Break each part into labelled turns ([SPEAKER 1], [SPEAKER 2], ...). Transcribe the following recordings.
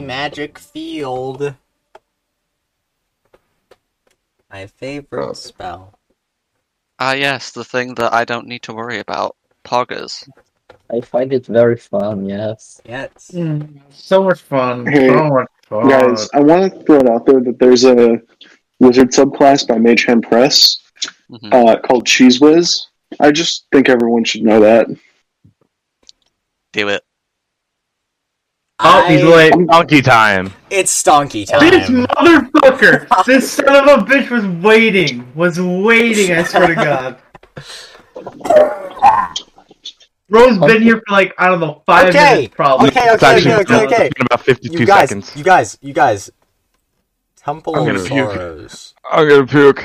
[SPEAKER 1] magic field. My favorite
[SPEAKER 2] Oh.
[SPEAKER 1] spell.
[SPEAKER 3] Ah, yes, the thing that I don't need to worry about. Poggers.
[SPEAKER 4] I find it very fun, yes.
[SPEAKER 1] Yes.
[SPEAKER 5] So much fun.
[SPEAKER 6] Hey,
[SPEAKER 5] so much fun.
[SPEAKER 6] Guys, I want to throw it out there that there's a wizard subclass by Mage Hand Press
[SPEAKER 1] Mm-hmm.
[SPEAKER 3] Mhm.
[SPEAKER 6] uh, called Cheese Whiz. I just think everyone should know that.
[SPEAKER 3] Do it.
[SPEAKER 5] oh, he's late.
[SPEAKER 2] Donkey time.
[SPEAKER 1] It's stonky
[SPEAKER 5] This
[SPEAKER 1] time.
[SPEAKER 5] motherfucker! this son of a bitch was waiting. Was waiting, I swear to God. Rose's been here for like, I don't know, five
[SPEAKER 1] Okay.
[SPEAKER 5] minutes probably.
[SPEAKER 1] Okay, okay,
[SPEAKER 2] It's actually
[SPEAKER 1] okay, okay,
[SPEAKER 2] still-
[SPEAKER 1] okay.
[SPEAKER 2] it's been about 52
[SPEAKER 1] You guys,
[SPEAKER 2] seconds.
[SPEAKER 1] you guys, you guys. Temple
[SPEAKER 2] I'm
[SPEAKER 1] of
[SPEAKER 2] gonna puke.
[SPEAKER 1] Sorrows.
[SPEAKER 2] I'm gonna puke.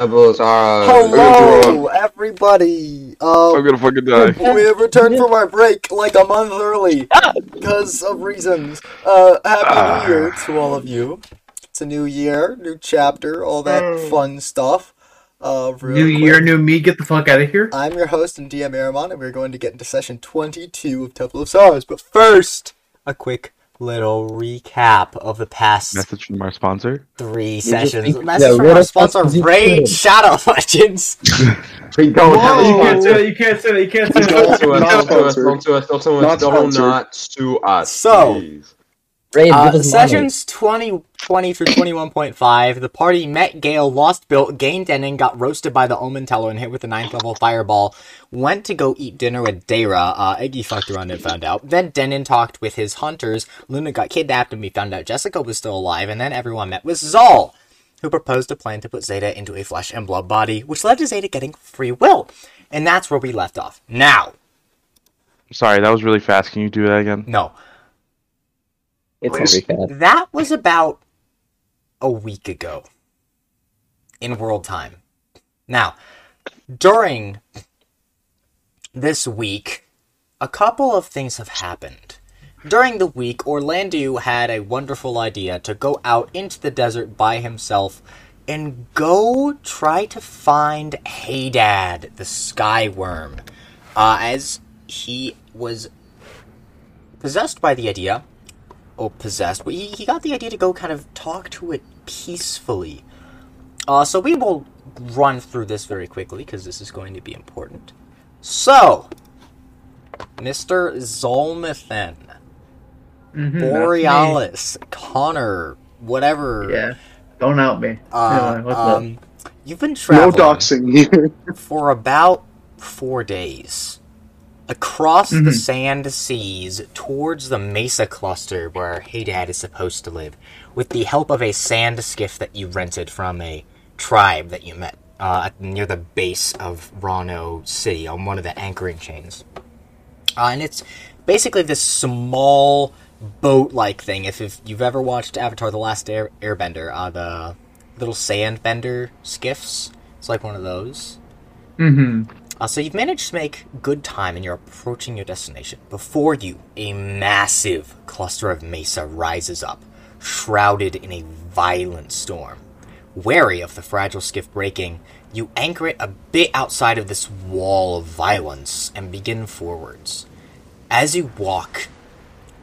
[SPEAKER 7] Elbows
[SPEAKER 6] uh,
[SPEAKER 7] are.
[SPEAKER 1] Hello, everybody. Um,
[SPEAKER 2] I'm gonna fucking die.
[SPEAKER 1] We have returned from our break like a month early because of reasons. Uh,
[SPEAKER 2] Ah.
[SPEAKER 1] happy New Year to all of you. It's a new year, new chapter, all that fun stuff. Uh, real
[SPEAKER 5] New
[SPEAKER 1] quick.
[SPEAKER 5] year, new me, get the fuck out of here.
[SPEAKER 1] I'm your host and DM Aramon, and we're going to get into session 22 of Temple of Sorrows. But first, a quick little recap of the past
[SPEAKER 2] Message from our sponsor.
[SPEAKER 4] You
[SPEAKER 1] three
[SPEAKER 4] just
[SPEAKER 1] sessions.
[SPEAKER 4] think-
[SPEAKER 1] Message
[SPEAKER 4] yeah,
[SPEAKER 1] from
[SPEAKER 4] what
[SPEAKER 1] our
[SPEAKER 4] the fuck
[SPEAKER 1] sponsor,
[SPEAKER 4] is it
[SPEAKER 1] Raid
[SPEAKER 4] doing?
[SPEAKER 1] Shadow Legends.
[SPEAKER 7] We don't have
[SPEAKER 5] You
[SPEAKER 7] a
[SPEAKER 5] can't say
[SPEAKER 7] sponsor.
[SPEAKER 5] that, you can't say that, you can't say
[SPEAKER 6] He's
[SPEAKER 7] Don't
[SPEAKER 5] that.
[SPEAKER 7] sue
[SPEAKER 6] Not
[SPEAKER 7] us, don't sue us,
[SPEAKER 6] sponsored.
[SPEAKER 7] don't sue us, don't sue us,
[SPEAKER 6] Not
[SPEAKER 7] don't
[SPEAKER 6] sponsored.
[SPEAKER 7] not sue us.
[SPEAKER 1] So-
[SPEAKER 7] please.
[SPEAKER 4] Great,
[SPEAKER 1] Uh,
[SPEAKER 4] give us money.
[SPEAKER 1] sessions 20, 20 through 21.5, the party met Gale, lost Built, gained Enin, got roasted by the Omen Teller, and hit with a 9th level fireball. Went to go eat dinner with Dara. Uh, Eggy fucked around and found out. Then Denon talked with his hunters. Luna got kidnapped, and we found out Jessica was still alive. And then everyone met with Zal, who proposed a plan to put Zeta into a flesh and blood body, which led to Zeta getting free will. And that's where we left off. Now,
[SPEAKER 2] Sorry, that was really fast. Can you do that again?
[SPEAKER 1] no,
[SPEAKER 4] It's a recap.
[SPEAKER 1] That was about a week ago in world time. Now, during this week, a couple of things have happened. During the week, Orlando had a wonderful idea to go out into the desert by himself and go try to find Haydad, the sky worm. Uh, as he was possessed by the idea, or possessed, but he, he got the idea to go kind of talk to it peacefully. Uh, so we will run through this very quickly because this is going to be important. So, Mr.
[SPEAKER 5] Hmm,
[SPEAKER 1] Zolmithan,
[SPEAKER 5] Mhm.
[SPEAKER 1] Borealis, Connor, whatever.
[SPEAKER 5] Yeah. Don't out me.
[SPEAKER 1] Uh,
[SPEAKER 5] Anyway, what's up?
[SPEAKER 1] um, you've been
[SPEAKER 6] No
[SPEAKER 1] traveling
[SPEAKER 6] doxing here.
[SPEAKER 1] for about four days across the
[SPEAKER 5] Mhm.
[SPEAKER 1] sand seas towards the Mesa cluster where Haydad is supposed to live, with the help of a sand skiff that you rented from a tribe that you met uh, at- near the base of Rano City on one of the anchoring chains. Uh, and it's basically this small boat-like thing. If, if you've ever watched Avatar: The Last Air- Airbender, uh, the little sandbender skiffs, it's like one of those.
[SPEAKER 5] Mhm.
[SPEAKER 1] Uh, so you've managed to make good time and you're approaching your destination. Before you, a massive cluster of mesa rises up, shrouded in a violent storm. Wary of the fragile skiff breaking, you anchor it a bit outside of this wall of violence and begin forwards. As you walk,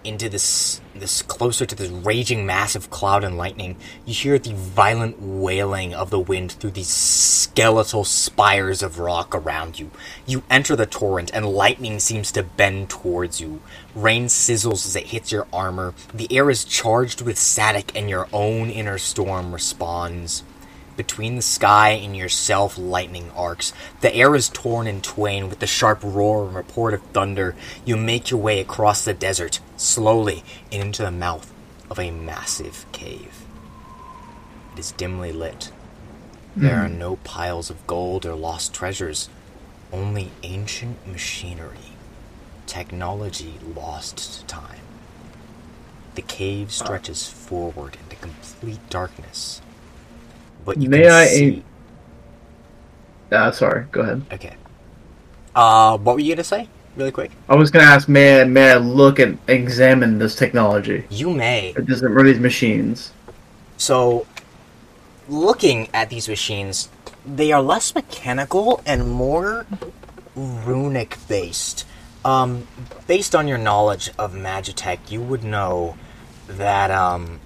[SPEAKER 1] into this this closer to this raging mass of cloud and lightning, you hear the violent wailing of the wind through these skeletal spires of rock around you. You enter the torrent and lightning seems to bend towards you. Rain sizzles as it hits your armor. The air is charged with static and your own inner storm responds. Between the sky and yourself, lightning arcs. The air is torn in twain with the sharp roar and report of thunder. You make your way across the desert, slowly, and into the mouth of a massive cave. It is dimly lit. There
[SPEAKER 5] Hmm.
[SPEAKER 1] are no piles of gold or lost treasures, only ancient machinery, technology lost to time. The cave stretches forward into complete darkness. But you
[SPEAKER 5] May
[SPEAKER 1] can
[SPEAKER 5] I
[SPEAKER 1] see
[SPEAKER 5] in- Ah, sorry, go ahead.
[SPEAKER 1] Okay. Uh, what were you gonna say, really quick?
[SPEAKER 5] I was gonna ask, may I, may I look and examine this technology?
[SPEAKER 1] You may.
[SPEAKER 5] It doesn't really machines.
[SPEAKER 1] So, looking at these machines, they are less mechanical and more runic based. Um, based on your knowledge of Magitech, you would know that um,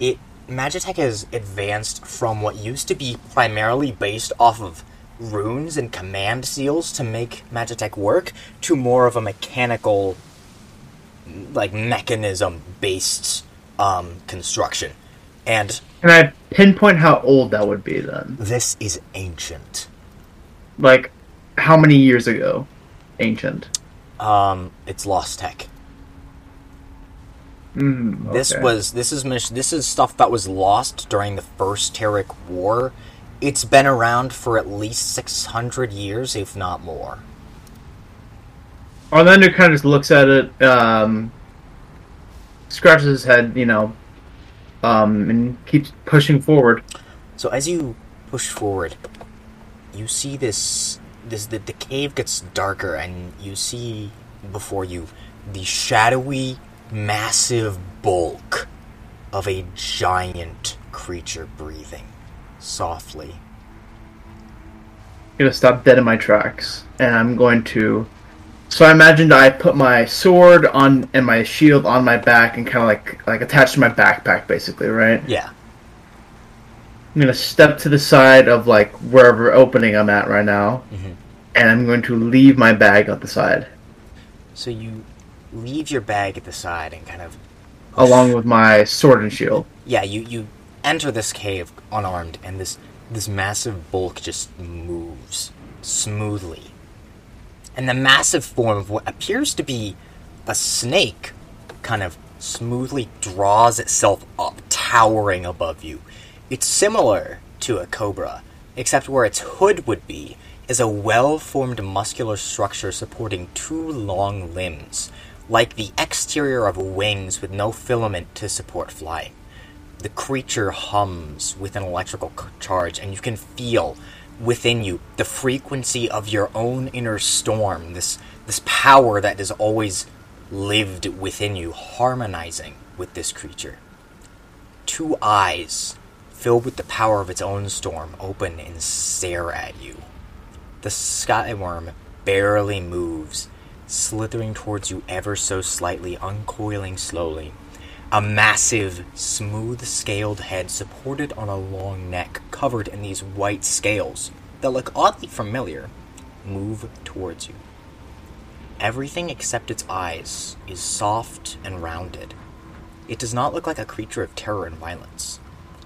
[SPEAKER 1] it Magitek has advanced from what used to be primarily based off of runes and command seals to make Magitek work to more of a mechanical, like mechanism based um, construction. And
[SPEAKER 5] Can I pinpoint how old that would be then?
[SPEAKER 1] this is ancient.
[SPEAKER 5] Like, how many years ago? Ancient.
[SPEAKER 1] Um, it's lost tech.
[SPEAKER 5] Mm,
[SPEAKER 1] This
[SPEAKER 5] okay.
[SPEAKER 1] was this is mis- this is stuff that was lost during the first Terric War. It's been around for at least six hundred years, if not more.
[SPEAKER 5] Orlando kind of just looks at it, um, scratches his head, you know, um, and keeps pushing forward.
[SPEAKER 1] So as you push forward, you see this this the, the cave gets darker and you see before you the shadowy massive bulk of a giant creature breathing softly.
[SPEAKER 5] I'm gonna stop dead in my tracks, and I'm going to. So I imagined I put my sword on and my shield on my back and kind of like like attached to my backpack, basically, right?
[SPEAKER 1] Yeah.
[SPEAKER 5] I'm gonna step to the side of like wherever opening I'm at right now,
[SPEAKER 1] Mhm.
[SPEAKER 5] and I'm going to leave my bag at the side
[SPEAKER 1] So you leave your bag at the side and kind of
[SPEAKER 5] along with my sword and shield.
[SPEAKER 1] yeah, you you enter this cave unarmed, and this this massive bulk just moves smoothly, and the massive form of what appears to be a snake kind of smoothly draws itself up, towering above you. It's similar to a cobra, except where its hood would be is a well-formed muscular structure supporting two long limbs, like the exterior of wings with no filament to support flying. The creature hums with an electrical c- charge, and you can feel within you the frequency of your own inner storm. This this power that has always lived within you, harmonizing with this creature. Two eyes, filled with the power of its own storm, open and stare at you. The skyworm barely moves, slithering towards you ever so slightly, uncoiling slowly. A massive, smooth scaled head supported on a long neck covered in these white scales that look oddly familiar move towards you. Everything except its eyes is soft and rounded. It does not look like a creature of terror and violence.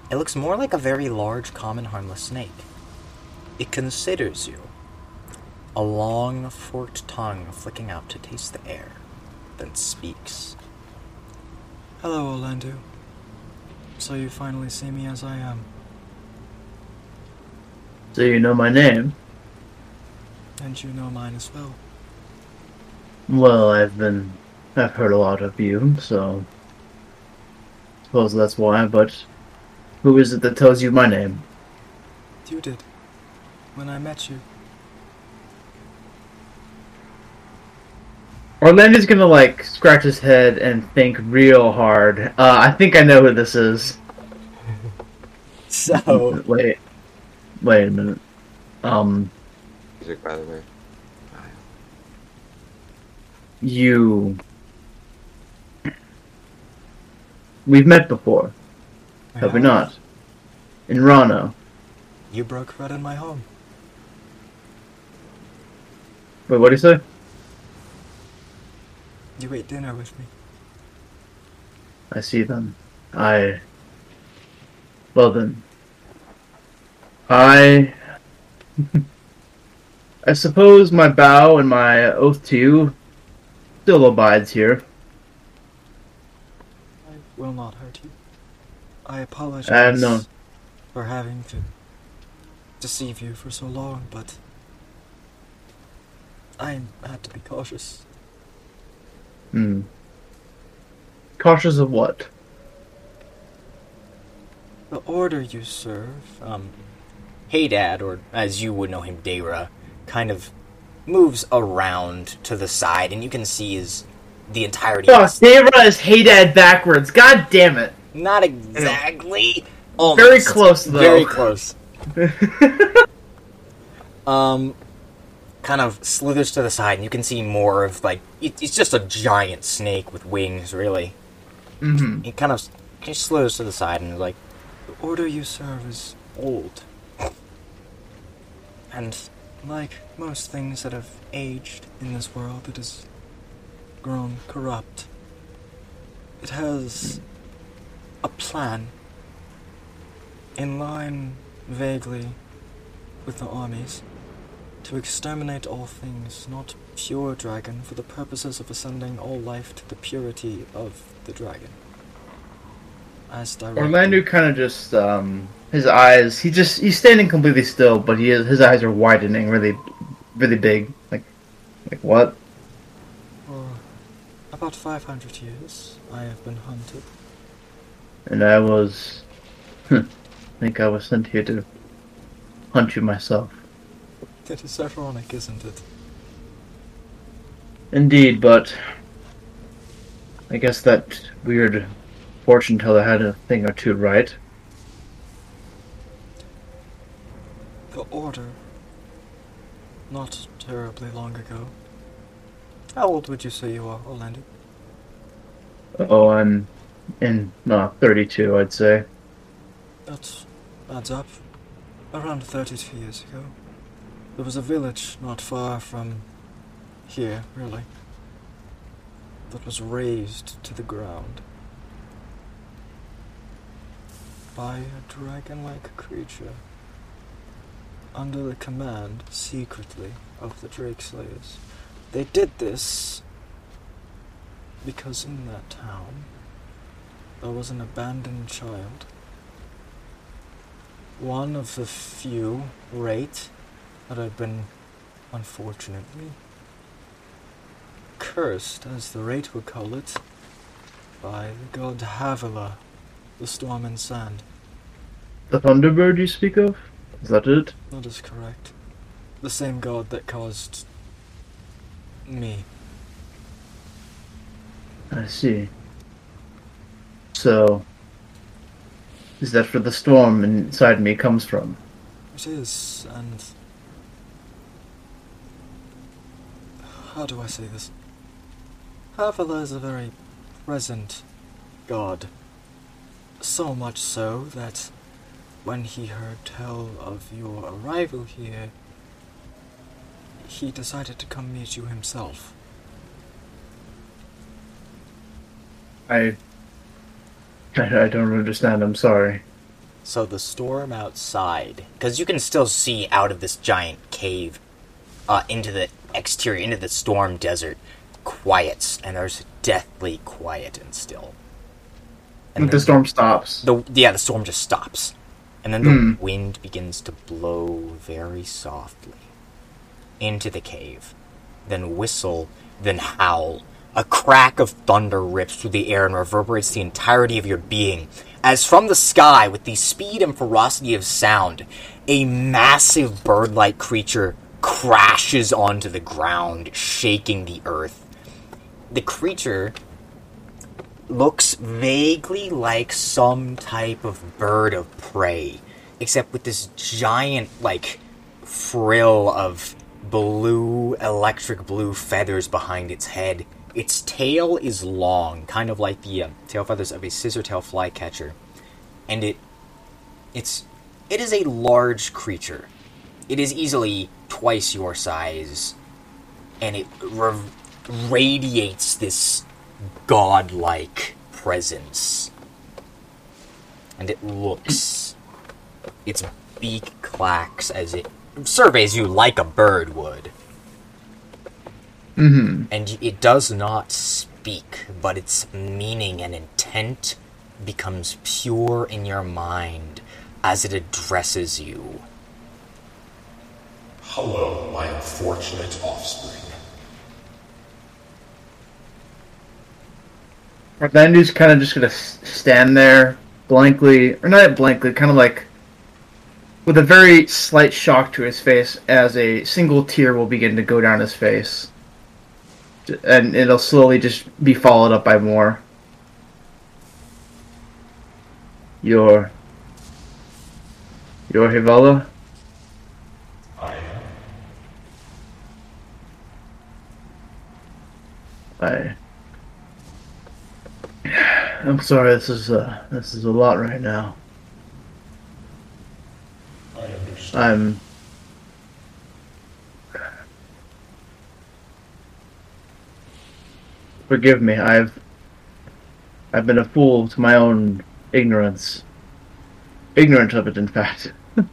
[SPEAKER 1] It looks more like a very large, common, harmless snake. It considers you, a long, forked tongue flicking out to taste the air, then speaks.
[SPEAKER 8] Hello, Orlando. So you finally see me as I am,
[SPEAKER 5] So you know my name.
[SPEAKER 8] and you know mine as well.
[SPEAKER 5] Well, I've been. I've heard a lot of you, so. Suppose that's why, but. Who is it that tells you my name?
[SPEAKER 8] You did. When I met you,
[SPEAKER 5] Orlando's gonna, like, scratch his head and think real hard. Uh, I think I know who this is.
[SPEAKER 1] So
[SPEAKER 5] Wait. Wait a minute. Um,
[SPEAKER 7] Music, by the way.
[SPEAKER 5] you. We've met before,
[SPEAKER 8] I
[SPEAKER 5] have we
[SPEAKER 8] had-
[SPEAKER 5] not? In Rano.
[SPEAKER 8] You broke bread in my home.
[SPEAKER 5] Wait, what do you say?
[SPEAKER 8] You ate dinner with me.
[SPEAKER 5] I see them. I. Well then. I. I suppose my bow and my oath to you still abides here.
[SPEAKER 8] I will not hurt you. I apologize
[SPEAKER 5] known.
[SPEAKER 8] for having to deceive you for so long, but I had to be cautious.
[SPEAKER 5] Hmm. Cautious of what?
[SPEAKER 8] The order you serve,
[SPEAKER 1] um, Hey Dad, or as you would know him, Deira, kind of moves around to the side, and you can see his the entirety.
[SPEAKER 5] Oh,
[SPEAKER 1] Of his,
[SPEAKER 5] Sabra is Haydad backwards. God damn it.
[SPEAKER 1] not exactly. Almost.
[SPEAKER 5] Very close, though.
[SPEAKER 1] Very close. um, kind of slithers to the side, and you can see more of like it, it's just a giant snake with wings, really.
[SPEAKER 5] Mm-hmm.
[SPEAKER 1] He kind of s- he slows to the side and is like,
[SPEAKER 8] The order you serve is
[SPEAKER 1] old.
[SPEAKER 8] And like most things that have aged in this world, it has grown corrupt. It has a plan in line vaguely with the armies to exterminate all things not pure dragon for the purposes of ascending all life to the purity of the dragon. As directed.
[SPEAKER 5] Orlando kind of just um, his eyes. He just he's standing completely still, but he is, his eyes are widening, really, really big. Like, like what?
[SPEAKER 8] For about 500 years, I have been hunted.
[SPEAKER 5] And I was, I think I was sent here to hunt you myself.
[SPEAKER 8] That is ironic, isn't it?
[SPEAKER 5] Indeed, but I guess that weird fortune teller had a thing or two right.
[SPEAKER 8] The Order. Not terribly long ago. How old would you say you are, Orlando?
[SPEAKER 5] Oh, I'm in no, 32, I'd say.
[SPEAKER 8] That adds up. Around 32 years ago, there was a village not far from here, really, that was razed to the ground by a dragon like creature under the command, secretly, of the Drake Slayers. They did this because in that town there was an abandoned child one of the few rate that had been, unfortunately, cursed, as the rate would call it, by the god Havila, the storm and sand.
[SPEAKER 5] The Thunderbird you speak of? Is that it?
[SPEAKER 8] That is correct. The same god that caused me.
[SPEAKER 5] I see. So, is that where the storm inside me comes from?
[SPEAKER 8] It is, and. How do I say this? Havila is a very present god. So much so that when he heard tell of your arrival here, he decided to come meet you himself.
[SPEAKER 5] I, I, I don't understand. I'm sorry.
[SPEAKER 1] So the storm outside, because you can still see out of this giant cave, uh, into the exterior, into the storm desert, quiets, and there's deathly quiet and still. And
[SPEAKER 5] the
[SPEAKER 1] then
[SPEAKER 5] storm stops.
[SPEAKER 1] the yeah, the storm just stops, and then the
[SPEAKER 5] Hmm.
[SPEAKER 1] wind begins to blow very softly into the cave, then whistle, then howl. A crack of thunder rips through the air and reverberates the entirety of your being, as from the sky, with the speed and ferocity of sound, a massive bird-like creature crashes onto the ground, shaking the earth. The creature looks vaguely like some type of bird of prey, except with this giant, like, frill of blue, electric blue feathers behind its head. Its tail is long, kind of like the uh, tail feathers of a scissor tail flycatcher, and it, it's, it is a large creature. It is easily twice your size, and it re- radiates this godlike presence. And it looks. Its beak clacks as it surveys you like a bird would.
[SPEAKER 5] Mm-hmm.
[SPEAKER 1] And it does not speak, but its meaning and intent becomes pure in your mind as it addresses you.
[SPEAKER 9] Hello, my unfortunate offspring.
[SPEAKER 5] Orlando's kind of just gonna s- stand there blankly, or not blankly, kind of like with a very slight shock to his face as a single tear will begin to go down his face. J- And it'll slowly just be followed up by more. Your. Your Hivala?
[SPEAKER 9] I am
[SPEAKER 5] I. I'm I'm sorry. This is uh, this is a lot right now.
[SPEAKER 9] I understand.
[SPEAKER 5] I'm. Forgive me. I've. I've been a fool to my own ignorance. Ignorant of it, in fact.
[SPEAKER 9] You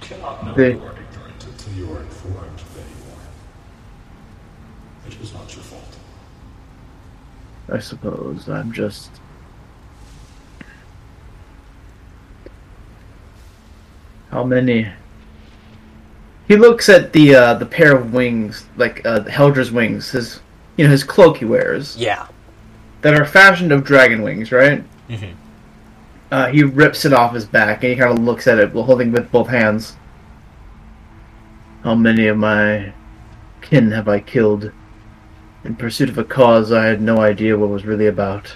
[SPEAKER 9] cannot know
[SPEAKER 5] They-
[SPEAKER 9] you are ignorant until you are informed that you are. It was not your fault.
[SPEAKER 5] I suppose I'm just. How many? He looks at the uh, the pair of wings, like uh, Heldra's wings, his you know his cloak he wears
[SPEAKER 1] Yeah.
[SPEAKER 5] that are fashioned of dragon wings, right?
[SPEAKER 1] Mhm.
[SPEAKER 5] Uh, he rips it off his back and he kind of looks at it, while holding with both hands. How many of my kin have I killed in pursuit of a cause I had no idea what was really about?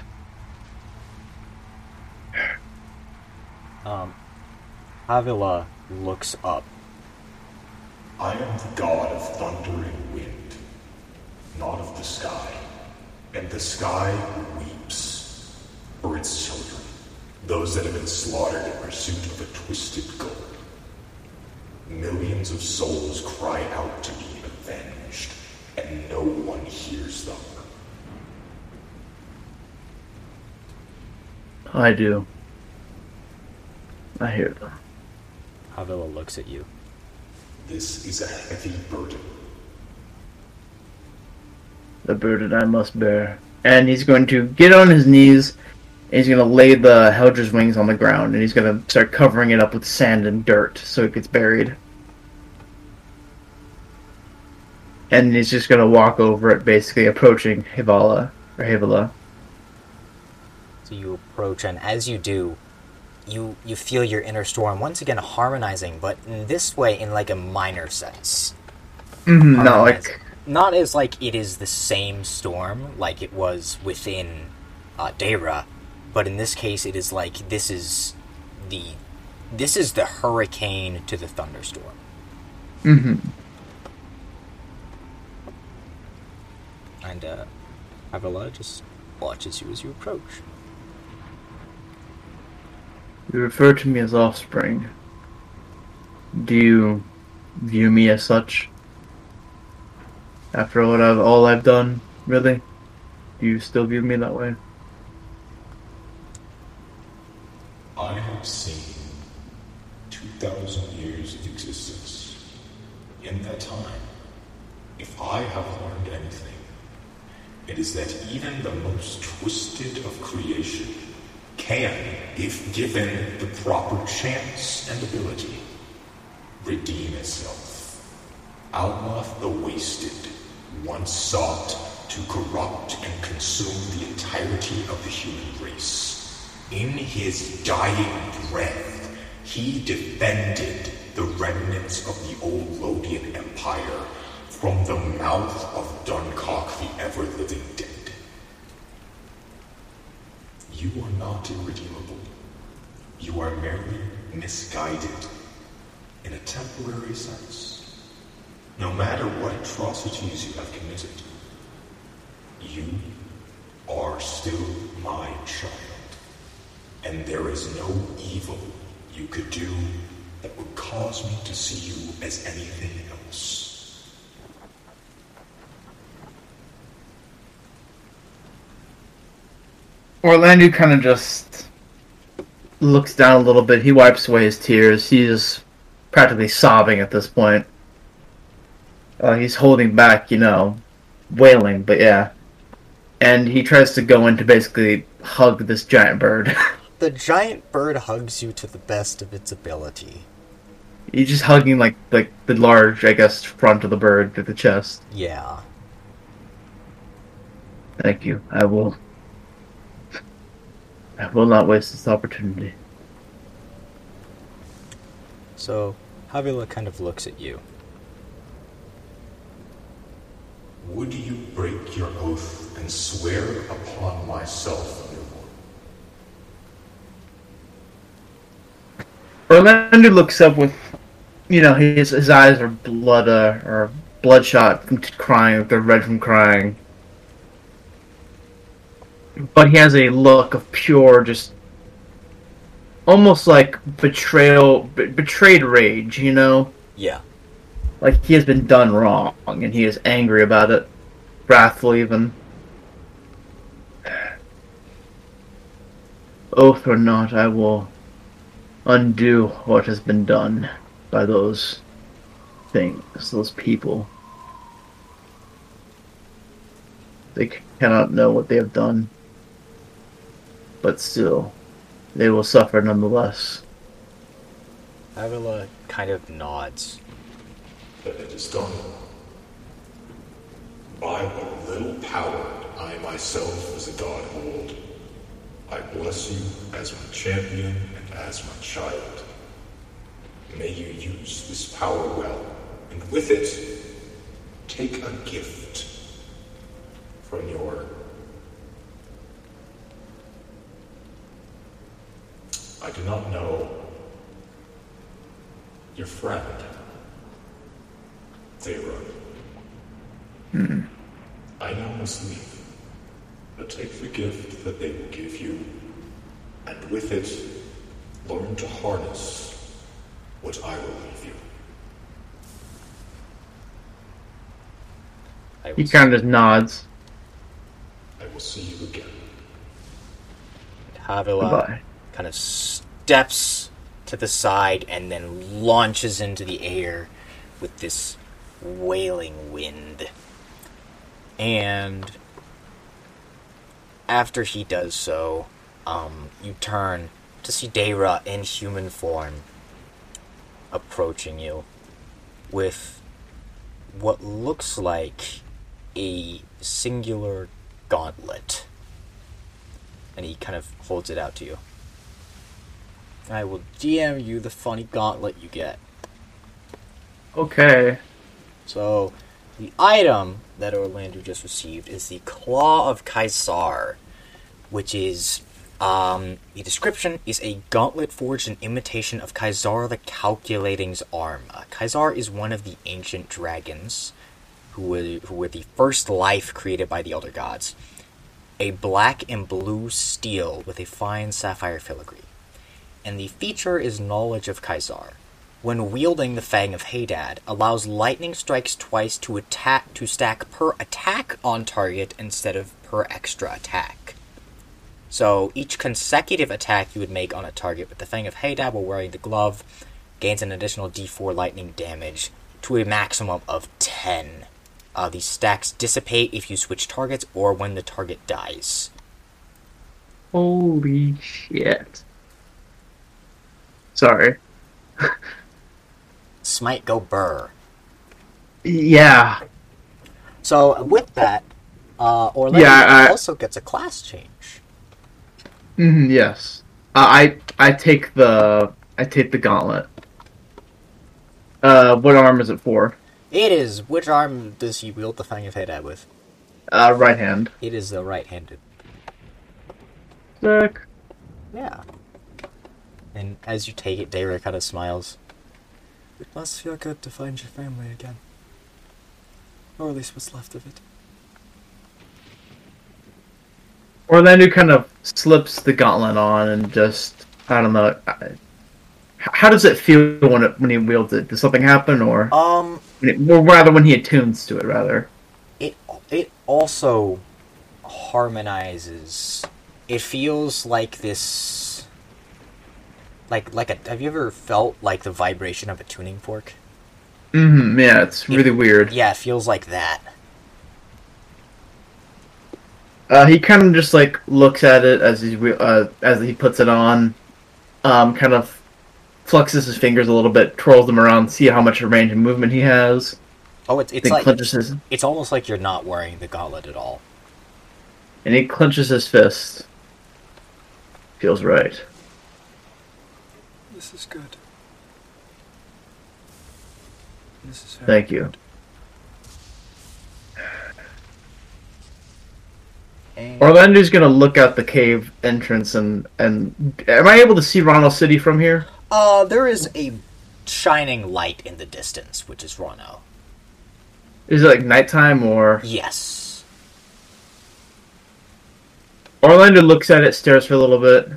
[SPEAKER 1] Um, Avila looks up.
[SPEAKER 9] I am the god of thunder and wind, not of the sky. And the sky weeps for its children, those that have been slaughtered in pursuit of a twisted goal. Millions of souls cry out to be avenged, and no one hears them.
[SPEAKER 5] I do. I hear them.
[SPEAKER 1] Avila looks at you.
[SPEAKER 9] This is a heavy burden.
[SPEAKER 5] The burden I must bear. And he's going to get on his knees and he's going to lay the Heldra's wings on the ground and he's going to start covering it up with sand and dirt so it gets buried. And he's just going to walk over it, basically approaching Hivala. Or Hivala.
[SPEAKER 1] So you approach, and as you do, you you feel your inner storm once again harmonizing, but in this way, in like a minor sense.
[SPEAKER 5] Mm-hmm. Not
[SPEAKER 1] Harmonizing.
[SPEAKER 5] like.
[SPEAKER 1] not as like it is the same storm like it was within uh, Deira, but in this case, it is like this is the this is the hurricane to the thunderstorm.
[SPEAKER 5] hmm
[SPEAKER 1] And uh, Avila just watches you as you approach.
[SPEAKER 5] You refer to me as offspring. Do you view me as such? After what I've all I've done, really? Do you still view me that way?
[SPEAKER 9] I have seen 2,000 years of existence. In that time, if I have learned anything, it is that even the most twisted of creation can, if given the proper chance and ability, redeem itself, outlast the wasted, once sought to corrupt and consume the entirety of the human race. In his dying breath, he defended the remnants of the old Lodian Empire from the mouth of Duncock the ever living dead. You are not irredeemable. You are merely misguided in a temporary sense. No matter what atrocities you have committed, you are still my child, and there is no evil you could do that would cause me to see you as anything else.
[SPEAKER 5] Orlando kind of just looks down a little bit. He wipes away his tears. He's practically sobbing at this point. Uh, he's holding back, you know, wailing, but yeah. And he tries to go in to basically hug this giant bird.
[SPEAKER 1] The giant bird hugs you to the best of its ability.
[SPEAKER 5] He's just hugging like like the large, I guess, front of the bird to the chest.
[SPEAKER 1] Yeah.
[SPEAKER 5] Thank you. I will. I will not waste this opportunity.
[SPEAKER 1] So Havila kind of looks at you.
[SPEAKER 9] Would you break your oath and swear upon myself, your lord?
[SPEAKER 5] Orlando looks up with, you know, his his eyes are blood uh, or bloodshot from t- crying, they're red from crying. But he has a look of pure, just almost like betrayal, be- betrayed rage, you know?
[SPEAKER 1] Yeah.
[SPEAKER 5] Like he has been done wrong and he is angry about it, wrathful even. Oath or not, I will undo what has been done by those things, those people. They cannot know what they have done, but still, they will suffer nonetheless.
[SPEAKER 1] Avila kind of nods.
[SPEAKER 9] that it is done. By what little power I myself as a god hold, I bless you as my champion and as my child. May you use this power well, and with it, take a gift from your. I do not know your friend. They run.
[SPEAKER 5] Hmm.
[SPEAKER 9] I now must leave, but take the gift that they will give you, and with it, learn to harness what I will leave you.
[SPEAKER 1] I
[SPEAKER 5] He
[SPEAKER 1] was,
[SPEAKER 5] kind of just nods.
[SPEAKER 9] I will see you again.
[SPEAKER 1] Avila
[SPEAKER 5] Goodbye.
[SPEAKER 1] kind of steps to the side and then launches into the air with this wailing wind. And after he does so, um, you turn to see Deira in human form approaching you with what looks like a singular gauntlet. And he kind of holds it out to you. I will DM you the funny gauntlet you get.
[SPEAKER 5] Okay.
[SPEAKER 1] So, the item that Orlando just received is the Claw of Kaisar, which is. Um, the description is a gauntlet forged in imitation of Kaisar the Calculating's arm. Uh, Kaisar is one of the ancient dragons who were, who were the first life created by the Elder Gods. A black and blue steel with a fine sapphire filigree. And the feature is knowledge of Kaisar when wielding the Fang of Hadad, allows lightning strikes twice to attack to stack per attack on target instead of per extra attack. So each consecutive attack you would make on a target with the Fang of Hadad while wearing the glove gains an additional D4 lightning damage to a maximum of 10. Uh, these stacks dissipate if you switch targets or when the target dies.
[SPEAKER 5] Holy shit. Sorry.
[SPEAKER 1] Smite go burr.
[SPEAKER 5] Yeah.
[SPEAKER 1] So with that, uh, Orlando
[SPEAKER 5] Yeah, I-
[SPEAKER 1] also gets a class change.
[SPEAKER 5] Mhm, yes. Uh, I I take the I take the gauntlet. Uh, what arm is it for?
[SPEAKER 1] It is. Which arm does he wield the Fang of Hadad with?
[SPEAKER 5] Uh, right hand.
[SPEAKER 1] It is the right-handed.
[SPEAKER 5] Sick.
[SPEAKER 1] Yeah. And as you take it, Dayra kind of smiles.
[SPEAKER 8] It must feel good to find your family again. Or at least what's left of it.
[SPEAKER 5] Orlando kind of slips the gauntlet on and just I don't know. I, h- how does it feel when it when he wields it? Does something happen, or
[SPEAKER 1] Um,
[SPEAKER 5] when it- or rather when he attunes to it? Rather.
[SPEAKER 1] it it also harmonizes. It feels like this, like like a. Have you ever felt like the vibration of a tuning fork?
[SPEAKER 5] Mm-hmm, yeah, it's really weird.
[SPEAKER 1] Yeah, it feels like that.
[SPEAKER 5] Uh, he kind of just like looks at it as he re- uh, as he puts it on, um, kind of fluxes his fingers a little bit, twirls them around, see how much range of movement he has.
[SPEAKER 1] Oh, it's it's
[SPEAKER 5] then
[SPEAKER 1] like
[SPEAKER 5] clenches his
[SPEAKER 1] it's almost like you're not wearing the gauntlet at all.
[SPEAKER 5] and he clenches his fist. Feels right.
[SPEAKER 8] This is good. This is very
[SPEAKER 5] Thank you.
[SPEAKER 1] And
[SPEAKER 5] Orlando's gonna look out the cave entrance and and am I able to see Ronald City from here?
[SPEAKER 1] Uh, there is a shining light in the distance, which is Rono.
[SPEAKER 5] Is it like nighttime or?
[SPEAKER 1] Yes.
[SPEAKER 5] Orlando looks at it, stares for a little bit,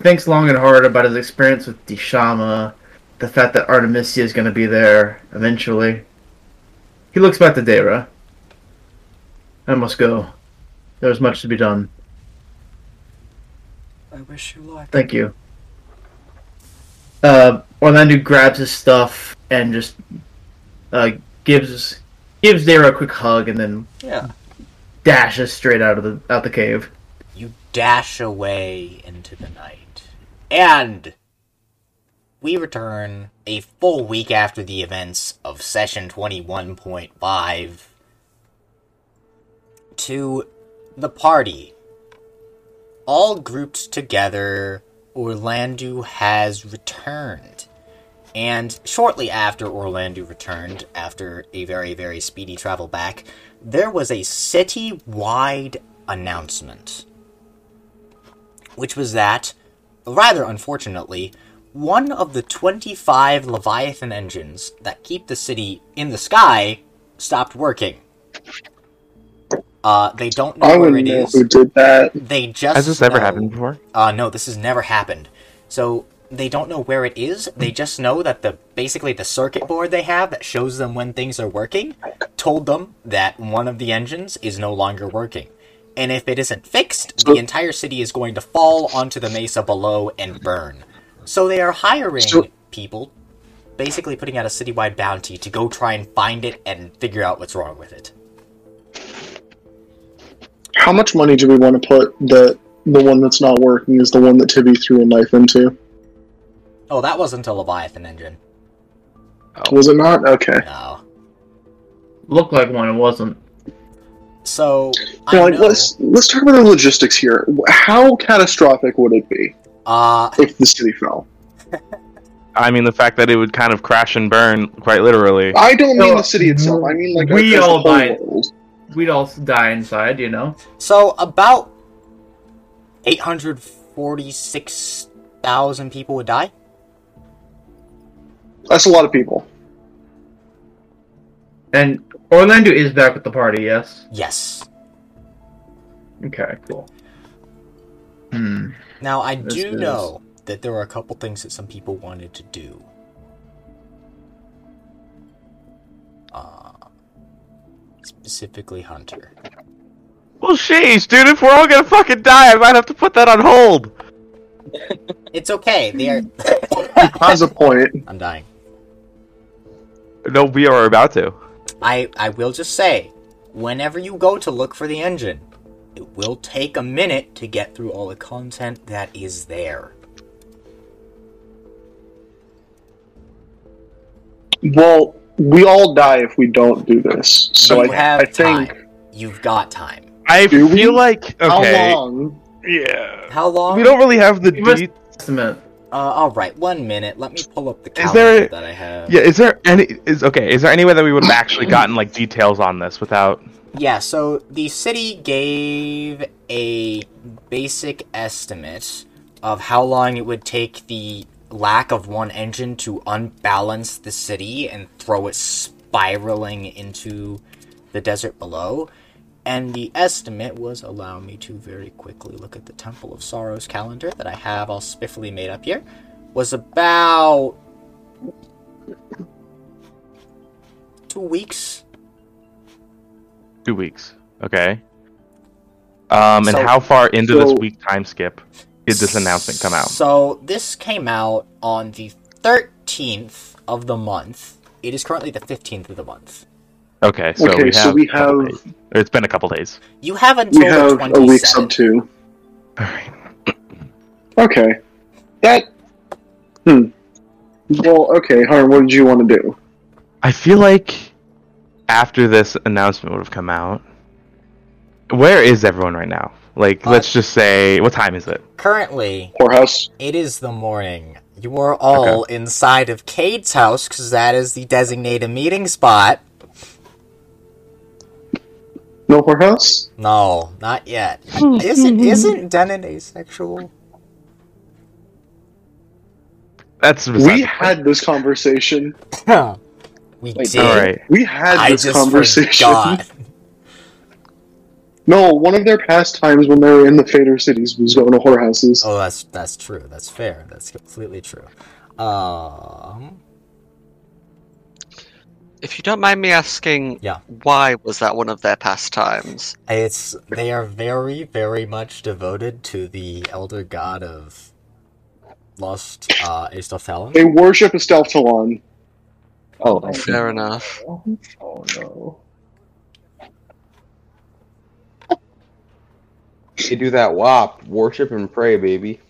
[SPEAKER 5] thinks long and hard about his experience with Dishama, the fact that Artemisia is going to be there eventually. He looks back to Dara. I must go. There's much to be done.
[SPEAKER 8] I wish you luck.
[SPEAKER 5] Thank you. Uh, Orlando grabs his stuff and just uh, gives gives Dara a quick hug and then
[SPEAKER 8] Yeah.
[SPEAKER 5] dashes straight out of the out the cave.
[SPEAKER 1] You dash away into the night. And we return a full week after the events of session 21.5 to the party. All grouped together, Orlando has returned. And shortly after Orlando returned, after a very, very speedy travel back, there was a city wide announcement. Which was that, rather unfortunately, one of the 25 Leviathan engines that keep the city in the sky stopped working. Uh, they don't know
[SPEAKER 6] I
[SPEAKER 1] where
[SPEAKER 6] wouldn't
[SPEAKER 1] it
[SPEAKER 6] know
[SPEAKER 1] is.
[SPEAKER 6] who did that.
[SPEAKER 1] They just
[SPEAKER 2] Has this ever
[SPEAKER 1] know-
[SPEAKER 2] happened before?
[SPEAKER 1] uh, no, this has never happened. So they don't know where it is. They just know that the basically the circuit board they have that shows them when things are working told them that one of the engines is no longer working. And if it isn't fixed, the entire city is going to fall onto the mesa below and burn. So they are hiring
[SPEAKER 7] So-
[SPEAKER 1] people, basically putting out a citywide bounty to go try and find it and figure out what's wrong with it.
[SPEAKER 6] How much money do we want to put that the one that's not working is the one that Tibby threw a knife into?
[SPEAKER 1] Oh, that wasn't a Leviathan engine.
[SPEAKER 6] Was it not? Okay.
[SPEAKER 1] Oh. No.
[SPEAKER 5] Looked like one, it wasn't.
[SPEAKER 1] So I
[SPEAKER 6] Now, like,
[SPEAKER 1] know-
[SPEAKER 6] let's let's talk about the logistics here. How catastrophic would it be
[SPEAKER 1] uh
[SPEAKER 6] if the city fell?
[SPEAKER 2] I mean, the fact that it would kind of crash and burn, quite literally.
[SPEAKER 6] I don't mean
[SPEAKER 5] No,
[SPEAKER 6] the city itself. I mean like
[SPEAKER 5] we
[SPEAKER 6] as the
[SPEAKER 5] all
[SPEAKER 6] whole
[SPEAKER 5] buy it.
[SPEAKER 6] world.
[SPEAKER 5] We'd all die inside, you know.
[SPEAKER 1] So about 846,000 people would die.
[SPEAKER 6] That's a lot of people.
[SPEAKER 5] And Orlando is back with the party, yes?
[SPEAKER 1] Yes.
[SPEAKER 5] Okay, cool. Hmm.
[SPEAKER 1] Now I
[SPEAKER 5] This
[SPEAKER 1] do
[SPEAKER 5] is-
[SPEAKER 1] know that there were a couple things that some people wanted to do. Uh, specifically Hunter.
[SPEAKER 2] Well, jeez, dude, if we're all gonna fucking die, I might have to put that on hold.
[SPEAKER 1] It's okay. They are
[SPEAKER 6] Has a point.
[SPEAKER 1] I'm dying.
[SPEAKER 2] No, we are about to.
[SPEAKER 1] I I will just say whenever you go to look for the engine, it will take a minute to get through all the content that is there.
[SPEAKER 6] Well, we all die if we don't do this. So
[SPEAKER 1] you
[SPEAKER 6] I,
[SPEAKER 1] have
[SPEAKER 6] I think
[SPEAKER 1] time. You've got time.
[SPEAKER 2] I
[SPEAKER 6] Do we?
[SPEAKER 2] feel like okay,
[SPEAKER 6] how long?
[SPEAKER 2] yeah.
[SPEAKER 1] How long?
[SPEAKER 2] We don't really have the.
[SPEAKER 5] Give us-
[SPEAKER 2] De-
[SPEAKER 5] Estimate.
[SPEAKER 1] Uh, all right, one minute. Let me pull up the
[SPEAKER 2] Is
[SPEAKER 1] calendar
[SPEAKER 2] there-
[SPEAKER 1] that I have.
[SPEAKER 2] yeah, is there any? Is okay? Is there any way that we would have actually gotten like details on this without?
[SPEAKER 1] Yeah, so the city gave a basic estimate of how long it would take the lack of one engine to unbalance the city and throw it spiraling into the desert below. And the estimate was allow me to very quickly look at the Temple of Sorrows calendar that I have all spiffily made up here. Was about two weeks.
[SPEAKER 2] Two weeks. Okay. Um, and
[SPEAKER 1] So-
[SPEAKER 2] how far into
[SPEAKER 6] so-
[SPEAKER 2] this week time skip did this announcement come out?
[SPEAKER 1] So this came out on the 13th of the month. It is currently the 15th of the month.
[SPEAKER 2] Okay, so we
[SPEAKER 6] okay,
[SPEAKER 2] have.
[SPEAKER 6] so we
[SPEAKER 2] a couple
[SPEAKER 6] have-
[SPEAKER 2] days. Or It's been a couple days.
[SPEAKER 1] You have until
[SPEAKER 6] We
[SPEAKER 1] the
[SPEAKER 6] have
[SPEAKER 1] 27th.
[SPEAKER 6] a week sub two.
[SPEAKER 2] All right.
[SPEAKER 6] Okay. That. Hmm. Well, okay, Harm. What did you want to do?
[SPEAKER 2] I feel like after this announcement would have come out, where is everyone right now? Like,
[SPEAKER 1] Uh,
[SPEAKER 2] let's just say, what time is it?
[SPEAKER 1] Currently,
[SPEAKER 6] Poorhouse.
[SPEAKER 1] it is the morning. You are all inside of Cade's house because that is the designated meeting spot.
[SPEAKER 6] No poorhouse.
[SPEAKER 1] No, not yet.
[SPEAKER 8] Hmm.
[SPEAKER 1] isn't isn't Denon asexual?
[SPEAKER 2] That's besides
[SPEAKER 6] We
[SPEAKER 2] the point.
[SPEAKER 6] had this conversation.
[SPEAKER 1] Huh. We
[SPEAKER 4] Wait,
[SPEAKER 1] did.
[SPEAKER 2] All right.
[SPEAKER 6] We had
[SPEAKER 1] I
[SPEAKER 6] this
[SPEAKER 1] just
[SPEAKER 6] conversation.
[SPEAKER 1] forgot.
[SPEAKER 6] No, one of their pastimes when they were in the Fader cities was going to whorehouses.
[SPEAKER 1] Oh, that's that's true. That's fair. That's completely true. Um,
[SPEAKER 3] If you don't mind me asking,
[SPEAKER 1] Yeah. why
[SPEAKER 3] why was that one of their pastimes?
[SPEAKER 1] it's they are very, very much devoted to the elder god of lust, uh, Istothelon.
[SPEAKER 6] They worship Estelle Talon.
[SPEAKER 4] Oh, I see.
[SPEAKER 3] Fair enough.
[SPEAKER 4] Oh no.
[SPEAKER 7] They do that WAP, worship and pray, baby.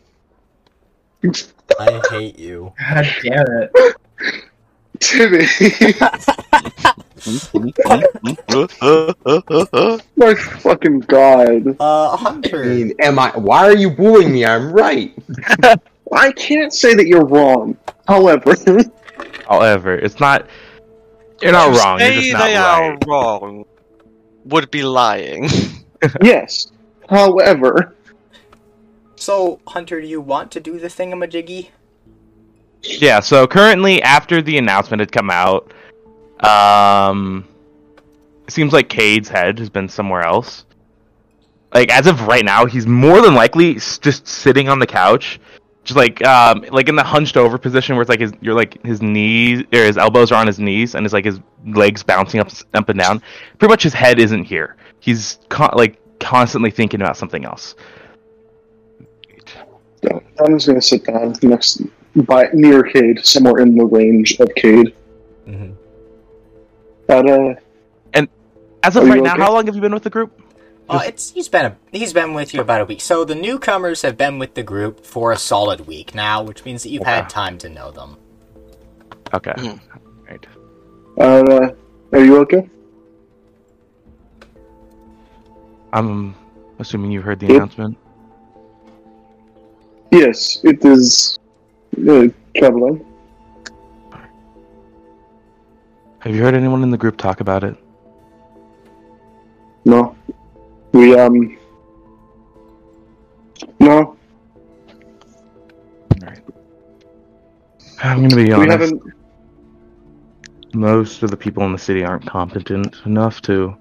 [SPEAKER 1] I hate you.
[SPEAKER 5] God damn it.
[SPEAKER 6] Timmy, my fucking god.
[SPEAKER 1] Uh,
[SPEAKER 7] I
[SPEAKER 1] Hunter.
[SPEAKER 7] mean, am I? Why are you booing me? I'm right.
[SPEAKER 6] I can't say that you're wrong. However,
[SPEAKER 2] However, it's not. You're not wrong. You're just not
[SPEAKER 3] they
[SPEAKER 2] right.
[SPEAKER 3] are wrong would be lying.
[SPEAKER 6] yes. However,
[SPEAKER 1] So, Hunter, do you want to do the thingamajiggy?
[SPEAKER 2] Yeah. So currently, after the announcement had come out, um, it seems like Cade's head has been somewhere else. Like as of right now, he's more than likely s- just sitting on the couch, just like um, like in the hunched over position where it's like his you're like his knees or his elbows are on his knees and it's like his legs bouncing up up and down. Pretty much, his head isn't here. He's con- like constantly thinking about something else.
[SPEAKER 6] I'm just gonna sit down next by near Cade, somewhere in the range of Cade.
[SPEAKER 1] Mm-hmm.
[SPEAKER 6] But uh,
[SPEAKER 2] As of
[SPEAKER 6] Are you
[SPEAKER 2] right now,
[SPEAKER 6] okay?
[SPEAKER 2] how long have you been with the group?
[SPEAKER 1] Uh, it's he's been a, he's been with you about a week. So the newcomers have been with the group for a solid week now, which means that you've had
[SPEAKER 2] Okay.
[SPEAKER 1] time to know them.
[SPEAKER 2] Okay.
[SPEAKER 3] Mm.
[SPEAKER 2] Right.
[SPEAKER 6] uh, are you okay?
[SPEAKER 2] I'm assuming you heard the
[SPEAKER 6] Yep.
[SPEAKER 2] announcement.
[SPEAKER 6] Yes, it is uh, traveling.
[SPEAKER 2] Have you heard anyone in the group talk about it?
[SPEAKER 6] No, we um, no,
[SPEAKER 2] I'm gonna be
[SPEAKER 6] we
[SPEAKER 2] honest.
[SPEAKER 6] haven't.
[SPEAKER 2] Most of the people in the city aren't competent enough to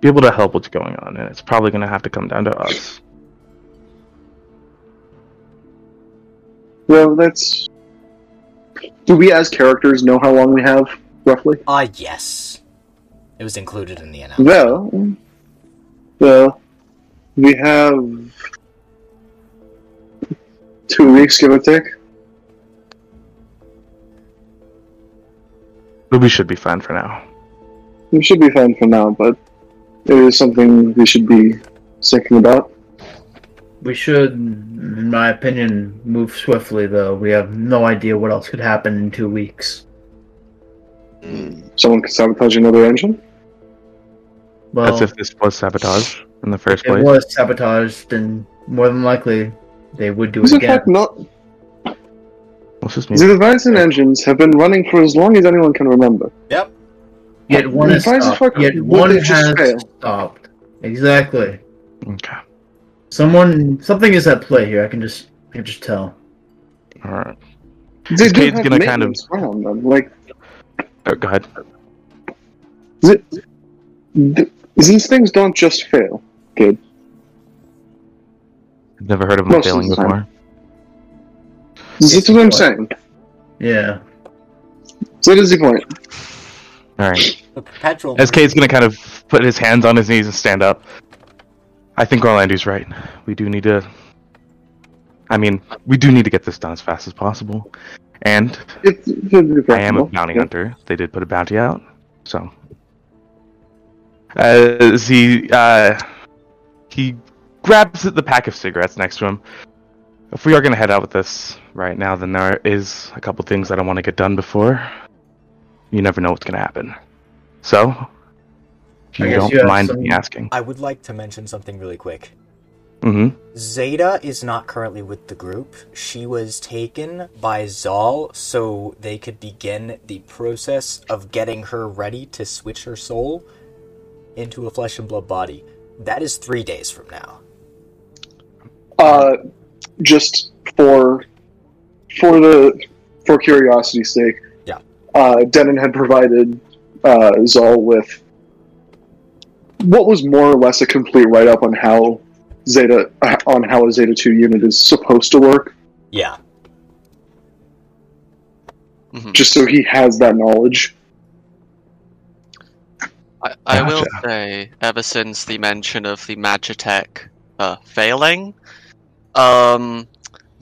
[SPEAKER 2] be able to help what's going on, and it's probably gonna have to come down to us.
[SPEAKER 6] Well, that's. Do we as characters know how long we have, roughly?
[SPEAKER 1] Ah, yes, it was included in the announcement.
[SPEAKER 6] Well, well, we have two weeks, give or take.
[SPEAKER 2] But we should be fine for now.
[SPEAKER 6] We should be fine for now, but it is something we should be thinking about.
[SPEAKER 5] We should, in my opinion, move swiftly, though. We have no idea what else could happen in two weeks.
[SPEAKER 6] Someone could sabotage another engine.
[SPEAKER 5] Well,
[SPEAKER 2] That's if this was sabotage in the first
[SPEAKER 5] if it
[SPEAKER 2] place.
[SPEAKER 5] was sabotaged, then more than likely they would do it
[SPEAKER 6] Is in
[SPEAKER 5] again.
[SPEAKER 6] fact not.
[SPEAKER 2] Let's just
[SPEAKER 6] The Leviathan engines have been running for as long as anyone can remember.
[SPEAKER 1] Yep.
[SPEAKER 5] Yet one has
[SPEAKER 6] Why the fuck
[SPEAKER 5] stopped. Yet
[SPEAKER 6] would
[SPEAKER 5] one
[SPEAKER 6] they just
[SPEAKER 5] has
[SPEAKER 6] fail?
[SPEAKER 5] stopped. Exactly.
[SPEAKER 2] Okay.
[SPEAKER 5] Someone, something is at play here. I can just, I can just tell.
[SPEAKER 2] All right.
[SPEAKER 6] They do
[SPEAKER 2] Cade's
[SPEAKER 6] have
[SPEAKER 2] gonna kind of-
[SPEAKER 6] maintenance around them. Like
[SPEAKER 2] Oh, go ahead.
[SPEAKER 6] Th- th- these things don't just fail. Good.
[SPEAKER 2] I've never heard of them
[SPEAKER 6] Most of
[SPEAKER 2] failing
[SPEAKER 6] the time.
[SPEAKER 2] before.
[SPEAKER 6] This is what I'm saying.
[SPEAKER 5] Yeah.
[SPEAKER 6] So that is the point.
[SPEAKER 2] All right.
[SPEAKER 1] The perpetual.
[SPEAKER 2] As Cade's gonna kind of put his hands on his knees and stand up, I think Orlando's right. We do need to. I mean, we do need to get this done as fast as possible. And
[SPEAKER 6] It should be
[SPEAKER 2] I am a
[SPEAKER 6] possible.
[SPEAKER 2] bounty hunter. They did put a bounty out, so. As he uh, he grabs the pack of cigarettes next to him. If we are gonna head out with this right now, then there is a couple things that I want to get done before. You never know what's gonna happen, so. If
[SPEAKER 5] I
[SPEAKER 2] you
[SPEAKER 5] guess
[SPEAKER 2] don't
[SPEAKER 5] you have
[SPEAKER 2] mind
[SPEAKER 5] some-
[SPEAKER 2] me asking.
[SPEAKER 1] I would like to mention something really quick.
[SPEAKER 2] hmm
[SPEAKER 1] Zeta is not currently with the group. She was taken by Zal so they could begin the process of getting her ready to switch her soul into a flesh and blood body. That is three days from now.
[SPEAKER 6] Uh, just for for the for curiosity's sake.
[SPEAKER 1] Yeah.
[SPEAKER 6] uh, Denon had provided uh, Zal with what was more or less a complete write up on how Zeta uh, on how a Zeta two unit is supposed to work,
[SPEAKER 1] Yeah.
[SPEAKER 3] Mhm.
[SPEAKER 6] just so he has that knowledge.
[SPEAKER 3] I, I will say, ever since the mention of the Magitech uh, failing, um,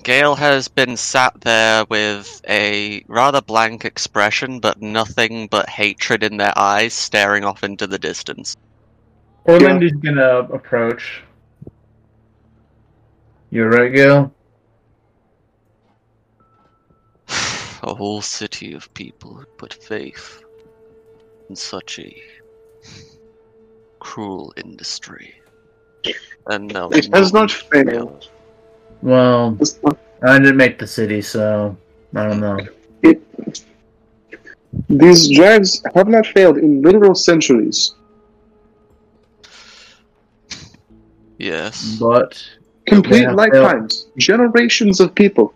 [SPEAKER 3] Gail has been sat there with a rather blank expression, but nothing but hatred in their eyes, staring off into the distance.
[SPEAKER 5] Orland is gonna approach. You're right, Gil.
[SPEAKER 3] a whole city of people who put faith in such a cruel industry. And no,
[SPEAKER 6] It has
[SPEAKER 3] no-
[SPEAKER 6] not failed.
[SPEAKER 5] Well,
[SPEAKER 6] It's not-
[SPEAKER 5] I didn't make the city, so I don't know.
[SPEAKER 6] It, these drives have not failed in literal centuries.
[SPEAKER 3] Yes.
[SPEAKER 5] But
[SPEAKER 6] Complete
[SPEAKER 5] Yeah,
[SPEAKER 6] lifetimes, generations of people.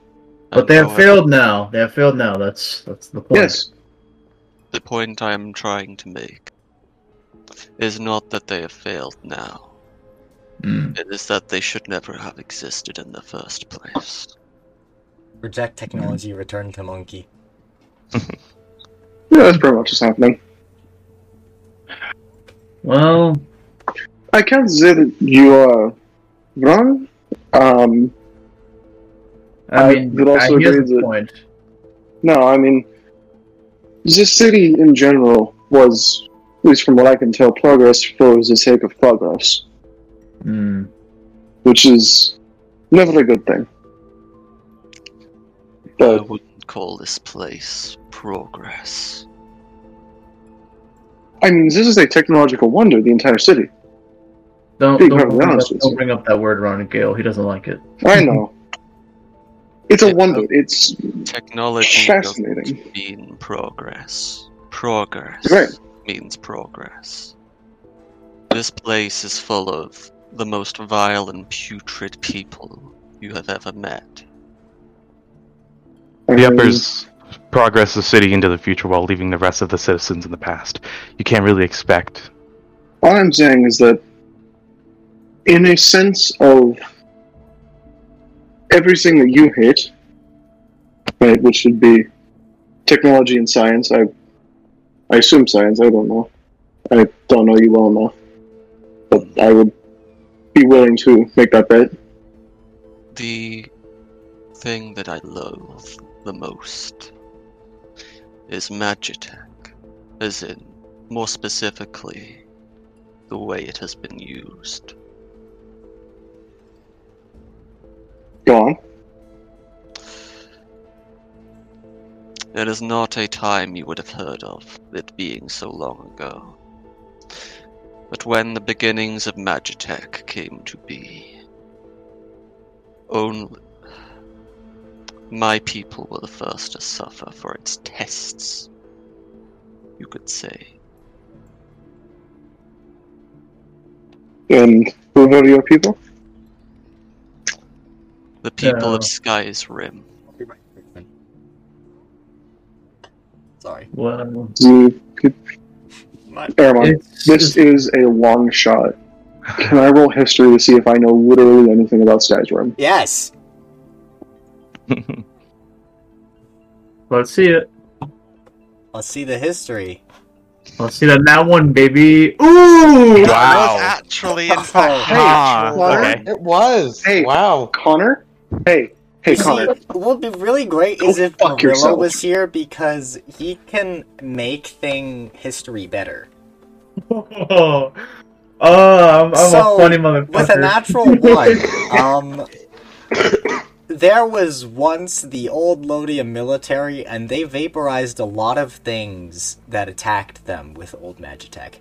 [SPEAKER 5] but they have
[SPEAKER 3] However,
[SPEAKER 5] failed now. They have failed now. That's that's the point.
[SPEAKER 6] Yes,
[SPEAKER 3] The point I am trying to make is not that they have failed now.
[SPEAKER 6] Hmm.
[SPEAKER 5] Mm.
[SPEAKER 3] It is that they should never have existed in the first place.
[SPEAKER 1] Reject technology, return to monkey.
[SPEAKER 6] yeah, that's pretty much what's happening.
[SPEAKER 5] Well,
[SPEAKER 6] I can't say that you are wrong. Um,
[SPEAKER 5] I
[SPEAKER 6] I
[SPEAKER 5] mean,
[SPEAKER 6] would also
[SPEAKER 5] I hear
[SPEAKER 6] agree
[SPEAKER 5] the
[SPEAKER 6] that-
[SPEAKER 5] point.
[SPEAKER 6] No, I mean, the city in general was, at least from what I can tell, progress for the sake of progress, Hmm.
[SPEAKER 5] Mm.
[SPEAKER 6] which is never a good thing.
[SPEAKER 3] I
[SPEAKER 6] But
[SPEAKER 3] wouldn't call this place progress.
[SPEAKER 6] I mean, this is a technological wonder, the entire city.
[SPEAKER 5] Don't
[SPEAKER 6] Being
[SPEAKER 5] don't,
[SPEAKER 6] perfectly
[SPEAKER 5] bring
[SPEAKER 6] honest
[SPEAKER 5] up,
[SPEAKER 6] with
[SPEAKER 5] don't
[SPEAKER 6] you.
[SPEAKER 5] bring up that word around Gil. He doesn't like it.
[SPEAKER 6] I know. It's a
[SPEAKER 3] Yeah.
[SPEAKER 6] wonder. It's
[SPEAKER 3] Technology does
[SPEAKER 6] Fascinating.
[SPEAKER 3] mean progress. Progress
[SPEAKER 6] Right.
[SPEAKER 3] means progress. This place is full of the most vile and putrid people you have ever met.
[SPEAKER 2] The
[SPEAKER 6] um,
[SPEAKER 2] uppers progress the city into the future while leaving the rest of the citizens in the past. You can't really expect.
[SPEAKER 6] All I'm saying is that, in a sense of everything that you hate, right, which should be technology and science, I, I assume science, I don't know. I don't know you well enough. But I would be willing to make that bet.
[SPEAKER 3] The thing that I loathe the most is Magitech, as in, more specifically, the way it has been used.
[SPEAKER 6] Go on.
[SPEAKER 3] It is not a time you would have heard of, it being so long ago. But when the beginnings of Magitech came to be, only my people were the first to suffer for its tests, you could say.
[SPEAKER 6] And who are your people?
[SPEAKER 3] The people
[SPEAKER 5] No.
[SPEAKER 3] of Sky's Rim.
[SPEAKER 1] I'll be right back then. Sorry.
[SPEAKER 5] Well,
[SPEAKER 6] The people.
[SPEAKER 1] My-
[SPEAKER 6] Aramon,
[SPEAKER 5] it's,
[SPEAKER 6] this
[SPEAKER 5] it's,
[SPEAKER 6] is a long shot. Can I roll history to see if I know literally anything about Skyrim?
[SPEAKER 1] Yes!
[SPEAKER 5] let's see it.
[SPEAKER 1] Let's see the history.
[SPEAKER 5] Let's see that now one, baby. Ooh,
[SPEAKER 2] Wow.
[SPEAKER 3] actually, in
[SPEAKER 6] Hey,
[SPEAKER 2] Ah,
[SPEAKER 6] Connor.
[SPEAKER 2] okay.
[SPEAKER 7] It was.
[SPEAKER 6] Hey.
[SPEAKER 7] Wow.
[SPEAKER 6] Connor? Hey, hey,
[SPEAKER 1] You see,
[SPEAKER 6] Connor.
[SPEAKER 1] what would be really great
[SPEAKER 6] Go
[SPEAKER 1] is if
[SPEAKER 6] fuck
[SPEAKER 1] Gorilla
[SPEAKER 6] yourself.
[SPEAKER 1] was here because he can make thing history better.
[SPEAKER 5] Oh, oh, I'm, I'm
[SPEAKER 1] So,
[SPEAKER 5] a funny motherfucker.
[SPEAKER 1] With a natural one, um, there was once the old Lodium military, and they vaporized a lot of things that attacked them with old Magitech.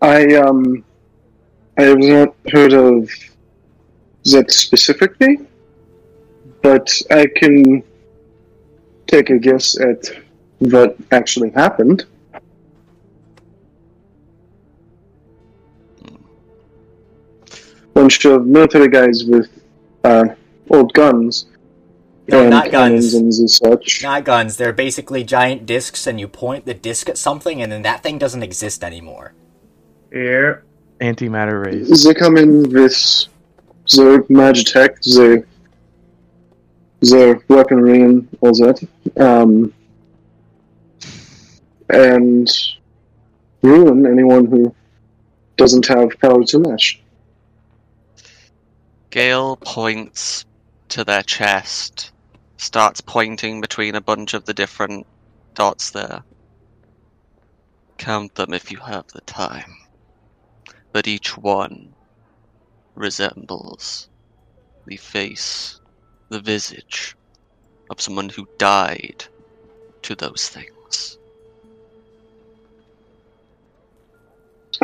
[SPEAKER 6] I um, I have not heard of that specifically, but I can take a guess at what actually happened. Bunch of military guys with uh, old guns
[SPEAKER 1] They're
[SPEAKER 6] and
[SPEAKER 1] not guns.
[SPEAKER 6] cannons and as such.
[SPEAKER 1] Not guns. They're basically giant discs, and you point the disc at something, and then that thing doesn't exist anymore.
[SPEAKER 5] Yeah.
[SPEAKER 2] Antimatter rays.
[SPEAKER 6] They come in with their magitech, their, their weaponry and all that. Um, and ruin anyone who doesn't have power to match.
[SPEAKER 3] Gale points to their chest, starts pointing between a bunch of the different dots there. Count them if you have the time. But each one resembles the face, the visage of someone who died to those things.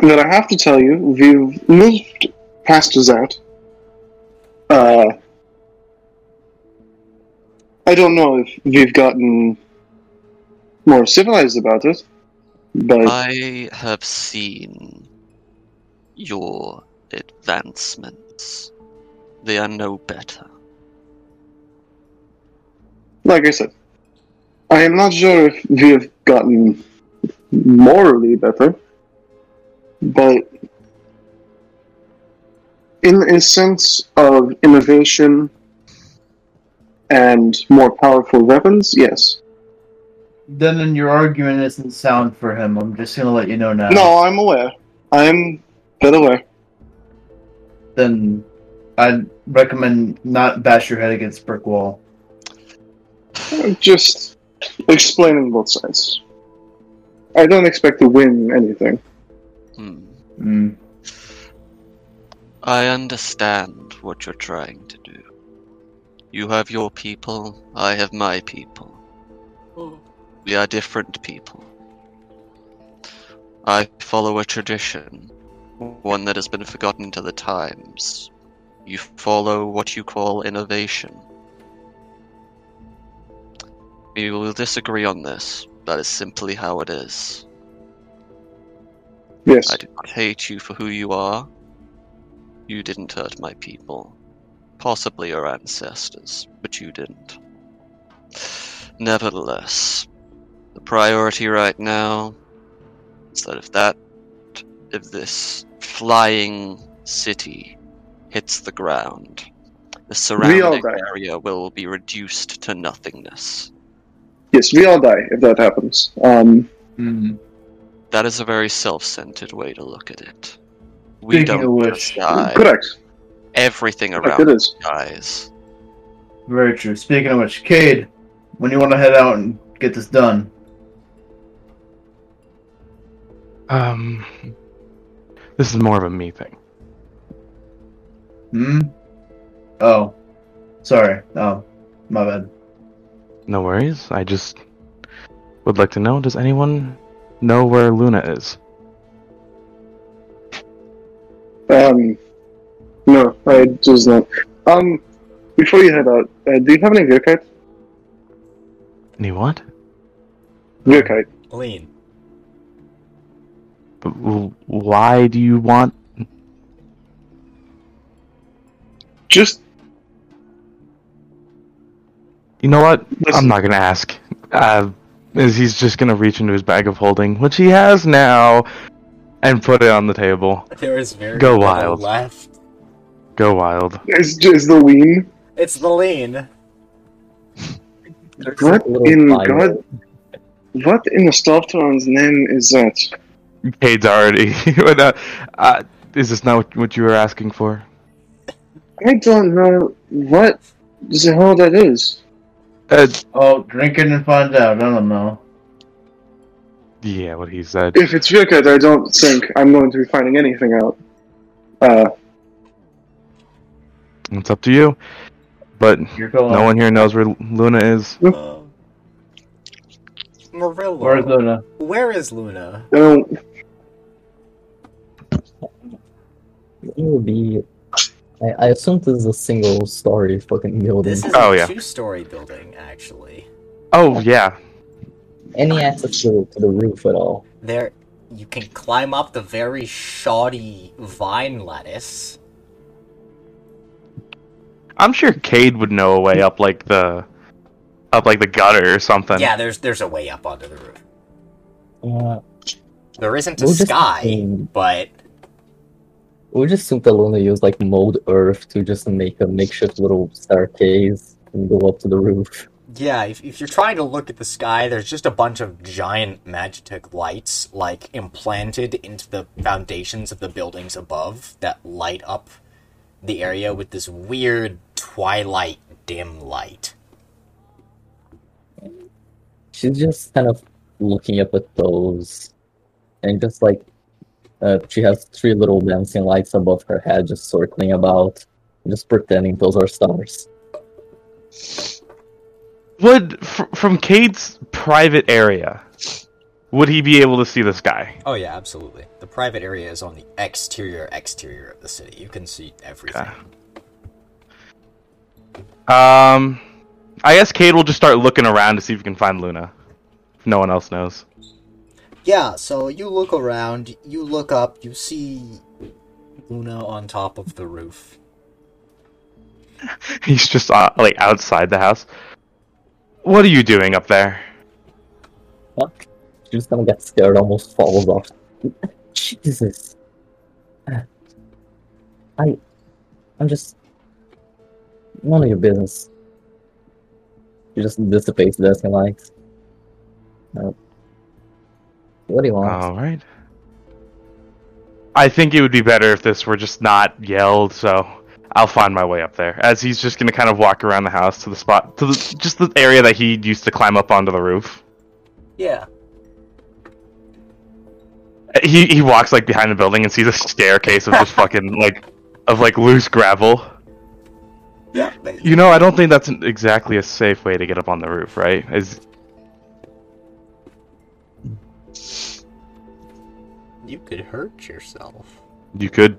[SPEAKER 6] that I have to tell you, we've moved past that. Uh, I don't know if we've gotten more civilized about it, but
[SPEAKER 3] I have seen your advancements. They are no better.
[SPEAKER 6] like I said, I am not sure if we've gotten morally better, but in a sense of innovation and more powerful weapons, yes.
[SPEAKER 5] Then your argument isn't sound for him. I'm just gonna let you know now.
[SPEAKER 6] No, I'm aware. I'm bit aware.
[SPEAKER 5] Then I'd recommend not bash your head against brick wall.
[SPEAKER 6] I'm just explaining both sides. I don't expect to win anything.
[SPEAKER 3] Hmm.
[SPEAKER 5] Mm.
[SPEAKER 3] I understand what you're trying to do. You have your people, I have my people.
[SPEAKER 8] Oh,
[SPEAKER 3] We are different people. I follow a tradition, one that has been forgotten to the times. You follow what you call innovation. We will disagree on this. That is simply how it is.
[SPEAKER 6] Yes,
[SPEAKER 3] I do not hate you for who you are. You didn't hurt my people. Possibly your ancestors, but you didn't. Nevertheless, the priority right now is that if that. if this flying city hits the ground, the surrounding
[SPEAKER 6] die.
[SPEAKER 3] area will be reduced to nothingness.
[SPEAKER 6] yes, we all die if that happens. Um,
[SPEAKER 5] Mm.
[SPEAKER 3] That is a very self centered way to look at it. We
[SPEAKER 5] Speaking of
[SPEAKER 3] don't
[SPEAKER 5] which-
[SPEAKER 3] just die.
[SPEAKER 6] correct.
[SPEAKER 3] everything
[SPEAKER 6] Correct, it
[SPEAKER 3] around
[SPEAKER 6] is.
[SPEAKER 3] dies.
[SPEAKER 5] Very true. Speaking of which, Cade, when you want to head out and get this done,
[SPEAKER 2] Um, this is more of a me thing.
[SPEAKER 5] hmm? Oh, sorry. Oh, my bad.
[SPEAKER 2] No worries. I just would like to know. Does anyone know where Luna is?
[SPEAKER 6] Um, no, I does not. Um, before you head out, uh, do you have any Virkite?
[SPEAKER 2] Any what?
[SPEAKER 6] Virkite.
[SPEAKER 1] Lean.
[SPEAKER 2] But w- why do you want?
[SPEAKER 6] Just
[SPEAKER 2] You know what?
[SPEAKER 6] Listen.
[SPEAKER 2] I'm not gonna ask. Uh, is he's just gonna reach into his bag of holding, which he has now, and put it on the table.
[SPEAKER 1] There is very
[SPEAKER 2] Go
[SPEAKER 1] little
[SPEAKER 2] wild.
[SPEAKER 1] left.
[SPEAKER 2] Go wild.
[SPEAKER 6] is is the lean.
[SPEAKER 1] It's the lean.
[SPEAKER 6] What in God? What in the Startron's name is that?
[SPEAKER 2] Cade's already. but, uh, uh, is this not what, what you were asking for?
[SPEAKER 6] I don't know what the hell that is.
[SPEAKER 2] Uh,
[SPEAKER 5] Oh, drink it and find out. I don't know.
[SPEAKER 2] yeah, what he said.
[SPEAKER 6] If it's Virkite, I don't think I'm going to be finding anything out. Uh,
[SPEAKER 2] It's up to you. But
[SPEAKER 5] You're going. Oh.
[SPEAKER 2] no one here knows where Luna is.
[SPEAKER 1] Uh, Marilla.
[SPEAKER 5] Where's Luna?
[SPEAKER 1] Where is Luna?
[SPEAKER 6] I don't
[SPEAKER 10] It would be. I, I assume this is a single story fucking building.
[SPEAKER 1] This is
[SPEAKER 2] Oh,
[SPEAKER 1] a
[SPEAKER 2] yeah.
[SPEAKER 1] two-story building, actually.
[SPEAKER 2] Oh yeah,
[SPEAKER 10] Any access to, to the roof at all?
[SPEAKER 1] There, you can climb up the very shoddy vine lattice.
[SPEAKER 2] I'm sure Cade would know a way up like the up like the gutter or something.
[SPEAKER 1] yeah, there's there's a way up onto the roof.
[SPEAKER 10] Uh,
[SPEAKER 1] There isn't a
[SPEAKER 10] we'll just
[SPEAKER 1] sky,
[SPEAKER 10] assume-
[SPEAKER 1] but
[SPEAKER 10] we'll just assume that Luna used like mold earth to just make a makeshift little staircase and go up to the roof.
[SPEAKER 1] yeah, if, if you're trying to look at the sky, there's just a bunch of giant Magitek lights, like, implanted into the foundations of the buildings above that light up the area with this weird twilight dim light.
[SPEAKER 10] She's just kind of looking up at those, and just like uh, she has three little dancing lights above her head, just circling about, just pretending those are stars.
[SPEAKER 2] Would fr- from Cade's private area, would he be able to see the sky?
[SPEAKER 1] Oh, yeah, absolutely. The private area is on the exterior, exterior of the city. You can see everything.
[SPEAKER 2] Um, I guess Cade will just start looking around to see if he can find Luna. If no one else knows.
[SPEAKER 1] Yeah, so you look around, you look up, you see Luna on top of the roof.
[SPEAKER 2] He's just uh, like outside the house. What are you doing up there?
[SPEAKER 10] Fuck. She just kind of gets scared, almost falls off. Jesus. I, I'm just none of your business. She just dissipates the dancing lights. Uh, What do you want?
[SPEAKER 2] All right. I think it would be better if this were just not yelled. So I'll find my way up there. As he's just gonna kind of walk around the house to the spot, to the, just the area that he used to climb up onto the roof.
[SPEAKER 1] Yeah.
[SPEAKER 2] He he walks like behind the building and sees a staircase of just fucking like of like loose gravel.
[SPEAKER 1] Yeah.
[SPEAKER 2] You know, I don't think that's an, exactly a safe way to get up on the roof, right? Is
[SPEAKER 1] You could hurt yourself.
[SPEAKER 2] you could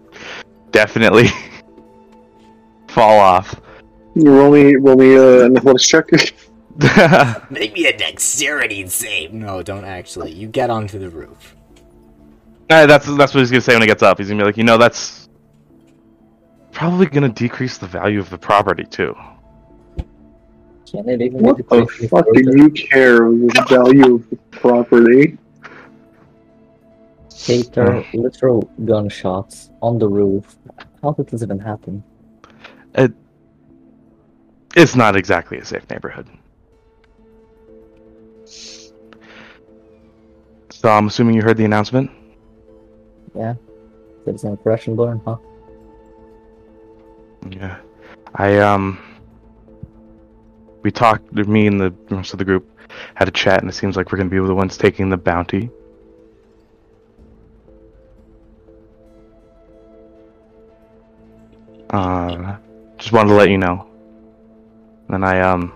[SPEAKER 2] definitely fall off.
[SPEAKER 6] You roll me, roll me uh, an athletics check.
[SPEAKER 1] Maybe a dexterity save. No, don't actually. You get onto the roof.
[SPEAKER 2] Uh, that's that's what he's gonna say when he gets up. He's gonna be like, you know, that's probably gonna decrease the value of the property too.
[SPEAKER 10] Can it even
[SPEAKER 6] what
[SPEAKER 10] be
[SPEAKER 6] the
[SPEAKER 10] decreased
[SPEAKER 6] fuck do
[SPEAKER 10] further?
[SPEAKER 6] you care of the value of the property?
[SPEAKER 10] Cater literal gunshots on the roof. How did this even happen?
[SPEAKER 2] It's not exactly a safe neighborhood. So I'm assuming you heard the announcement.
[SPEAKER 10] Yeah, that's an impression burn, huh?
[SPEAKER 2] Yeah, I um, we talked. Me and the rest of the group had a chat, and it seems like we're gonna be the ones taking the bounty. Uh, just wanted to let you know. And I um,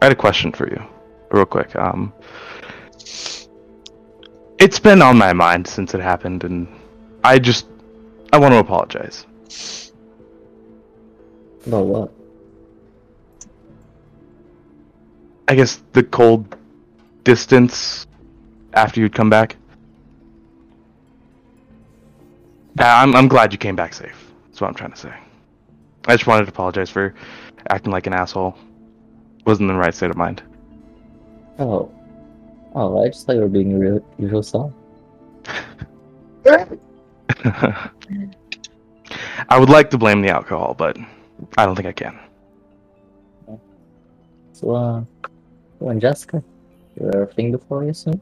[SPEAKER 2] I had a question for you, real quick. Um, it's been on my mind since it happened, and I just I want to apologize.
[SPEAKER 10] About what?
[SPEAKER 2] I guess the cold distance after you'd come back. Uh, I'm I'm glad you came back safe. That's what I'm trying to say. I just wanted to apologize for acting like an asshole. Wasn't in the right state of mind.
[SPEAKER 10] Oh. Oh, I just thought you were being your usual self.
[SPEAKER 2] I would like to blame the alcohol, but I don't think I can.
[SPEAKER 10] So, uh, you and Jessica, you have everything before you soon?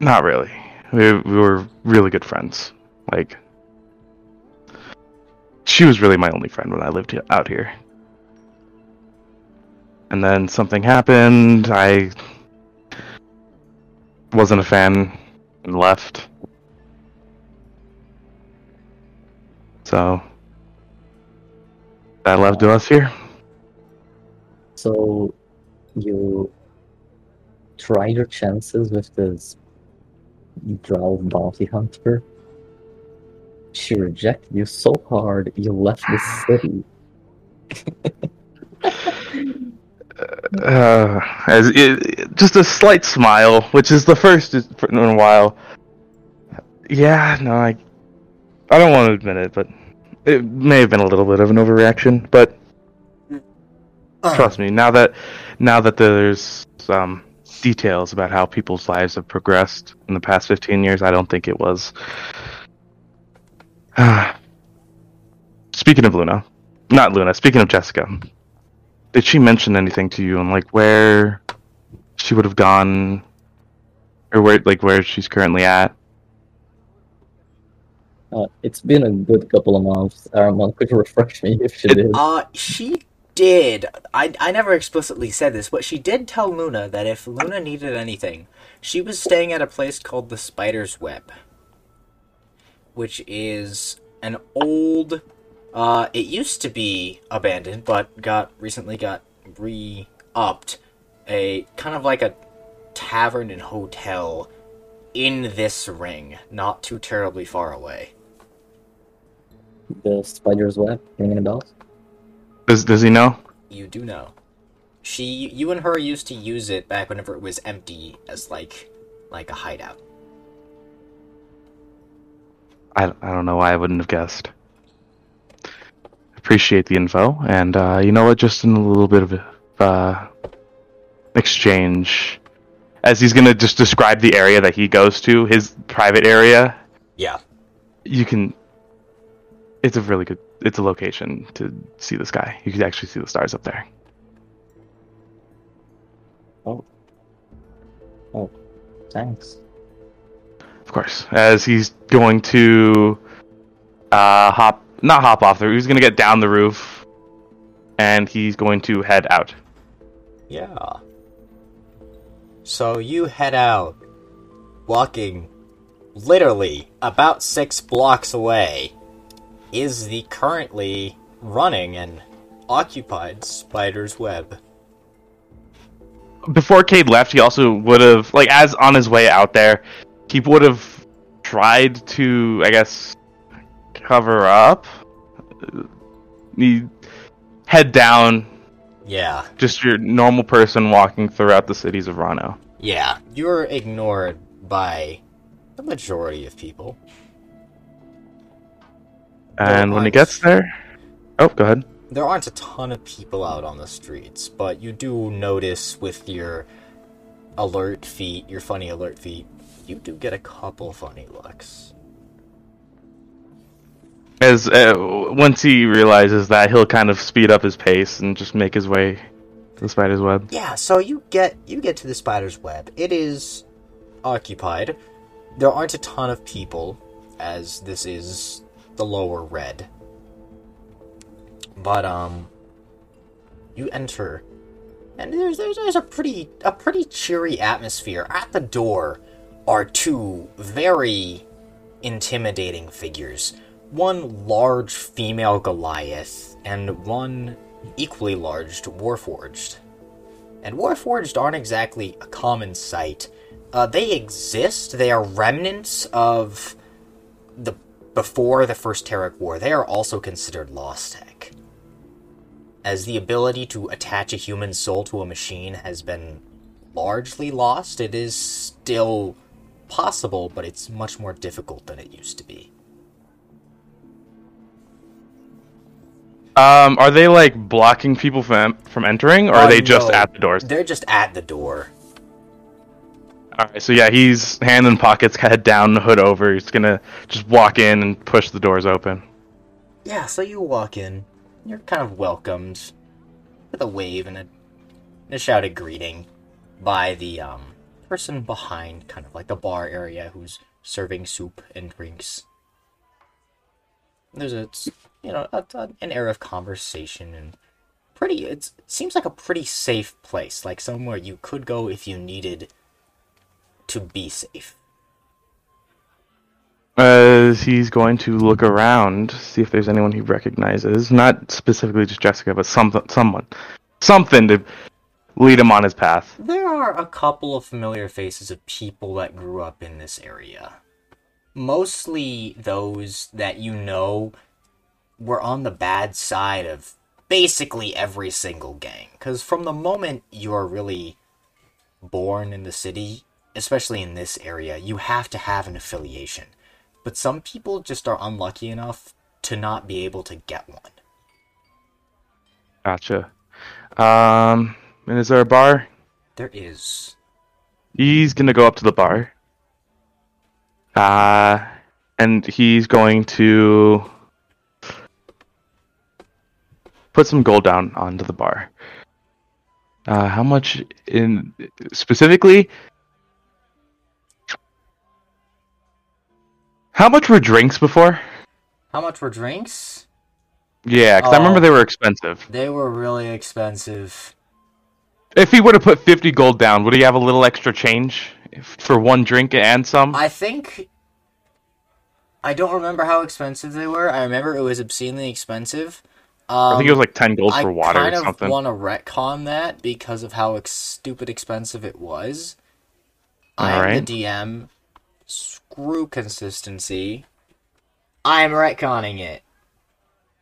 [SPEAKER 2] Not really. We, we were really good friends. Like, she was really my only friend when I lived he- out here. And then something happened. I wasn't a fan and left. So, that left us here.
[SPEAKER 10] So, you try your chances with this drow bounty hunter. She rejected you so hard, you left the city.
[SPEAKER 2] uh, as it, just a slight smile, which is the first is- for- in a while. Yeah, no, I, I don't want to admit it, but It may have been a little bit of an overreaction, but trust me, now that now that there's um, details about how people's lives have progressed in the past 15 years, I don't think it was. speaking of Luna, not Luna. Speaking of Jessica, did she mention anything to you on like where she would have gone, or where like where she's currently at?
[SPEAKER 10] Uh, it's been a good couple of months. Armand could refresh me if she did.
[SPEAKER 1] Uh, she did. I, I never explicitly said this, but she did tell Luna that if Luna needed anything, she was staying at a place called the Spider's Web, which is an old. Uh, it used to be abandoned, but got recently got re upped. A kind of like a tavern and hotel in this ring, not too terribly far away.
[SPEAKER 10] The spider's web ringing a bell.
[SPEAKER 2] Does does he know?
[SPEAKER 1] You do know. She, you and her used to use it back whenever it was empty as like, like a hideout.
[SPEAKER 2] I, I don't know why I wouldn't have guessed. Appreciate the info, and uh, you know what? Just in a little bit of uh, exchange, as he's gonna just describe the area that he goes to, his private area.
[SPEAKER 1] Yeah.
[SPEAKER 2] You can. It's a really good. It's a location to see the sky. You can actually see the stars up there.
[SPEAKER 10] Oh, thanks.
[SPEAKER 2] Of course, as he's going to uh, hop, not hop off the roof. He's going to get down the roof, and he's going to head out.
[SPEAKER 1] Yeah. So you head out, walking literally about six blocks away, is the currently running and occupied spider's web.
[SPEAKER 2] Before Cade left, he also would have, like, as on his way out there, he would have tried to, I guess, cover up. Uh, He head down,
[SPEAKER 1] Yeah,
[SPEAKER 2] just your normal person walking throughout the cities of Rano.
[SPEAKER 1] yeah. You're ignored by the majority of people.
[SPEAKER 2] And
[SPEAKER 1] Well,
[SPEAKER 2] when
[SPEAKER 1] I-
[SPEAKER 2] he gets there, oh, go ahead.
[SPEAKER 1] there aren't a ton of people out on the streets, but you do notice with your alert feet, your funny alert feet, you do get a couple funny looks.
[SPEAKER 2] As uh, once he realizes that, he'll kind of speed up his pace and just make his way to the spider's web.
[SPEAKER 1] Yeah, so you get you get to the spider's web. It is occupied. There aren't a ton of people, as this is the lower red. But um, you enter, and there's there's, there's a pretty a pretty cheery atmosphere. At the door are two very intimidating figures. One large female Goliath, and one equally large Warforged. And Warforged aren't exactly a common sight. Uh, they exist, they are remnants of the before the First Terran War. They are also considered lost tech. As the ability to attach a human soul to a machine has been largely lost, it is still possible, but it's much more difficult than it used to be.
[SPEAKER 2] Um, are they like blocking people from from entering, or are
[SPEAKER 1] Uh,
[SPEAKER 2] they just
[SPEAKER 1] no,
[SPEAKER 2] at the doors?
[SPEAKER 1] They're just at the door.
[SPEAKER 2] All right, so yeah, he's hand in pockets, head down, hood over. He's gonna just walk in and push the doors open.
[SPEAKER 1] Yeah, so you walk in. You're kind of welcomed with a wave and a, and a shouted greeting by the um, person behind, kind of like the bar area, who's serving soup and drinks. There's a, s- you know, a, a- an air of conversation and pretty. It's, it seems like a pretty safe place, like somewhere you could go if you needed to be safe.
[SPEAKER 2] Uh, he's going to look around, see if there's anyone he recognizes. Not specifically just Jessica, but some someone, something to lead him on his path.
[SPEAKER 1] There are a couple of familiar faces of people that grew up in this area. Mostly those that you know were on the bad side of basically every single gang. Because from the moment you are really born in the city, especially in this area, you have to have an affiliation. But some people just are unlucky enough to not be able to get one.
[SPEAKER 2] Gotcha. Um, and is there a bar?
[SPEAKER 1] There is.
[SPEAKER 2] He's gonna go up to the bar. Uh, and he's going to put some gold down onto the bar. Uh, how much in specifically? How much were drinks before?
[SPEAKER 1] How much were drinks?
[SPEAKER 2] Yeah, because I remember
[SPEAKER 1] Oh.
[SPEAKER 2] they were expensive.
[SPEAKER 1] They were really expensive.
[SPEAKER 2] If he would have put fifty gold down, would he have a little extra change if- for one drink and some?
[SPEAKER 1] I think. I don't remember how expensive they were. I remember it was obscenely expensive. Um,
[SPEAKER 2] I think it was like ten gold for water
[SPEAKER 1] I kind
[SPEAKER 2] or
[SPEAKER 1] of
[SPEAKER 2] something.
[SPEAKER 1] want to retcon that because of how ex- stupid expensive it was. I'm
[SPEAKER 2] Alright.
[SPEAKER 1] the DM. Screw consistency. I'm retconning it.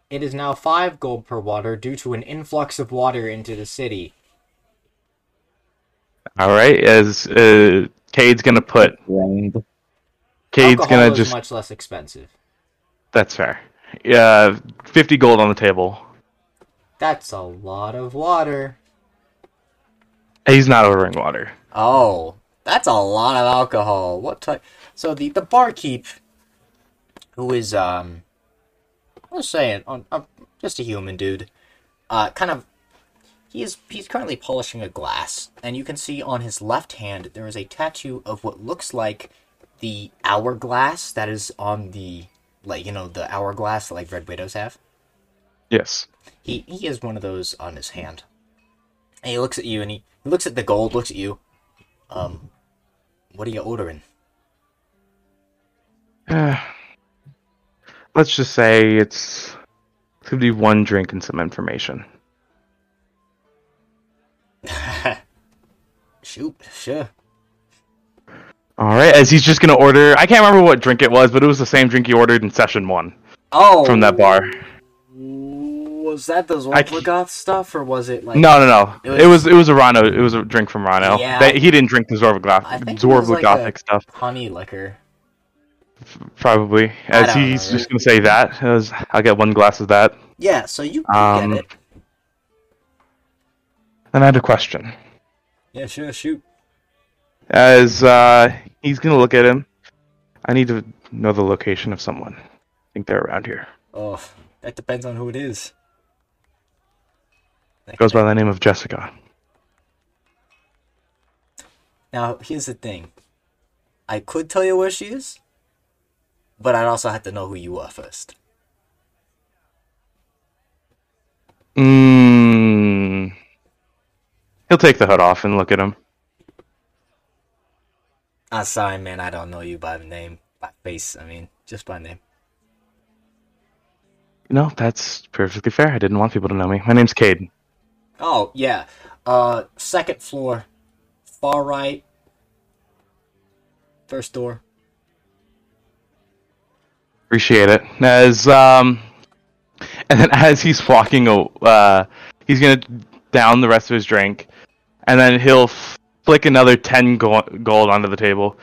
[SPEAKER 1] It is now five gold per water due to an influx of water into the city.
[SPEAKER 2] All right, as uh, Cade's gonna put. Cade's
[SPEAKER 1] Alcohol
[SPEAKER 2] gonna
[SPEAKER 1] is
[SPEAKER 2] just.
[SPEAKER 1] much less expensive.
[SPEAKER 2] That's fair. Yeah, fifty gold on the table.
[SPEAKER 1] That's a lot of water.
[SPEAKER 2] He's not ordering water.
[SPEAKER 1] Oh, that's a lot of alcohol. What type? So the the barkeep, who is um, I'm just saying, on, on just a human dude, uh, kind of, he is he's currently polishing a glass, and you can see on his left hand there is a tattoo of what looks like the hourglass that is on the like you know the hourglass that like red widows have.
[SPEAKER 2] Yes.
[SPEAKER 1] He he has one of those on his hand. And he looks at you and he, he looks at the gold, looks at you. Um what are you ordering?
[SPEAKER 2] Let's just say it's it's gonna be one drink and some information.
[SPEAKER 1] Shoot, sure.
[SPEAKER 2] All right, as he's just gonna order. I can't remember what drink it was, but it was the same drink he ordered in session one
[SPEAKER 1] Oh
[SPEAKER 2] from that bar.
[SPEAKER 1] was that the
[SPEAKER 2] I
[SPEAKER 1] Zwartlagoth stuff or was it like
[SPEAKER 2] no, no, no.
[SPEAKER 1] it
[SPEAKER 2] It was it was a Rhino. It was a drink from Rhino.
[SPEAKER 1] Yeah.
[SPEAKER 2] That- he didn't drink the
[SPEAKER 1] I
[SPEAKER 2] Zorvagothic
[SPEAKER 1] think it was like
[SPEAKER 2] Zorvagothic
[SPEAKER 1] a
[SPEAKER 2] stuff,
[SPEAKER 1] honey liquor?
[SPEAKER 2] probably. As
[SPEAKER 1] don't
[SPEAKER 2] he's
[SPEAKER 1] know,
[SPEAKER 2] just gonna say that. As I'll get one glass of that.
[SPEAKER 1] Yeah, so you, you
[SPEAKER 2] Um,
[SPEAKER 1] get it.
[SPEAKER 2] And I had a question.
[SPEAKER 1] Yeah, sure, shoot.
[SPEAKER 2] As uh, he's gonna look at him. I need to know the location of someone. I think they're around here.
[SPEAKER 1] Oh, that depends on who it is.
[SPEAKER 2] Goes by the name of Jessica.
[SPEAKER 1] Now, here's the thing. I could tell you where she is, but I'd also have to know who you are first.
[SPEAKER 2] Mm. He'll take the hood off and look at him.
[SPEAKER 1] I'm Ah, sorry, man. I don't know you by name, by face. I mean, just by name.
[SPEAKER 2] No, that's perfectly fair. I didn't want people to know me. My name's Cade.
[SPEAKER 1] Oh yeah. Uh, second floor, far right, first door.
[SPEAKER 2] Appreciate it. As um, and then as he's walking, o- uh, he's gonna down the rest of his drink, and then he'll f- flick another ten go- gold onto the table.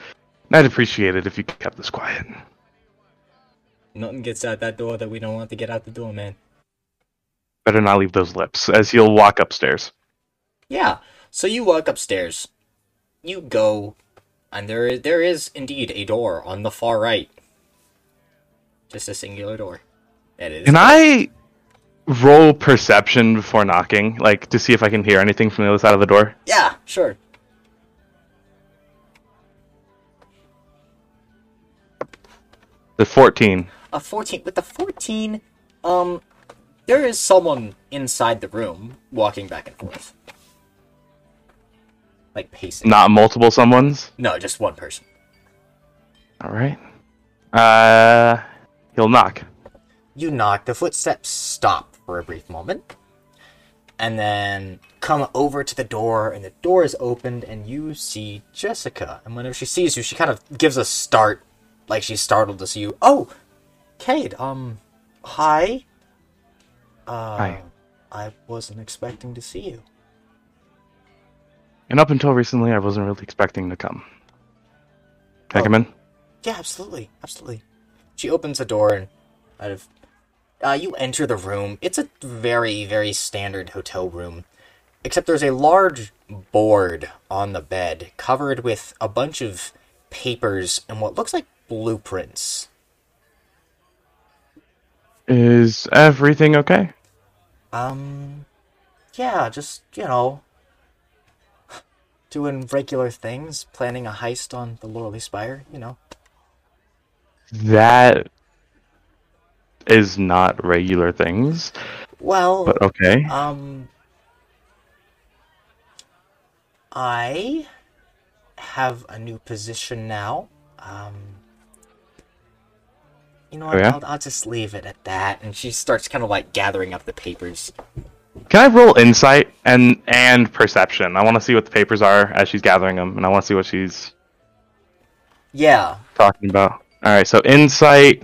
[SPEAKER 2] And I'd appreciate it if you kept this quiet.
[SPEAKER 1] Nothing gets out that door that we don't want to get out the door, man.
[SPEAKER 2] Better not leave those lips. As he'll walk upstairs.
[SPEAKER 1] Yeah. So you walk upstairs. You go, and there is there is indeed a door on the far right. Just a singular door. That is.
[SPEAKER 2] Can I roll perception before knocking, like to see if I can hear anything from the other side of the door?
[SPEAKER 1] Yeah. Sure.
[SPEAKER 2] The fourteen.
[SPEAKER 1] a 14 with the 14 um there is someone inside the room walking back and forth like pacing
[SPEAKER 2] Not multiple someone's.
[SPEAKER 1] no just one person
[SPEAKER 2] All right. Uh, he'll knock.
[SPEAKER 1] you knock the footsteps stop for a brief moment and then come over to the door and the door is opened and you see jessica and whenever she sees you she kind of gives a start like she's startled to see you oh Cade, um hi uh
[SPEAKER 2] Hi.
[SPEAKER 1] i wasn't expecting to see you
[SPEAKER 2] And up until recently, I wasn't really expecting to come. Can I come in?
[SPEAKER 1] Oh. Yeah, absolutely, absolutely. She opens the door and out of Uh, you enter the room. It's a very, very standard hotel room, except there's a large board on the bed covered with a bunch of papers and what looks like blueprints.
[SPEAKER 2] Is everything okay?
[SPEAKER 1] Um, yeah, just, you know, doing regular things, planning a heist on the Lordly Spire, you know.
[SPEAKER 2] That is not regular things.
[SPEAKER 1] Well,
[SPEAKER 2] But okay.
[SPEAKER 1] Um, I have a new position now. Um, you know what?
[SPEAKER 2] Oh, yeah?
[SPEAKER 1] I'll, I'll just leave it at that. And she starts kind of like gathering up the papers.
[SPEAKER 2] Can I roll insight and and perception? I want to see what the papers are as she's gathering them, and I want to see what she's
[SPEAKER 1] Yeah,
[SPEAKER 2] talking about. All right, so insight.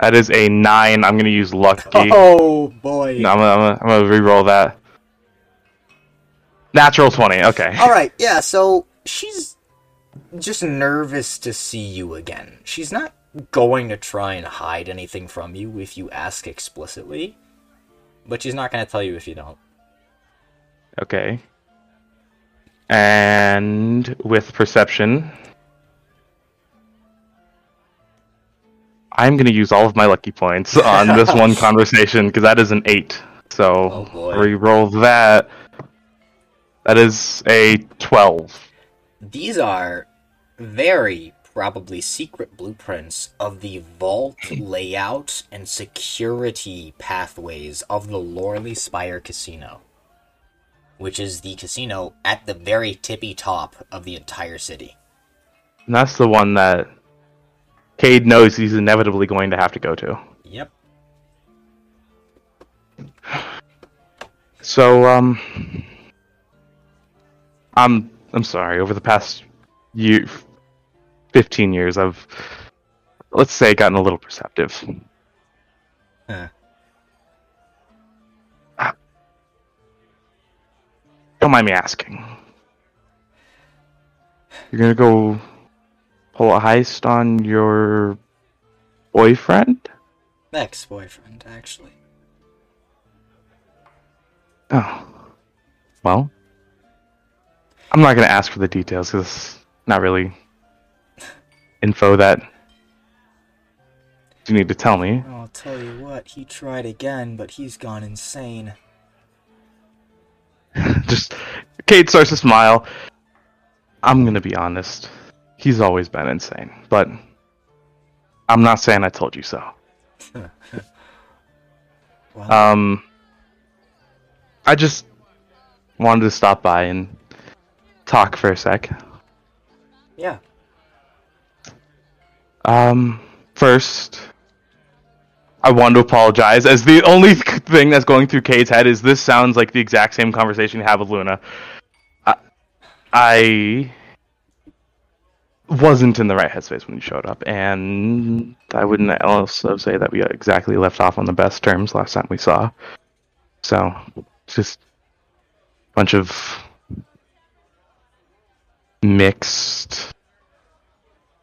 [SPEAKER 2] That is a nine. I'm gonna use lucky.
[SPEAKER 1] Oh boy.
[SPEAKER 2] No, I'm gonna, I'm gonna, I'm gonna re-roll that. Natural twenty. Okay.
[SPEAKER 1] All right, yeah. So she's just nervous to see you again. She's not going to try and hide anything from you if you ask explicitly, but she's not going to tell you if you don't.
[SPEAKER 2] Okay. And with perception, I'm going to use all of my lucky points on this one conversation because that is an eight. So
[SPEAKER 1] Oh, boy.
[SPEAKER 2] re-roll that. That is a twelve.
[SPEAKER 1] These are very probably secret blueprints of the vault layout and security pathways of the Lorley Spire Casino, which is the casino at the very tippy top of the entire city.
[SPEAKER 2] And that's the one that Cade knows he's inevitably going to have to go to.
[SPEAKER 1] Yep.
[SPEAKER 2] So, um, I'm I'm sorry. Over the past year, fifteen years, I've let's say gotten a little perceptive.
[SPEAKER 1] Huh.
[SPEAKER 2] Don't mind me asking. You're gonna go pull a heist on your boyfriend?
[SPEAKER 1] Ex boyfriend, actually.
[SPEAKER 2] Oh. Well, I'm not going to ask for the details because it's not really info that you need to tell me.
[SPEAKER 8] I'll tell you what, he tried again, but he's gone insane.
[SPEAKER 2] Just Kate starts to smile. I'm going to be honest. He's always been insane, but I'm not saying I told you so.
[SPEAKER 8] Well,
[SPEAKER 2] Um, I just wanted to stop by and talk for a sec.
[SPEAKER 8] yeah.
[SPEAKER 2] Um, first, I want to apologize, as the only th- thing that's going through Kate's head is this sounds like the exact same conversation you have with Luna. I, I wasn't in the right headspace when you showed up, and I wouldn't also say that we exactly left off on the best terms last time we saw. So, it's just a bunch of mixed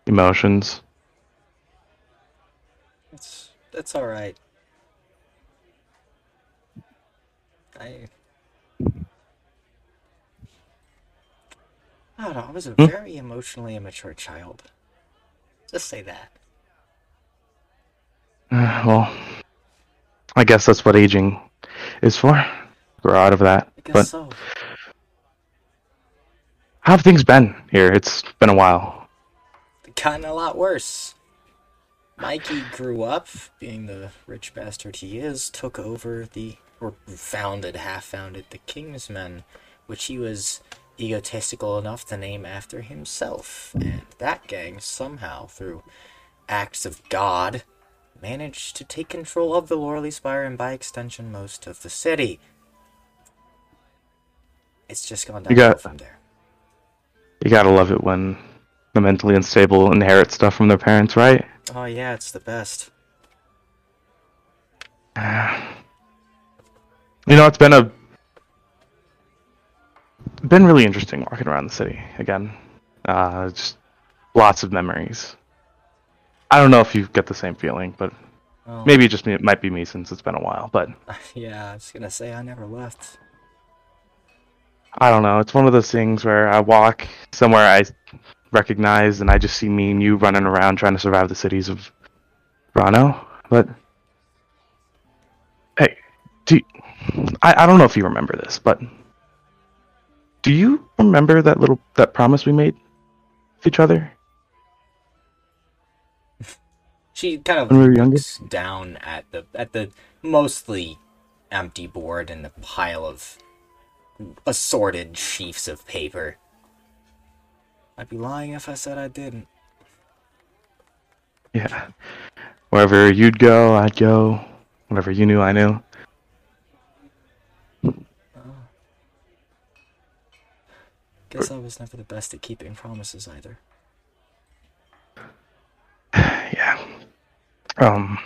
[SPEAKER 2] emotions.
[SPEAKER 8] That's that's all right. I I don't know. I was a
[SPEAKER 2] Hmm?
[SPEAKER 8] very emotionally immature child. Just say that.
[SPEAKER 2] Uh, well, I guess that's what aging is for. We're out of that.
[SPEAKER 8] I guess
[SPEAKER 2] But
[SPEAKER 8] so.
[SPEAKER 2] how have things been here? It's been a while.
[SPEAKER 8] It gotten a lot worse. Mikey grew up, being the rich bastard he is, took over the or founded, half founded the Kingsmen, which he was egotistical enough to name after himself. And that gang somehow, through acts of God, managed to take control of the Lorley Spire and by extension most of the city. It's just gone
[SPEAKER 2] You
[SPEAKER 8] downhill
[SPEAKER 2] got-
[SPEAKER 8] from there.
[SPEAKER 2] You gotta love it when the mentally unstable inherit stuff from their parents, right?
[SPEAKER 8] Oh yeah, it's the best.
[SPEAKER 2] You know, it's been a been really interesting walking around the city again. Uh, just lots of memories. I don't know if you get the same feeling, but
[SPEAKER 1] Oh.
[SPEAKER 2] Maybe it just me- it might be me since it's been a while, but
[SPEAKER 1] Yeah, I was gonna say I never left.
[SPEAKER 2] I don't know. It's one of those things where I walk somewhere I recognize, and I just see me and you running around trying to survive the cities of Rano. But hey, do I, I don't know if you remember this, but do you remember that little that promise we made to each other?
[SPEAKER 11] She kind of
[SPEAKER 2] When we were younger?
[SPEAKER 11] looks down at the at the mostly empty board and the pile of assorted sheafs of paper.
[SPEAKER 1] I'd be lying if I said I didn't.
[SPEAKER 2] Yeah. Wherever you'd go, I'd go. Whatever you knew, I knew.
[SPEAKER 1] Guess I was never the best at keeping promises either.
[SPEAKER 2] Yeah. Um.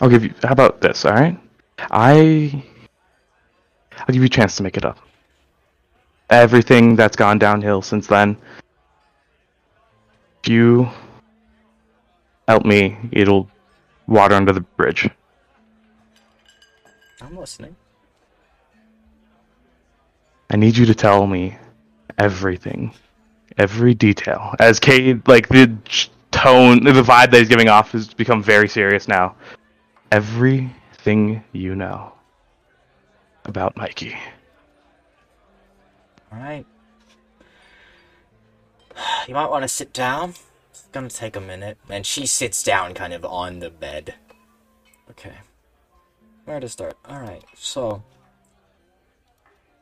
[SPEAKER 2] I'll give you. How about this? All right. I. I'll give you a chance to make it up. Everything that's gone downhill since then. If you help me, it'll water under the bridge.
[SPEAKER 1] I'm listening.
[SPEAKER 2] I need you to tell me everything, every detail. As Cade, like the j- tone, the vibe that he's giving off has become very serious now. Everything you know about Mikey.
[SPEAKER 1] Alright. You might want to sit down. It's gonna take a minute.
[SPEAKER 11] And she sits down kind of on the bed.
[SPEAKER 1] Okay. Where to start? Alright, so.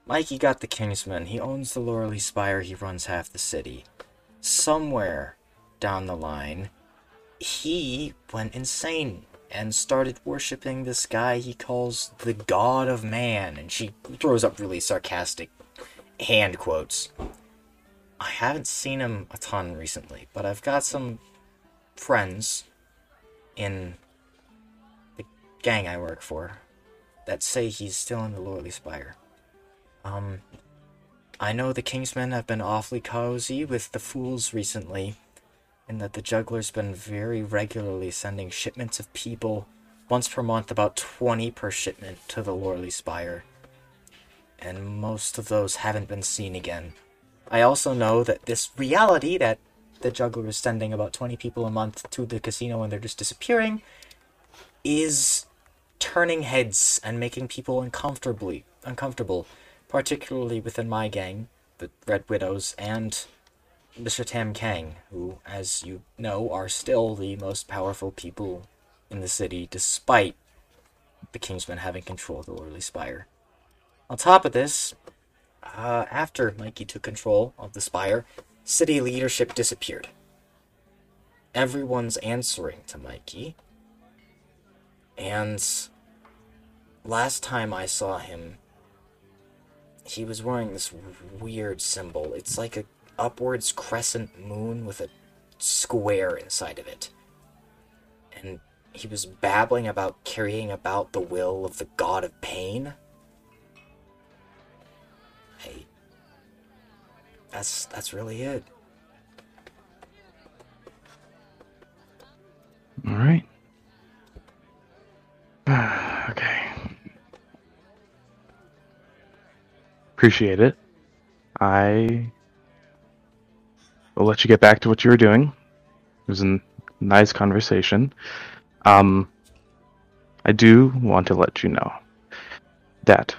[SPEAKER 1] Mikey got the Kingsman. He owns the Loreley Spire. He runs half the city. Somewhere down the line, he went insane and started worshipping this guy he calls the God of Man. And she throws up really sarcastic hand quotes. I haven't seen him a ton recently, but I've got some friends in gang I work for that say he's still in the Lordly Spire. Um, I know the Kingsmen have been awfully cozy with the fools recently, and that the juggler's been very regularly sending shipments of people, once per month, about 20 per shipment, to the Lordly Spire. And most of those haven't been seen again. I also know that this reality that the juggler is sending about 20 people a month to the casino and they're just disappearing is turning heads and making people uncomfortably uncomfortable, particularly within my gang, the Red Widows, and Mr. Tam Kang, who, as you know, are still the most powerful people in the city, despite the Kingsmen having control of the Lordly Spire. On top of this, uh, after Mikey took control of the Spire, city leadership disappeared. Everyone's answering to Mikey, and last time I saw him, he was wearing this weird symbol. It's like a upwards crescent moon with a square inside of it. And he was babbling about carrying about the will of the god of pain. I that's that's really it.
[SPEAKER 2] All right. okay. Appreciate it. I will let you get back to what you were doing. It was a n- nice conversation. Um, I do want to let you know that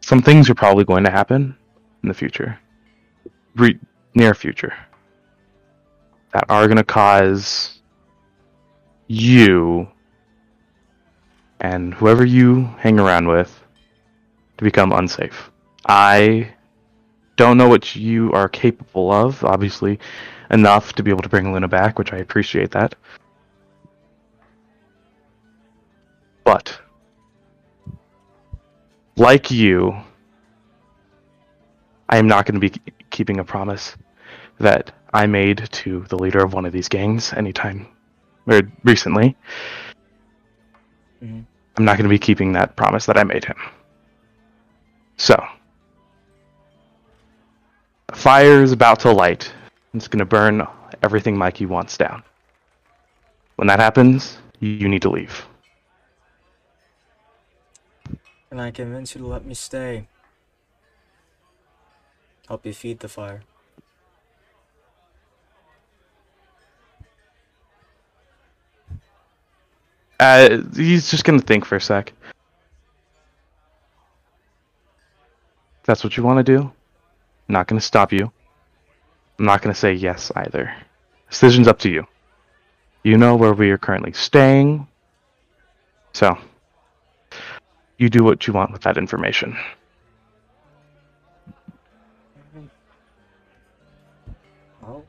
[SPEAKER 2] some things are probably going to happen in the future, Re- near future, that are going to cause you and whoever you hang around with to become unsafe. I don't know what you are capable of, obviously, enough to be able to bring Luna back, which I appreciate that. But, like you, I am not going to be k- keeping a promise that I made to the leader of one of these gangs anytime or recently.
[SPEAKER 1] Mhm.
[SPEAKER 2] I'm not going to be keeping that promise that I made him. So, the fire is about to light. It's going to burn everything Mikey wants down. When that happens, you need to leave.
[SPEAKER 8] Can I convince you to let me stay? Help you feed the fire.
[SPEAKER 2] Uh, he's just gonna think for a sec. If that's what you want to do. I'm not gonna stop you. I'm not gonna say yes either. Decision's up to you. You know where we are currently staying. So, you do what you want with that information.
[SPEAKER 8] I'll,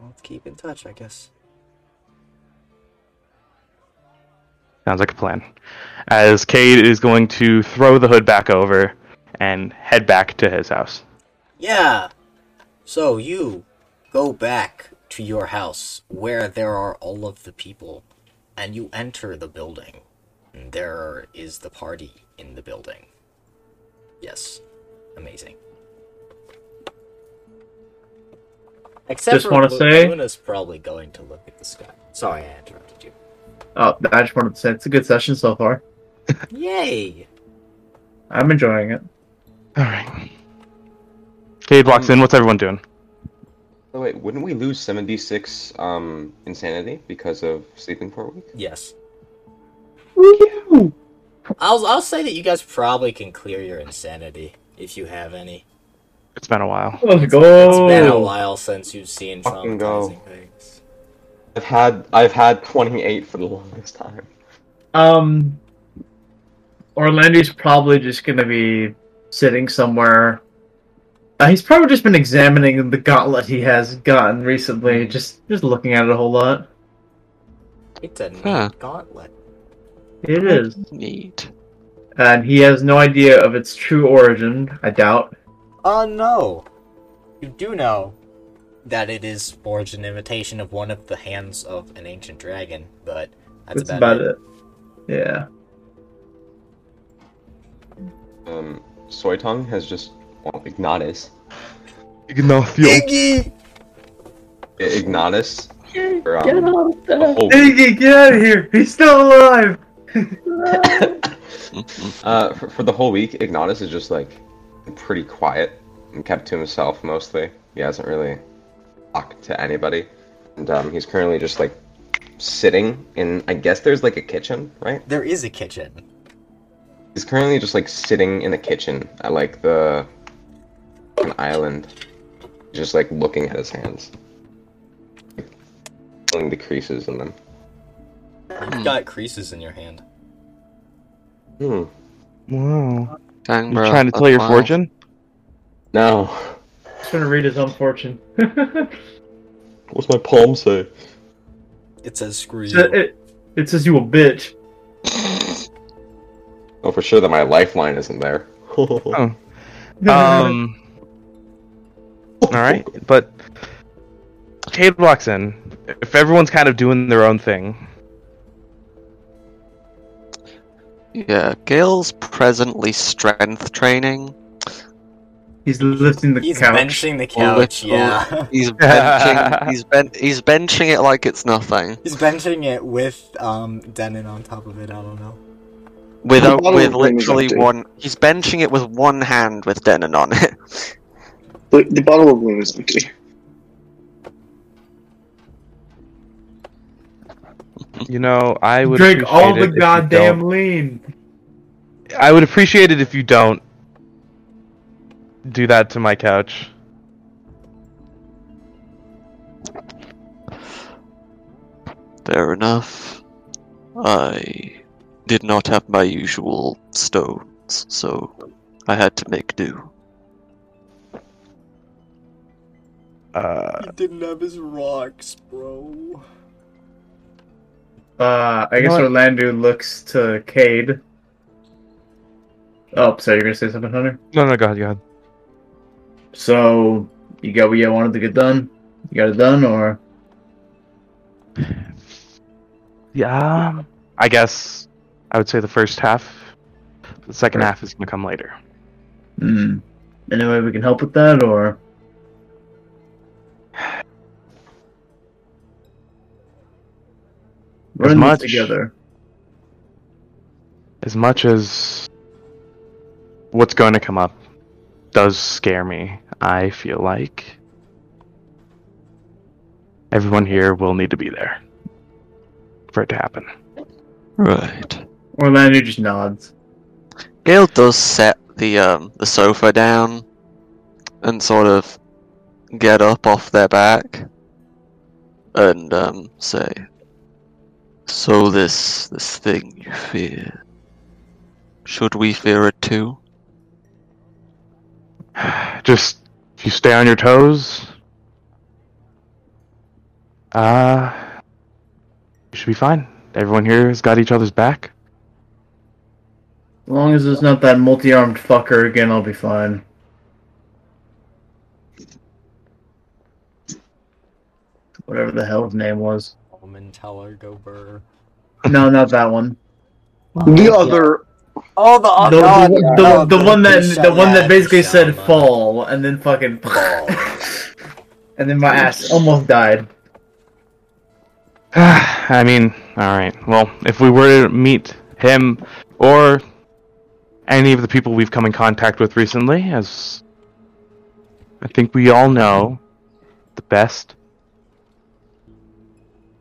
[SPEAKER 8] I'll keep in touch, I guess.
[SPEAKER 2] Sounds like a plan. As Cade is going to throw the hood back over and head back to his house.
[SPEAKER 1] Yeah. So you go back to your house where there are all of the people, and you enter the building. And there is the party in the building. Yes. Amazing. Except
[SPEAKER 5] Just
[SPEAKER 1] for
[SPEAKER 5] wanna
[SPEAKER 1] Lu-
[SPEAKER 5] say-
[SPEAKER 1] Luna's probably going to look at the sky. Sorry, I interrupted you.
[SPEAKER 5] Oh, I just wanted to say it's a good session so far.
[SPEAKER 1] Yay!
[SPEAKER 5] I'm enjoying it.
[SPEAKER 2] All right. Cade walks in. What's everyone doing?
[SPEAKER 7] Oh, wait, wouldn't we lose 76 um, insanity because of sleeping for a week?
[SPEAKER 1] Yes.
[SPEAKER 7] Woo!
[SPEAKER 1] I'll I'll say that you guys probably can clear your insanity if you have any.
[SPEAKER 2] It's been a while.
[SPEAKER 5] Let's
[SPEAKER 1] It's
[SPEAKER 5] go.
[SPEAKER 1] been a while since you've seen
[SPEAKER 7] Fucking go.
[SPEAKER 1] traumatizing things.
[SPEAKER 7] I've had I've had 28 for the longest time.
[SPEAKER 5] Um, Orlando's probably just gonna be sitting somewhere. Uh, he's probably just been examining the gauntlet he has gotten recently, just just looking at it a whole lot.
[SPEAKER 1] It's a neat
[SPEAKER 3] Huh.
[SPEAKER 1] gauntlet.
[SPEAKER 5] It is,
[SPEAKER 3] Neat.
[SPEAKER 5] and he has no idea of its true origin. I doubt.
[SPEAKER 1] Oh no! You do know that it is forged in imitation of one of the hands of an ancient dragon, but that's
[SPEAKER 5] That's about,
[SPEAKER 1] it.
[SPEAKER 5] it. Yeah.
[SPEAKER 7] Um, soy tongue has just well, Ignatus.
[SPEAKER 1] Iggy!
[SPEAKER 7] I- Ignatus. For,
[SPEAKER 10] Get
[SPEAKER 7] um, a
[SPEAKER 10] out of
[SPEAKER 1] Oh,
[SPEAKER 10] there!
[SPEAKER 7] whole week.
[SPEAKER 5] Iggy, get out of here! He's still alive.
[SPEAKER 7] Uh, for, for the whole week, Ignatus is just like pretty quiet and kept to himself mostly. He hasn't really talked to anybody, and um, he's currently just like sitting in. I guess there's like a kitchen, right?
[SPEAKER 1] There is a kitchen.
[SPEAKER 7] He's currently just like sitting in the kitchen at like the an island, just like looking at his hands, like, feeling the creases in them.
[SPEAKER 3] Hmm.
[SPEAKER 1] You've got creases in your hand.
[SPEAKER 7] Hmm.
[SPEAKER 2] Wow.
[SPEAKER 3] Dang,
[SPEAKER 2] You
[SPEAKER 3] bro.
[SPEAKER 2] trying to tell
[SPEAKER 3] that's
[SPEAKER 2] your
[SPEAKER 3] wild.
[SPEAKER 2] fortune?
[SPEAKER 7] Now,
[SPEAKER 5] Just gonna read his own fortune.
[SPEAKER 7] what's my palm say?
[SPEAKER 1] It says screw you.
[SPEAKER 5] it, it says you a bitch.
[SPEAKER 7] Oh, for sure that my lifeline isn't there.
[SPEAKER 2] Um. all right, but Cade walks in. If everyone's kind of doing their own thing,
[SPEAKER 3] Yeah, Gail's presently strength training.
[SPEAKER 5] He's lifting the
[SPEAKER 1] He's
[SPEAKER 5] couch.
[SPEAKER 1] benching the
[SPEAKER 3] Well,
[SPEAKER 1] couch,
[SPEAKER 3] that's-
[SPEAKER 1] yeah.
[SPEAKER 3] He's benching. he's ben- He's benching it like it's nothing.
[SPEAKER 8] He's benching it with um Denon on top of it, I don't know.
[SPEAKER 3] With
[SPEAKER 6] The
[SPEAKER 3] a,
[SPEAKER 6] bottom
[SPEAKER 3] with
[SPEAKER 6] of the room is
[SPEAKER 3] literally
[SPEAKER 6] empty.
[SPEAKER 3] one. He's benching it with one hand with Denon on it.
[SPEAKER 6] The, the bottle of wine is empty.
[SPEAKER 2] you know, I would
[SPEAKER 5] Drink all
[SPEAKER 2] appreciate
[SPEAKER 5] Oh, the
[SPEAKER 2] it if you
[SPEAKER 5] goddamn
[SPEAKER 2] don't-
[SPEAKER 5] lean.
[SPEAKER 2] I would appreciate it if you don't do that to my couch.
[SPEAKER 3] Fair enough. I did not have my usual stones, so I had to make do.
[SPEAKER 2] Uh,
[SPEAKER 8] He didn't have his rocks, bro.
[SPEAKER 5] Uh, I
[SPEAKER 2] You
[SPEAKER 5] guess
[SPEAKER 2] know
[SPEAKER 5] Orlando looks to Cade. Oh, sorry, you're gonna say something, Hunter?
[SPEAKER 2] no, no, go ahead, go ahead.
[SPEAKER 5] So, you got what you wanted to get done? You got it done, or?
[SPEAKER 2] Yeah, um, I guess I would say the first half. The second half is gonna come later.
[SPEAKER 5] Hmm. Any way we can help with that, or? We're in
[SPEAKER 2] much.
[SPEAKER 5] this together.
[SPEAKER 2] as much as what's going to come up does scare me, I feel like everyone here will need to be there for it to happen.
[SPEAKER 3] Right.
[SPEAKER 5] Orlando just nods.
[SPEAKER 3] Gail does set the um the sofa down and sort of get up off their back and um say So this this thing you fear should we fear it too?
[SPEAKER 2] Just if you stay on your toes, uh, you should be fine. Everyone here has got each other's back.
[SPEAKER 5] As long as it's not that multi-armed fucker again, I'll be fine. Whatever the hell his name was.
[SPEAKER 1] Woman Teller Gober.
[SPEAKER 5] No, not that one.
[SPEAKER 6] The other.
[SPEAKER 1] Oh, the
[SPEAKER 5] the,
[SPEAKER 1] oh,
[SPEAKER 5] the,
[SPEAKER 1] oh,
[SPEAKER 5] the, the one that the one that basically said
[SPEAKER 1] Shama.
[SPEAKER 5] fall and then fucking and then my ass almost died.
[SPEAKER 2] I mean, all right. Well, if we were to meet him or any of the people we've come in contact with recently, as I think we all know, the best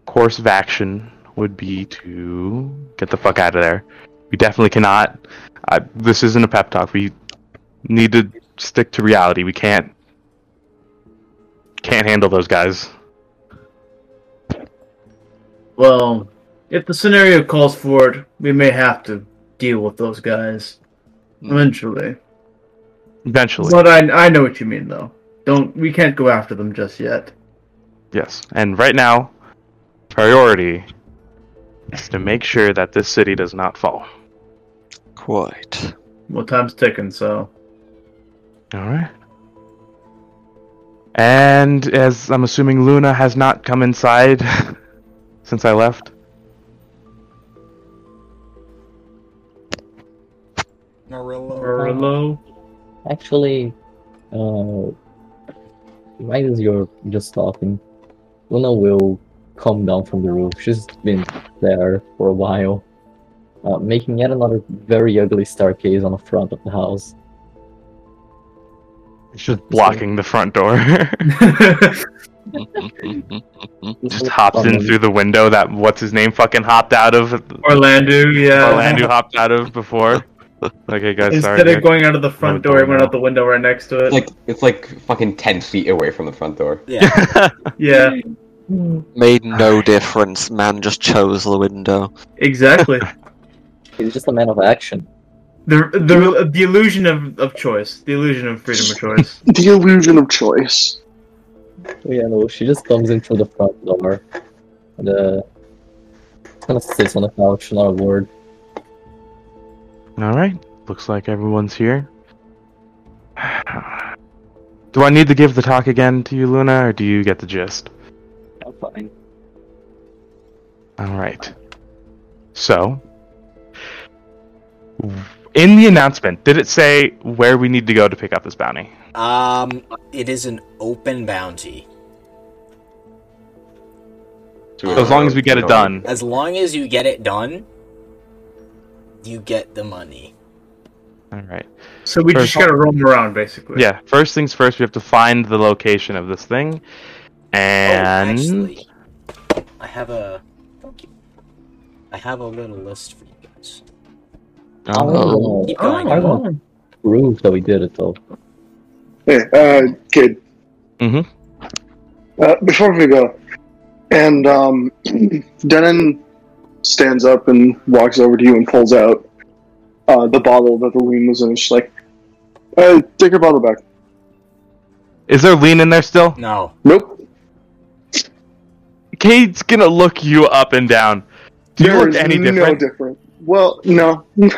[SPEAKER 2] course of action would be to get the fuck out of there. We definitely cannot. I, this isn't a pep talk. We need to stick to reality. We can't can't handle those guys.
[SPEAKER 5] Well, if the scenario calls for it, we may have to deal with those guys eventually.
[SPEAKER 2] Eventually.
[SPEAKER 5] But I I know what you mean though. Don't we can't go after them just yet.
[SPEAKER 2] Yes, and right now, priority is to make sure that this city does not fall.
[SPEAKER 3] Quite.
[SPEAKER 5] Well, time's ticking, so
[SPEAKER 2] All right. And as I'm assuming Luna has not come inside since I left.
[SPEAKER 1] Marillo.
[SPEAKER 5] Merlo.
[SPEAKER 10] Actually, uh, right as you're just talking, Luna will come down from the roof. She's been there for a while, uh, making yet another very ugly staircase on the front of the house.
[SPEAKER 2] It's just blocking the front door.
[SPEAKER 5] Mm-hmm.
[SPEAKER 2] just hops in through the window that what's his name fucking hopped out of.
[SPEAKER 5] Orlando, yeah.
[SPEAKER 2] Orlando hopped out of before. Okay, guys, sorry.
[SPEAKER 5] Instead of going out of the front
[SPEAKER 2] No,
[SPEAKER 5] door, he
[SPEAKER 2] don't
[SPEAKER 5] went out
[SPEAKER 2] know.
[SPEAKER 5] the window right next to
[SPEAKER 7] It's
[SPEAKER 5] it.
[SPEAKER 7] like it's like fucking ten feet away from the front door.
[SPEAKER 1] Yeah.
[SPEAKER 5] yeah,
[SPEAKER 1] Hmm.
[SPEAKER 3] Made no difference, man just chose the window.
[SPEAKER 5] exactly.
[SPEAKER 10] He's just a man of action.
[SPEAKER 5] the the the illusion of, of choice, the illusion of freedom of choice.
[SPEAKER 6] The illusion of choice.
[SPEAKER 10] So, Oh, yeah, no, she just comes in through the front door. And, uh, kind of sits on the couch, not a word.
[SPEAKER 2] All right. Looks like everyone's here. Do I need to give the talk again to you, Luna, or do you get the gist?
[SPEAKER 10] I'm fine.
[SPEAKER 2] All right. So, in the announcement, did it say where we need to go to pick up this bounty?
[SPEAKER 1] Um, it is an open bounty.
[SPEAKER 7] So we
[SPEAKER 2] So as long as we get it
[SPEAKER 7] don't-
[SPEAKER 2] done.
[SPEAKER 1] As long as you get it done, you get the money.
[SPEAKER 2] All right.
[SPEAKER 5] So we just gotta roam around, basically.
[SPEAKER 2] Yeah. First things first, we have to find the location of this thing, and
[SPEAKER 1] Oh, actually, I have a. Thank you. I have a little list for you guys.
[SPEAKER 10] I'm
[SPEAKER 2] Oh,
[SPEAKER 10] gonna
[SPEAKER 1] Keep going.
[SPEAKER 10] I don't- prove that we did it, though.
[SPEAKER 6] Hey, uh, kid.
[SPEAKER 2] Mhm.
[SPEAKER 6] Uh, before we go, and um, Denon stands up and walks over to you and pulls out uh, the bottle that the lean was in. She's like, uh, "Take your bottle back."
[SPEAKER 2] is there lean in there still?
[SPEAKER 1] No.
[SPEAKER 6] Nope.
[SPEAKER 2] Kate's gonna look you up and down. Do you
[SPEAKER 6] There
[SPEAKER 2] look
[SPEAKER 6] is
[SPEAKER 2] any
[SPEAKER 6] No
[SPEAKER 2] different?
[SPEAKER 6] different. Well, no.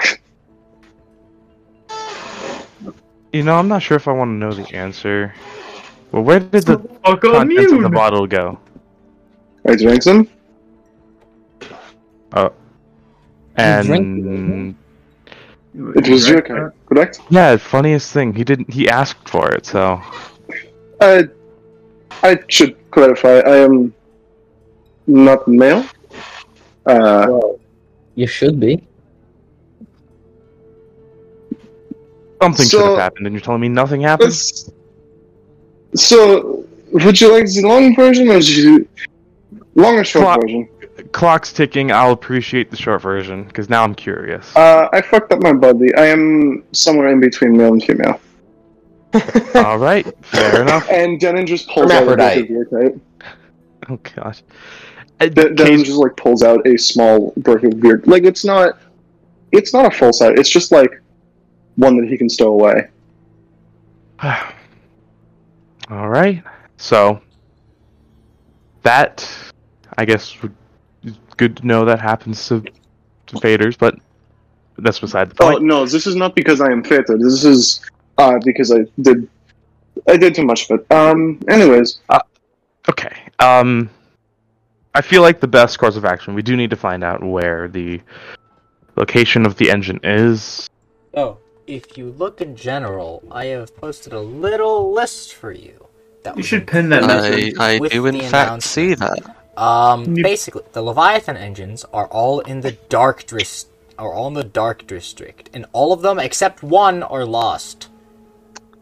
[SPEAKER 2] You know, I'm not sure if I want to know the answer. Well, where did the
[SPEAKER 5] Fuck on
[SPEAKER 2] contents of
[SPEAKER 5] mute.
[SPEAKER 2] the bottle go?
[SPEAKER 6] I drank some.
[SPEAKER 10] You drank it,
[SPEAKER 2] Oh. And
[SPEAKER 6] It was your kind, correct?
[SPEAKER 2] yeah, funniest thing, he didn't. He asked for it, so
[SPEAKER 6] I, I should clarify. I am not male. Uh,
[SPEAKER 10] Well, you should be.
[SPEAKER 2] Something
[SPEAKER 6] So-
[SPEAKER 2] should have happened, and you're telling me nothing happened.
[SPEAKER 6] let's- so, would you like the long version or the long or short
[SPEAKER 2] Clock.
[SPEAKER 6] version?
[SPEAKER 2] Clock's ticking. I'll appreciate the short version because now I'm curious.
[SPEAKER 6] Uh, I fucked up my body. I am somewhere in between male and female.
[SPEAKER 2] All right, fair enough.
[SPEAKER 6] And Denon just pulls out a book of
[SPEAKER 7] Hermaphrodite.
[SPEAKER 6] beer type.
[SPEAKER 2] Oh gosh. Uh,
[SPEAKER 6] De- Denon
[SPEAKER 2] Cage-
[SPEAKER 6] just like pulls out a small brick of beer. Like it's not, it's not a full size. It's just like one that he can stow away.
[SPEAKER 2] All right. So that I guess would- is good to know that happens to, to faders, but that's beside the
[SPEAKER 6] Oh
[SPEAKER 2] point.
[SPEAKER 6] no, this is not because I am fated. This is uh, because I did, I did too much of it. Um. Anyways,
[SPEAKER 2] Okay. Um, I feel like the best course of action. We do need to find out where the location of the engine is.
[SPEAKER 1] Oh, if you look in general, I have posted a little list for you. That
[SPEAKER 5] You
[SPEAKER 1] was
[SPEAKER 5] should pin that
[SPEAKER 3] I,
[SPEAKER 5] message.
[SPEAKER 3] I
[SPEAKER 1] With
[SPEAKER 3] do in
[SPEAKER 1] the
[SPEAKER 3] fact see that.
[SPEAKER 1] Um,
[SPEAKER 5] You-
[SPEAKER 1] basically, the Leviathan engines are all in the dark dis- are all in the dark district, and all of them except one are lost.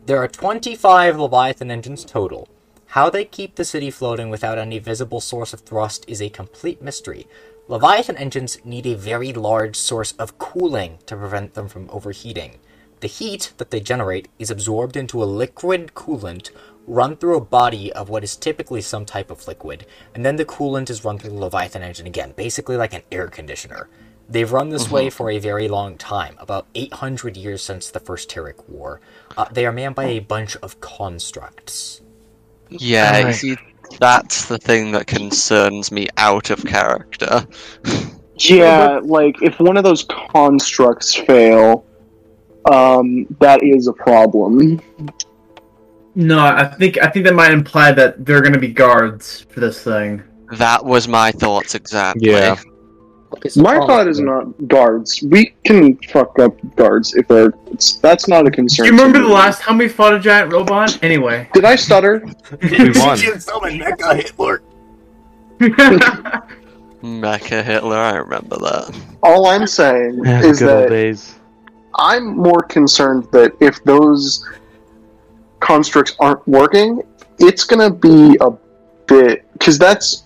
[SPEAKER 1] There are 25 Leviathan engines total. How they keep the city floating without any visible source of thrust is a complete mystery. Leviathan engines need a very large source of cooling to prevent them from overheating. The heat that they generate is absorbed into a liquid coolant run through a body of what is typically some type of liquid, and then the coolant is run through the Leviathan engine again, basically like an air conditioner. They've run this
[SPEAKER 3] Mm-hmm.
[SPEAKER 1] way for a very long time, about 800 years since the First Terek War. Uh, they are manned by a bunch of constructs.
[SPEAKER 3] Yeah, you
[SPEAKER 2] Alright.
[SPEAKER 3] see, that's the thing that concerns me out of character.
[SPEAKER 6] yeah, like if one of those constructs fail, um, that is a problem.
[SPEAKER 5] No, I think I think that might imply that there are going to be guards for this thing.
[SPEAKER 3] That was my thoughts exactly.
[SPEAKER 2] Yeah.
[SPEAKER 10] Okay, so
[SPEAKER 6] My
[SPEAKER 10] all
[SPEAKER 6] thought
[SPEAKER 10] of
[SPEAKER 6] is
[SPEAKER 10] them.
[SPEAKER 6] not guards. We can fuck up guards if they're. It's, that's not a
[SPEAKER 5] Do
[SPEAKER 6] concern.
[SPEAKER 5] you remember
[SPEAKER 6] to
[SPEAKER 5] the
[SPEAKER 6] me.
[SPEAKER 5] last time we fought a giant robot? Anyway,
[SPEAKER 6] Did I stutter?
[SPEAKER 2] We won.
[SPEAKER 1] summon Mecha Hitler!
[SPEAKER 3] Mecha Hitler, I remember that.
[SPEAKER 6] All I'm saying
[SPEAKER 2] Yeah,
[SPEAKER 6] is
[SPEAKER 2] good old
[SPEAKER 6] that
[SPEAKER 2] days.
[SPEAKER 6] I'm more concerned that if those constructs aren't working, it's going to be a bit because that's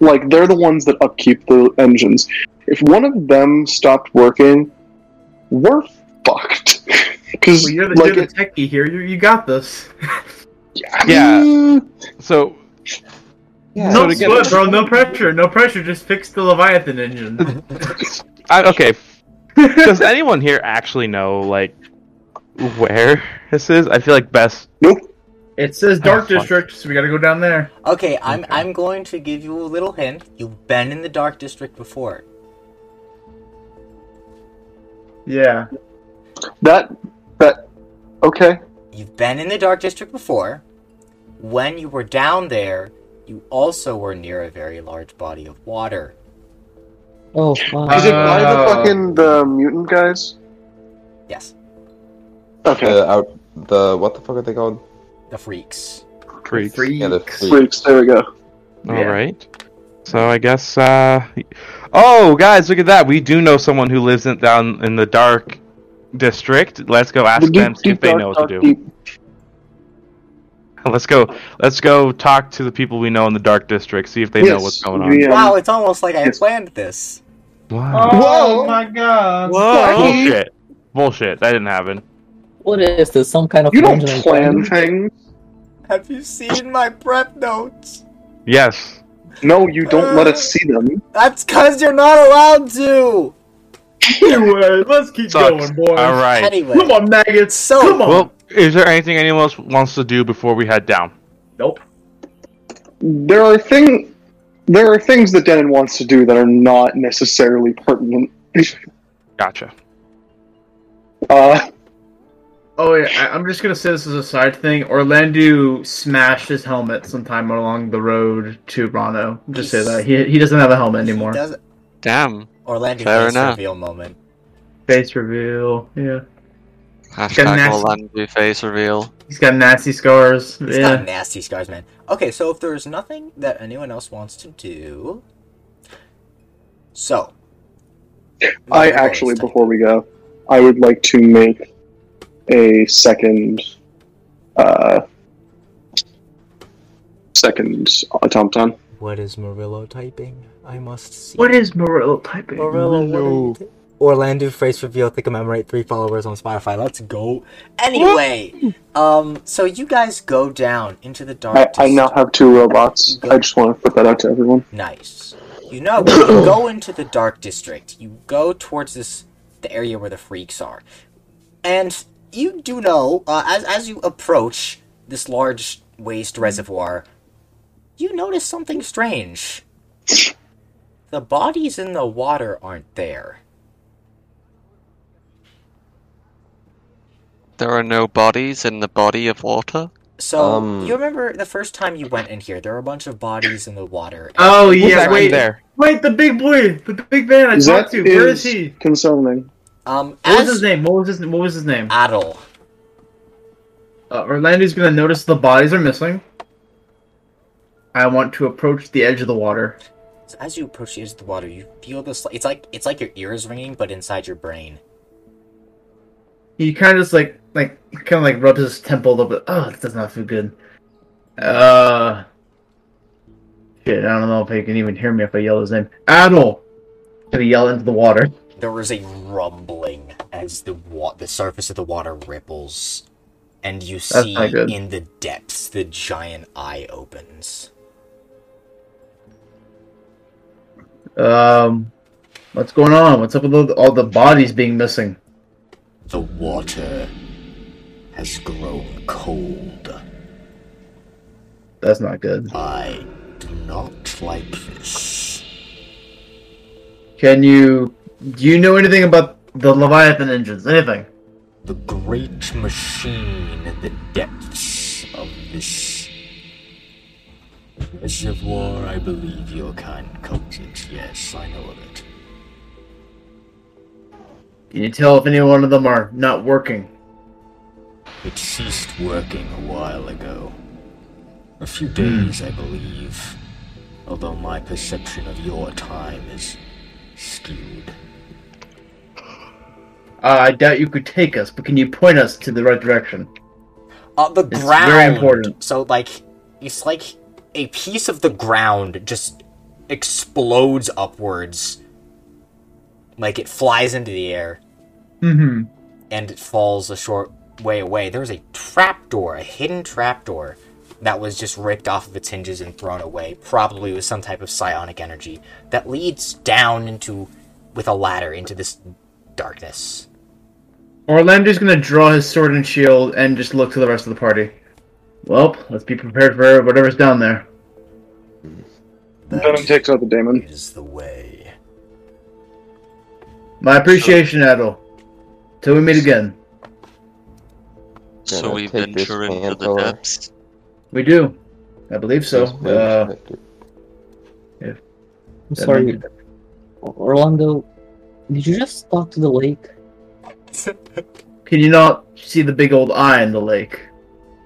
[SPEAKER 6] like they're the ones that upkeep the engines. If one of them stopped working, we're fucked. Because
[SPEAKER 5] well, you're the,
[SPEAKER 6] like
[SPEAKER 5] you're
[SPEAKER 6] it-
[SPEAKER 5] the techie here. You, you got this.
[SPEAKER 2] Yeah. So
[SPEAKER 7] Yeah.
[SPEAKER 5] no,
[SPEAKER 2] so to get-
[SPEAKER 5] good, bro. No pressure. No pressure. Just fix the Leviathan engine.
[SPEAKER 2] I, okay, does anyone here actually know like where this is? I feel like best.
[SPEAKER 5] it says Dark
[SPEAKER 2] Oh, fuck.
[SPEAKER 5] District, so we got to go down there.
[SPEAKER 1] Okay, I'm, I'm going to give you a little hint. You've been in the Dark District before.
[SPEAKER 5] Yeah.
[SPEAKER 6] that that okay.
[SPEAKER 1] You've been in the Dark District before. When you were down there, you also were near a very large body of water.
[SPEAKER 10] Oh,
[SPEAKER 6] Is it by the
[SPEAKER 5] Uh,
[SPEAKER 6] fucking the mutant guys?
[SPEAKER 1] Yes,
[SPEAKER 6] Okay,
[SPEAKER 7] The out the what the fuck are they called?
[SPEAKER 1] the freaks.
[SPEAKER 2] Creek.
[SPEAKER 7] Yeah, the freak.
[SPEAKER 6] freaks. There we go.
[SPEAKER 2] All
[SPEAKER 5] Yeah.
[SPEAKER 2] right. So I guess. Uh... Oh, guys, look at that! We do know someone who lives in, down in the dark district. Let's go ask
[SPEAKER 6] The deep,
[SPEAKER 2] them see if
[SPEAKER 6] deep,
[SPEAKER 2] they
[SPEAKER 6] dark,
[SPEAKER 2] know what to
[SPEAKER 6] dark,
[SPEAKER 2] do.
[SPEAKER 6] deep.
[SPEAKER 2] Let's go. Let's go talk to the people we know in the dark district. See if they know
[SPEAKER 6] Yes,
[SPEAKER 2] what's going on.
[SPEAKER 6] we, um,
[SPEAKER 1] Wow, it's almost like I
[SPEAKER 6] Yes.
[SPEAKER 1] planned this.
[SPEAKER 2] Wow.
[SPEAKER 6] Whoa.
[SPEAKER 5] Oh my God.
[SPEAKER 2] Oh, Bullshit. Bullshit. That didn't happen.
[SPEAKER 10] What is this? Some kind of
[SPEAKER 6] you don't
[SPEAKER 10] dungeon
[SPEAKER 6] plan
[SPEAKER 10] encounter?
[SPEAKER 6] things.
[SPEAKER 1] Have you seen my prep notes?
[SPEAKER 2] Yes.
[SPEAKER 6] No, you don't let us see them.
[SPEAKER 1] That's cause you're not allowed to!
[SPEAKER 5] Anyway, let's keep
[SPEAKER 2] Sucks.
[SPEAKER 5] going, boys.
[SPEAKER 2] All right.
[SPEAKER 1] Anyway,
[SPEAKER 5] Come on, maggots.
[SPEAKER 1] So-
[SPEAKER 5] Come on.
[SPEAKER 2] Well, is there anything anyone else wants to do before we head down?
[SPEAKER 5] nope.
[SPEAKER 6] there are thing there are things that Denon wants to do that are not necessarily pertinent.
[SPEAKER 2] Gotcha.
[SPEAKER 6] Uh,
[SPEAKER 5] Oh, yeah, I- I'm just gonna say this as a side thing. Orlando smashed his helmet sometime along the road to Rano. Just say that he he doesn't have a helmet anymore.
[SPEAKER 1] He does-
[SPEAKER 3] Damn.
[SPEAKER 1] Orlando
[SPEAKER 3] Fair
[SPEAKER 1] face
[SPEAKER 3] enough.
[SPEAKER 1] reveal moment.
[SPEAKER 5] Face reveal. Yeah,
[SPEAKER 3] Hashtag
[SPEAKER 5] next.
[SPEAKER 3] Orlando face reveal.
[SPEAKER 5] he's got nasty scars.
[SPEAKER 1] He's
[SPEAKER 5] yeah.
[SPEAKER 1] got nasty scars, man. Okay, so if there's nothing that anyone else wants to do, So,
[SPEAKER 6] I actually, before we go, I would like to make a second, uh, second automaton.
[SPEAKER 1] what is Murillo typing? I must see.
[SPEAKER 5] What is Murillo typing?
[SPEAKER 1] Murillo? what are you t- Orlando phrase reveal to commemorate three followers on Spotify. Let's go. Anyway, um, so you guys go down into the dark.
[SPEAKER 6] I,
[SPEAKER 1] to
[SPEAKER 6] I now
[SPEAKER 1] start-
[SPEAKER 6] have two robots. I just want to put that out to everyone.
[SPEAKER 1] Nice. You know, when you go into the dark district, you go towards this the area where the freaks are, and you do know uh, as as you approach this large waste reservoir, you notice something strange. The bodies in the water aren't there.
[SPEAKER 3] There are no bodies in the body of water.
[SPEAKER 1] So
[SPEAKER 7] Um.
[SPEAKER 1] you remember the first time you went in here, there were a bunch of bodies in the water. and-
[SPEAKER 5] Oh yeah,
[SPEAKER 2] Who's
[SPEAKER 5] wait,
[SPEAKER 2] there?
[SPEAKER 5] wait, the big boy, the big man I
[SPEAKER 6] That
[SPEAKER 5] talked to. Where is
[SPEAKER 6] is
[SPEAKER 5] he?
[SPEAKER 6] Concerning.
[SPEAKER 1] um,
[SPEAKER 5] What was his
[SPEAKER 1] as
[SPEAKER 5] name? What was his What was his name?
[SPEAKER 1] Adel,
[SPEAKER 5] Uh, Orlando's gonna notice the bodies are missing. I want to approach the edge of the water.
[SPEAKER 1] So as you approach the edge of the water, you feel this. It's like it's like your ears ringing, but inside your brain.
[SPEAKER 5] He kind of just like like kind of like rubs his temple a little bit. Oh, this does not feel good. Uh, shit. I don't know if he can even hear me if I yell his name. Adol. Gonna yell into the water.
[SPEAKER 1] There was a rumbling as the wa- the surface of the water ripples, and you see
[SPEAKER 5] not good.
[SPEAKER 1] in the depths the giant eye opens.
[SPEAKER 5] Um, what's going on? What's up with all the- all the bodies being missing?
[SPEAKER 1] The water has grown cold.
[SPEAKER 5] That's not good.
[SPEAKER 1] I do not like this.
[SPEAKER 5] Can you? Do you know anything about the Leviathan engines? Anything?
[SPEAKER 1] the great machine in the depths of this reservoir. I believe your kind calls it. Yes, I know of it.
[SPEAKER 5] Can you tell if any one of them are not working?
[SPEAKER 1] It ceased working a while ago. A few days, I believe. Although my perception of your time is skewed.
[SPEAKER 5] Uh, I doubt you could take us, but can you point us to the right direction?
[SPEAKER 1] Uh, the
[SPEAKER 5] It's
[SPEAKER 1] ground.
[SPEAKER 5] very important.
[SPEAKER 1] So, like, it's like a piece of the ground just explodes upwards. Like, it flies into the air
[SPEAKER 5] Mm-hmm.
[SPEAKER 1] and it falls a short way away. There was a trapdoor, a hidden trapdoor, that was just ripped off of its hinges and thrown away, probably with some type of psionic energy, that leads down into, with a ladder, into this darkness.
[SPEAKER 5] Orlando's gonna draw his sword and shield and just look to the rest of the party. Well, let's be prepared for whatever's down there.
[SPEAKER 6] Venom takes out the daemon.
[SPEAKER 1] Is the way.
[SPEAKER 5] My appreciation, Adol. Till we meet again.
[SPEAKER 3] So
[SPEAKER 7] Gonna
[SPEAKER 3] we
[SPEAKER 7] take this
[SPEAKER 3] venture into the
[SPEAKER 7] panther.
[SPEAKER 3] depths.
[SPEAKER 5] We do. I believe so.
[SPEAKER 7] Just really
[SPEAKER 5] Uh,
[SPEAKER 7] restricted.
[SPEAKER 10] I'm sorry, Orlando. Did you just talk to the lake?
[SPEAKER 5] can you not see the big old eye in the lake?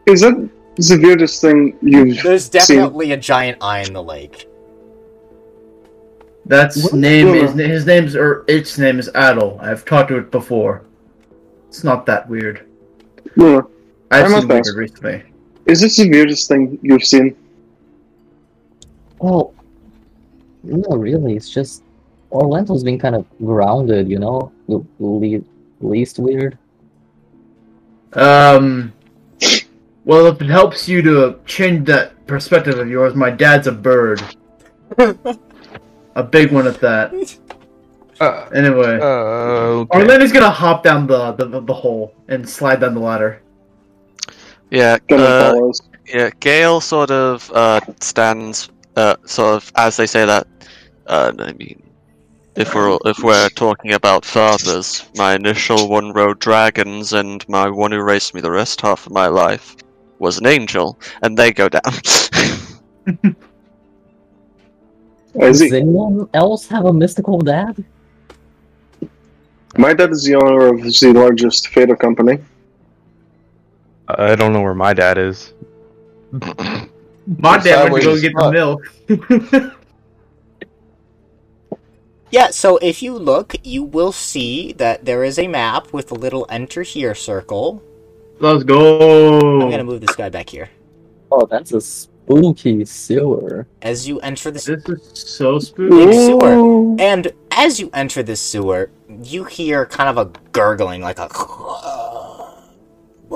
[SPEAKER 6] Is that is the weirdest thing you've
[SPEAKER 1] There's
[SPEAKER 6] seen?
[SPEAKER 1] definitely a giant eye in the lake.
[SPEAKER 5] That's
[SPEAKER 10] What?
[SPEAKER 5] name. His,
[SPEAKER 6] Sure.
[SPEAKER 5] his name's or its name is Adol. I've talked to it before. It's not that weird.
[SPEAKER 6] Yeah.
[SPEAKER 5] I've
[SPEAKER 6] I'm not
[SPEAKER 5] seen weird
[SPEAKER 6] fast.
[SPEAKER 5] recently.
[SPEAKER 6] Is this the weirdest thing you've seen?
[SPEAKER 10] Well, Oh, no, really. It's just Orlando's been kind of grounded, you know, the le- least weird.
[SPEAKER 5] Um. Well, if it helps you to change that perspective of yours, my dad's a bird. a big one at that.
[SPEAKER 2] Uh,
[SPEAKER 5] Anyway,
[SPEAKER 2] okay.
[SPEAKER 5] Orlando's gonna hop down the, the the hole and slide down the ladder.
[SPEAKER 3] Yeah,
[SPEAKER 6] Venom
[SPEAKER 3] uh,
[SPEAKER 6] follows.
[SPEAKER 3] yeah. Gale sort of uh, stands, uh, sort of as they say that. Uh, I mean, if we're if we're talking about fathers, my initial one rode dragons, and my one who raised me the rest half of my life was an angel, and they go down.
[SPEAKER 6] Is
[SPEAKER 10] Does
[SPEAKER 6] he?
[SPEAKER 10] anyone else have a mystical dad?
[SPEAKER 6] My dad is the owner of the largest fatal company.
[SPEAKER 2] I don't know where my dad is.
[SPEAKER 5] My dad went to go
[SPEAKER 7] Sideways
[SPEAKER 5] get
[SPEAKER 7] as
[SPEAKER 5] the milk.
[SPEAKER 1] Yeah, so if you look, you will see that there is a map with a little enter here circle.
[SPEAKER 5] Let's go.
[SPEAKER 1] I'm gonna move this guy back here.
[SPEAKER 10] Oh, that's a spooky sewer.
[SPEAKER 1] As you enter this
[SPEAKER 5] This is so
[SPEAKER 1] big
[SPEAKER 5] spooky.
[SPEAKER 1] sewer, and as you enter this sewer, you hear kind of a gurgling, like a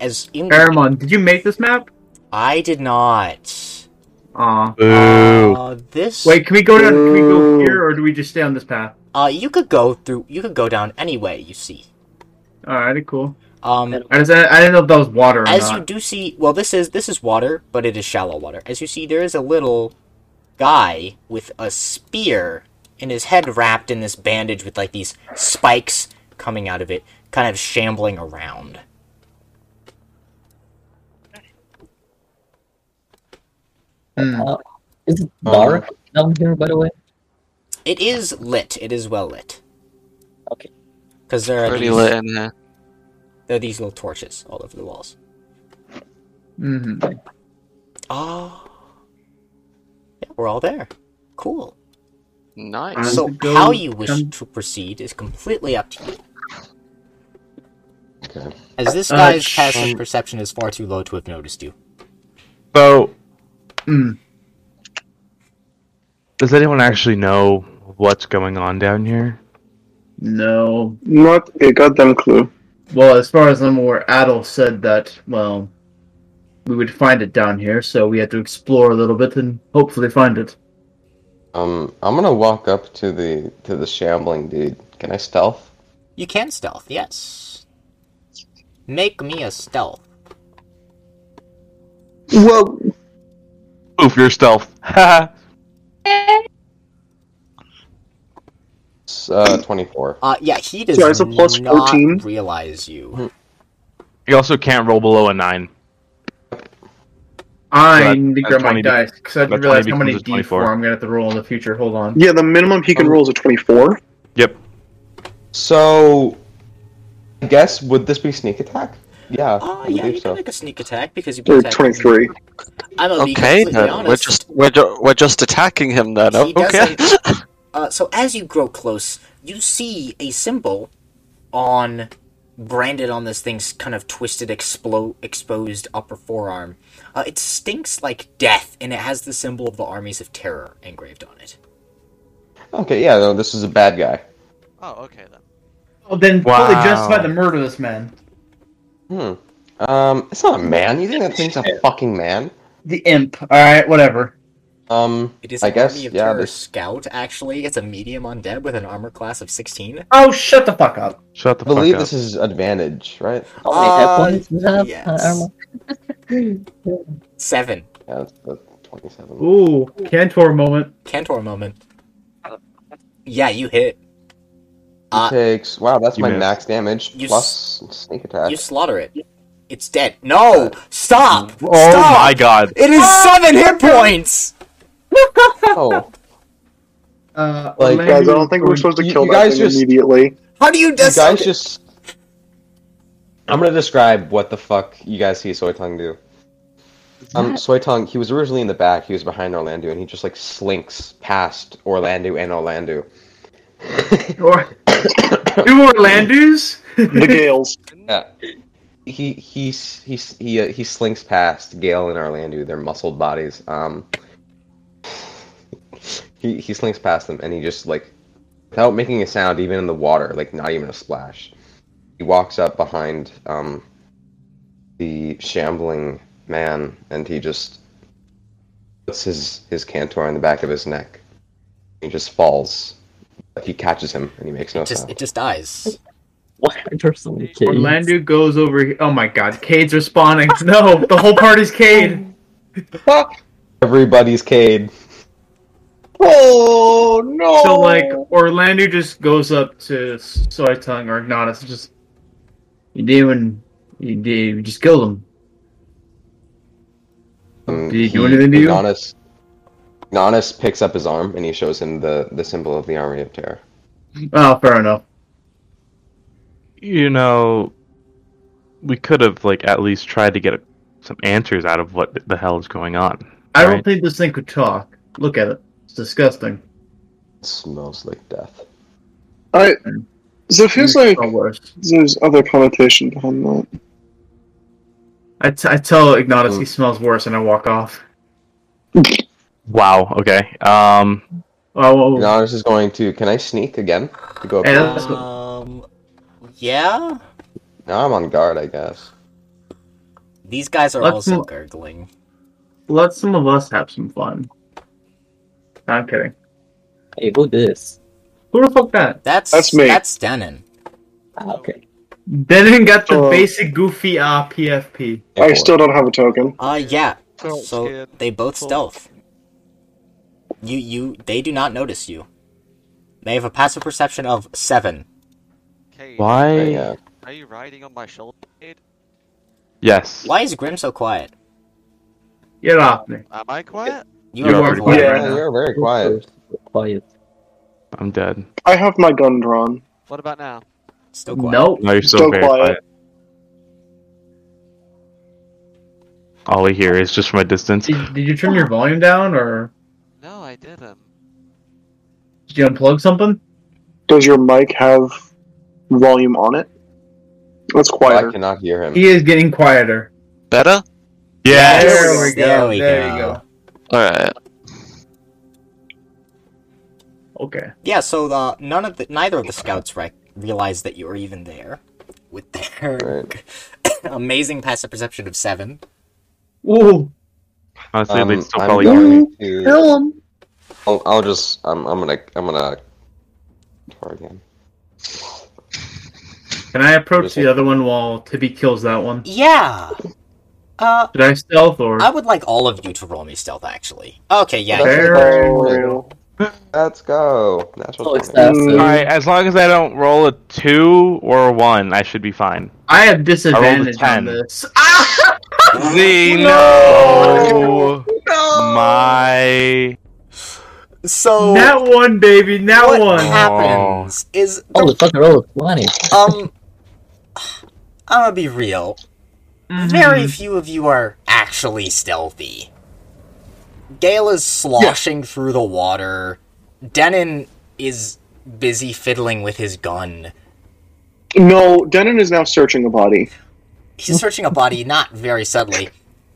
[SPEAKER 1] as in
[SPEAKER 5] Aramon, did you make this map?
[SPEAKER 1] I did not.
[SPEAKER 5] Aw.
[SPEAKER 1] Uh, this
[SPEAKER 5] Wait, can we go down? Can we go here, or do we just stay on this path?
[SPEAKER 1] Uh, you could go through. You could go down any way you see.
[SPEAKER 5] Alrighty, cool.
[SPEAKER 1] Um,
[SPEAKER 5] I just I, I didn't know if that was water or
[SPEAKER 1] as
[SPEAKER 5] not.
[SPEAKER 1] you do see, well, this is this is water, but it is shallow water. As you see, there is a little guy with a spear and his head wrapped in this bandage with like these spikes coming out of it, kind of shambling around.
[SPEAKER 6] Hmm.
[SPEAKER 10] Uh, is it
[SPEAKER 6] Oh.
[SPEAKER 10] dark down here, by the way?
[SPEAKER 1] It is lit. It is well lit.
[SPEAKER 10] Okay.
[SPEAKER 1] Because there are
[SPEAKER 3] Pretty
[SPEAKER 1] these,
[SPEAKER 3] lit in here.
[SPEAKER 1] there are these little torches all over the walls.
[SPEAKER 5] hmm
[SPEAKER 1] Oh. Yeah, we're all there. Cool.
[SPEAKER 3] Nice.
[SPEAKER 5] Um,
[SPEAKER 1] So
[SPEAKER 5] to go
[SPEAKER 1] how you wish
[SPEAKER 5] down-
[SPEAKER 1] to proceed is completely up to you.
[SPEAKER 7] Okay.
[SPEAKER 1] As this
[SPEAKER 5] Uh,
[SPEAKER 1] guy's
[SPEAKER 5] sh-
[SPEAKER 1] passive perception is far too low to have noticed you.
[SPEAKER 2] So,
[SPEAKER 5] Mm.
[SPEAKER 2] does anyone actually know what's going on down here?
[SPEAKER 5] No.
[SPEAKER 6] Not a goddamn clue.
[SPEAKER 5] Well, as far as I'm aware, Adel said that well, we would find it down here, so we had to explore a little bit and hopefully find it.
[SPEAKER 7] Um, I'm gonna walk up to the to the shambling dude. Can I stealth?
[SPEAKER 1] You can stealth, yes. Make me a stealth.
[SPEAKER 6] Well,
[SPEAKER 2] Oof, your stealth. Haha.
[SPEAKER 1] Uh,
[SPEAKER 7] It's, uh, 24.
[SPEAKER 1] Uh, yeah, he does
[SPEAKER 6] So it's a plus
[SPEAKER 1] not
[SPEAKER 6] 14?
[SPEAKER 1] realize you.
[SPEAKER 2] you also can't roll below a nine.
[SPEAKER 5] I
[SPEAKER 2] That-
[SPEAKER 5] need to
[SPEAKER 2] that
[SPEAKER 5] grab my
[SPEAKER 2] 20 be-
[SPEAKER 5] dice because I
[SPEAKER 2] that
[SPEAKER 5] didn't realize
[SPEAKER 2] 20
[SPEAKER 5] how many
[SPEAKER 2] becomes a Um,
[SPEAKER 5] D4
[SPEAKER 2] 24.
[SPEAKER 5] I'm gonna have to roll in the future. Hold on.
[SPEAKER 6] yeah, the minimum he
[SPEAKER 7] Um,
[SPEAKER 6] can roll is a 24.
[SPEAKER 2] Yep.
[SPEAKER 7] So, I guess would this be sneak attack? Yeah,
[SPEAKER 1] Oh,
[SPEAKER 7] I
[SPEAKER 1] yeah, you
[SPEAKER 7] believe
[SPEAKER 1] can
[SPEAKER 7] so.
[SPEAKER 1] make a sneak attack because you've
[SPEAKER 6] Or
[SPEAKER 1] been attacked.
[SPEAKER 6] 23.
[SPEAKER 1] I'm gonna be
[SPEAKER 3] Okay,
[SPEAKER 1] completely
[SPEAKER 3] then.
[SPEAKER 1] honest.
[SPEAKER 3] Uh, We're just we're, ju- we're just attacking him then.
[SPEAKER 1] He
[SPEAKER 3] Okay.
[SPEAKER 1] doesn't- uh, so as you grow close, you see a symbol on branded on this thing's kind of twisted, explo- exposed upper forearm. Uh, it stinks like death, and it has the symbol of the armies of terror engraved on it.
[SPEAKER 7] Okay, yeah, no, this is a bad guy.
[SPEAKER 3] oh, okay then.
[SPEAKER 5] Oh, then fully
[SPEAKER 2] Wow.
[SPEAKER 5] justify the murder of this man.
[SPEAKER 7] Hmm. Um, it's not a man. You think that thing's a fucking man?
[SPEAKER 5] The imp. All right, whatever.
[SPEAKER 7] Um,
[SPEAKER 1] It is
[SPEAKER 7] I
[SPEAKER 1] an
[SPEAKER 7] guess,
[SPEAKER 1] army of
[SPEAKER 7] yeah,
[SPEAKER 1] terror
[SPEAKER 7] this-
[SPEAKER 1] scout. Actually, it's a medium undead with an armor class of sixteen.
[SPEAKER 5] Oh, shut the fuck up.
[SPEAKER 2] Shut the
[SPEAKER 7] I believe
[SPEAKER 2] fuck up.
[SPEAKER 7] this is advantage, right?
[SPEAKER 1] Uh,
[SPEAKER 10] Wait, what is that?
[SPEAKER 1] yes.
[SPEAKER 10] Armor?
[SPEAKER 1] Seven.
[SPEAKER 7] Yeah, that's the 27.
[SPEAKER 5] Ooh, Cantor moment.
[SPEAKER 1] Cantor moment. Yeah, you hit. Uh,
[SPEAKER 7] takes wow, that's
[SPEAKER 2] You
[SPEAKER 7] my
[SPEAKER 2] missed.
[SPEAKER 7] max damage
[SPEAKER 1] You
[SPEAKER 7] plus sneak attack.
[SPEAKER 1] You slaughter it. It's dead. No!
[SPEAKER 7] Uh,
[SPEAKER 1] Stop!
[SPEAKER 2] Oh
[SPEAKER 1] Stop!
[SPEAKER 2] my god.
[SPEAKER 1] It is seven hit points!
[SPEAKER 7] oh,
[SPEAKER 5] Uh,
[SPEAKER 7] Like,
[SPEAKER 5] Orlando-
[SPEAKER 6] Guys, I don't think we're supposed to
[SPEAKER 7] You-
[SPEAKER 6] kill
[SPEAKER 7] you
[SPEAKER 6] that
[SPEAKER 7] guys
[SPEAKER 6] thing
[SPEAKER 7] just-
[SPEAKER 6] immediately.
[SPEAKER 1] How do you
[SPEAKER 7] you
[SPEAKER 1] dis-
[SPEAKER 7] guys just. I'm gonna describe what the fuck you guys see Soy Tongue do. Um, Soy Tongue, he was originally in the back. He was behind Orlando, and he just like slinks past Orlando and Orlando.
[SPEAKER 5] Or- Two Orlandos?
[SPEAKER 6] The Gales.
[SPEAKER 7] Yeah. He he s- he s- he uh, he slinks past Gale and Orlando, their muscled bodies. Um. He he slinks past them, and he just like, without making a sound, even in the water, like not even a splash. He walks up behind um. The shambling man, and he just puts his his cantor on the back of his neck. He just falls. He catches him, and he makes no
[SPEAKER 1] just,
[SPEAKER 7] sound.
[SPEAKER 1] it just dies.
[SPEAKER 10] What? There's so many caves.
[SPEAKER 5] Orlando goes over here. Oh my god, Cade's responding. No, the whole party's Cade.
[SPEAKER 7] Everybody's Cade.
[SPEAKER 6] Oh, no!
[SPEAKER 5] So, like, Orlando just goes up to Soy Tongue or Ignatus and just. You doing. You, did, you just killed him.
[SPEAKER 7] Um,
[SPEAKER 5] Did he do anything to you?
[SPEAKER 7] Ignatus, Ignatus picks up his arm and he shows him the, the symbol of the Army of Terror.
[SPEAKER 5] Oh, fair enough.
[SPEAKER 2] You know, we could have like at least tried to get some answers out of what the hell is going on.
[SPEAKER 5] I don't
[SPEAKER 2] Right.
[SPEAKER 5] think this thing could talk. Look at it. It's disgusting.
[SPEAKER 7] smells like death.
[SPEAKER 6] I. So it feels like
[SPEAKER 5] Or worse.
[SPEAKER 6] there's other connotation behind that.
[SPEAKER 5] I, t- I tell Ignatus
[SPEAKER 7] Mm.
[SPEAKER 5] he smells worse, and I walk off.
[SPEAKER 2] Wow. Okay. Um.
[SPEAKER 5] Oh, whoa, whoa.
[SPEAKER 7] Ignatus is going to. Can I sneak again? To go up
[SPEAKER 5] Hey,
[SPEAKER 7] close?
[SPEAKER 5] that's good.
[SPEAKER 1] Um, yeah.
[SPEAKER 7] Now I'm on guard, I guess.
[SPEAKER 1] These guys are
[SPEAKER 5] Let's
[SPEAKER 1] also
[SPEAKER 5] move-
[SPEAKER 1] gurgling.
[SPEAKER 5] let some of us have some fun. No, I'm kidding.
[SPEAKER 10] Hey, who this?
[SPEAKER 5] Who the fuck that?
[SPEAKER 1] That's
[SPEAKER 6] That's me.
[SPEAKER 1] That's Denon.
[SPEAKER 10] Ah, okay.
[SPEAKER 5] Denon got the
[SPEAKER 6] Oh.
[SPEAKER 5] basic goofy uh, PFP.
[SPEAKER 6] I still don't have a token.
[SPEAKER 1] Uh, yeah.
[SPEAKER 12] Don't
[SPEAKER 1] so
[SPEAKER 12] skid.
[SPEAKER 1] they both
[SPEAKER 12] Pull.
[SPEAKER 1] stealth. You, you, they do not notice you. They have a passive perception of seven.
[SPEAKER 12] Cade,
[SPEAKER 7] Oh,
[SPEAKER 2] Why?
[SPEAKER 7] yeah.
[SPEAKER 12] Are you riding on my shoulder, Cade?
[SPEAKER 2] Yes.
[SPEAKER 1] Why is Grim so quiet?
[SPEAKER 5] Get off me.
[SPEAKER 12] Am I quiet?
[SPEAKER 1] You
[SPEAKER 2] You're
[SPEAKER 1] are
[SPEAKER 2] pretty
[SPEAKER 1] quiet.
[SPEAKER 5] quiet.
[SPEAKER 7] Yeah, you're very quiet.
[SPEAKER 10] Quiet.
[SPEAKER 2] I'm dead.
[SPEAKER 6] I have my gun drawn.
[SPEAKER 12] What about now?
[SPEAKER 1] Still quiet.
[SPEAKER 5] Nope.
[SPEAKER 2] No, you're still,
[SPEAKER 6] Still
[SPEAKER 2] very
[SPEAKER 6] quiet.
[SPEAKER 2] quiet. All we hear is just from a distance.
[SPEAKER 5] Did, did you turn your volume down or
[SPEAKER 12] No, I didn't.
[SPEAKER 5] did you unplug something?
[SPEAKER 6] Does your mic have volume on it? That's
[SPEAKER 7] I
[SPEAKER 6] quieter.
[SPEAKER 7] cannot hear him.
[SPEAKER 5] He is getting quieter.
[SPEAKER 3] Better?
[SPEAKER 2] Yes.
[SPEAKER 5] There we go.
[SPEAKER 1] There we
[SPEAKER 5] there you
[SPEAKER 1] go.
[SPEAKER 5] go.
[SPEAKER 3] Alright.
[SPEAKER 5] Okay.
[SPEAKER 1] Yeah, so the, none of the, neither of the scouts rec- realized that you were even there, with their
[SPEAKER 7] Right.
[SPEAKER 1] amazing passive perception of seven.
[SPEAKER 5] Ooh.
[SPEAKER 2] Honestly,
[SPEAKER 7] Um,
[SPEAKER 2] they'd still
[SPEAKER 7] I'm
[SPEAKER 2] probably.
[SPEAKER 7] going to.
[SPEAKER 6] Kill him!
[SPEAKER 7] I'll, I'll just. I'm, I'm gonna. I'm gonna. Tor again.
[SPEAKER 5] Can I approach
[SPEAKER 7] Just-
[SPEAKER 5] the other one while Tibby kills that one?
[SPEAKER 1] Yeah. Uh,
[SPEAKER 5] Did I stealth or
[SPEAKER 1] I would like all of you to roll me stealth, actually. Okay, yeah.
[SPEAKER 5] Okay. Very
[SPEAKER 6] Oh,
[SPEAKER 7] Let's go. Natural
[SPEAKER 10] Oh, it's
[SPEAKER 7] 20.
[SPEAKER 10] that.
[SPEAKER 2] All right. As long as I don't roll a two or a one, I should be fine.
[SPEAKER 5] I have disadvantage
[SPEAKER 2] 10.
[SPEAKER 5] on this. Ah!
[SPEAKER 2] Z, no! My.
[SPEAKER 1] So
[SPEAKER 5] That one, baby. That
[SPEAKER 1] what
[SPEAKER 5] one.
[SPEAKER 1] happens is
[SPEAKER 10] Oh, the fucker rolled a 20.
[SPEAKER 1] um I'm gonna be real.
[SPEAKER 5] Mhm.
[SPEAKER 1] Very few of you are actually stealthy. Gale is sloshing through the water. Denon is busy fiddling with his gun.
[SPEAKER 6] No, Denon is now searching a body.
[SPEAKER 1] He's searching a body not very subtly.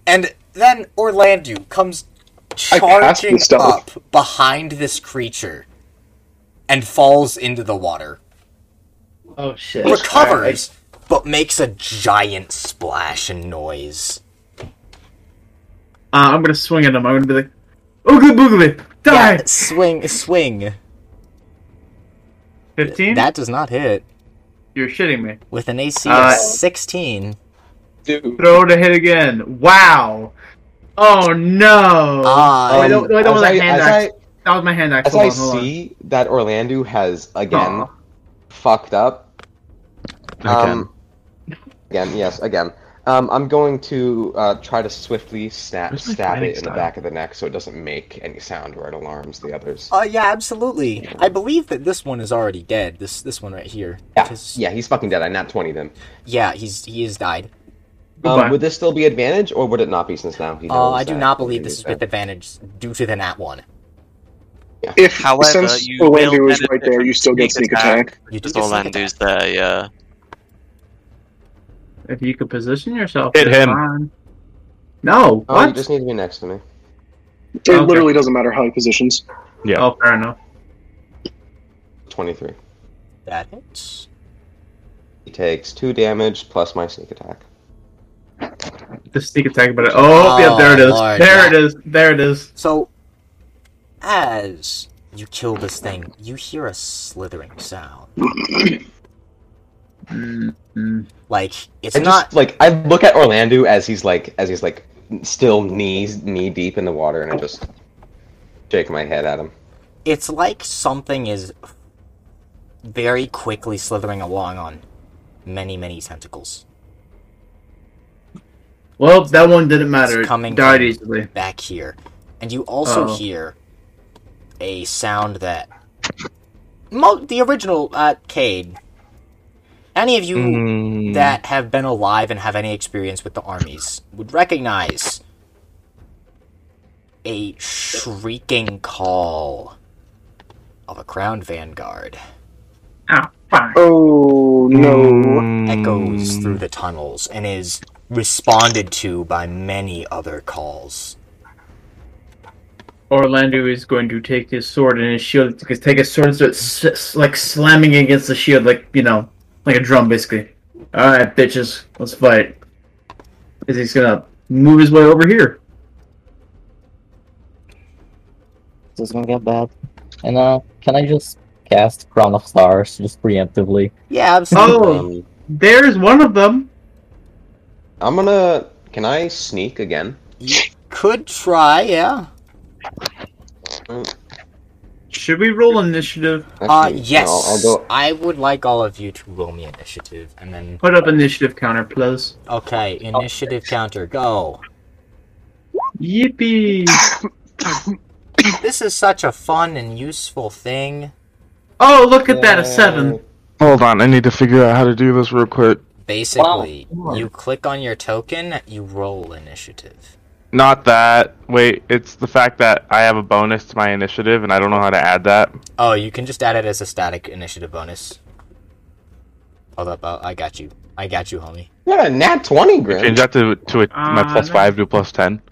[SPEAKER 1] And then Orlando comes
[SPEAKER 6] I passed
[SPEAKER 1] charging
[SPEAKER 6] the stealth.
[SPEAKER 1] up behind this creature and falls into the water.
[SPEAKER 5] Oh shit.
[SPEAKER 1] Recovers, but makes a giant splash and noise.
[SPEAKER 5] Uh, I'm gonna swing at him. I'm gonna be like, Oogly boogly, die.
[SPEAKER 1] Yeah, swing, swing.
[SPEAKER 5] Fifteen.
[SPEAKER 1] That does not hit.
[SPEAKER 5] You're shitting me.
[SPEAKER 1] With an AC
[SPEAKER 5] Uh,
[SPEAKER 1] of 16.
[SPEAKER 7] Dude.
[SPEAKER 5] Throw to hit again. Wow. Oh no.
[SPEAKER 1] Ah,
[SPEAKER 5] Wait, don't- wait, don't
[SPEAKER 7] Uh, as
[SPEAKER 5] let
[SPEAKER 7] I,
[SPEAKER 5] hand
[SPEAKER 7] as
[SPEAKER 5] axe-
[SPEAKER 7] I,
[SPEAKER 5] that was my hand axe.
[SPEAKER 7] as
[SPEAKER 5] Hold
[SPEAKER 7] I
[SPEAKER 5] on, hold on.
[SPEAKER 7] see that Orlando has again
[SPEAKER 5] Aw.
[SPEAKER 7] fucked up.
[SPEAKER 2] Again.
[SPEAKER 7] Um, again, yes, again. Um, I'm going to uh, try to swiftly snap,
[SPEAKER 2] Where's my
[SPEAKER 7] stab
[SPEAKER 2] fighting
[SPEAKER 7] it in the
[SPEAKER 2] style?
[SPEAKER 7] back of the neck so it doesn't make any sound where it alarms the others.
[SPEAKER 1] uh, yeah, absolutely. I believe that this one is already dead. This this one right here.
[SPEAKER 7] yeah,
[SPEAKER 1] 'Cause-
[SPEAKER 7] yeah, he's fucking dead. I nat 20 them.
[SPEAKER 1] yeah, he's he has died.
[SPEAKER 7] Um,
[SPEAKER 5] Goodbye.
[SPEAKER 7] would this still be advantage, or would it not be since now he
[SPEAKER 1] Uh,
[SPEAKER 7] knows
[SPEAKER 1] I do
[SPEAKER 7] that
[SPEAKER 1] not believe
[SPEAKER 7] Orlando's
[SPEAKER 1] this is
[SPEAKER 7] dead?
[SPEAKER 1] with advantage due to the nat one.
[SPEAKER 6] If
[SPEAKER 3] However,
[SPEAKER 6] since
[SPEAKER 3] you
[SPEAKER 6] Orlando
[SPEAKER 3] will
[SPEAKER 6] is right
[SPEAKER 3] benefit
[SPEAKER 6] there,
[SPEAKER 3] from
[SPEAKER 6] you still get
[SPEAKER 3] sneak
[SPEAKER 6] sneak attack.
[SPEAKER 1] You do
[SPEAKER 3] Just
[SPEAKER 1] get sneak attack.
[SPEAKER 3] Orlando's there, yeah.
[SPEAKER 5] If you could position yourself,
[SPEAKER 2] Hit
[SPEAKER 5] you're
[SPEAKER 2] him.
[SPEAKER 5] fine. No.
[SPEAKER 7] Oh, you
[SPEAKER 5] what?
[SPEAKER 7] just need to be next to me.
[SPEAKER 6] It
[SPEAKER 5] Okay.
[SPEAKER 6] literally doesn't matter how he positions.
[SPEAKER 2] Yeah.
[SPEAKER 5] Oh, fair enough.
[SPEAKER 7] 23.
[SPEAKER 1] That hits.
[SPEAKER 7] He takes 2 damage plus my sneak attack.
[SPEAKER 5] The sneak attack, but it- oh, yeah, there it is.
[SPEAKER 1] Lord,
[SPEAKER 5] there
[SPEAKER 1] yeah.
[SPEAKER 5] it is. There it is.
[SPEAKER 1] So, as you kill this thing, you hear a slithering sound. Like it's
[SPEAKER 7] And
[SPEAKER 1] not.
[SPEAKER 7] just like I look at Orlando as he's like as he's like still knees knee deep in the water, and I just shake my head at him.
[SPEAKER 1] It's like something is very quickly slithering along on many, many tentacles.
[SPEAKER 5] Well, that one didn't matter.
[SPEAKER 1] It's coming
[SPEAKER 5] It died
[SPEAKER 1] from-
[SPEAKER 5] easily.
[SPEAKER 1] back here. And you also
[SPEAKER 5] Oh.
[SPEAKER 1] hear a sound that mo- the original uh, Cade. Any of you
[SPEAKER 2] Mm.
[SPEAKER 1] that have been alive and have any experience with the armies would recognize a shrieking call of a crowned vanguard.
[SPEAKER 6] Oh no!
[SPEAKER 1] Echoes through the tunnels and is responded to by many other calls.
[SPEAKER 5] Orlando is going to take his sword and his shield. Because take his sword and start s- s- like slamming against the shield, like you know, like a drum, basically. All right, bitches, let's fight. Is he's gonna move his way over here?
[SPEAKER 10] This is gonna get bad. And uh, can I just cast Crown of Stars just preemptively?
[SPEAKER 1] Yeah,
[SPEAKER 5] Oh,
[SPEAKER 7] Um,
[SPEAKER 5] there's one of them.
[SPEAKER 7] I'm gonna. Can I sneak again?
[SPEAKER 1] Could try, yeah.
[SPEAKER 7] Mm.
[SPEAKER 5] Should we roll initiative?
[SPEAKER 1] Uh,
[SPEAKER 7] Actually, no,
[SPEAKER 1] yes.
[SPEAKER 7] I'll, I'll go.
[SPEAKER 1] I would like all of you to roll me initiative, and then
[SPEAKER 5] Put up initiative counter, please.
[SPEAKER 1] okay, initiative counter go.
[SPEAKER 5] Yippee!
[SPEAKER 1] This is such a fun and useful thing.
[SPEAKER 5] Oh, look at that, a seven.
[SPEAKER 2] Hold on, I need to figure out how to do this real quick.
[SPEAKER 1] Basically, you click on your token, you roll initiative.
[SPEAKER 2] Not that. Wait, it's the fact that I have a bonus to my initiative, and I don't know how to add that.
[SPEAKER 1] Oh, you can just add it as a static initiative bonus. Hold up, uh, I got you. I got you, homie.
[SPEAKER 7] What a nat twenty, Grim.
[SPEAKER 2] Change that to to a, my
[SPEAKER 5] Ah,
[SPEAKER 2] plus
[SPEAKER 5] no.
[SPEAKER 2] five to a plus ten.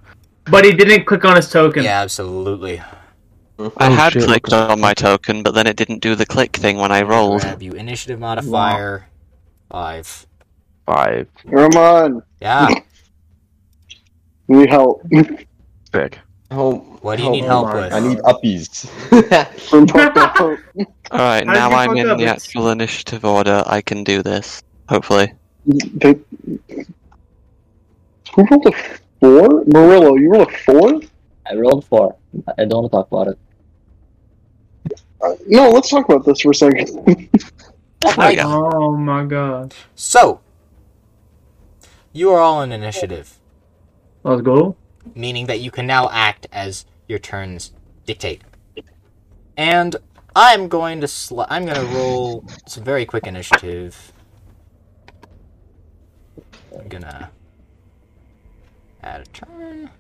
[SPEAKER 5] But he didn't click on his token.
[SPEAKER 1] Yeah, absolutely.
[SPEAKER 3] I
[SPEAKER 2] Oh,
[SPEAKER 3] had
[SPEAKER 2] shit,
[SPEAKER 3] clicked on my token, but then it didn't do the click thing when I rolled.
[SPEAKER 1] Grab you initiative modifier five.
[SPEAKER 2] Five,
[SPEAKER 6] Come on,
[SPEAKER 1] Yeah.
[SPEAKER 6] need help.
[SPEAKER 2] sick.
[SPEAKER 7] Help,
[SPEAKER 1] What do you need help with?
[SPEAKER 7] I need uppies.
[SPEAKER 6] From Pope to Pope.
[SPEAKER 3] Alright,
[SPEAKER 5] How did
[SPEAKER 3] now
[SPEAKER 5] you
[SPEAKER 3] I'm
[SPEAKER 5] fuck
[SPEAKER 3] in
[SPEAKER 5] up?
[SPEAKER 3] the
[SPEAKER 5] It's-
[SPEAKER 3] actual initiative order. I can do this. Hopefully.
[SPEAKER 6] They- Who rolled a four? Marillo, you rolled a four?
[SPEAKER 10] I rolled four. I don't want to talk about it.
[SPEAKER 6] Uh, no, let's talk about this for a second.
[SPEAKER 3] There we go.
[SPEAKER 5] Oh my god.
[SPEAKER 1] So, you are all in initiative,
[SPEAKER 5] Let's go.
[SPEAKER 1] meaning that you can now act as your turns dictate. And I'm going to sl- I'm going to roll some very quick initiative. I'm gonna add a turn.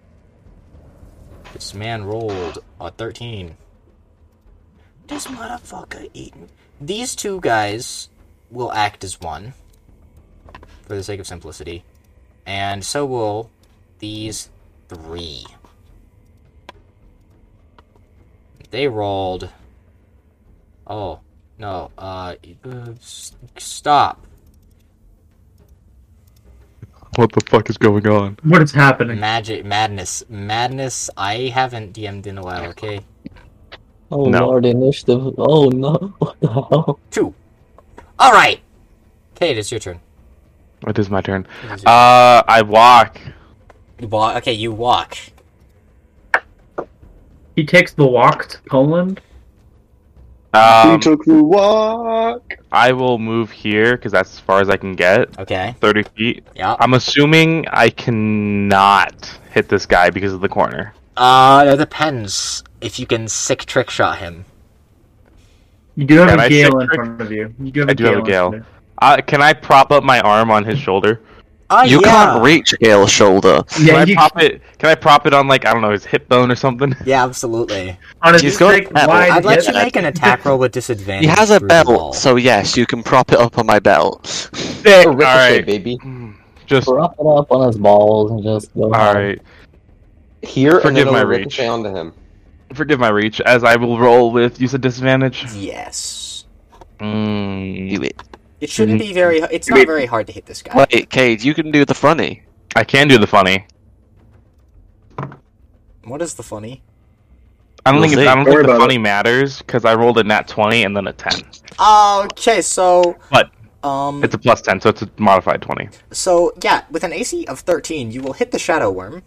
[SPEAKER 1] This man rolled a 13. This motherfucker eating. These two guys will act as one for the sake of simplicity, and so will these three. They rolled. Oh no! Uh, uh, s- stop.
[SPEAKER 2] What the fuck is going on?
[SPEAKER 5] What is happening?
[SPEAKER 1] Magic madness, madness. I haven't DM'd in a while. Okay.
[SPEAKER 10] Oh
[SPEAKER 2] No.
[SPEAKER 10] lord, initiative. Oh no. What the hell?
[SPEAKER 1] Two. All right. Kate, it's your turn.
[SPEAKER 2] It Oh, is my turn.
[SPEAKER 1] It is your-
[SPEAKER 2] Uh, I walk.
[SPEAKER 1] you walk. Okay, you walk.
[SPEAKER 5] He takes the walk to Poland.
[SPEAKER 6] we
[SPEAKER 2] Um,
[SPEAKER 6] took the walk.
[SPEAKER 2] I will move here because that's as far as I can get.
[SPEAKER 1] Okay.
[SPEAKER 2] Thirty feet.
[SPEAKER 1] Yeah.
[SPEAKER 2] I'm assuming I cannot hit this guy because of the corner.
[SPEAKER 1] Uh, it depends if you can sick trick shot him.
[SPEAKER 5] You do have
[SPEAKER 2] Can
[SPEAKER 5] a
[SPEAKER 2] I
[SPEAKER 5] gale
[SPEAKER 2] say
[SPEAKER 5] in
[SPEAKER 2] trick?
[SPEAKER 5] front of you. You do have
[SPEAKER 2] I
[SPEAKER 5] a
[SPEAKER 2] do
[SPEAKER 5] gale.
[SPEAKER 2] have a
[SPEAKER 5] in
[SPEAKER 2] gale.
[SPEAKER 5] front of
[SPEAKER 2] Uh, can I prop up my arm on his shoulder?
[SPEAKER 1] Oh,
[SPEAKER 3] You
[SPEAKER 1] yeah.
[SPEAKER 3] can't reach Gale's shoulder.
[SPEAKER 5] you. Yeah,
[SPEAKER 2] can
[SPEAKER 5] you
[SPEAKER 2] I pop it? Can I prop it on like I don't know his hip bone or something?
[SPEAKER 1] Yeah, absolutely.
[SPEAKER 5] on a
[SPEAKER 3] He's going
[SPEAKER 5] dick
[SPEAKER 3] to-
[SPEAKER 5] wide
[SPEAKER 1] I'd let you
[SPEAKER 5] hip.
[SPEAKER 1] make an attack roll with disadvantage.
[SPEAKER 3] He has a
[SPEAKER 1] through the wall.
[SPEAKER 3] belt, so yes, you can prop it up on my belt.
[SPEAKER 2] Sick.
[SPEAKER 7] Oh,
[SPEAKER 2] All
[SPEAKER 7] ricochet,
[SPEAKER 2] right.
[SPEAKER 7] baby.
[SPEAKER 2] Just all
[SPEAKER 10] Wrap it up on his balls and just
[SPEAKER 1] Oh,
[SPEAKER 10] go. hard.
[SPEAKER 2] right.
[SPEAKER 7] Here and
[SPEAKER 2] Forgive
[SPEAKER 7] then
[SPEAKER 2] my
[SPEAKER 7] my
[SPEAKER 2] reach.
[SPEAKER 7] ricochet onto him.
[SPEAKER 2] Forgive my reach, as I will roll with use of disadvantage.
[SPEAKER 1] Yes.
[SPEAKER 2] Mm,
[SPEAKER 3] Do it.
[SPEAKER 1] It shouldn't be very. It's not very hard to hit this guy.
[SPEAKER 3] Wait, Cade, you can do the funny.
[SPEAKER 2] I can do the funny.
[SPEAKER 1] What is the funny?
[SPEAKER 2] I don't
[SPEAKER 3] We'll
[SPEAKER 2] think it's, I
[SPEAKER 3] see.
[SPEAKER 2] don't
[SPEAKER 6] Don't worry
[SPEAKER 2] think the
[SPEAKER 6] about
[SPEAKER 2] funny matters because I rolled a nat twenty and then a ten.
[SPEAKER 1] Okay, so.
[SPEAKER 2] But-
[SPEAKER 1] Um.
[SPEAKER 2] It's a plus ten, so it's a modified twenty.
[SPEAKER 1] So yeah, with an AC of thirteen, you will hit the shadow worm.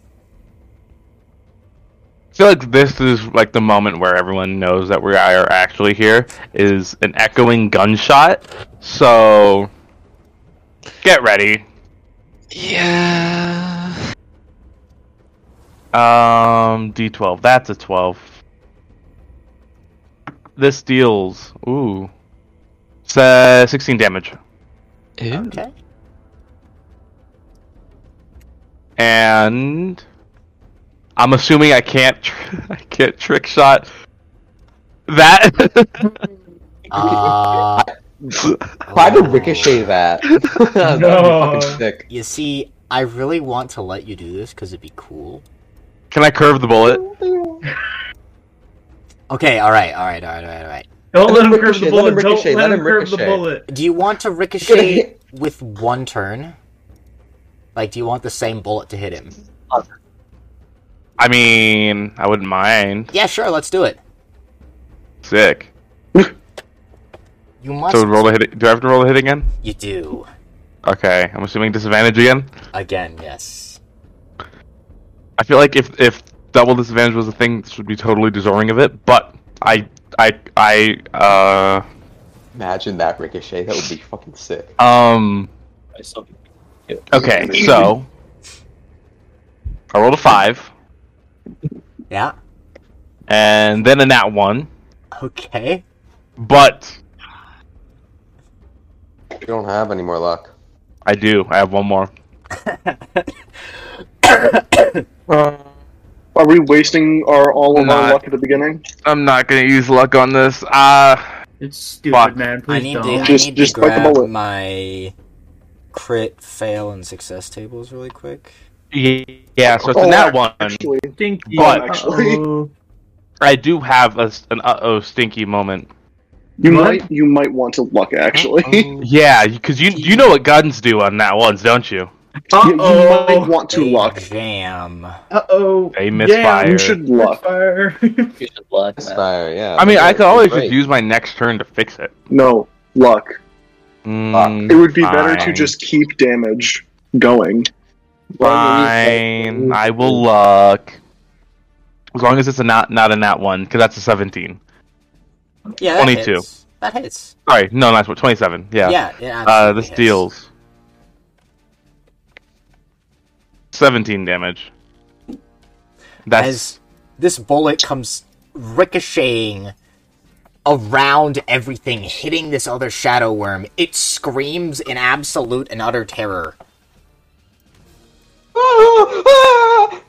[SPEAKER 2] I feel like this is like the moment where everyone knows that we are actually here is an echoing gunshot. So get ready.
[SPEAKER 3] Yeah.
[SPEAKER 2] Um, D12. That's a 12. This deals. Ooh. It's, uh, 16 damage.
[SPEAKER 3] Ew.
[SPEAKER 1] Okay.
[SPEAKER 2] And. I'm assuming I can't. Tr- I can't trick shot That
[SPEAKER 1] Uh,
[SPEAKER 7] Try to ricochet that. That'd be
[SPEAKER 2] Oh.
[SPEAKER 5] No.
[SPEAKER 7] fucking sick.
[SPEAKER 1] you see, I really want to let you do this because it'd be cool.
[SPEAKER 2] can I curve the bullet?
[SPEAKER 1] Okay, all right, all right, all right, all right, all right.
[SPEAKER 5] Don't let
[SPEAKER 7] him
[SPEAKER 5] him curve
[SPEAKER 7] ricochet,
[SPEAKER 5] the
[SPEAKER 7] let him
[SPEAKER 5] bullet. Don't
[SPEAKER 7] ricochet,
[SPEAKER 5] let
[SPEAKER 7] let
[SPEAKER 5] him
[SPEAKER 7] him
[SPEAKER 5] curve the
[SPEAKER 7] ricochet.
[SPEAKER 5] bullet.
[SPEAKER 1] Do you want to ricochet with one turn? Like, do you want the same bullet to hit him?
[SPEAKER 2] I mean, I wouldn't mind.
[SPEAKER 1] Yeah, sure, let's do it.
[SPEAKER 2] Sick.
[SPEAKER 1] You must.
[SPEAKER 2] So roll a hit. Do I have to roll a hit again?
[SPEAKER 1] You do.
[SPEAKER 2] Okay, I'm assuming disadvantage again.
[SPEAKER 1] Again, yes.
[SPEAKER 2] I feel like if if double disadvantage was a thing, this would be totally deserving of it. But I I uh, I
[SPEAKER 7] Imagine that ricochet. That would be fucking sick.
[SPEAKER 2] uh um
[SPEAKER 10] I saw it.
[SPEAKER 2] okay. So I rolled a five,
[SPEAKER 1] Yeah.
[SPEAKER 2] and then a nat one,
[SPEAKER 1] Okay.
[SPEAKER 2] but
[SPEAKER 7] You don't have any more luck.
[SPEAKER 2] I do. I have one more.
[SPEAKER 6] Are we wasting our all of
[SPEAKER 2] Not-
[SPEAKER 6] our luck at the beginning?
[SPEAKER 2] I'm not gonna use luck on this. Uh
[SPEAKER 5] It's stupid,
[SPEAKER 2] Fuck.
[SPEAKER 5] man.
[SPEAKER 1] I
[SPEAKER 5] Please
[SPEAKER 1] need
[SPEAKER 5] don't.
[SPEAKER 1] to.
[SPEAKER 6] Just-
[SPEAKER 1] I need
[SPEAKER 6] just
[SPEAKER 1] to
[SPEAKER 6] click the
[SPEAKER 1] grab
[SPEAKER 6] bullet.
[SPEAKER 1] my crit, fail, and success tables really quick.
[SPEAKER 2] yeah. So it's
[SPEAKER 6] Oh,
[SPEAKER 2] a nat
[SPEAKER 6] ac-
[SPEAKER 2] one.
[SPEAKER 6] Actually, Oh,
[SPEAKER 5] Stinky.
[SPEAKER 2] But-
[SPEAKER 6] actually-
[SPEAKER 5] Uh-oh.
[SPEAKER 2] I do have a, s- an uh oh stinky moment.
[SPEAKER 6] you
[SPEAKER 5] What?
[SPEAKER 6] might you might want to luck actually.
[SPEAKER 7] Mm.
[SPEAKER 2] Yeah, because you you know what guns do on nat ones, don't you?
[SPEAKER 6] you, you might
[SPEAKER 5] Uh-oh.
[SPEAKER 6] want to
[SPEAKER 1] Big
[SPEAKER 6] luck.
[SPEAKER 1] Jam.
[SPEAKER 5] Uh-oh.
[SPEAKER 2] They
[SPEAKER 5] Yeah,
[SPEAKER 2] misfire.
[SPEAKER 6] You should luck.
[SPEAKER 5] Fire.
[SPEAKER 10] You should luck, man.
[SPEAKER 7] Misfire, yeah.
[SPEAKER 2] I mean, I could always
[SPEAKER 7] Great.
[SPEAKER 2] just use my next turn to fix it.
[SPEAKER 6] No luck.
[SPEAKER 2] Mm,
[SPEAKER 6] It would be better to
[SPEAKER 2] fine.
[SPEAKER 6] just keep damage going.
[SPEAKER 2] Fine, I will luck. As long as it's a not not a nat one, because that's a seventeen.
[SPEAKER 1] Yeah. that
[SPEAKER 2] 22.
[SPEAKER 1] hits. That hits.
[SPEAKER 2] Sorry, no, not twenty-seven. Yeah.
[SPEAKER 1] Yeah. it
[SPEAKER 2] uh,
[SPEAKER 1] absolutely
[SPEAKER 2] this
[SPEAKER 1] hits.
[SPEAKER 2] deals seventeen damage. That's
[SPEAKER 1] as this bullet comes ricocheting around everything, hitting this other shadow worm. It screams in absolute and utter terror.
[SPEAKER 8] Ah!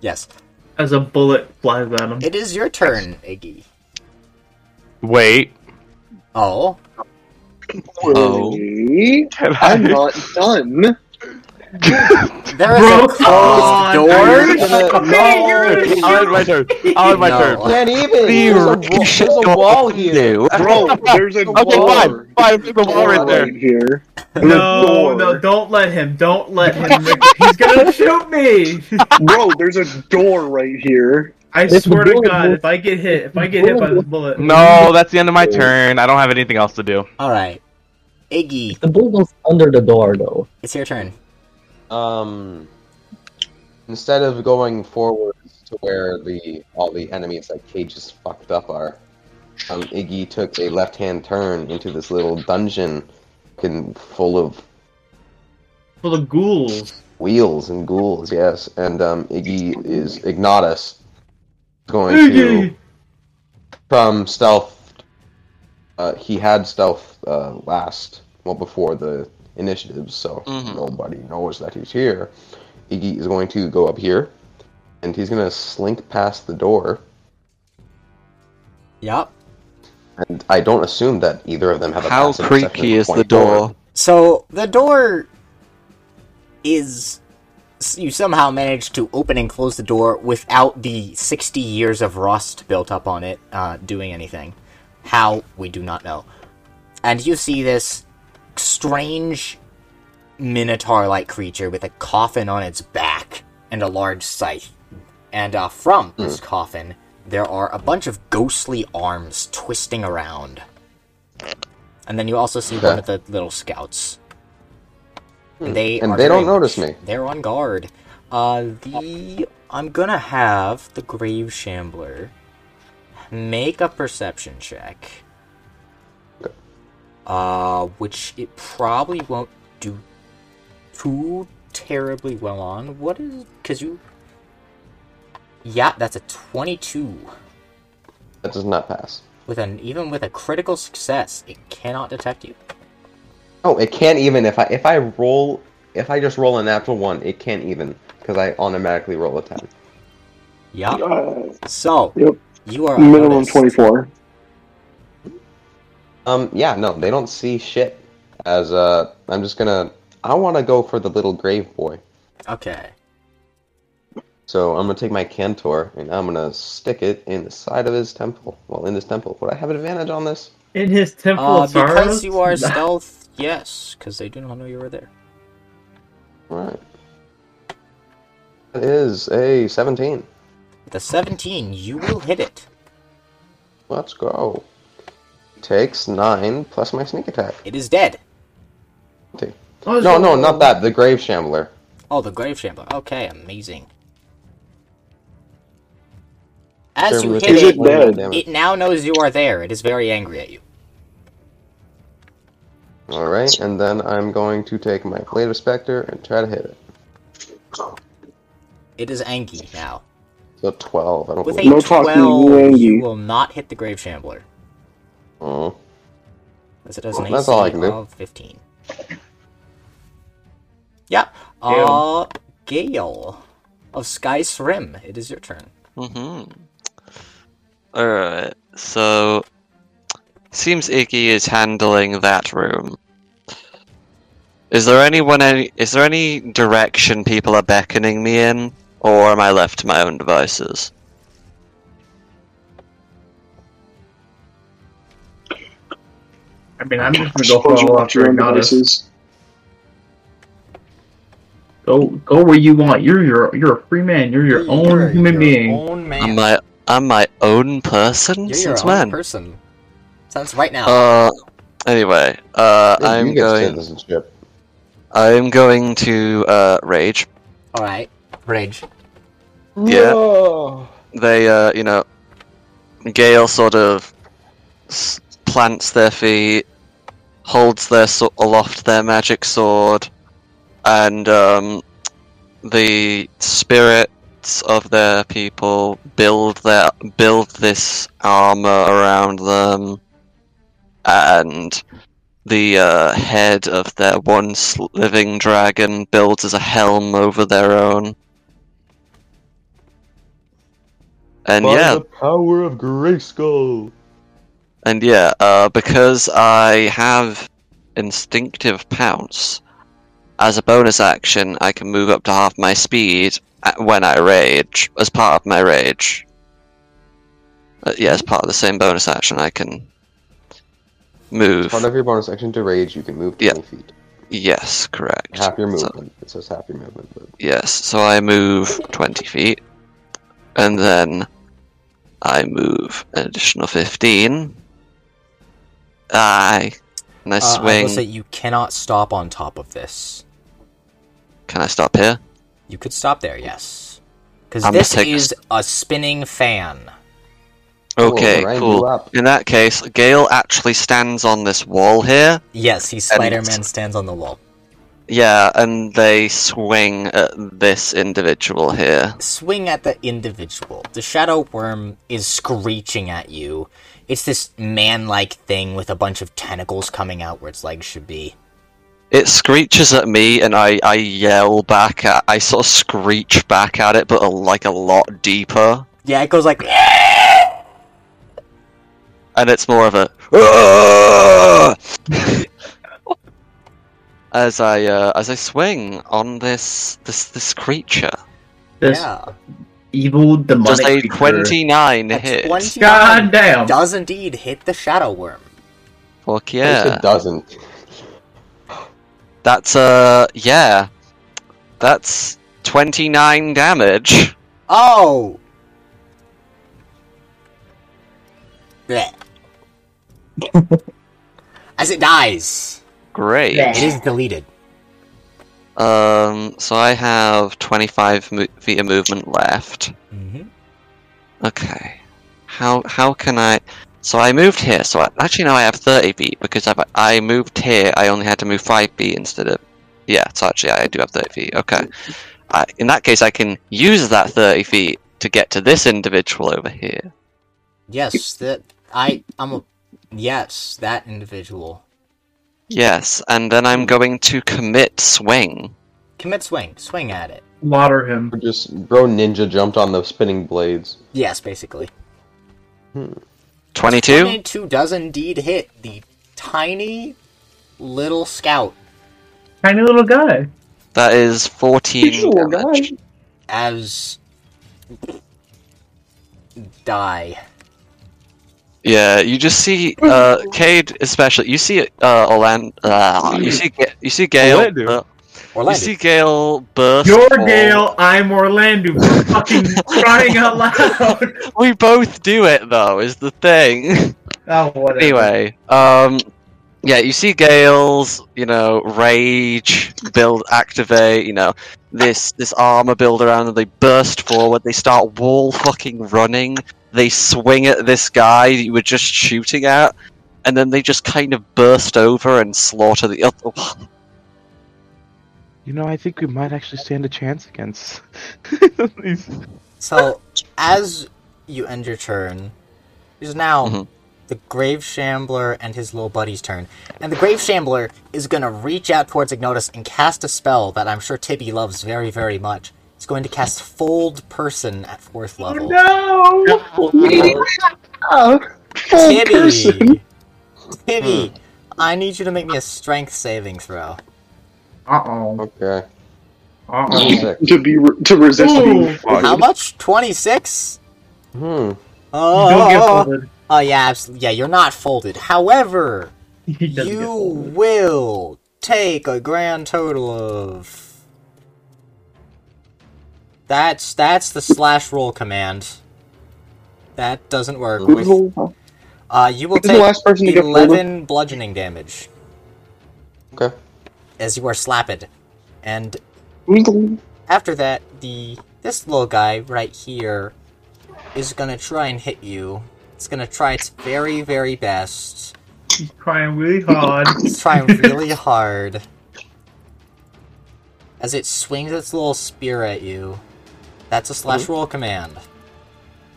[SPEAKER 1] Yes,
[SPEAKER 5] As a bullet flies at him.
[SPEAKER 1] it is your turn, Iggy.
[SPEAKER 2] wait.
[SPEAKER 1] Oh,
[SPEAKER 3] Oh.
[SPEAKER 6] Wait,
[SPEAKER 2] Can
[SPEAKER 6] I'm
[SPEAKER 2] I-
[SPEAKER 6] not done.
[SPEAKER 1] there is
[SPEAKER 5] Bro,
[SPEAKER 1] a
[SPEAKER 5] come
[SPEAKER 1] closed
[SPEAKER 5] on,
[SPEAKER 1] door.
[SPEAKER 5] dude.
[SPEAKER 2] I'll end my turn. I'll end my
[SPEAKER 1] No.
[SPEAKER 2] turn.
[SPEAKER 7] Can't even.
[SPEAKER 2] Be
[SPEAKER 7] There's a, wa- there's a wall here.
[SPEAKER 6] Bro, there's a
[SPEAKER 2] Okay,
[SPEAKER 6] door.
[SPEAKER 2] fine, fine. There's a wall right there.
[SPEAKER 6] right here.
[SPEAKER 5] No,
[SPEAKER 6] Door.
[SPEAKER 5] no, don't let him. Don't let him. Rick. He's gonna shoot me.
[SPEAKER 6] Bro, there's a door right here.
[SPEAKER 5] I
[SPEAKER 10] If
[SPEAKER 5] swear to
[SPEAKER 10] bullet
[SPEAKER 5] God,
[SPEAKER 10] would-
[SPEAKER 5] if I get hit, if I get hit by this bullet,
[SPEAKER 2] No, that's the end of
[SPEAKER 1] Oh.
[SPEAKER 2] my turn. I don't have anything else to do.
[SPEAKER 1] All right, Iggy,
[SPEAKER 10] The bull goes under the door, though.
[SPEAKER 1] it's your turn.
[SPEAKER 7] Um, instead of going forwards to where the all the enemies like cages fucked up are, um, Iggy took a left-hand turn into this little dungeon, fucking full of
[SPEAKER 5] full of ghouls.
[SPEAKER 7] wheels and ghouls. Yes, and um, Iggy is Ignatus going to
[SPEAKER 5] Iggy.
[SPEAKER 7] from stealth. Uh, he had stealth uh, last, well, before the initiatives, so
[SPEAKER 12] Mm-hmm.
[SPEAKER 3] Mhm.
[SPEAKER 7] nobody knows that he's here. Iggy is going to go up here, and he's going to slink past the door.
[SPEAKER 1] Yup.
[SPEAKER 7] And I don't assume that either of them have a
[SPEAKER 12] How
[SPEAKER 7] passive perception
[SPEAKER 12] creaky
[SPEAKER 7] of
[SPEAKER 12] is the
[SPEAKER 7] 24.
[SPEAKER 12] door?
[SPEAKER 1] So the door is you somehow managed to open and close the door without the 60 years of rust built up on it uh, doing anything. How we do not know. And you see this strange minotaur-like creature with a coffin on its back and a large scythe. And uh, from this coffin, there are a bunch of ghostly arms twisting around. And then you also see one of
[SPEAKER 7] Okay. Hmm.
[SPEAKER 1] the little scouts. And they
[SPEAKER 7] And
[SPEAKER 1] are
[SPEAKER 7] they don't
[SPEAKER 1] very
[SPEAKER 7] notice me.
[SPEAKER 1] they're on guard. Uh, the I'm gonna have the Grave Shambler make a perception check. Uh, which it probably won't do too terribly well on. What is? Cause you. Yeah, that's a twenty-two.
[SPEAKER 7] That does not pass.
[SPEAKER 1] With an even with a critical success, it cannot detect you.
[SPEAKER 7] No, Oh, it can't even. If I if I roll, if I just roll a natural one, it can't even because I automatically roll a ten.
[SPEAKER 1] Yeah.
[SPEAKER 6] Uh,
[SPEAKER 1] So
[SPEAKER 6] Yep.
[SPEAKER 1] you are
[SPEAKER 6] minimum
[SPEAKER 1] unnoticed.
[SPEAKER 6] 24.
[SPEAKER 7] Um, yeah, no, they don't see shit. As uh, I'm just gonna, I want to go for the little grave boy.
[SPEAKER 1] Okay.
[SPEAKER 7] So I'm gonna take my cantor and I'm gonna stick it in the side of his temple. Well, in this temple, would I have an advantage on this?
[SPEAKER 5] In his temple
[SPEAKER 1] Uh,
[SPEAKER 5] of sorrows?
[SPEAKER 1] because you are stealth, yes, because they do not know you were there.
[SPEAKER 7] Right. That is a 17.
[SPEAKER 1] The 17, you will hit it.
[SPEAKER 7] Let's go. Takes nine plus my sneak attack.
[SPEAKER 1] It is dead.
[SPEAKER 5] Oh,
[SPEAKER 7] No, no, not that. The grave shambler.
[SPEAKER 1] Oh, the grave shambler. Okay, amazing. As
[SPEAKER 7] Shambler
[SPEAKER 1] you hit
[SPEAKER 7] takes
[SPEAKER 1] it,
[SPEAKER 7] 21
[SPEAKER 1] it,
[SPEAKER 7] damage.
[SPEAKER 1] now knows you are there. It is very angry at you.
[SPEAKER 7] All right, and then I'm going to take my blade of specter and try to hit it.
[SPEAKER 1] It is angry now.
[SPEAKER 7] So 12. I don't
[SPEAKER 1] With a
[SPEAKER 7] believe.
[SPEAKER 6] No talking, you
[SPEAKER 1] 12, you
[SPEAKER 6] angry.
[SPEAKER 1] will not hit the grave shambler.
[SPEAKER 7] Oh,
[SPEAKER 1] As it has an
[SPEAKER 7] That's
[SPEAKER 1] AC
[SPEAKER 7] all I can do.
[SPEAKER 1] of 15. Yeah. Uh, Gale of Sky Srim, it is your turn.
[SPEAKER 3] Mm-hmm. Alright, so seems Iggy is handling that room. Is there anyone any is there any direction people are beckoning me in? Or am I left to my own devices?
[SPEAKER 5] I mean, I'm
[SPEAKER 6] I
[SPEAKER 5] just gonna go
[SPEAKER 6] suppose you
[SPEAKER 5] follow
[SPEAKER 6] want
[SPEAKER 5] after
[SPEAKER 6] your own
[SPEAKER 5] Ignatus.
[SPEAKER 6] devices.
[SPEAKER 5] Go, go where you want. You're your, you're a free man. You're your own
[SPEAKER 1] You're
[SPEAKER 5] human
[SPEAKER 1] your
[SPEAKER 5] being.
[SPEAKER 1] Own man.
[SPEAKER 3] Am I I'm my own person?
[SPEAKER 1] You're your
[SPEAKER 3] Since
[SPEAKER 1] own
[SPEAKER 3] when?
[SPEAKER 1] person. Sounds right now.
[SPEAKER 3] uh anyway, uh
[SPEAKER 7] Yeah, you
[SPEAKER 3] I'm
[SPEAKER 7] get
[SPEAKER 3] going
[SPEAKER 7] citizenship.
[SPEAKER 3] I'm going to uh rage.
[SPEAKER 1] All right, rage.
[SPEAKER 3] Yeah. They, uh, you know, Gale sort of s- plants their feet, holds their so- aloft their magic sword, and um, the spirits of their people build their build this armor around them, and the uh, head of their once living dragon builds as a helm over their own. And yeah,
[SPEAKER 7] power of Grayskull.
[SPEAKER 3] And yeah, uh, because I have instinctive pounce, as a bonus action, I can move up to half my speed uh, when I rage, as part of my rage. Uh, yeah, as part of the same bonus action, I can move.
[SPEAKER 7] Part of your bonus action to rage, you can move
[SPEAKER 3] Yeah.
[SPEAKER 7] 20 feet.
[SPEAKER 3] Yes, correct.
[SPEAKER 7] Half your
[SPEAKER 3] So-
[SPEAKER 7] movement. It says half your movement. But...
[SPEAKER 3] Yes, so I move 20 feet, and then I move an additional 15. I. And I
[SPEAKER 1] Uh, I
[SPEAKER 3] swing.
[SPEAKER 1] will say you cannot stop on top of this.
[SPEAKER 3] Can I stop here?
[SPEAKER 1] You could stop there, yes, because
[SPEAKER 3] I'm
[SPEAKER 1] this
[SPEAKER 3] gonna take-
[SPEAKER 1] is a spinning fan.
[SPEAKER 7] Cool,
[SPEAKER 3] Okay,
[SPEAKER 7] grind you
[SPEAKER 3] cool.
[SPEAKER 7] up.
[SPEAKER 3] In that case, Gale actually stands on this wall here.
[SPEAKER 1] Yes, he Spider Man stands on the wall.
[SPEAKER 3] Yeah, and they swing at this individual here.
[SPEAKER 1] Swing at the individual. The shadow worm is screeching at you. It's this man like thing with a bunch of tentacles coming out where its legs should be.
[SPEAKER 3] It screeches at me, and I, I yell back at. I sort of screech back at it, but a, like a lot deeper.
[SPEAKER 1] Yeah, it goes like
[SPEAKER 3] And it's more of a. "Ah!" as I uh, as I swing on this this this creature,
[SPEAKER 5] This
[SPEAKER 1] yeah.
[SPEAKER 5] evil demonic
[SPEAKER 3] does a
[SPEAKER 5] creature.
[SPEAKER 3] twenty nine
[SPEAKER 1] A
[SPEAKER 3] hit?
[SPEAKER 1] 29
[SPEAKER 5] God damn.
[SPEAKER 1] Does indeed hit the shadow worm.
[SPEAKER 7] At least
[SPEAKER 3] Fuck yeah!
[SPEAKER 7] It doesn't.
[SPEAKER 3] That's uh yeah. That's twenty nine damage.
[SPEAKER 1] Oh. Blech. As it dies,
[SPEAKER 3] Great.
[SPEAKER 1] it is deleted.
[SPEAKER 3] Um so I have twenty five mo- feet of movement left.
[SPEAKER 1] Mm-hmm.
[SPEAKER 3] Okay. How how can I so I moved here, so I, actually now I have thirty feet because I've, I moved here. I only had to move five feet instead of yeah. So actually, I do have thirty feet. Okay. I, in that case, I can use that thirty feet to get to this individual over here.
[SPEAKER 1] Yes, that I I'm a yes that individual
[SPEAKER 3] Yes, and then I'm going to commit swing.
[SPEAKER 1] commit swing swing at it.
[SPEAKER 5] Slaughter him.
[SPEAKER 7] Or Just bro ninja jumped on the spinning blades. Hmm.
[SPEAKER 1] Yes, basically.
[SPEAKER 3] 22?
[SPEAKER 1] Twenty-two does indeed hit the tiny little scout
[SPEAKER 5] Tiny little guy.
[SPEAKER 3] That is 14 damage.
[SPEAKER 1] as die.
[SPEAKER 3] Yeah, you just see uh, Cade especially. You see uh, Orlando. Uh, you see Ga- you see Gale.
[SPEAKER 2] Orlando.
[SPEAKER 3] uh, you
[SPEAKER 1] Orlando.
[SPEAKER 3] see Gale burst.
[SPEAKER 5] You're
[SPEAKER 1] Oh.
[SPEAKER 3] forward.
[SPEAKER 5] Gale, I'm Orlando. We're fucking crying out loud.
[SPEAKER 3] We both do it though. Is the thing.
[SPEAKER 5] Oh, whatever.
[SPEAKER 3] anyway, um, yeah, you see Gale's you know rage build activate. You know this this armor build around them. They burst forward. They start wall fucking running. They swing at this guy that you were just shooting at, and then they just kind of burst over and slaughter the oh, other.
[SPEAKER 2] You know, I think we might actually stand a chance against these.
[SPEAKER 1] So, as you end your turn, it is now
[SPEAKER 3] Mhm.
[SPEAKER 1] the Grave Shambler and his little buddy's turn. And the Grave Shambler is going to reach out towards Ignotus and cast a spell that I'm sure Tibby loves very, very much. It's going to cast Fold Person at fourth
[SPEAKER 6] Oh,
[SPEAKER 1] level. Tibby! Tibby! I need you to make me a strength saving throw.
[SPEAKER 5] Uh oh.
[SPEAKER 7] Okay.
[SPEAKER 5] Uh oh.
[SPEAKER 7] Sick.
[SPEAKER 6] To be re- to resist
[SPEAKER 5] Ooh.
[SPEAKER 6] being folded.
[SPEAKER 1] How much? 26?
[SPEAKER 7] Hmm.
[SPEAKER 1] Oh,
[SPEAKER 5] Don't get
[SPEAKER 1] oh, oh.
[SPEAKER 5] folded.
[SPEAKER 1] Oh, yeah, absolutely. Yeah, you're not folded. However,
[SPEAKER 5] He doesn't get
[SPEAKER 1] you
[SPEAKER 5] folded.
[SPEAKER 1] will take a grand total of that's that's the slash roll command that doesn't work
[SPEAKER 6] Who's
[SPEAKER 1] with,
[SPEAKER 6] the, huh?
[SPEAKER 1] uh, you will
[SPEAKER 6] who's the
[SPEAKER 1] take
[SPEAKER 6] last person to get folded?
[SPEAKER 1] 11 bludgeoning damage
[SPEAKER 7] Okay.
[SPEAKER 1] as you are slapped and
[SPEAKER 6] who's the-
[SPEAKER 1] after that the this little guy right here is gonna try and hit you it's gonna try its very very best
[SPEAKER 5] He's crying really hard.
[SPEAKER 1] It's trying really hard. As it swings its little spear at you. That's a slash roll command.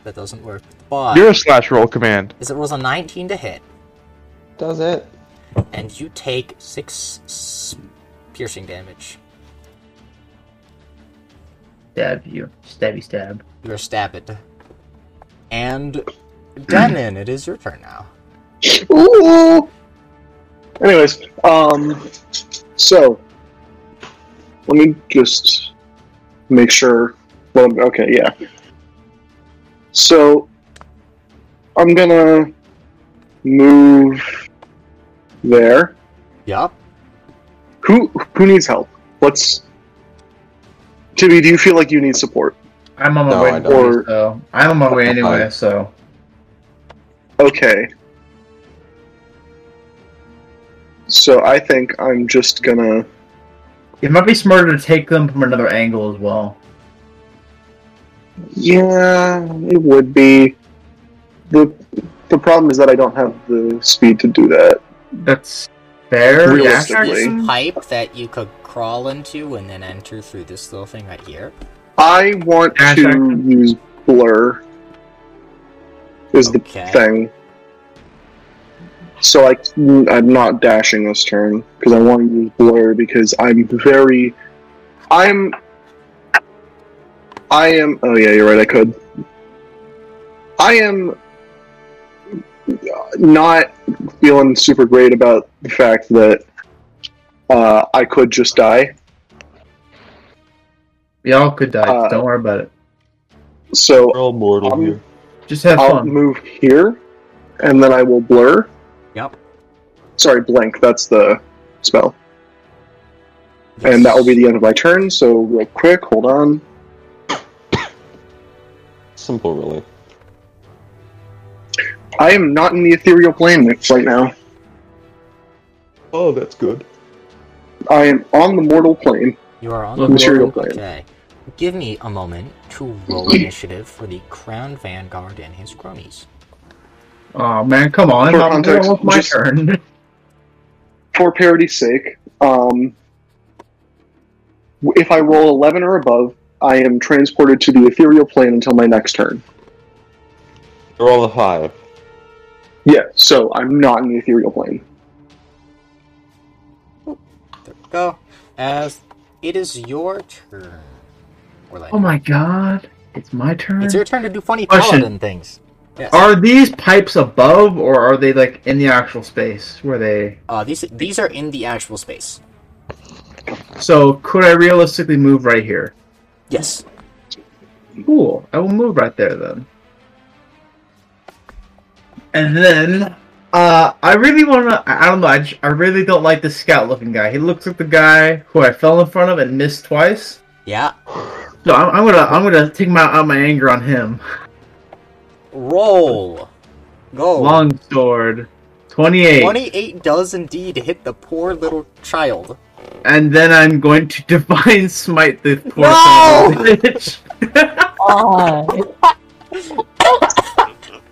[SPEAKER 1] That doesn't work with the bot.
[SPEAKER 2] Mm-hmm. You're a slash roll command.
[SPEAKER 1] Is it rolls a 19 to hit,
[SPEAKER 7] Does it?
[SPEAKER 1] and you take 6 s- piercing damage.
[SPEAKER 5] Stab you. Stabby stab.
[SPEAKER 1] You're stabbed. And, Demon, it is your turn now.
[SPEAKER 6] Ooh. Anyways, um, so let me just make sure. Well, okay, yeah. So I'm gonna move there.
[SPEAKER 1] Yup.
[SPEAKER 6] Who who needs help? Let's. Tibby, do you feel like you need support?
[SPEAKER 5] I'm on my
[SPEAKER 7] No,
[SPEAKER 5] way
[SPEAKER 7] I
[SPEAKER 5] anyway,
[SPEAKER 6] don't.
[SPEAKER 5] so I'm on my way anyway, so
[SPEAKER 6] Okay. So I think I'm just gonna.
[SPEAKER 5] it might be smarter to take them from another angle as well.
[SPEAKER 6] Yeah, it would be. the The problem is that I don't have the speed to do that.
[SPEAKER 5] That's fair.
[SPEAKER 6] Realistically.
[SPEAKER 1] There's
[SPEAKER 5] Jackson?
[SPEAKER 1] a pipe that you could crawl into and then enter through this little thing right here.
[SPEAKER 6] I want
[SPEAKER 5] Dash
[SPEAKER 6] to
[SPEAKER 5] action?
[SPEAKER 6] use blur. Is
[SPEAKER 1] Okay.
[SPEAKER 6] the thing. So I, I'm not dashing this turn because I want to use blur because I'm very, I'm, I am. Oh yeah, you're right. I could. I am not feeling super great about the fact that uh, I could just die.
[SPEAKER 5] We all could die.
[SPEAKER 6] Uh,
[SPEAKER 5] Don't worry about it.
[SPEAKER 6] So
[SPEAKER 7] all mortal
[SPEAKER 6] I'm-
[SPEAKER 7] here.
[SPEAKER 5] Just have
[SPEAKER 6] I'll
[SPEAKER 5] fun.
[SPEAKER 6] move here, and then I will blur.
[SPEAKER 1] Yep.
[SPEAKER 6] Sorry, blank. That's the spell, and that will be the end of my turn. So real quick, hold on.
[SPEAKER 7] Simple, really.
[SPEAKER 6] I am not in the ethereal plane right now.
[SPEAKER 7] Oh, that's good.
[SPEAKER 6] I am on the mortal plane.
[SPEAKER 1] You are on
[SPEAKER 5] Look,
[SPEAKER 1] the
[SPEAKER 6] material
[SPEAKER 1] board.
[SPEAKER 6] player.
[SPEAKER 1] Okay. Give me a moment to roll initiative for the Crown Vanguard and his cronies.
[SPEAKER 5] Oh man, come on!
[SPEAKER 6] For
[SPEAKER 5] I'm
[SPEAKER 6] context,
[SPEAKER 5] almost my
[SPEAKER 6] just-
[SPEAKER 5] turn.
[SPEAKER 6] For parity's sake, um, if I roll eleven or above, I am transported to the ethereal plane until my next turn.
[SPEAKER 7] Roll a five.
[SPEAKER 6] Yeah, so I'm not in the ethereal plane.
[SPEAKER 1] There we go. As it is your turn. Orlando.
[SPEAKER 5] Oh my god! It's my turn.
[SPEAKER 1] It's your turn to do funny
[SPEAKER 5] Question.
[SPEAKER 1] paladin things. Yes.
[SPEAKER 5] Are these pipes above, or are they like in the actual space where they?
[SPEAKER 1] Uh, these these are in the actual space.
[SPEAKER 5] So could I realistically move right here?
[SPEAKER 1] Yes.
[SPEAKER 5] Cool. I will move right there then. And then, uh, I really want to. I I don't know. I, j- I really don't like this scout looking guy. He looks like the guy who I fell in front of and missed twice.
[SPEAKER 1] Yeah.
[SPEAKER 5] So I'm, I'm gonna I'm gonna take my out my anger on him.
[SPEAKER 1] Roll. Go.
[SPEAKER 5] Long sword, twenty eight.
[SPEAKER 1] Twenty-eight does indeed hit the poor little child.
[SPEAKER 5] And then I'm going to divine smite the poor
[SPEAKER 1] No!
[SPEAKER 5] son of a bitch.
[SPEAKER 10] Oh,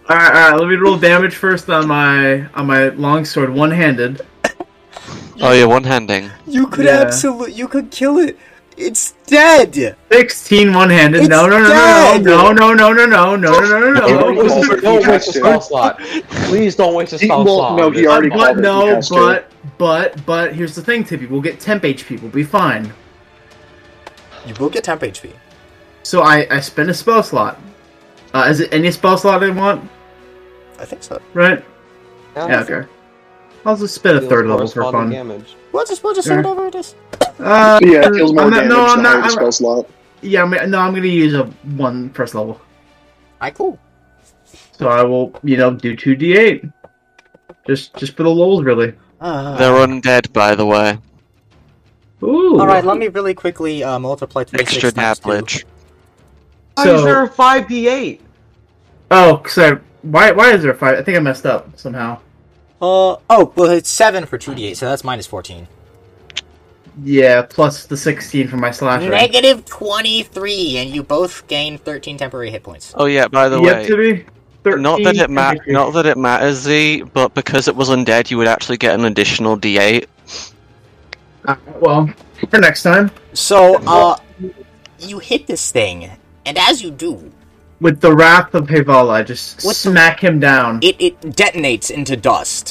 [SPEAKER 5] All right, all right. Let me roll damage first on my on my longsword, one handed.
[SPEAKER 3] Oh, you're one-handing.
[SPEAKER 1] You could
[SPEAKER 5] Yeah.
[SPEAKER 1] absolute. You could kill it. It's dead.
[SPEAKER 5] 16 one handed.
[SPEAKER 1] It's
[SPEAKER 5] No, no, no,
[SPEAKER 1] dead!
[SPEAKER 5] no, no, no, no, no, no, no, no, no, no,
[SPEAKER 7] Don't
[SPEAKER 5] no.
[SPEAKER 6] was-
[SPEAKER 7] waste a- don't waste a spell slot. Please don't waste a spell
[SPEAKER 6] Well,
[SPEAKER 7] slot.
[SPEAKER 6] no, he already
[SPEAKER 5] But
[SPEAKER 6] called it. He
[SPEAKER 5] no,
[SPEAKER 6] has to.
[SPEAKER 5] but but but here's the thing, Tippy. We'll get temp HP. We'll be fine.
[SPEAKER 1] You will get temp HP.
[SPEAKER 5] So I I spend a spell slot. Uh, is it any spell slot I want?
[SPEAKER 1] I think so.
[SPEAKER 5] Right?
[SPEAKER 7] Yeah,
[SPEAKER 5] Yeah. Okay. I'll just spend a
[SPEAKER 7] deals
[SPEAKER 5] third level for
[SPEAKER 7] corresponding
[SPEAKER 5] fun.
[SPEAKER 7] damage.
[SPEAKER 1] We'll just we'll just say
[SPEAKER 5] Yeah.
[SPEAKER 1] whatever it is.
[SPEAKER 5] Uh,
[SPEAKER 6] Yeah, it deals more
[SPEAKER 5] I'm not-
[SPEAKER 6] damage
[SPEAKER 5] no, I'm
[SPEAKER 6] than
[SPEAKER 5] not.
[SPEAKER 6] higher
[SPEAKER 5] I'm,
[SPEAKER 6] spell slot.
[SPEAKER 5] yeah, I'm, no, I'm gonna use a one first level.
[SPEAKER 1] I cool.
[SPEAKER 5] So I will, you know, do two d8. Just just for the lulz, really.
[SPEAKER 1] Uh,
[SPEAKER 3] They're undead, by the way.
[SPEAKER 5] Ooh.
[SPEAKER 1] all right. Let me really quickly uh, multiply twenty-six
[SPEAKER 3] Extra
[SPEAKER 1] times two.
[SPEAKER 3] damage.
[SPEAKER 7] Why is there a 5d8?
[SPEAKER 5] Oh, cause I why why is there a five? I think I messed up somehow.
[SPEAKER 1] Uh oh. Well, it's seven for two d eight, so that's minus fourteen.
[SPEAKER 5] Yeah, plus the sixteen for my slasher.
[SPEAKER 1] Negative twenty-three, and you both gain thirteen temporary hit points.
[SPEAKER 3] Oh yeah, by the
[SPEAKER 5] Yep,
[SPEAKER 3] way,
[SPEAKER 5] Timmy.
[SPEAKER 3] not that it ma-
[SPEAKER 5] 13.
[SPEAKER 3] not that it matters, Z, but because it was undead, you would actually get an additional D8.
[SPEAKER 5] Uh, well, for next time
[SPEAKER 1] So uh, you hit this thing, and as you do,
[SPEAKER 5] with the wrath of Hevala, just
[SPEAKER 1] What the-
[SPEAKER 5] smack him down.
[SPEAKER 1] it it detonates into dust.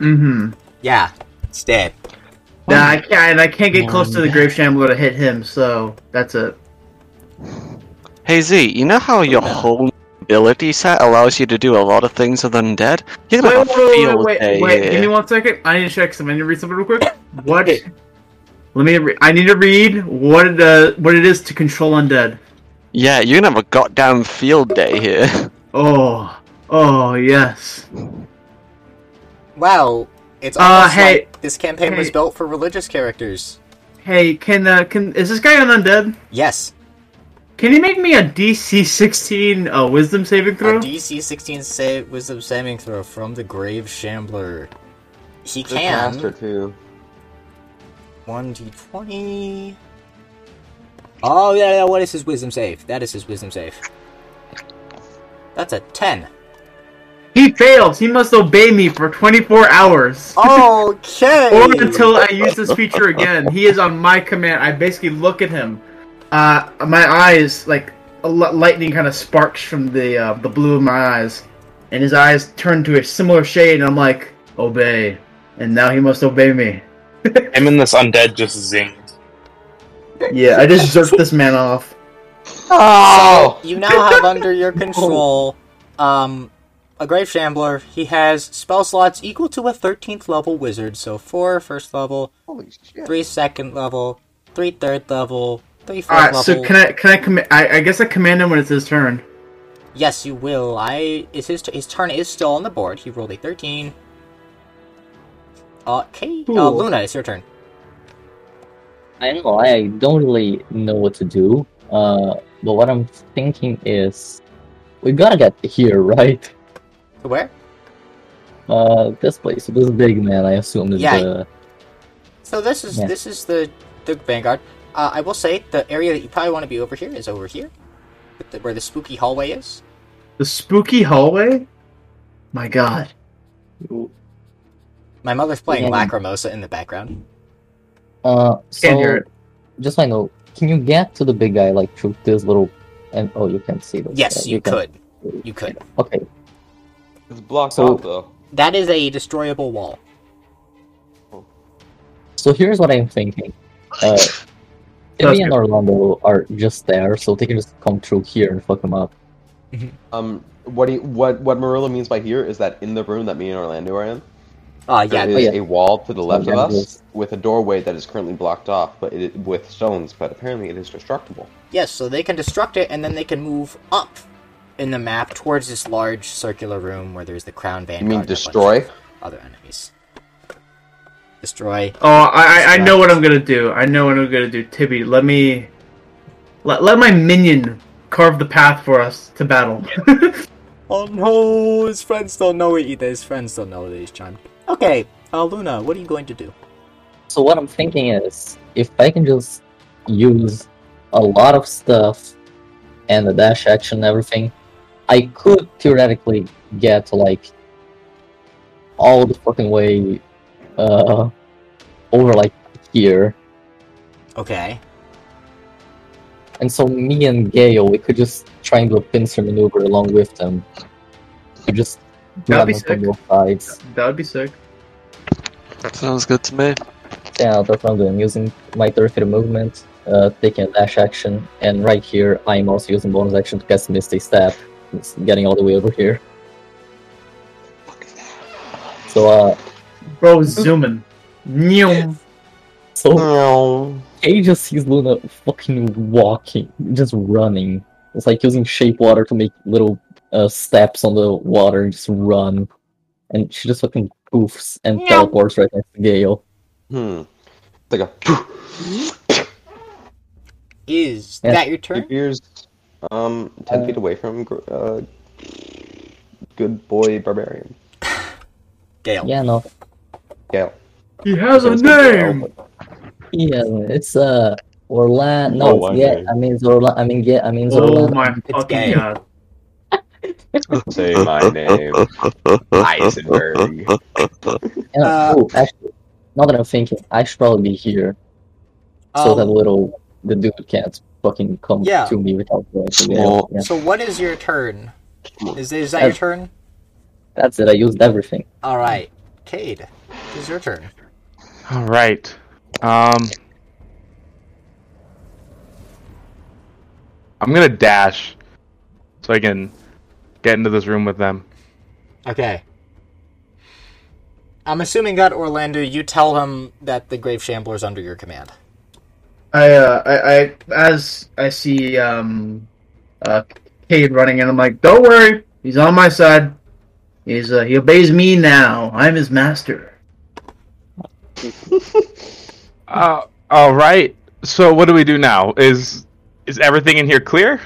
[SPEAKER 5] mm-hmm.
[SPEAKER 1] Yeah, it's dead.
[SPEAKER 5] Yeah, I can't. And I can't get close to the grave shambler to hit him, so that's it.
[SPEAKER 3] Hey Z, you know how your whole ability set allows you to do a lot of things with undead? You're gonna
[SPEAKER 5] Wait,
[SPEAKER 3] have
[SPEAKER 5] wait,
[SPEAKER 3] a
[SPEAKER 5] wait,
[SPEAKER 3] field
[SPEAKER 5] wait,
[SPEAKER 3] day
[SPEAKER 5] wait, wait.
[SPEAKER 3] here.
[SPEAKER 5] Give me one second. I need to check something. I need to read something real quick. What? Let me. Re- I need to read what it, uh, what it is to control undead.
[SPEAKER 3] Yeah, you're gonna have a goddamn field day here.
[SPEAKER 5] Oh, oh yes.
[SPEAKER 1] Wow, it's
[SPEAKER 5] Uh,
[SPEAKER 1] almost
[SPEAKER 5] hey.
[SPEAKER 1] like this campaign was
[SPEAKER 5] Hey.
[SPEAKER 1] built for religious characters.
[SPEAKER 5] Hey, can uh, can is this guy an undead?
[SPEAKER 1] Yes,
[SPEAKER 5] Can you make me a DC 16 uh, wisdom saving
[SPEAKER 1] a
[SPEAKER 5] throw?
[SPEAKER 1] DC sixteen save wisdom saving throw from the grave shambler. He
[SPEAKER 7] Just master
[SPEAKER 1] can
[SPEAKER 7] two.
[SPEAKER 1] one d twenty. Oh yeah, yeah. What is his wisdom save? That is his wisdom save. That's a ten.
[SPEAKER 5] he fails. He must obey me for 24 hours.
[SPEAKER 1] Okay.
[SPEAKER 5] Or until I use this feature again. He is on my command. I basically look at him. Uh, my eyes, like, a li- lightning kind of sparks from the, uh, the blue of my eyes. And his eyes turn to a similar shade, and I'm like, obey. And now he must obey me.
[SPEAKER 13] Him and this undead just zinged.
[SPEAKER 5] Yeah, I just jerked this man off.
[SPEAKER 7] Oh!
[SPEAKER 1] you now have under your control um a grave shambler he has spell slots equal to a 13th level wizard so four first level
[SPEAKER 7] Holy shit.
[SPEAKER 1] three second level three third level three fourth
[SPEAKER 5] Alright,
[SPEAKER 1] level
[SPEAKER 5] so can I, can I, com- I, I guess I command him when it's his turn.
[SPEAKER 1] yes you will i is his, his turn is still on the board he rolled a 13 okay uh,
[SPEAKER 5] Cool.
[SPEAKER 1] luna it's your turn
[SPEAKER 10] I don't know. I don't really know what to do. Uh, but what I'm thinking is, we gotta get here, right?
[SPEAKER 1] To where
[SPEAKER 10] Uh, this place, this big man. I assume is
[SPEAKER 1] Yeah.
[SPEAKER 10] the
[SPEAKER 1] so this is
[SPEAKER 10] Yeah.
[SPEAKER 1] this is the the vanguard uh, i will say the area that you probably want to be over here is over here with the- where the spooky hallway is
[SPEAKER 5] The spooky hallway? My god.
[SPEAKER 1] My mother's playing
[SPEAKER 10] Yeah.
[SPEAKER 1] Lacrimosa in the background.
[SPEAKER 10] Uh,
[SPEAKER 5] Can't hear
[SPEAKER 10] so just so I know, can you get to the big guy like through this little? And oh, you can't see this.
[SPEAKER 1] Yes,
[SPEAKER 10] right?
[SPEAKER 1] you
[SPEAKER 10] can-
[SPEAKER 1] could. You could.
[SPEAKER 10] Okay,
[SPEAKER 7] It's blocked
[SPEAKER 10] So-
[SPEAKER 7] off though.
[SPEAKER 1] That is a destroyable wall.
[SPEAKER 10] so here's what I'm thinking. Uh, Timmy and Orlando are just there, so they can just come through here and fuck them up.
[SPEAKER 7] Um, what he what what Marilla means by here is that in the room that me and Orlando are in,
[SPEAKER 1] Ah,
[SPEAKER 7] there
[SPEAKER 1] yeah.
[SPEAKER 7] is a
[SPEAKER 1] yeah.
[SPEAKER 7] wall to the left of
[SPEAKER 1] yeah,
[SPEAKER 7] us
[SPEAKER 1] yes.
[SPEAKER 7] with a doorway that is currently blocked off, but it with stones. But apparently, it is destructible.
[SPEAKER 1] Yes, so they can destruct it and then they can move up in the map towards this large circular room where there's the crown
[SPEAKER 7] You
[SPEAKER 1] vanguard.
[SPEAKER 7] mean
[SPEAKER 1] and a bunch
[SPEAKER 7] destroy?
[SPEAKER 1] of other enemies. Destroy.
[SPEAKER 5] Oh, I, I, I know what I'm gonna do. I know what I'm gonna do. Tibby, let me let, let my minion carve the path for us to battle.
[SPEAKER 1] Oh no, his friends don't know it either. His friends don't know that he's charmed. Okay, uh, Luna, what are you going to do?
[SPEAKER 10] So what I'm thinking is, if I can just use a lot of stuff and the dash action and everything, I could theoretically get like all the fucking way uh, over like here.
[SPEAKER 1] Okay.
[SPEAKER 10] And so me and Gale, we could just try and do a pincer maneuver along with them. We just grab
[SPEAKER 5] be
[SPEAKER 10] them from both sides.
[SPEAKER 5] that would be sick.
[SPEAKER 3] Sounds good to me.
[SPEAKER 10] Yeah, that's what I'm doing. Using my 30 feet of movement, uh, taking a dash action, and right here, I'm also using bonus action to cast Misty Step. It's getting all the way over here. So, uh,
[SPEAKER 5] Bro, zooming. Nyum.
[SPEAKER 10] so Kay just sees Luna fucking walking, just running. It's like using shape water to make little uh, steps on the water and just run. And she just fucking poofs and teleports right next to Gale.
[SPEAKER 7] Hmm. It's like a.
[SPEAKER 1] Hmm? Is
[SPEAKER 10] Yeah.
[SPEAKER 1] that your turn?
[SPEAKER 7] appears um ten feet away from gr- uh, good boy barbarian.
[SPEAKER 1] Gale.
[SPEAKER 10] Yeah, no.
[SPEAKER 7] Gale.
[SPEAKER 5] He has a
[SPEAKER 7] It's gonna be Gale,
[SPEAKER 5] name.
[SPEAKER 7] but-
[SPEAKER 10] Yeah, it's uh Orlando.
[SPEAKER 7] Oh,
[SPEAKER 10] No,
[SPEAKER 7] I
[SPEAKER 10] it's yeah.
[SPEAKER 7] see.
[SPEAKER 10] I mean, it's Orla- I mean, yeah. I mean, it's
[SPEAKER 5] Oh
[SPEAKER 10] Orlando.
[SPEAKER 5] my fucking
[SPEAKER 1] gay.
[SPEAKER 5] god.
[SPEAKER 7] Say my name. Eisenberg.
[SPEAKER 10] Yeah,
[SPEAKER 1] Uh,
[SPEAKER 10] oh, actually, now that I'm thinking, I should probably be here so
[SPEAKER 1] Um,
[SPEAKER 10] that little the dude can't fucking come
[SPEAKER 1] Yeah.
[SPEAKER 10] to me without going to jail.
[SPEAKER 3] Small.
[SPEAKER 10] Yeah,
[SPEAKER 1] So what is your turn? Is, is that your
[SPEAKER 10] That's-
[SPEAKER 1] turn?
[SPEAKER 10] that's it. I used everything.
[SPEAKER 1] All right, Cade, it's your turn.
[SPEAKER 2] All right. Um, I'm gonna dash so I can get into this room with them.
[SPEAKER 1] Okay. I'm assuming that Orlando, you tell him that the Grave Shambler's under your command.
[SPEAKER 5] I, uh, I, I, as I see, um, uh, Cade running in, I'm like, don't worry, he's on my side. He's, uh, he obeys me now. I'm his master.
[SPEAKER 2] Uh, all right. So what do we do now? Is is everything in here clear?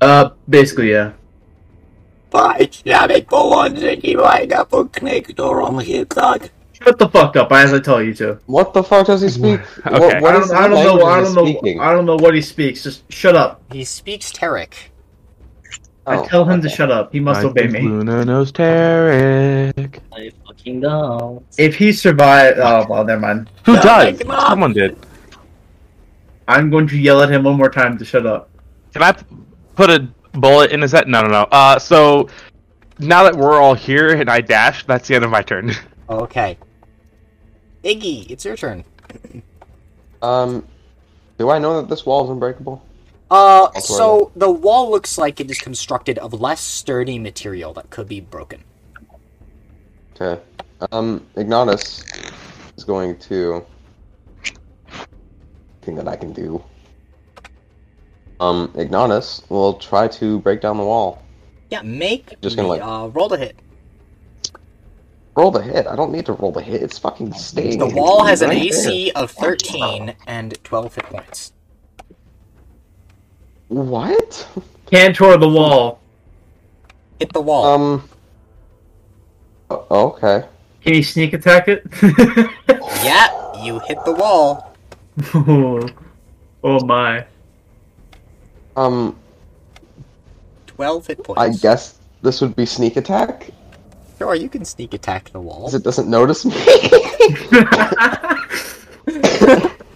[SPEAKER 5] Uh, basically, yeah. Shut the fuck up, as I tell you to.
[SPEAKER 7] What the fuck does he speak?
[SPEAKER 2] Okay.
[SPEAKER 7] What,
[SPEAKER 5] I
[SPEAKER 7] what
[SPEAKER 5] don't,
[SPEAKER 7] is what
[SPEAKER 5] I don't know, I
[SPEAKER 7] language is
[SPEAKER 5] don't
[SPEAKER 7] he
[SPEAKER 5] know,
[SPEAKER 7] speaking?
[SPEAKER 5] I don't know what he speaks, just shut up.
[SPEAKER 1] He speaks Terek.
[SPEAKER 7] Oh,
[SPEAKER 5] I tell him to
[SPEAKER 7] okay.
[SPEAKER 5] shut up, he must
[SPEAKER 2] I
[SPEAKER 5] obey
[SPEAKER 2] think
[SPEAKER 5] me.
[SPEAKER 2] Luna knows Tarek.
[SPEAKER 10] I fucking don't.
[SPEAKER 5] If he survives, oh, well, never mind.
[SPEAKER 2] Who does? Someone did.
[SPEAKER 5] I'm going to yell at him one more time to shut up.
[SPEAKER 2] Can I p- put a bullet in his head? No, no, no. Uh, so now that we're all here and I dash, that's the end of my turn.
[SPEAKER 1] Okay. Iggy, it's your turn.
[SPEAKER 7] Um, do I know that this wall is unbreakable?
[SPEAKER 1] Uh,
[SPEAKER 7] That's
[SPEAKER 1] so the wall looks like it is constructed of less sturdy material that could be broken.
[SPEAKER 7] Okay. Um, Ignatus is going to thing that I can do. Um, Ignatus will try to break down the wall.
[SPEAKER 1] Yeah, make
[SPEAKER 7] Just gonna,
[SPEAKER 1] me,
[SPEAKER 7] like-
[SPEAKER 1] uh, roll to hit.
[SPEAKER 7] Roll the hit. I don't need to roll the hit. It's fucking staying.
[SPEAKER 1] The wall has an
[SPEAKER 7] right
[SPEAKER 1] AC of 13 and 12 hit points.
[SPEAKER 7] there. What?
[SPEAKER 5] Cantor the wall.
[SPEAKER 1] Hit the wall.
[SPEAKER 7] Um. o- Okay.
[SPEAKER 5] Can he sneak attack it?
[SPEAKER 1] yeah, you hit the wall.
[SPEAKER 5] oh, oh my.
[SPEAKER 7] Um.
[SPEAKER 1] 12 hit
[SPEAKER 7] I
[SPEAKER 1] points.
[SPEAKER 7] guess this would be sneak attack,
[SPEAKER 1] Sure, you can sneak attack the wall.
[SPEAKER 7] 'cause it doesn't notice me.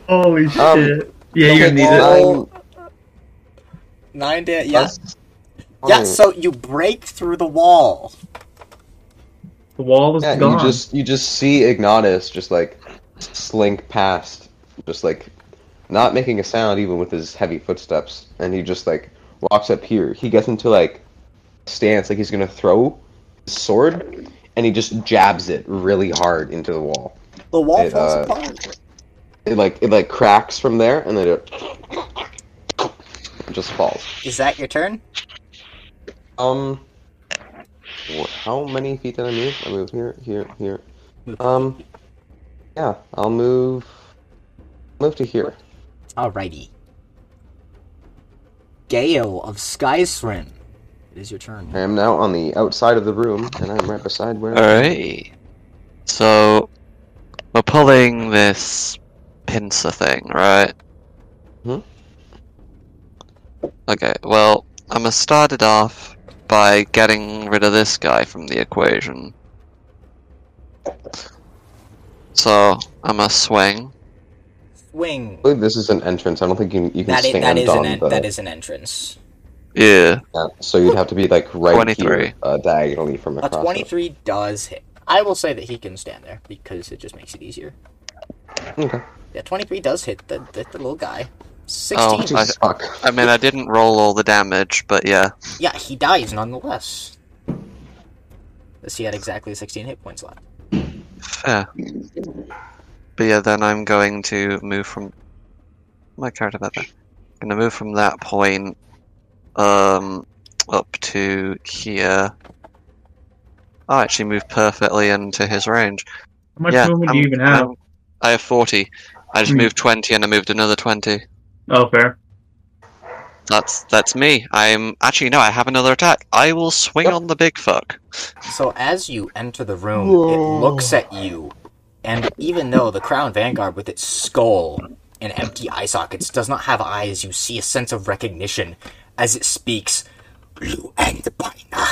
[SPEAKER 5] Holy shit.
[SPEAKER 7] Um,
[SPEAKER 5] yeah, you're gonna need it.
[SPEAKER 1] Roll- Nine da- yeah. Yeah, so you break through the wall.
[SPEAKER 5] The wall is
[SPEAKER 7] Yeah,
[SPEAKER 5] gone.
[SPEAKER 7] you just you just see Ignatus just like slink past, just like not making a sound even with his heavy footsteps, and he just like walks up here. He gets into like stance, like he's gonna throw his sword, and he just jabs it really hard into the wall.
[SPEAKER 1] The wall
[SPEAKER 7] It,
[SPEAKER 1] falls
[SPEAKER 7] uh,
[SPEAKER 1] apart.
[SPEAKER 7] It like it like cracks from there, and then it, it just falls.
[SPEAKER 1] Is that your turn?
[SPEAKER 7] Um, wh- how many feet did I move? I move here, here, here. Um, yeah, I'll move, move to here.
[SPEAKER 1] Alrighty. Gale of Skysrim. It is your turn.
[SPEAKER 7] I am now on the outside of the room, and I'm right beside where.
[SPEAKER 3] Alright. So we're pulling this pincer thing, right?
[SPEAKER 7] Mhm.
[SPEAKER 3] Okay, well, I'm gonna start it off by getting rid of this guy from the equation. So I'm gonna swing.
[SPEAKER 1] Swing.
[SPEAKER 7] I believe this is an entrance. I don't think you, you can
[SPEAKER 1] That is,
[SPEAKER 7] stand
[SPEAKER 1] that is
[SPEAKER 7] on
[SPEAKER 1] an en-
[SPEAKER 7] the.
[SPEAKER 1] that is an entrance.
[SPEAKER 3] Yeah.
[SPEAKER 7] so you'd have to be like right
[SPEAKER 3] 23.
[SPEAKER 7] here, uh, diagonally from
[SPEAKER 1] A
[SPEAKER 7] across. it.
[SPEAKER 1] twenty-three does hit. I will say that he can stand there because it just makes it easier.
[SPEAKER 7] Okay.
[SPEAKER 1] Yeah, twenty-three does hit the the, the little guy.
[SPEAKER 3] Oh,
[SPEAKER 1] Sixteen.
[SPEAKER 3] I, I mean, I didn't roll all the damage, but yeah.
[SPEAKER 1] Yeah, he dies nonetheless. Does he had exactly sixteen hit points left?
[SPEAKER 3] Fair. But yeah, then I'm going to move from my character better. I'm gonna move from that point um up to here. I actually moved perfectly into his range.
[SPEAKER 5] How much
[SPEAKER 3] yeah,
[SPEAKER 5] movement do
[SPEAKER 3] I'm-
[SPEAKER 5] you even have?
[SPEAKER 3] I'm- I have forty. I just
[SPEAKER 5] Hmm.
[SPEAKER 3] moved twenty and I moved another twenty.
[SPEAKER 5] Oh, fair.
[SPEAKER 3] That's that's me. I'm actually no, I have another attack. I will swing on the big fuck.
[SPEAKER 1] So as you enter the room,
[SPEAKER 3] Whoa.
[SPEAKER 1] it looks at you, and even though the Crown Vanguard with its skull and empty eye sockets does not have eyes, you see a sense of recognition as it speaks. You and the Bina.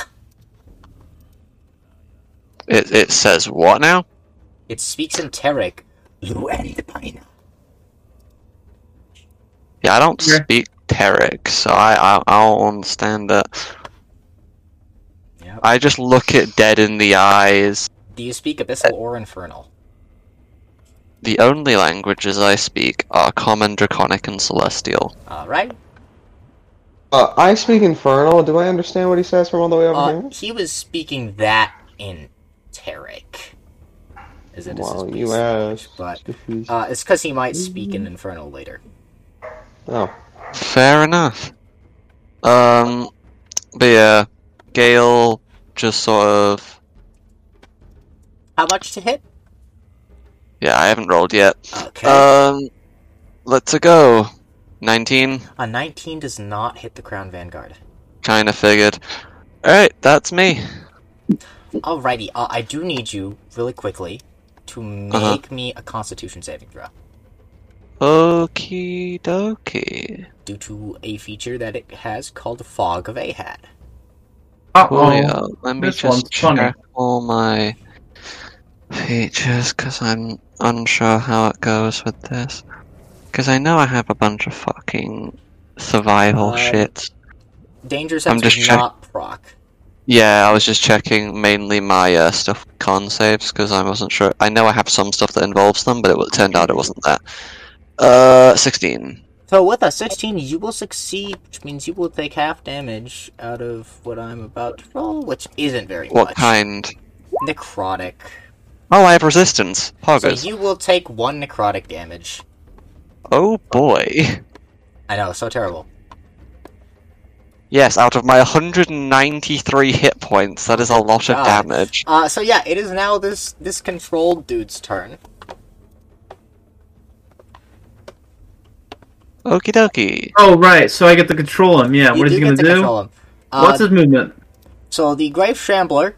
[SPEAKER 3] It it says what now?
[SPEAKER 1] It speaks in Terek. You and the Bina.
[SPEAKER 3] Yeah, I don't speak Terek, so I, I I don't understand that. I just look it dead in the eyes.
[SPEAKER 1] Do you speak Abyssal or Infernal?
[SPEAKER 3] The only languages I speak are Common, Draconic, and Celestial.
[SPEAKER 1] All right.
[SPEAKER 7] Uh, I speak infernal. Do I understand what he says from all the way over
[SPEAKER 1] Uh,
[SPEAKER 7] here?
[SPEAKER 1] he was speaking that in Terek. Is it? is his
[SPEAKER 7] Well,
[SPEAKER 1] base
[SPEAKER 7] you
[SPEAKER 1] language,
[SPEAKER 7] asked
[SPEAKER 1] But
[SPEAKER 7] if he's-
[SPEAKER 1] uh, it's because he might speak in Infernal later.
[SPEAKER 7] Oh,
[SPEAKER 3] Fair enough. Um, but yeah, Gale just sort of.
[SPEAKER 1] How much to hit?
[SPEAKER 3] Yeah, I haven't rolled yet.
[SPEAKER 1] Okay.
[SPEAKER 3] Um, let's a go. 19.
[SPEAKER 1] A 19 does not hit the Crown Vanguard.
[SPEAKER 3] Kinda figured. Alright, that's me.
[SPEAKER 1] Alrighty, uh, I do need you, really quickly, to make
[SPEAKER 3] Uh-huh.
[SPEAKER 1] me a Constitution saving throw.
[SPEAKER 3] Okie dokie.
[SPEAKER 1] Due to a feature that it has called Fog of Ahad.
[SPEAKER 3] Coolio. Let me
[SPEAKER 1] This one's
[SPEAKER 3] just
[SPEAKER 1] funny.
[SPEAKER 3] check all my features because I'm unsure how it goes with this. Because I know I have a bunch of fucking survival
[SPEAKER 1] Um,
[SPEAKER 3] shit.
[SPEAKER 1] Danger
[SPEAKER 3] I'm
[SPEAKER 1] sense
[SPEAKER 3] just
[SPEAKER 1] is
[SPEAKER 3] check-
[SPEAKER 1] not proc.
[SPEAKER 3] Yeah, I was just checking mainly my uh, stuff with con saves because I wasn't sure. I know I have some stuff that involves them, but it wa- turned out it wasn't that. Uh, 16.
[SPEAKER 1] So with a 16, you will succeed, which means you will take half damage out of what I'm about to roll, which isn't very
[SPEAKER 3] What
[SPEAKER 1] much.
[SPEAKER 3] kind?
[SPEAKER 1] Necrotic.
[SPEAKER 3] Oh, I have resistance. Poggers.
[SPEAKER 1] So you will take one necrotic damage.
[SPEAKER 3] Oh boy.
[SPEAKER 1] I know, so terrible.
[SPEAKER 3] Yes, out of my 193 hit points, that is a lot of
[SPEAKER 1] God.
[SPEAKER 3] damage.
[SPEAKER 1] Uh, so yeah, it is now this this controlled dude's turn.
[SPEAKER 3] Okie dokie.
[SPEAKER 5] Oh, right. So I get to control him. Yeah.
[SPEAKER 1] You
[SPEAKER 5] what is
[SPEAKER 1] do
[SPEAKER 5] he
[SPEAKER 1] get
[SPEAKER 5] gonna
[SPEAKER 1] to
[SPEAKER 5] do?
[SPEAKER 1] control him. Uh,
[SPEAKER 5] What's his movement?
[SPEAKER 1] So the Grave Shambler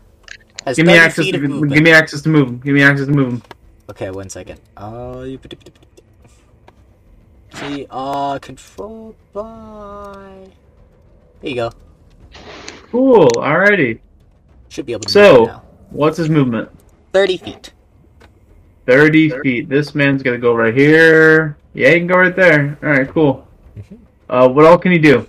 [SPEAKER 1] has
[SPEAKER 5] Give me
[SPEAKER 1] 30
[SPEAKER 5] access.
[SPEAKER 1] feet
[SPEAKER 5] To,
[SPEAKER 1] of movement.
[SPEAKER 5] give me access to move him. Give me access to move him.
[SPEAKER 1] Okay, one second. Uh, you- see, uh, controlled by. There you go.
[SPEAKER 5] Cool. Alrighty.
[SPEAKER 1] Should be able to. move
[SPEAKER 5] So,
[SPEAKER 1] now.
[SPEAKER 5] what's his movement?
[SPEAKER 1] thirty feet.
[SPEAKER 5] 30 feet. This man's gonna go right here. Yeah, he can go right there. Alright, cool. Uh, what all can he do?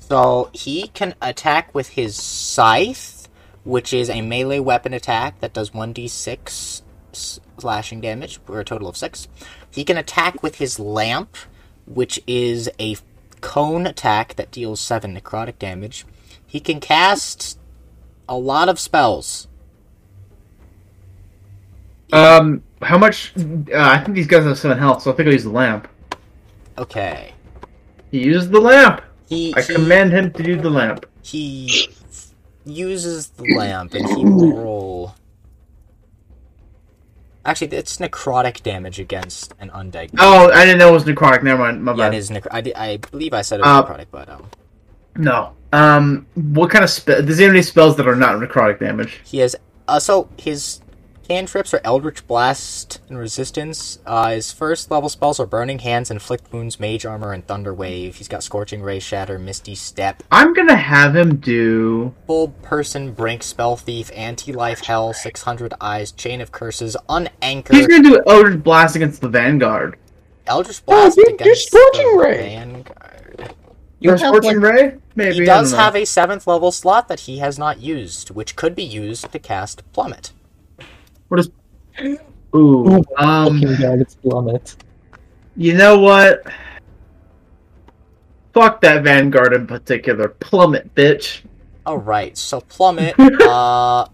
[SPEAKER 1] So he can attack with his scythe, which is a melee weapon attack that does one d six slashing damage, or a total of six. He can attack with his lamp, which is a cone attack that deals 7 necrotic damage. He can cast a lot of spells.
[SPEAKER 5] Um, how much? Uh, I think these guys have seven health, so I think I'll use the lamp.
[SPEAKER 1] Okay.
[SPEAKER 5] He used the lamp.
[SPEAKER 1] He,
[SPEAKER 5] I
[SPEAKER 1] he-
[SPEAKER 5] command him to do the lamp.
[SPEAKER 1] He uses the lamp and he will roll. Actually, it's necrotic damage against an undead.
[SPEAKER 5] Oh, I didn't know it was necrotic. Never mind. My
[SPEAKER 1] yeah,
[SPEAKER 5] bad.
[SPEAKER 1] it is necro- I, di- I believe I said it was
[SPEAKER 5] Uh,
[SPEAKER 1] necrotic, but um,
[SPEAKER 5] No. Um, what kind of spell? Does he have any spells that are not necrotic damage?
[SPEAKER 1] he has. Uh, so his cantrips are Eldritch Blast and Resistance. Uh, his first level spells are Burning Hands, Inflict Wounds, Mage Armor, and Thunder Wave. He's got Scorching Ray, Shatter, Misty Step,
[SPEAKER 5] I'm gonna have him do.
[SPEAKER 1] Full Person, Brink, Spell Thief, Anti Life, Hell, 600 Eyes, Chain of Curses, Unanchor.
[SPEAKER 5] He's gonna do Eldritch Blast against the Vanguard.
[SPEAKER 1] Eldritch Blast against the Vanguard.
[SPEAKER 5] You
[SPEAKER 1] have,
[SPEAKER 5] Scorching Ray? Maybe.
[SPEAKER 1] He
[SPEAKER 5] I
[SPEAKER 1] does
[SPEAKER 5] don't know.
[SPEAKER 1] have a seventh level slot that he has not used, which could be used to cast Plummet.
[SPEAKER 5] What is? Ooh.
[SPEAKER 10] Oh,
[SPEAKER 5] um.
[SPEAKER 10] fucking god, it's plummet.
[SPEAKER 5] You know what? Fuck that Vanguard in particular. Plummet, bitch.
[SPEAKER 1] All right, so Plummet, uh,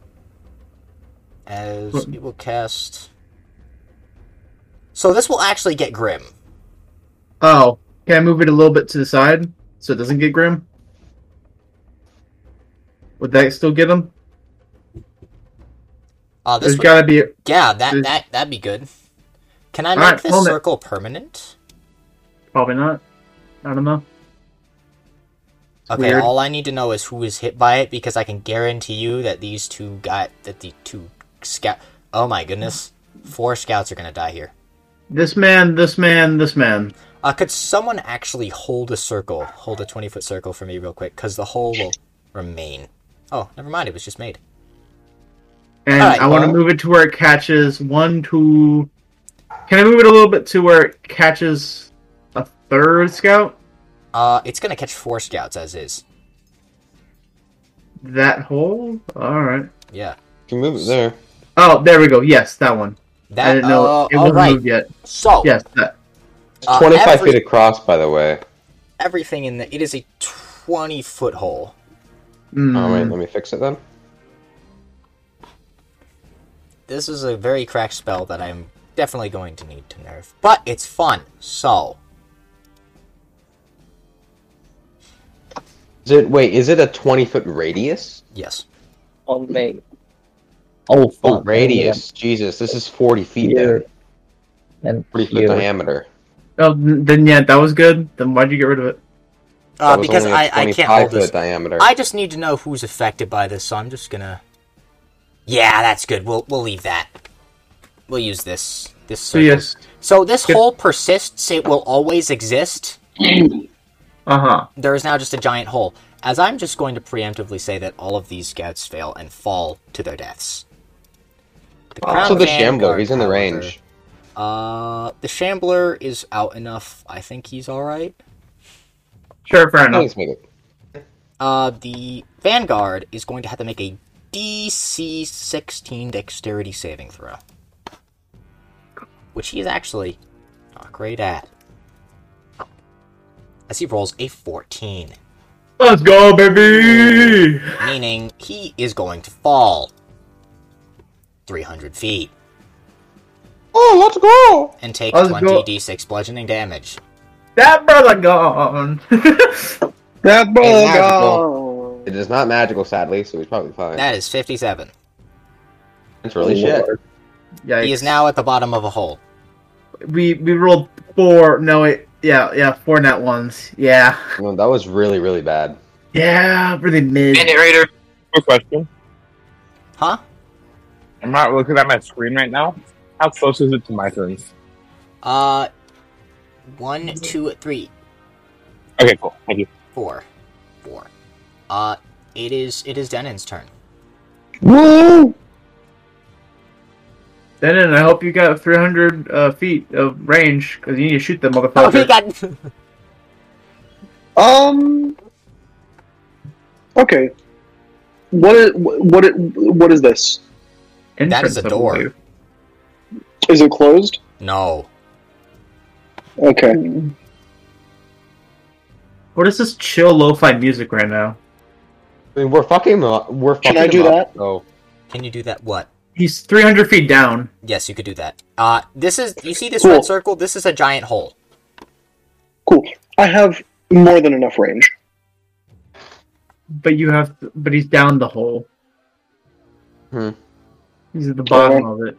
[SPEAKER 1] as it will cast. So this will actually get grim.
[SPEAKER 5] Oh, can I move it a little bit to the side so it doesn't get grim? Would that still get him?
[SPEAKER 1] Uh, this
[SPEAKER 5] There's
[SPEAKER 1] would-
[SPEAKER 5] gotta be.
[SPEAKER 1] yeah, that
[SPEAKER 5] there's-
[SPEAKER 1] that that'd be good. Can I
[SPEAKER 5] All
[SPEAKER 1] make
[SPEAKER 5] right,
[SPEAKER 1] this
[SPEAKER 5] Plummet.
[SPEAKER 1] circle permanent?
[SPEAKER 5] Probably not. I don't know.
[SPEAKER 1] Okay,
[SPEAKER 5] Weird.
[SPEAKER 1] all I need to know is who was hit by it because I can guarantee you that these two got that the two scout. Oh my goodness, four scouts are gonna die here.
[SPEAKER 5] This man, this man, this man.
[SPEAKER 1] Uh, could someone actually hold a circle, hold a twenty foot circle for me real quick? Because the hole will remain. Oh, never mind. It was just made.
[SPEAKER 5] And
[SPEAKER 1] Alright,
[SPEAKER 5] I want to
[SPEAKER 1] well-
[SPEAKER 5] move it to where it catches one, two. Can I move it a little bit to where it catches a third scout?
[SPEAKER 1] Uh, it's gonna catch four scouts as is.
[SPEAKER 5] That hole? Alright.
[SPEAKER 1] Yeah,
[SPEAKER 7] You can move it there.
[SPEAKER 5] Oh, there we go. Yes, that one.
[SPEAKER 1] that.
[SPEAKER 5] I didn't know
[SPEAKER 1] uh,
[SPEAKER 5] it
[SPEAKER 1] all
[SPEAKER 5] wasn't
[SPEAKER 1] right.
[SPEAKER 5] moved yet.
[SPEAKER 1] So
[SPEAKER 5] Yes, that.
[SPEAKER 1] Oh. uh,
[SPEAKER 7] 25
[SPEAKER 1] every-
[SPEAKER 7] feet across, by the way.
[SPEAKER 1] everything in the it is a twenty foot hole.
[SPEAKER 7] Oh, wait,
[SPEAKER 5] Mm.
[SPEAKER 7] let me fix it then.
[SPEAKER 1] This is a very cracked spell that I'm definitely going to need to nerf, but it's fun. So
[SPEAKER 7] Is it, wait, is it a 20 foot radius?
[SPEAKER 1] yes,
[SPEAKER 4] On me.
[SPEAKER 10] Oh, fuck.
[SPEAKER 7] Oh, radius. Jesus, this is 40 feet
[SPEAKER 10] Here.
[SPEAKER 7] then.
[SPEAKER 10] And
[SPEAKER 7] 40 foot
[SPEAKER 10] here.
[SPEAKER 7] diameter.
[SPEAKER 5] Oh, n- then yeah, that was good. Then why'd you get rid of it?
[SPEAKER 1] uh,
[SPEAKER 7] That was
[SPEAKER 1] because
[SPEAKER 7] only a
[SPEAKER 1] I I can't
[SPEAKER 7] 25
[SPEAKER 1] hold
[SPEAKER 7] foot
[SPEAKER 1] this.
[SPEAKER 7] diameter.
[SPEAKER 1] I just need to know who's affected by this, so I'm just gonna. Yeah, that's good. We'll we'll leave that. We'll use this this.
[SPEAKER 5] So
[SPEAKER 1] Circle.
[SPEAKER 5] yes.
[SPEAKER 1] So this
[SPEAKER 5] Good.
[SPEAKER 1] hole persists. It will always exist.
[SPEAKER 5] Uh huh.
[SPEAKER 1] There is now just a giant hole. As I'm just going to preemptively say that all of these scouts fail and fall to their deaths. The
[SPEAKER 7] Also,
[SPEAKER 1] Crown
[SPEAKER 7] the shambler.
[SPEAKER 1] Vanguard,
[SPEAKER 7] He's in the
[SPEAKER 1] however-
[SPEAKER 7] range.
[SPEAKER 1] Uh, the shambler is out enough. I think he's all right.
[SPEAKER 5] Sure, fair enough.
[SPEAKER 7] Please make it.
[SPEAKER 1] Uh, the vanguard is going to have to make a DC 16 dexterity saving throw, which he is actually not great at. As he rolls a 14,
[SPEAKER 5] Let's go, baby.
[SPEAKER 1] meaning he is going to fall 300 feet
[SPEAKER 7] Oh, let's go!
[SPEAKER 1] and take
[SPEAKER 5] Let's
[SPEAKER 1] 20
[SPEAKER 5] go.
[SPEAKER 1] d6 bludgeoning damage.
[SPEAKER 5] That brother gone.
[SPEAKER 7] That
[SPEAKER 4] Oh,
[SPEAKER 7] It is not magical, sadly, so he's probably fine.
[SPEAKER 1] That is 57.
[SPEAKER 7] That's really
[SPEAKER 5] Oh,
[SPEAKER 7] shit.
[SPEAKER 5] Yikes.
[SPEAKER 1] He is now at the bottom of a hole.
[SPEAKER 5] We we rolled four. No, wait. Yeah, yeah, four net ones. Yeah,
[SPEAKER 7] No, that was really, really bad.
[SPEAKER 5] yeah, really mid.
[SPEAKER 13] Hey, Raider, quick question.
[SPEAKER 1] Huh?
[SPEAKER 13] I'm not looking at my screen right now. How close is it to my turn?
[SPEAKER 1] Uh, one, two, three,
[SPEAKER 13] Okay, cool. Thank you.
[SPEAKER 1] four, four. Uh, it is it is Denon's turn.
[SPEAKER 10] Woo!
[SPEAKER 5] Then and I hope you got 300 uh, feet of range because you need to shoot that
[SPEAKER 1] Oh, he
[SPEAKER 5] motherfucker.
[SPEAKER 1] got.
[SPEAKER 6] Um. Okay. What is what? Is, what is this?
[SPEAKER 1] That is
[SPEAKER 5] Entrance,
[SPEAKER 1] a
[SPEAKER 5] I
[SPEAKER 1] door.
[SPEAKER 5] believe.
[SPEAKER 6] Is it closed?
[SPEAKER 1] no.
[SPEAKER 6] Okay.
[SPEAKER 5] What is this chill lo-fi music right now?
[SPEAKER 7] I mean, we're fucking. uh, We're fucking.
[SPEAKER 5] Can I do
[SPEAKER 7] him up,
[SPEAKER 5] that?
[SPEAKER 7] so-
[SPEAKER 1] Can you do that? What?
[SPEAKER 5] He's 300 feet down.
[SPEAKER 1] Yes, you could do that. Uh, this is. You see this
[SPEAKER 6] Cool.
[SPEAKER 1] red circle? This is a giant hole.
[SPEAKER 6] Cool. I have more than enough range.
[SPEAKER 5] But you have, but he's down the hole.
[SPEAKER 7] Hmm.
[SPEAKER 5] He's at the bottom of it.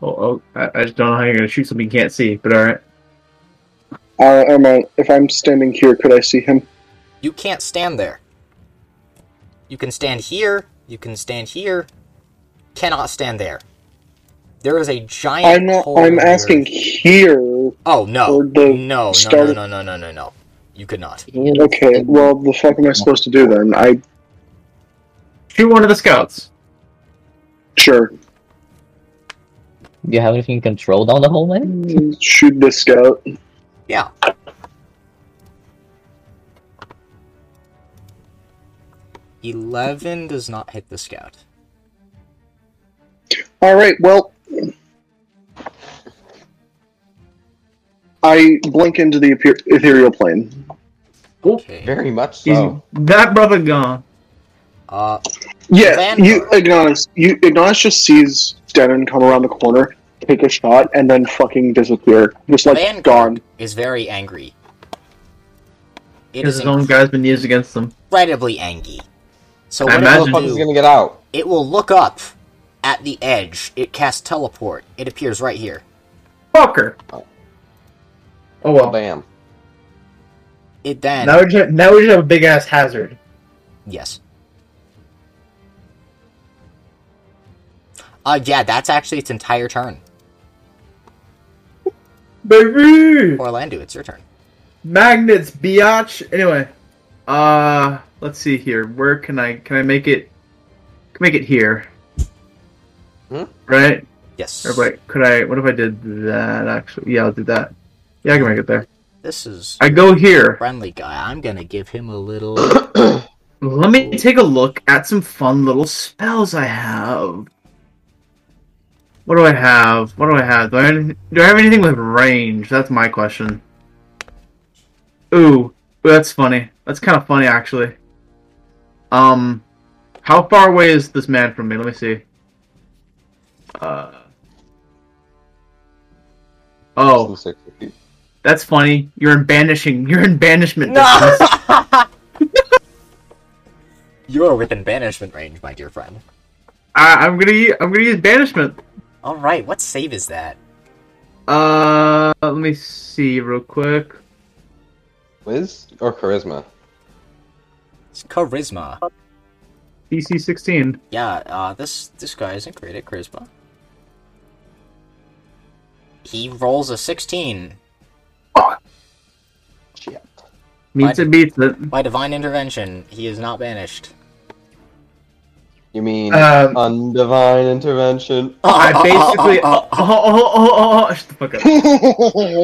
[SPEAKER 5] Oh, oh I, I just don't know how you're gonna shoot something you can't see. But all right,
[SPEAKER 6] Uh, am I, if I'm standing here, could I see him?
[SPEAKER 1] You can't stand there. You can stand here. You can stand here. Cannot stand there. There is a giant.
[SPEAKER 6] I'm not.
[SPEAKER 1] hole
[SPEAKER 6] I'm
[SPEAKER 1] here.
[SPEAKER 6] asking here.
[SPEAKER 1] Oh no!
[SPEAKER 6] Or the
[SPEAKER 1] No! No!
[SPEAKER 6] start-
[SPEAKER 1] No! No! No! No! No! No! You could not.
[SPEAKER 6] Okay. Well, the fuck am I supposed to do then? I
[SPEAKER 5] shoot one of the scouts.
[SPEAKER 6] sure
[SPEAKER 10] Do you have anything you can throw down the hole,
[SPEAKER 5] Mm,
[SPEAKER 10] man?
[SPEAKER 6] shoot this scout.
[SPEAKER 1] Yeah. Eleven does not hit the scout.
[SPEAKER 6] All right. Well, I blink into the eper- ethereal plane.
[SPEAKER 7] Very much
[SPEAKER 5] He's
[SPEAKER 7] so.
[SPEAKER 5] that brother gone.
[SPEAKER 1] Uh,
[SPEAKER 6] Yeah, you Ignatus, you Ignatus just sees Denon come around the corner, take a shot, and then fucking disappear, just like
[SPEAKER 1] Vanguard
[SPEAKER 6] gone.
[SPEAKER 1] is very angry. It
[SPEAKER 5] Because
[SPEAKER 1] is
[SPEAKER 5] his own guy's been used against them.
[SPEAKER 1] incredibly angry. So
[SPEAKER 5] I
[SPEAKER 1] what
[SPEAKER 5] imagine-
[SPEAKER 1] it will
[SPEAKER 5] Motherfucker's
[SPEAKER 1] do,
[SPEAKER 7] gonna get out.
[SPEAKER 1] it will look up at the edge. It casts teleport. It appears right here.
[SPEAKER 5] Fucker. Oh well.
[SPEAKER 7] Bam.
[SPEAKER 1] It then
[SPEAKER 5] Now we just have, now we just have a big ass hazard.
[SPEAKER 1] yes. Uh, yeah, that's actually its entire turn.
[SPEAKER 5] Baby!
[SPEAKER 1] Orlando, it's your turn.
[SPEAKER 5] Magnets, biatch. Anyway, uh, let's see here. Where can I can I make it? Can make it here,
[SPEAKER 7] Hmm?
[SPEAKER 5] right?
[SPEAKER 1] Yes.
[SPEAKER 5] Or wait, could I? What if I did that? Actually, yeah, I'll do that. Yeah, I can make it there.
[SPEAKER 1] This is
[SPEAKER 5] I go here.
[SPEAKER 1] friendly guy. I'm gonna give him a little.
[SPEAKER 5] Let me take a look at some fun little spells I have. What do I have? What do I have? Do I have, anything, do I have anything with range? That's my question. Ooh, that's funny. That's kind of funny, actually. Um, how far away is this man from me? Let me see. Uh. Oh, that's funny. You're in banishing. You're in banishment.
[SPEAKER 1] No!
[SPEAKER 5] distance.
[SPEAKER 1] you are within banishment range, my dear friend.
[SPEAKER 5] I, I'm gonna. u- I'm gonna use banishment.
[SPEAKER 1] All right, what save is that?
[SPEAKER 5] Uh, let me see real quick.
[SPEAKER 7] Liz or charisma?
[SPEAKER 1] It's charisma.
[SPEAKER 5] DC 16.
[SPEAKER 1] Yeah, uh, this this guy isn't great at charisma. He rolls a sixteen
[SPEAKER 5] Meets
[SPEAKER 1] Fine.
[SPEAKER 5] it, beats it.
[SPEAKER 1] by divine intervention. He is not banished.
[SPEAKER 7] You mean
[SPEAKER 5] Um,
[SPEAKER 7] undivine intervention?
[SPEAKER 5] I
[SPEAKER 10] Uh,
[SPEAKER 5] basically. Oh, oh, oh, oh, oh, shut the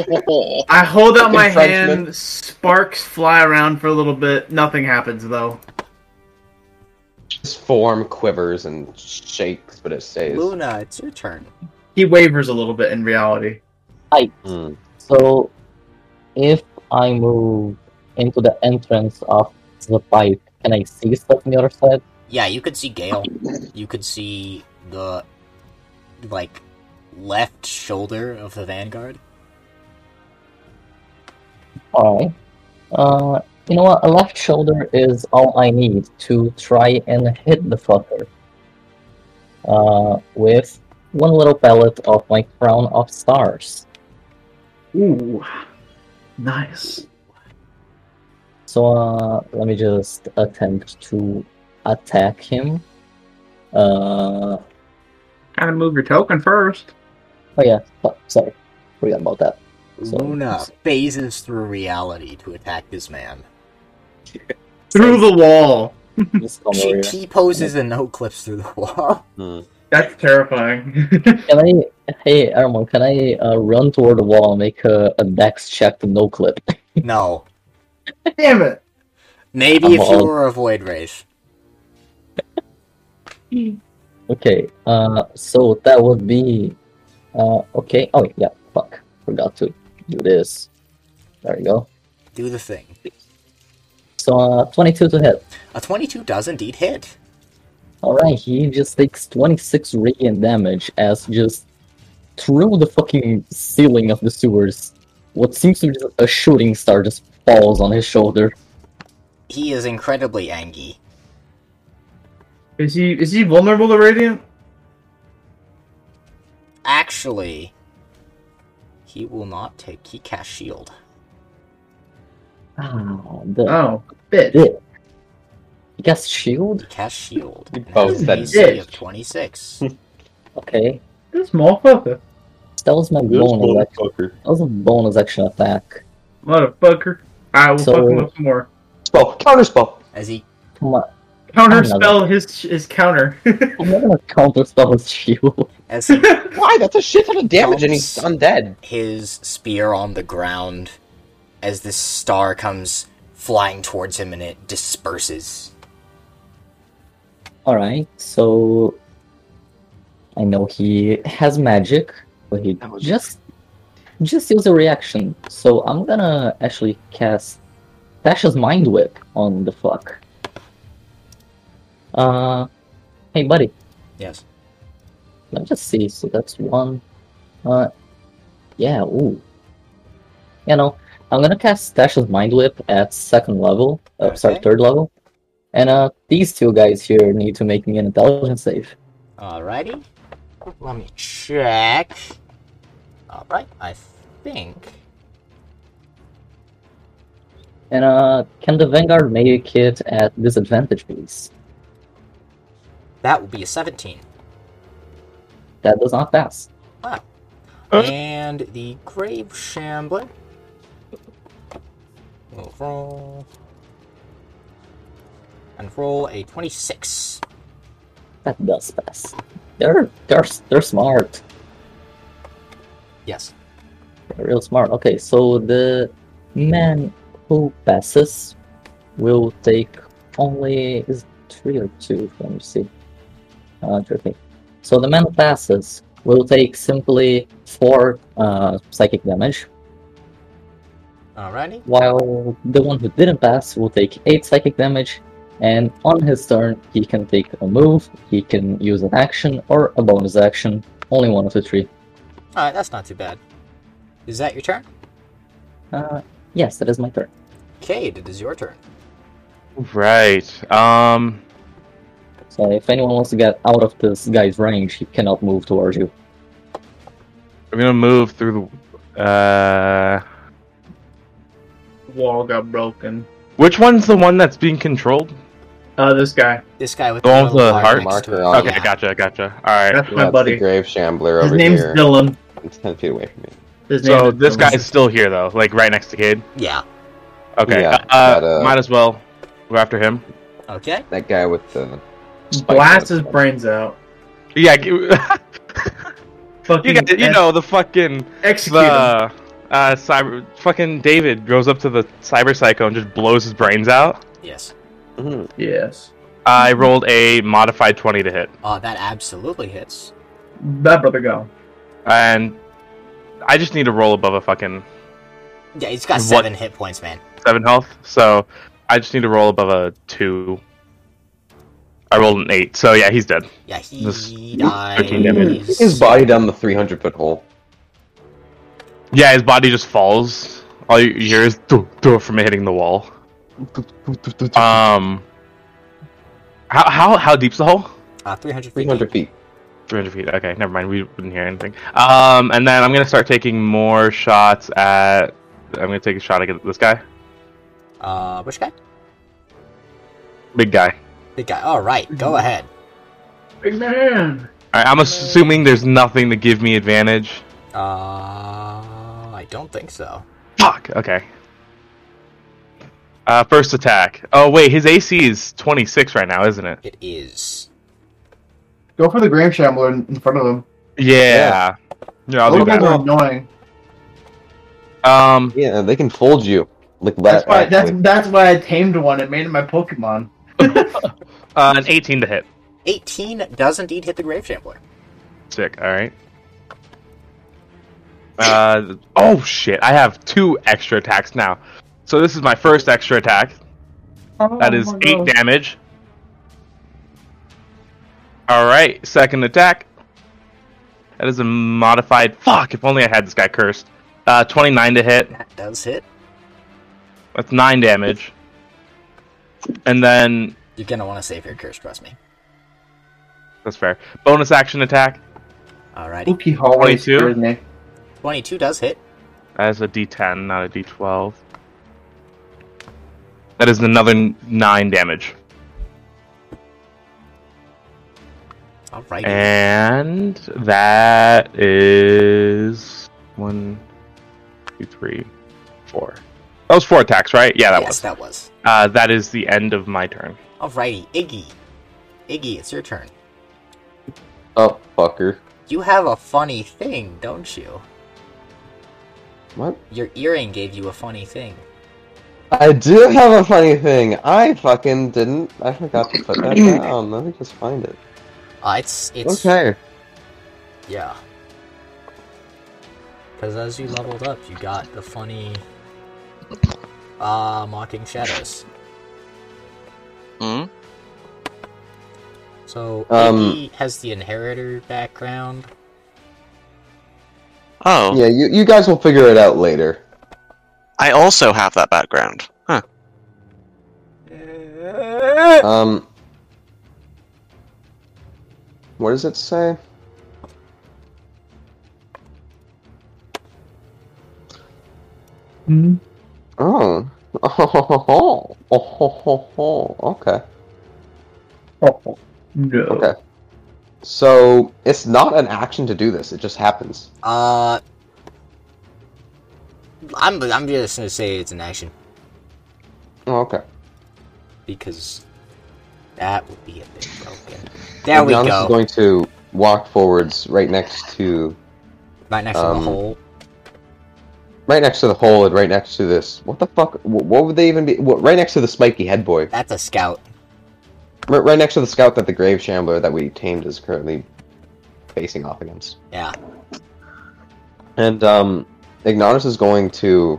[SPEAKER 5] fuck up. I hold out my
[SPEAKER 7] Fucking Frenchman.
[SPEAKER 5] hand, sparks fly around for a little bit. Nothing happens, though.
[SPEAKER 7] His form quivers and shakes, but it stays.
[SPEAKER 1] Luna, it's your turn.
[SPEAKER 5] He wavers a little bit in reality.
[SPEAKER 7] Mm.
[SPEAKER 10] So, if I move into the entrance of the pipe, can I see stuff on the other side?
[SPEAKER 1] Yeah, you could see Gale. You could see the like left shoulder of the vanguard.
[SPEAKER 10] Alright. Uh, you know what? A left shoulder is all I need to try and hit the fucker. Uh, with one little pellet of my crown of stars.
[SPEAKER 5] Ooh. Nice.
[SPEAKER 10] So uh, let me just attempt to attack him. Uh,
[SPEAKER 5] Gotta move your token first.
[SPEAKER 10] oh yeah, so- sorry, forgot about that. So,
[SPEAKER 1] Luna phases through reality to attack this man.
[SPEAKER 5] Through the wall.
[SPEAKER 10] just come over
[SPEAKER 1] She
[SPEAKER 10] here. Hmm.
[SPEAKER 1] T poses and no clips through the wall.
[SPEAKER 7] Mm.
[SPEAKER 5] That's terrifying.
[SPEAKER 10] Can I, hey Armon, can I uh, run toward the wall and make a, a dex check to no clip?
[SPEAKER 1] No.
[SPEAKER 5] Damn it.
[SPEAKER 1] Maybe
[SPEAKER 10] I'm
[SPEAKER 1] if you
[SPEAKER 10] all-
[SPEAKER 1] were a void wraith.
[SPEAKER 10] Okay, uh, so that would be, uh, okay. Oh yeah, fuck. forgot to do this. There you go.
[SPEAKER 1] Do the thing.
[SPEAKER 10] So uh, 22 to hit.
[SPEAKER 1] A 22 does indeed hit.
[SPEAKER 10] Alright, he just takes 26 radiant damage as just through the fucking ceiling of the sewers, what seems to be just a shooting star just falls on his shoulder.
[SPEAKER 1] He is incredibly angry.
[SPEAKER 5] Is he is he vulnerable to radiant?
[SPEAKER 1] Actually, he will not take. He cast shield.
[SPEAKER 10] Ah, the,
[SPEAKER 5] Oh, bitch.
[SPEAKER 10] the- He cast shield?
[SPEAKER 1] Cast shield. and
[SPEAKER 10] both
[SPEAKER 1] has an
[SPEAKER 10] said bitch.
[SPEAKER 1] AC of 26.
[SPEAKER 10] Okay.
[SPEAKER 5] This motherfucker.
[SPEAKER 10] That was my
[SPEAKER 5] This
[SPEAKER 10] bonus action. That was a bonus action attack.
[SPEAKER 5] Motherfucker. I will
[SPEAKER 10] So-
[SPEAKER 5] fuck him up some more.
[SPEAKER 7] Spell. Counter spell.
[SPEAKER 1] As he
[SPEAKER 10] Come on.
[SPEAKER 5] Counter
[SPEAKER 10] I'm not gonna-
[SPEAKER 5] spell his his counter.
[SPEAKER 10] I'm not gonna counter spell his shield.
[SPEAKER 1] As he
[SPEAKER 7] Why? That's a shit ton of damage, and he's
[SPEAKER 1] Dumps.
[SPEAKER 7] undead.
[SPEAKER 1] his spear on the ground as this star comes flying towards him and it disperses.
[SPEAKER 10] Alright, so I know he has magic, but he just just use a reaction. So I'm gonna actually cast Tasha's Mind Whip on the fuck. Uh hey buddy,
[SPEAKER 1] Yes.
[SPEAKER 10] let me just see. So that's one. Uh yeah, ooh. You know, I'm gonna cast Tasha's Mind Whip at second level. Uh, sorry,
[SPEAKER 1] Okay.
[SPEAKER 10] third level. And uh these two guys here need to make me an intelligence save.
[SPEAKER 1] Alrighty. Let me check. Alright, I think.
[SPEAKER 10] And uh, can the Vanguard make it at disadvantage, please?
[SPEAKER 1] That will be a 17.
[SPEAKER 10] That does not pass.
[SPEAKER 1] Wow.
[SPEAKER 10] Uh.
[SPEAKER 1] And the Grave Shambler. will roll. And roll a 26.
[SPEAKER 10] That does pass. They're they're they're smart.
[SPEAKER 1] Yes.
[SPEAKER 10] They're real smart. Okay, so the man who passes will take only is three or two. Let me see. Uh, tricky. So the man who passes will take simply four uh, psychic damage,
[SPEAKER 1] Alrighty.
[SPEAKER 10] while the one who didn't pass will take 8 psychic damage, and on his turn, he can take a move, he can use an action, or a bonus action, only one of the three.
[SPEAKER 1] Alright, Uh, that's not too bad. Is that your turn?
[SPEAKER 10] Uh, yes, that is my turn.
[SPEAKER 1] Cade, it is your turn.
[SPEAKER 2] Right. Um.
[SPEAKER 10] So if anyone wants to get out of this guy's range, he cannot move towards you.
[SPEAKER 2] I'm gonna move through the. Uh,
[SPEAKER 5] Wall got broken.
[SPEAKER 2] which one's the one that's being controlled?
[SPEAKER 5] Uh, this guy.
[SPEAKER 1] This guy with
[SPEAKER 2] The one with the
[SPEAKER 1] little
[SPEAKER 2] heart.
[SPEAKER 1] next to
[SPEAKER 7] Marker
[SPEAKER 1] it.
[SPEAKER 7] on
[SPEAKER 2] Okay,
[SPEAKER 1] Yeah.
[SPEAKER 2] gotcha, gotcha. All right.
[SPEAKER 5] That's my
[SPEAKER 7] That's
[SPEAKER 5] buddy.
[SPEAKER 7] the grave shambler
[SPEAKER 5] His
[SPEAKER 7] over
[SPEAKER 5] name's
[SPEAKER 7] here.
[SPEAKER 5] Dylan.
[SPEAKER 7] It's ten feet away from me.
[SPEAKER 5] His name
[SPEAKER 2] So
[SPEAKER 5] is
[SPEAKER 2] this
[SPEAKER 5] Dylan.
[SPEAKER 2] guy's still here though, like right next to Cade.
[SPEAKER 1] Yeah.
[SPEAKER 2] Okay.
[SPEAKER 7] Yeah,
[SPEAKER 2] uh,
[SPEAKER 7] but, uh,
[SPEAKER 2] might as well go after him.
[SPEAKER 1] Okay.
[SPEAKER 7] That guy with the spike
[SPEAKER 5] blast
[SPEAKER 7] on
[SPEAKER 5] his
[SPEAKER 7] head.
[SPEAKER 5] brains out.
[SPEAKER 2] Yeah. g- you
[SPEAKER 5] Fucking
[SPEAKER 2] guys, you
[SPEAKER 5] ex-
[SPEAKER 2] know the fucking
[SPEAKER 5] execute him.
[SPEAKER 2] the uh, cyber fucking David goes up to the cyber psycho and just blows his brains out.
[SPEAKER 1] Yes.
[SPEAKER 7] Mhm.
[SPEAKER 5] Yes.
[SPEAKER 2] I rolled a modified twenty to hit,
[SPEAKER 1] Oh, that absolutely hits.
[SPEAKER 5] That brother go.
[SPEAKER 2] and I just need to roll above a fucking
[SPEAKER 1] Yeah, he's got
[SPEAKER 2] What-
[SPEAKER 1] seven hit points, man.
[SPEAKER 2] seven health. So I just need to roll above a two. I rolled an eight, so yeah, he's dead.
[SPEAKER 1] Yeah, he
[SPEAKER 2] This-
[SPEAKER 1] dies.
[SPEAKER 2] damage.
[SPEAKER 7] Kick His body down the 300 foot hole.
[SPEAKER 2] Yeah, his body just falls. All you hear is do do from it hitting the wall. Um, how how how deep's the hole?
[SPEAKER 1] Uh, 300 feet.
[SPEAKER 7] 300 feet.
[SPEAKER 2] 300 feet. Okay, never mind. We didn't hear anything. Um, and then I'm gonna start taking more shots at. I'm gonna take a shot at this guy,
[SPEAKER 1] Uh, which guy?
[SPEAKER 2] big guy.
[SPEAKER 1] Big guy. All right, go ahead.
[SPEAKER 5] Mhm. Big man.
[SPEAKER 2] All right, I'm assuming there's nothing to give me advantage.
[SPEAKER 1] Uh, I don't think so.
[SPEAKER 2] Fuck. Okay. Uh, first attack. Oh wait, his AC is 26 right now, isn't it?
[SPEAKER 1] It is.
[SPEAKER 5] Go for the Graham Shambler in front of him.
[SPEAKER 2] Yeah. Yeah, I'll
[SPEAKER 7] Oh,
[SPEAKER 2] do that.
[SPEAKER 5] annoying.
[SPEAKER 2] Um,
[SPEAKER 7] Yeah, they can fold you. Like
[SPEAKER 5] That's
[SPEAKER 7] that.
[SPEAKER 5] why that's that's why I tamed one and made it my Pokemon.
[SPEAKER 2] uh, an 18 to hit.
[SPEAKER 1] 18 does indeed hit the Grave Shambler.
[SPEAKER 2] Sick. All right. Uh, oh shit! I have two extra attacks now. So this is my first extra attack.
[SPEAKER 8] Oh
[SPEAKER 2] that
[SPEAKER 5] Oh
[SPEAKER 2] is eight damage. All right, second attack. That is a modified. Fuck! If only I had this guy cursed. Uh, twenty-nine to hit.
[SPEAKER 1] That does hit.
[SPEAKER 2] That's nine damage. And then
[SPEAKER 1] You're gonna want to save your curse, trust me.
[SPEAKER 2] that's fair. Bonus action attack.
[SPEAKER 1] Alrighty.
[SPEAKER 5] Spooky
[SPEAKER 2] hallways 22? here, isn't it?
[SPEAKER 1] Twenty-two does hit.
[SPEAKER 2] That is a D10, not a D12. That is another n- nine damage.
[SPEAKER 1] Alright.
[SPEAKER 2] And that is one, two, three, four. That was four attacks, right? Yeah, that
[SPEAKER 1] yes,
[SPEAKER 2] was.
[SPEAKER 1] that was.
[SPEAKER 2] Uh, that is the end of my turn.
[SPEAKER 1] Alrighty, Iggy. Iggy, it's your turn.
[SPEAKER 7] Oh, fucker.
[SPEAKER 1] You have a funny thing, don't you?
[SPEAKER 7] What?
[SPEAKER 1] Your earring gave you a funny thing.
[SPEAKER 7] I do have a funny thing. I fucking didn't. I forgot to put that down. Let me just find it.
[SPEAKER 1] Uh, it's it's
[SPEAKER 7] Okay.
[SPEAKER 1] yeah. Because as you leveled up, you got the funny, uh, mocking shadows.
[SPEAKER 3] Hmm?
[SPEAKER 1] So
[SPEAKER 7] Um,
[SPEAKER 1] Iggy has the inheritor background.
[SPEAKER 3] Oh,
[SPEAKER 7] Yeah, you, you guys will figure it out later.
[SPEAKER 3] I also have that background. Huh.
[SPEAKER 7] Um. What does it say?
[SPEAKER 10] Hmm.
[SPEAKER 7] Oh. Oh, okay.
[SPEAKER 5] Oh, no.
[SPEAKER 7] Okay. So it's not an action to do this; it just happens.
[SPEAKER 1] Uh, I'm I'm just gonna say it's an action
[SPEAKER 7] Oh, okay.
[SPEAKER 1] because that would be a bit broken. There we
[SPEAKER 7] Giannis
[SPEAKER 1] go.
[SPEAKER 7] is going to walk forwards right next to,
[SPEAKER 1] right next to
[SPEAKER 7] um,
[SPEAKER 1] the hole.
[SPEAKER 7] right next to the hole, and right next to this. What the fuck? wh- What would they even be? What, right next to the spiky head boy.
[SPEAKER 1] That's a scout.
[SPEAKER 7] Right, right next to the scout that the grave shambler that we tamed is currently facing off against.
[SPEAKER 1] Yeah.
[SPEAKER 7] And um Ignatus is going to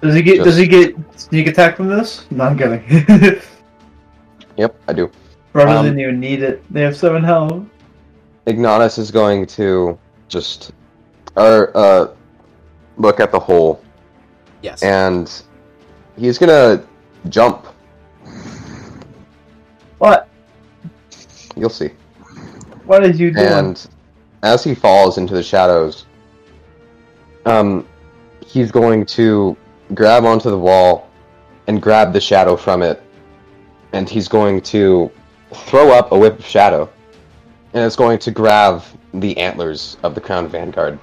[SPEAKER 5] Does he get?
[SPEAKER 7] Just-
[SPEAKER 5] Does he get sneak attack from this? No, I'm kidding.
[SPEAKER 7] Yep, I do.
[SPEAKER 5] Rather
[SPEAKER 7] Um,
[SPEAKER 5] than you need it, they have seven health.
[SPEAKER 7] Ignatus is going to just or uh look at the hole
[SPEAKER 1] Yes.
[SPEAKER 7] and he's gonna jump.
[SPEAKER 5] What?
[SPEAKER 7] You'll see.
[SPEAKER 5] What is you doing?
[SPEAKER 7] And as he falls into the shadows, um, he's going to grab onto the wall and grab the shadow from it, and he's going to throw up a whip of shadow, and it's going to grab the antlers of the crown vanguard,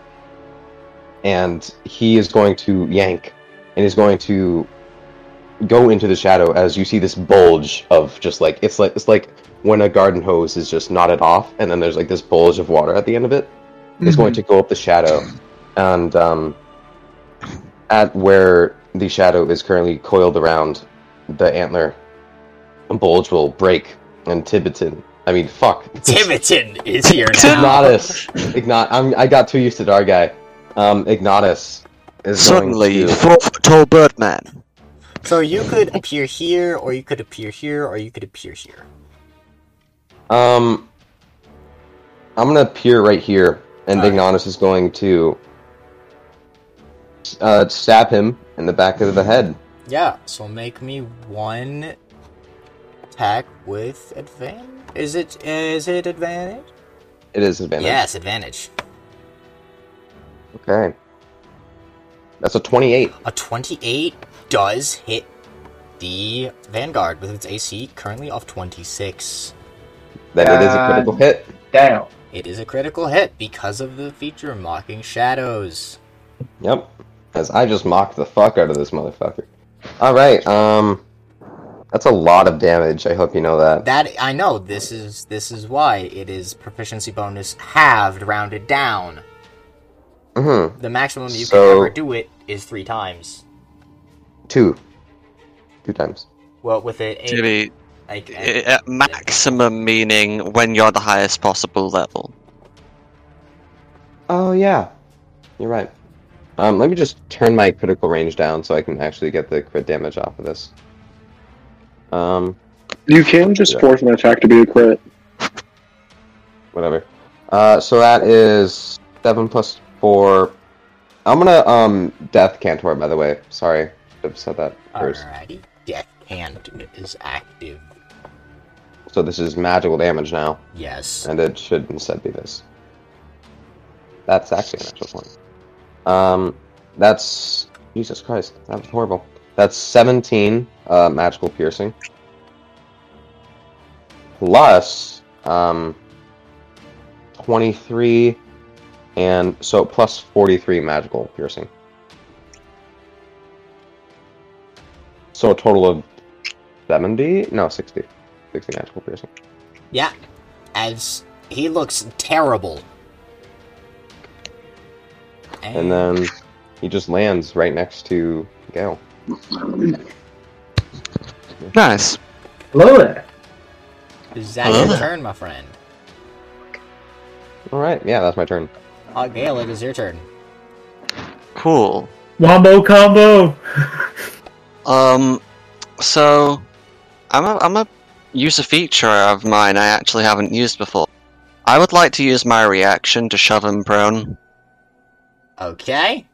[SPEAKER 7] and he is going to yank, and he's going to go into the shadow as you see this bulge of just like it's like it's like when a garden hose is just knotted off and then there's like this bulge of water at the end of it it's going to go up the shadow and um, at where the shadow is currently coiled around the antler a bulge will break and tibitin i mean fuck
[SPEAKER 1] Tivitin is here now.
[SPEAKER 7] ignatus ignat I'm, i got too used to our guy um ignatus is
[SPEAKER 3] Suddenly,
[SPEAKER 7] going to...
[SPEAKER 3] four foot tall Birdman.
[SPEAKER 1] So you could appear here, or you could appear here, or you could appear here.
[SPEAKER 7] Um, I'm gonna appear right here, and Ignatus is going to uh, stab him in the back of the head.
[SPEAKER 1] Yeah. So make me one attack with advantage. Is it is it advantage?
[SPEAKER 7] It is advantage.
[SPEAKER 1] Yes, advantage.
[SPEAKER 7] Okay. That's a 28.
[SPEAKER 1] A twenty-eight does hit the vanguard with its AC currently of twenty-six.
[SPEAKER 7] That it is a critical hit.
[SPEAKER 5] Damn.
[SPEAKER 1] It is a critical hit because of the feature mocking shadows.
[SPEAKER 7] Yep. As I just mocked the fuck out of this motherfucker. All right. Um, that's a lot of damage. I hope you know that.
[SPEAKER 1] That I know. This is this is why it is proficiency bonus halved, rounded down.
[SPEAKER 7] Mm-hmm.
[SPEAKER 1] The maximum you
[SPEAKER 7] So-
[SPEAKER 1] can ever do it is three times.
[SPEAKER 7] Two. Two times.
[SPEAKER 1] Well, with it,
[SPEAKER 3] To be
[SPEAKER 1] like,
[SPEAKER 3] i- at maximum meaning when you're the highest possible level.
[SPEAKER 7] Oh yeah. You're right. Um, let me just turn my critical range down so I can actually get the crit damage off of this. Um,
[SPEAKER 6] You can just force an attack to be a crit.
[SPEAKER 7] whatever. Uh, so that is seven plus four. I'm gonna um death Cantor. By the way, sorry, should have said that first.
[SPEAKER 1] Alrighty. Death hand is active.
[SPEAKER 7] So this is magical damage now.
[SPEAKER 1] Yes.
[SPEAKER 7] And it should instead be this. That's actually an actual point. Um, that's Jesus Christ. That was horrible. That's 17 uh, magical piercing. Plus um, 23 and so plus 43 magical piercing. So a total of 70? No, 60. 60 magical piercing.
[SPEAKER 1] Yeah. As he looks terrible.
[SPEAKER 7] And then he just lands right next to Gale.
[SPEAKER 3] Nice.
[SPEAKER 5] Hello there.
[SPEAKER 1] Is that your turn, my friend?
[SPEAKER 7] Alright, yeah, that's my turn.
[SPEAKER 1] Uh, Gale, it is your turn.
[SPEAKER 3] Cool.
[SPEAKER 5] Wombo combo.
[SPEAKER 3] Um, so I'm a, I'm a use a feature of mine I actually haven't used before. I would like to use my reaction to shove him prone.
[SPEAKER 1] Okay.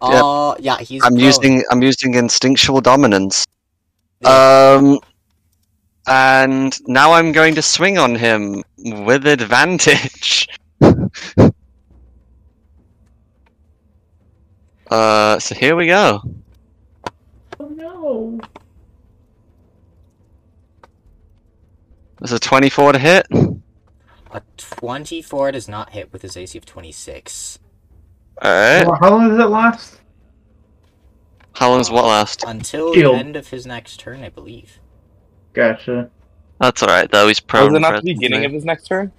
[SPEAKER 1] Uh, yeah, he's.
[SPEAKER 3] I'm
[SPEAKER 1] prone.
[SPEAKER 3] using I'm using instinctual dominance. Um, and now I'm going to swing on him with advantage. uh, so here we go.
[SPEAKER 5] Oh no.
[SPEAKER 3] There's a 24 to hit.
[SPEAKER 1] 24 does not hit with his AC of 26.
[SPEAKER 3] Alright.
[SPEAKER 5] Well, how long does it last?
[SPEAKER 3] How long's what last?
[SPEAKER 1] Until
[SPEAKER 5] Shield.
[SPEAKER 1] the end of his next turn, I believe.
[SPEAKER 5] Gotcha.
[SPEAKER 3] That's alright though, he's
[SPEAKER 13] Was
[SPEAKER 3] prone.
[SPEAKER 13] it not
[SPEAKER 3] for-
[SPEAKER 13] the beginning of his next turn?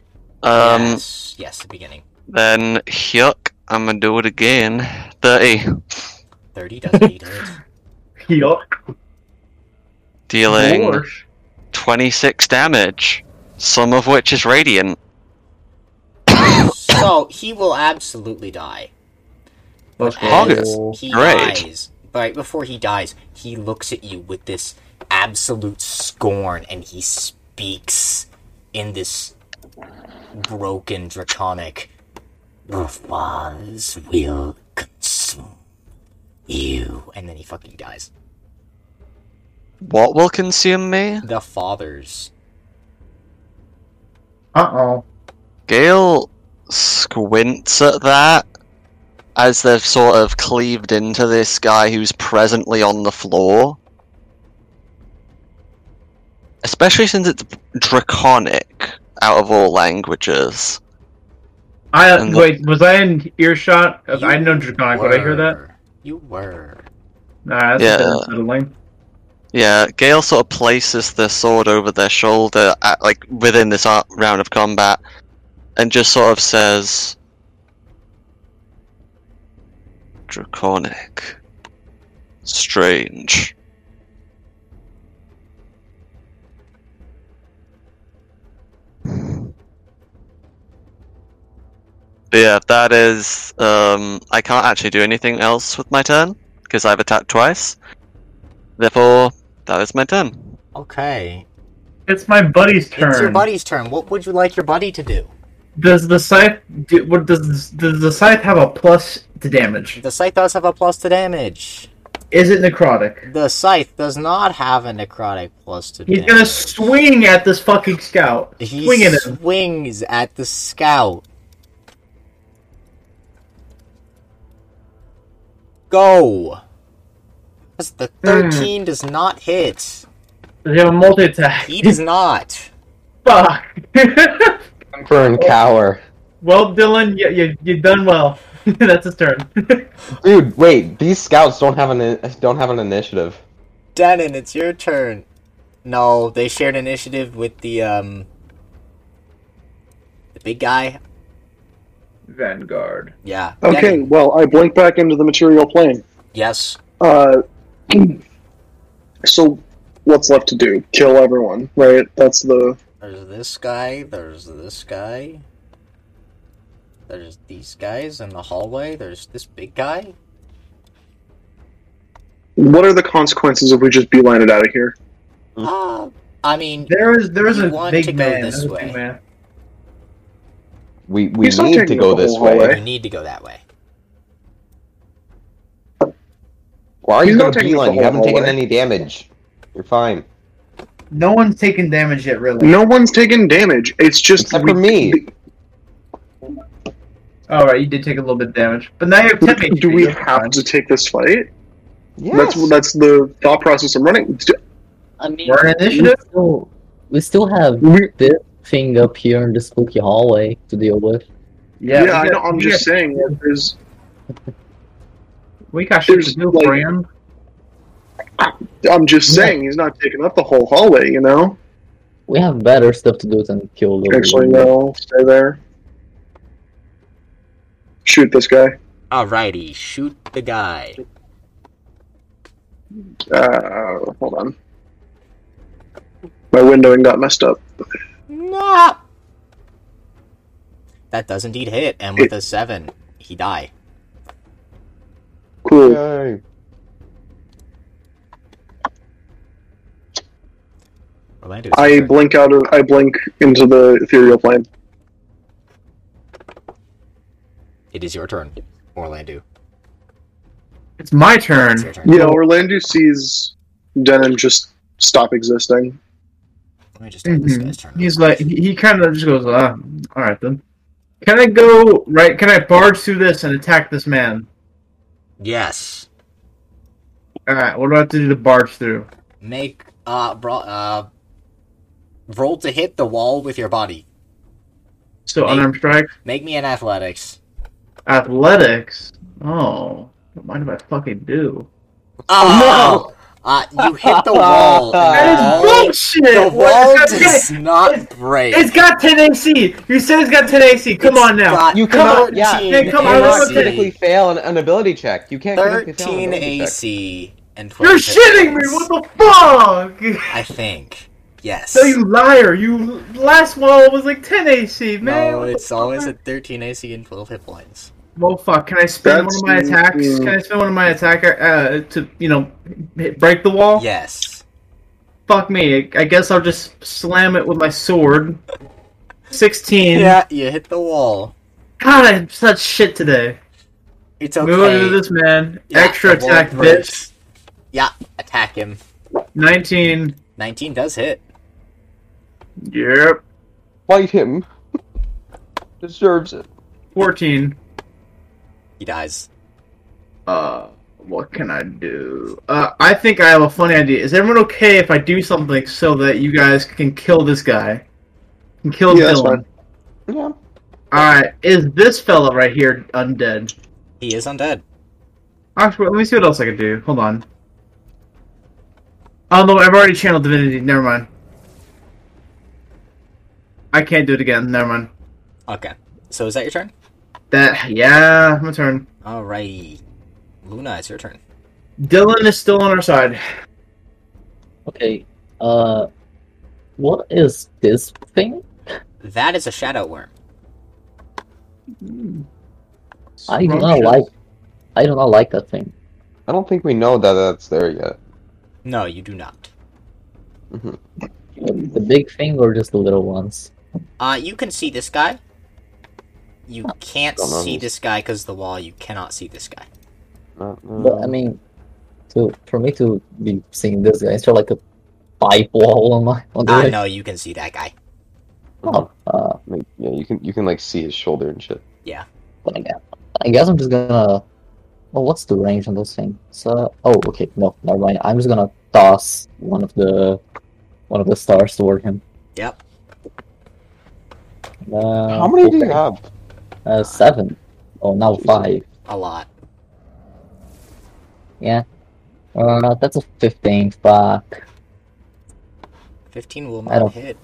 [SPEAKER 3] Um,
[SPEAKER 1] yes, yes, the beginning.
[SPEAKER 3] Then, yuck, I'm gonna do it again. 30.
[SPEAKER 1] 30 does not need it.
[SPEAKER 5] Yuck.
[SPEAKER 3] Dealing
[SPEAKER 5] Morsh.
[SPEAKER 3] 26 damage, some of which is radiant.
[SPEAKER 1] So, he will absolutely die.
[SPEAKER 5] Let's go.
[SPEAKER 1] As
[SPEAKER 3] August.
[SPEAKER 1] he
[SPEAKER 3] Great.
[SPEAKER 1] dies, right before he dies, he looks at you with this absolute scorn and he speaks in this broken draconic The fires will consume you and then he fucking dies.
[SPEAKER 3] What will consume me?
[SPEAKER 1] The fathers.
[SPEAKER 5] Uh oh.
[SPEAKER 3] Gale squints at that as they've sort of cleaved into this guy who's presently on the floor. Especially since it's draconic out of all languages.
[SPEAKER 5] I uh,
[SPEAKER 3] And the-
[SPEAKER 5] wait. Was I in earshot? I didn't know draconic. Would I hear that?
[SPEAKER 1] Were. You were.
[SPEAKER 5] Nah, that's
[SPEAKER 3] Yeah.
[SPEAKER 5] a bit unsettling.
[SPEAKER 3] Yeah, Gale sort of places the sword over their shoulder, at, like within this ar- round of combat, and just sort of says, "Draconic, strange." Yeah, that is. Um, I can't actually do anything else with my turn because I've attacked twice. Therefore, that is my turn.
[SPEAKER 1] Okay.
[SPEAKER 5] It's my buddy's turn.
[SPEAKER 1] It's your buddy's turn. What would you like your buddy to do?
[SPEAKER 5] Does the scythe? Do, what does does the scythe have a plus to damage?
[SPEAKER 1] The scythe does have a plus to damage.
[SPEAKER 5] Is it necrotic?
[SPEAKER 1] The scythe does not have a necrotic plus to
[SPEAKER 5] He's
[SPEAKER 1] damage.
[SPEAKER 5] gonna swing at this fucking scout.
[SPEAKER 1] He
[SPEAKER 5] swing at him.
[SPEAKER 1] swings at the scout. Go. That's the
[SPEAKER 5] Hmm.
[SPEAKER 1] thirteen does not hit.
[SPEAKER 5] Does he have a multi attack?
[SPEAKER 1] He does not.
[SPEAKER 5] Fuck.
[SPEAKER 7] Burn cower.
[SPEAKER 5] well, Dylan, you you you done well. that's his turn.
[SPEAKER 7] Dude, wait, these scouts don't have an don't have an initiative.
[SPEAKER 1] Denon, it's your turn. No, they shared initiative with the um the big guy.
[SPEAKER 5] Vanguard.
[SPEAKER 1] Yeah.
[SPEAKER 6] Okay,
[SPEAKER 1] Denon.
[SPEAKER 6] well, I blink back into the material plane.
[SPEAKER 1] Yes.
[SPEAKER 6] Uh, so, what's left to do? Kill everyone, right? That's the.
[SPEAKER 1] There's this guy. There's this guy. There's these guys in the hallway. There's this big guy.
[SPEAKER 6] What are the consequences if we just beeline it out of here?
[SPEAKER 1] Uh, I mean,
[SPEAKER 5] there is there is
[SPEAKER 1] you
[SPEAKER 5] a
[SPEAKER 1] want
[SPEAKER 5] big
[SPEAKER 1] to go
[SPEAKER 5] man.
[SPEAKER 1] this
[SPEAKER 5] There's a
[SPEAKER 1] way.
[SPEAKER 5] big man.
[SPEAKER 7] We we
[SPEAKER 6] He's not
[SPEAKER 7] need to
[SPEAKER 6] taking
[SPEAKER 7] go
[SPEAKER 6] up the
[SPEAKER 7] this
[SPEAKER 6] whole
[SPEAKER 7] way.
[SPEAKER 6] hallway.
[SPEAKER 1] You need to go that way.
[SPEAKER 7] Why are
[SPEAKER 6] He's
[SPEAKER 7] you going
[SPEAKER 6] not
[SPEAKER 7] to
[SPEAKER 6] taking up the
[SPEAKER 7] beeline? You
[SPEAKER 6] whole
[SPEAKER 7] haven't taken
[SPEAKER 6] hallway.
[SPEAKER 7] any damage. You're fine.
[SPEAKER 5] No one's taken damage yet, really.
[SPEAKER 6] No one's taken damage. It's just
[SPEAKER 7] Except for me.
[SPEAKER 5] All right, you did take a little bit of damage, but now you're ten
[SPEAKER 6] Do we have to take this fight?
[SPEAKER 7] Yes.
[SPEAKER 6] That's that's the thought process I'm running.
[SPEAKER 10] I mean,
[SPEAKER 5] We're in
[SPEAKER 10] we
[SPEAKER 5] initiative.
[SPEAKER 10] still, we still have this thing up here in the spooky hallway to deal with.
[SPEAKER 5] Yeah,
[SPEAKER 6] yeah, I
[SPEAKER 5] we
[SPEAKER 6] know,
[SPEAKER 5] got,
[SPEAKER 6] I'm
[SPEAKER 5] we
[SPEAKER 6] just
[SPEAKER 5] got,
[SPEAKER 6] saying that there's
[SPEAKER 5] we got shit to
[SPEAKER 6] there's,
[SPEAKER 5] do,
[SPEAKER 6] like-
[SPEAKER 5] friend.
[SPEAKER 6] I'm just saying he's not taking up the whole hallway, you know?
[SPEAKER 10] We have better stuff to do than kill the
[SPEAKER 6] Actually no, stay there. Shoot this guy.
[SPEAKER 1] Alrighty, shoot the guy.
[SPEAKER 6] Uh hold on. My windowing got messed up. Hmm?
[SPEAKER 1] Nah. That does indeed hit, and with a seven, he die.
[SPEAKER 6] Cool.
[SPEAKER 7] Yay.
[SPEAKER 1] Orlando,
[SPEAKER 6] I blink out of I blink into the ethereal plane.
[SPEAKER 1] it is your turn, Orlando.
[SPEAKER 5] It's my
[SPEAKER 1] It's
[SPEAKER 5] turn.
[SPEAKER 1] your turn.
[SPEAKER 6] Yeah, Orlando sees Denim just stop existing.
[SPEAKER 1] Let me just take this
[SPEAKER 5] Mhm.
[SPEAKER 1] guy's turn.
[SPEAKER 5] He's like he, he kind of just goes, ah, all right then. Can I go right? Can I barge through this and attack this man?
[SPEAKER 1] Yes.
[SPEAKER 5] All right, what do I have to do to barge through?
[SPEAKER 1] Make uh, bro- uh, roll to hit the wall with your body.
[SPEAKER 5] So
[SPEAKER 1] Me.
[SPEAKER 5] unarmed strike,
[SPEAKER 1] Make me an athletics.
[SPEAKER 5] athletics. Oh, don't mind if I fucking do.
[SPEAKER 1] Oh no! Uh, you hit the wall. and
[SPEAKER 5] That is
[SPEAKER 1] the wall,
[SPEAKER 5] bullshit.
[SPEAKER 1] the wall
[SPEAKER 5] What is that?
[SPEAKER 1] does not break.
[SPEAKER 5] It's got 10 AC. You said it's got 10 AC. Come
[SPEAKER 1] It's
[SPEAKER 5] on now.
[SPEAKER 1] got
[SPEAKER 7] You
[SPEAKER 5] Come
[SPEAKER 7] cannot.
[SPEAKER 5] on,
[SPEAKER 7] yeah.
[SPEAKER 5] Nick,
[SPEAKER 7] you
[SPEAKER 5] come on,
[SPEAKER 7] cannot
[SPEAKER 5] let's look at-
[SPEAKER 7] critically fail an, an ability check. You can't. critically fail an
[SPEAKER 1] 13
[SPEAKER 7] ability check.
[SPEAKER 1] AC and 12
[SPEAKER 5] You're shitting me. What the fuck?
[SPEAKER 1] I think. Yes.
[SPEAKER 5] No, you liar. You last wall was like 10 AC, man.
[SPEAKER 1] No,
[SPEAKER 5] What the
[SPEAKER 1] it's always
[SPEAKER 5] fuck?
[SPEAKER 1] at 13 AC and 12 hit points.
[SPEAKER 5] Well, fuck. Can I spend one
[SPEAKER 6] That's
[SPEAKER 5] of my attacks?
[SPEAKER 6] mm,
[SPEAKER 5] Can I spend one of my attacker uh, to, you know, hit, break the wall?
[SPEAKER 1] Yes.
[SPEAKER 5] Fuck me. I guess I'll just slam it with my sword. 16.
[SPEAKER 1] Yeah, you hit the wall.
[SPEAKER 5] God, I'm such shit today.
[SPEAKER 1] It's okay.
[SPEAKER 5] Move on to this man.
[SPEAKER 1] Yeah,
[SPEAKER 5] Extra
[SPEAKER 1] the wall
[SPEAKER 5] attack, bitch.
[SPEAKER 1] breaks. Yeah, attack him.
[SPEAKER 5] 19.
[SPEAKER 1] 19 does hit.
[SPEAKER 5] Yep.
[SPEAKER 7] Fight him. Deserves it.
[SPEAKER 5] 14.
[SPEAKER 1] He dies.
[SPEAKER 5] Uh, what can I do? Uh, I think I have a funny idea. Is everyone okay if I do something so that you guys can kill this guy? Can kill
[SPEAKER 6] Yeah, that's
[SPEAKER 5] Dylan.
[SPEAKER 7] Yeah.
[SPEAKER 5] Alright, is this fella right here undead?
[SPEAKER 1] He is undead.
[SPEAKER 5] Actually, let me see what else I can do. Hold on. Oh no, I've already channeled divinity. Never mind. I can't do it again. Never mind.
[SPEAKER 1] Okay. So is that your turn?
[SPEAKER 5] That yeah, my turn.
[SPEAKER 1] Alrighty. Luna, it's your turn.
[SPEAKER 5] Dylan is still on our side.
[SPEAKER 10] Okay. Uh, what is this thing?
[SPEAKER 1] That is a shadow worm.
[SPEAKER 10] I do not like. I do not like that thing.
[SPEAKER 7] I don't think we know that that's there yet.
[SPEAKER 1] No, you do not.
[SPEAKER 7] Mm-hmm.
[SPEAKER 10] The big thing or just the little ones?
[SPEAKER 1] Uh, you can see this
[SPEAKER 7] Oh,
[SPEAKER 1] guy. You can't
[SPEAKER 7] Don't know
[SPEAKER 1] see
[SPEAKER 7] who's-
[SPEAKER 1] this guy because the wall. You cannot see this guy.
[SPEAKER 7] Not-
[SPEAKER 10] But I mean, to for me to be seeing this guy, it's like a pipe wall on my on the.
[SPEAKER 1] Ah,
[SPEAKER 10] way.
[SPEAKER 1] no, you can see that guy.
[SPEAKER 10] Oh, uh,
[SPEAKER 7] like, yeah, you can you can like see his shoulder and shit.
[SPEAKER 10] but I guess, I guess I'm just gonna. Well, what's the range on this thing? So, oh, okay, no, never mind. I'm just gonna toss one of the, one of the stars toward him.
[SPEAKER 1] Yep.
[SPEAKER 10] Uh,
[SPEAKER 7] How many do you
[SPEAKER 10] okay.
[SPEAKER 7] have?
[SPEAKER 10] Uh, seven. Oh, now five.
[SPEAKER 1] A lot.
[SPEAKER 10] Yeah. Uh, that's a fifteen. Fuck.
[SPEAKER 1] Fifteen will
[SPEAKER 10] I
[SPEAKER 1] not
[SPEAKER 10] don't-
[SPEAKER 1] hit.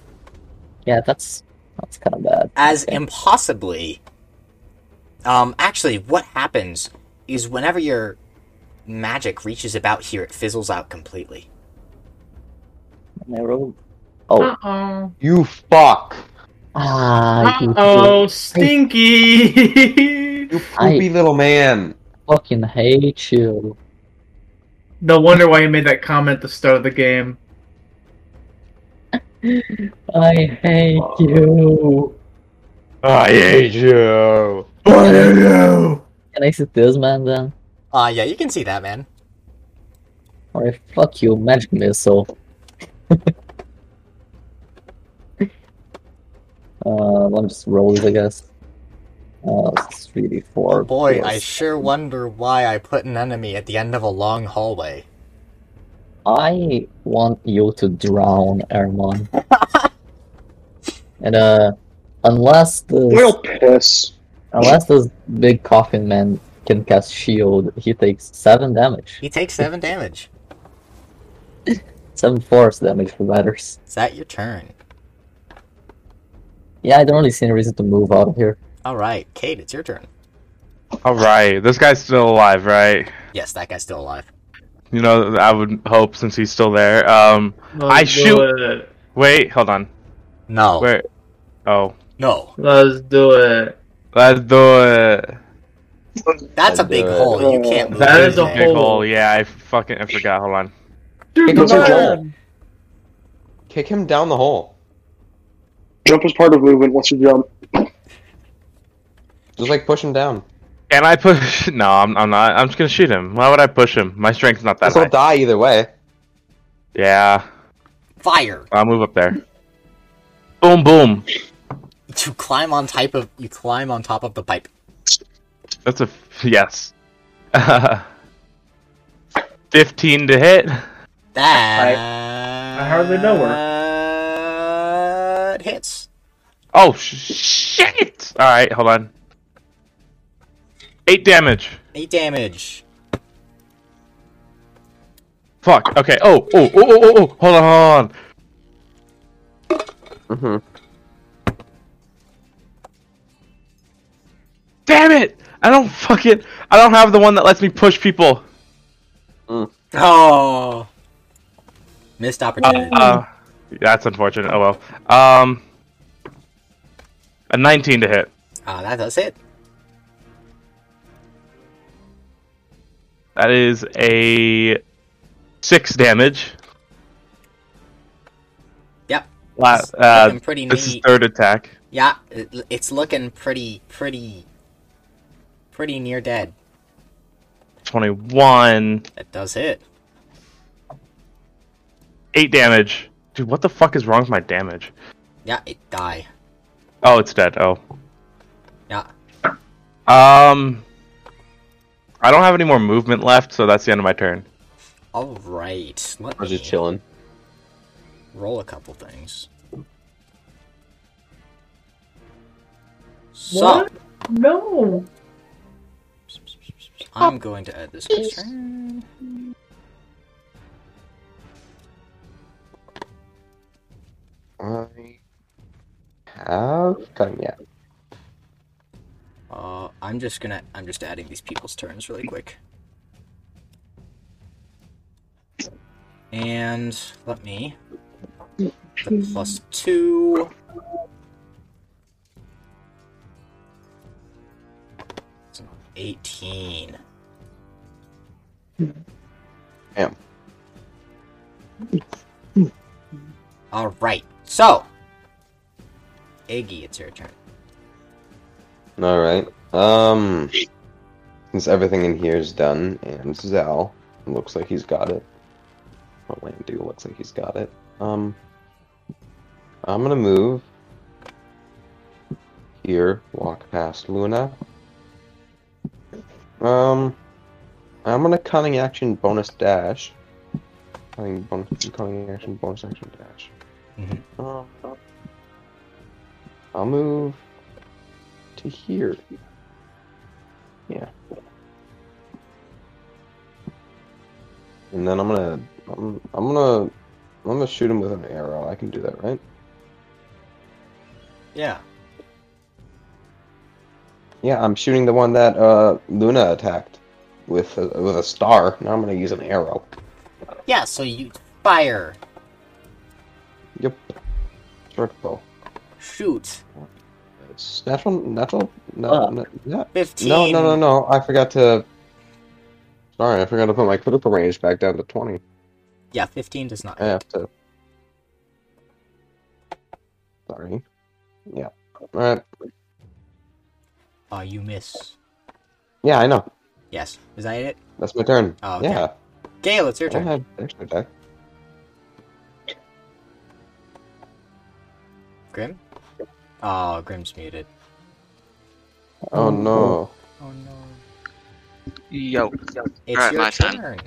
[SPEAKER 10] Yeah, that's that's kind of bad.
[SPEAKER 1] As
[SPEAKER 10] Okay.
[SPEAKER 1] impossibly. Um. Actually, what happens is whenever your magic reaches about here, it fizzles out completely.
[SPEAKER 10] And I rolled. Oh,
[SPEAKER 5] oh.
[SPEAKER 7] You fuck.
[SPEAKER 10] Ah, you
[SPEAKER 5] Oh,
[SPEAKER 10] little-
[SPEAKER 5] stinky!
[SPEAKER 10] I
[SPEAKER 7] little man.
[SPEAKER 10] fucking hate you.
[SPEAKER 5] no wonder why you made that comment at the start of the game.
[SPEAKER 10] I hate you.
[SPEAKER 2] I hate you.
[SPEAKER 10] Can I sit this man then?
[SPEAKER 1] Uh, yeah, you can see that, man.
[SPEAKER 10] Alright, fuck you, magic missile. uh, let me just roll it, I guess. Uh, it's 3d4.
[SPEAKER 1] Oh boy, I
[SPEAKER 10] plus-
[SPEAKER 1] sure wonder why I put an enemy at the end of a long hallway.
[SPEAKER 10] I want you to drown, Ermon. and uh, unless this
[SPEAKER 6] Well, piss.
[SPEAKER 10] unless this big coffin man can cast shield, he takes seven damage,
[SPEAKER 1] He takes seven damage.
[SPEAKER 10] seven force damage for matters.
[SPEAKER 1] Is that your turn?
[SPEAKER 10] Yeah, I don't really see any reason to move out of here.
[SPEAKER 1] Alright, Kate, it's your turn.
[SPEAKER 2] All right, this guy's still alive, right?
[SPEAKER 1] Yes, that guy's still alive.
[SPEAKER 2] You know, I would hope since he's still there. Um, I
[SPEAKER 5] Let's do
[SPEAKER 2] shoot.
[SPEAKER 5] it.
[SPEAKER 2] Wait, hold on.
[SPEAKER 1] No.
[SPEAKER 2] Where? Oh,
[SPEAKER 1] No.
[SPEAKER 5] Let's do it.
[SPEAKER 2] let's do it.
[SPEAKER 1] That's a
[SPEAKER 7] I'll
[SPEAKER 1] big
[SPEAKER 7] do it.
[SPEAKER 1] hole. You can't move.
[SPEAKER 5] That
[SPEAKER 1] in
[SPEAKER 5] is a
[SPEAKER 1] there.
[SPEAKER 2] Big
[SPEAKER 5] hole.
[SPEAKER 2] hole. Yeah, I fucking I forgot. Hold on.
[SPEAKER 5] Dude,
[SPEAKER 7] Those are
[SPEAKER 5] come on.
[SPEAKER 7] jump. Kick him down the hole.
[SPEAKER 6] Jump is part of movement. Once you jump,
[SPEAKER 7] Just like push him down.
[SPEAKER 2] And I push? No, I'm, I'm not. I'm just gonna shoot him. Why would I push him? My strength's not that
[SPEAKER 7] He'll
[SPEAKER 2] high.
[SPEAKER 7] die either way.
[SPEAKER 2] Yeah,
[SPEAKER 1] Fire.
[SPEAKER 2] I'll move up there. Boom, boom.
[SPEAKER 1] You climb on type of you climb on top of the pipe.
[SPEAKER 2] That's a f- yes. Fifteen to hit.
[SPEAKER 1] That
[SPEAKER 5] I hardly know her.
[SPEAKER 1] her. It hits.
[SPEAKER 2] Oh sh- shit! All right, hold on. Eight damage.
[SPEAKER 1] Eight damage.
[SPEAKER 2] Fuck. Okay. Oh, oh, oh, oh, oh, oh. Hold on, hold on.
[SPEAKER 7] Mm-hmm.
[SPEAKER 2] Damn it! I don't fucking. I don't have the one that lets me push people.
[SPEAKER 1] Oh. Missed opportunity.
[SPEAKER 2] Uh, that's unfortunate. Oh well. Um, a 19 to hit.
[SPEAKER 1] Ah, that does it.
[SPEAKER 2] That is a six damage.
[SPEAKER 1] Yep.
[SPEAKER 2] La-
[SPEAKER 1] It's
[SPEAKER 2] uh,
[SPEAKER 1] looking pretty
[SPEAKER 2] this is
[SPEAKER 1] neat.
[SPEAKER 2] third attack.
[SPEAKER 1] Yeah, it, it's looking pretty, pretty, pretty near dead.
[SPEAKER 2] 21,
[SPEAKER 1] That does hit.
[SPEAKER 2] eight damage. Dude, what the fuck is wrong with my damage?
[SPEAKER 1] Yeah, it die.
[SPEAKER 2] Oh, it's dead. Oh.
[SPEAKER 1] Yeah.
[SPEAKER 2] Um, I don't have any more movement left, so that's the end of my turn.
[SPEAKER 1] All right. Let
[SPEAKER 7] I was just
[SPEAKER 1] me
[SPEAKER 7] chilling.
[SPEAKER 1] roll a couple things. So
[SPEAKER 5] What? No.
[SPEAKER 1] I'm going to add this concern.
[SPEAKER 7] I have done yet.
[SPEAKER 1] Uh, I'm just gonna. I'm just adding these people's turns really quick. And let me. The plus two. It's an 18.
[SPEAKER 7] Damn.
[SPEAKER 1] Alright, so. Iggy, it's your turn.
[SPEAKER 7] All right. Um, since everything in here is done, and Zal looks like he's got it. Or Landu looks like he's got it. Um, I'm gonna move here, walk past Luna. Um, I'm gonna cunning action bonus dash. Cunning bonus, cunning action bonus action dash.
[SPEAKER 1] Mhm.
[SPEAKER 7] Um, I'll move to here. Yeah. And then I'm gonna, I'm, I'm gonna, I'm gonna shoot him with an arrow. I can do that, right?
[SPEAKER 1] Yeah.
[SPEAKER 7] Yeah, I'm shooting the one that uh, Luna attacked with a, with a star. Now I'm gonna use an arrow.
[SPEAKER 1] Yeah, so you fire.
[SPEAKER 7] Yep. Short bow.
[SPEAKER 1] Shoot.
[SPEAKER 7] Natural, natural, Oh, no, no, yeah.
[SPEAKER 1] 15.
[SPEAKER 7] no, no, no, no. I forgot to. Sorry, I forgot to put my critical range back down to twenty.
[SPEAKER 1] Yeah, 15 does not.
[SPEAKER 7] I have to. Sorry. Yeah. All right.
[SPEAKER 1] Uh, you miss.
[SPEAKER 7] Yeah, I know.
[SPEAKER 1] Yes. Is that it?
[SPEAKER 7] That's my turn.
[SPEAKER 1] Oh, okay.
[SPEAKER 7] Yeah.
[SPEAKER 1] Gale, it's your
[SPEAKER 7] I don't
[SPEAKER 1] turn.
[SPEAKER 7] have extra deck.
[SPEAKER 1] Grim? Oh, Grim's muted.
[SPEAKER 7] Oh no.
[SPEAKER 1] Oh no.
[SPEAKER 3] Yo.
[SPEAKER 1] It's
[SPEAKER 3] Alright,
[SPEAKER 1] your
[SPEAKER 3] my
[SPEAKER 1] turn.
[SPEAKER 3] turn.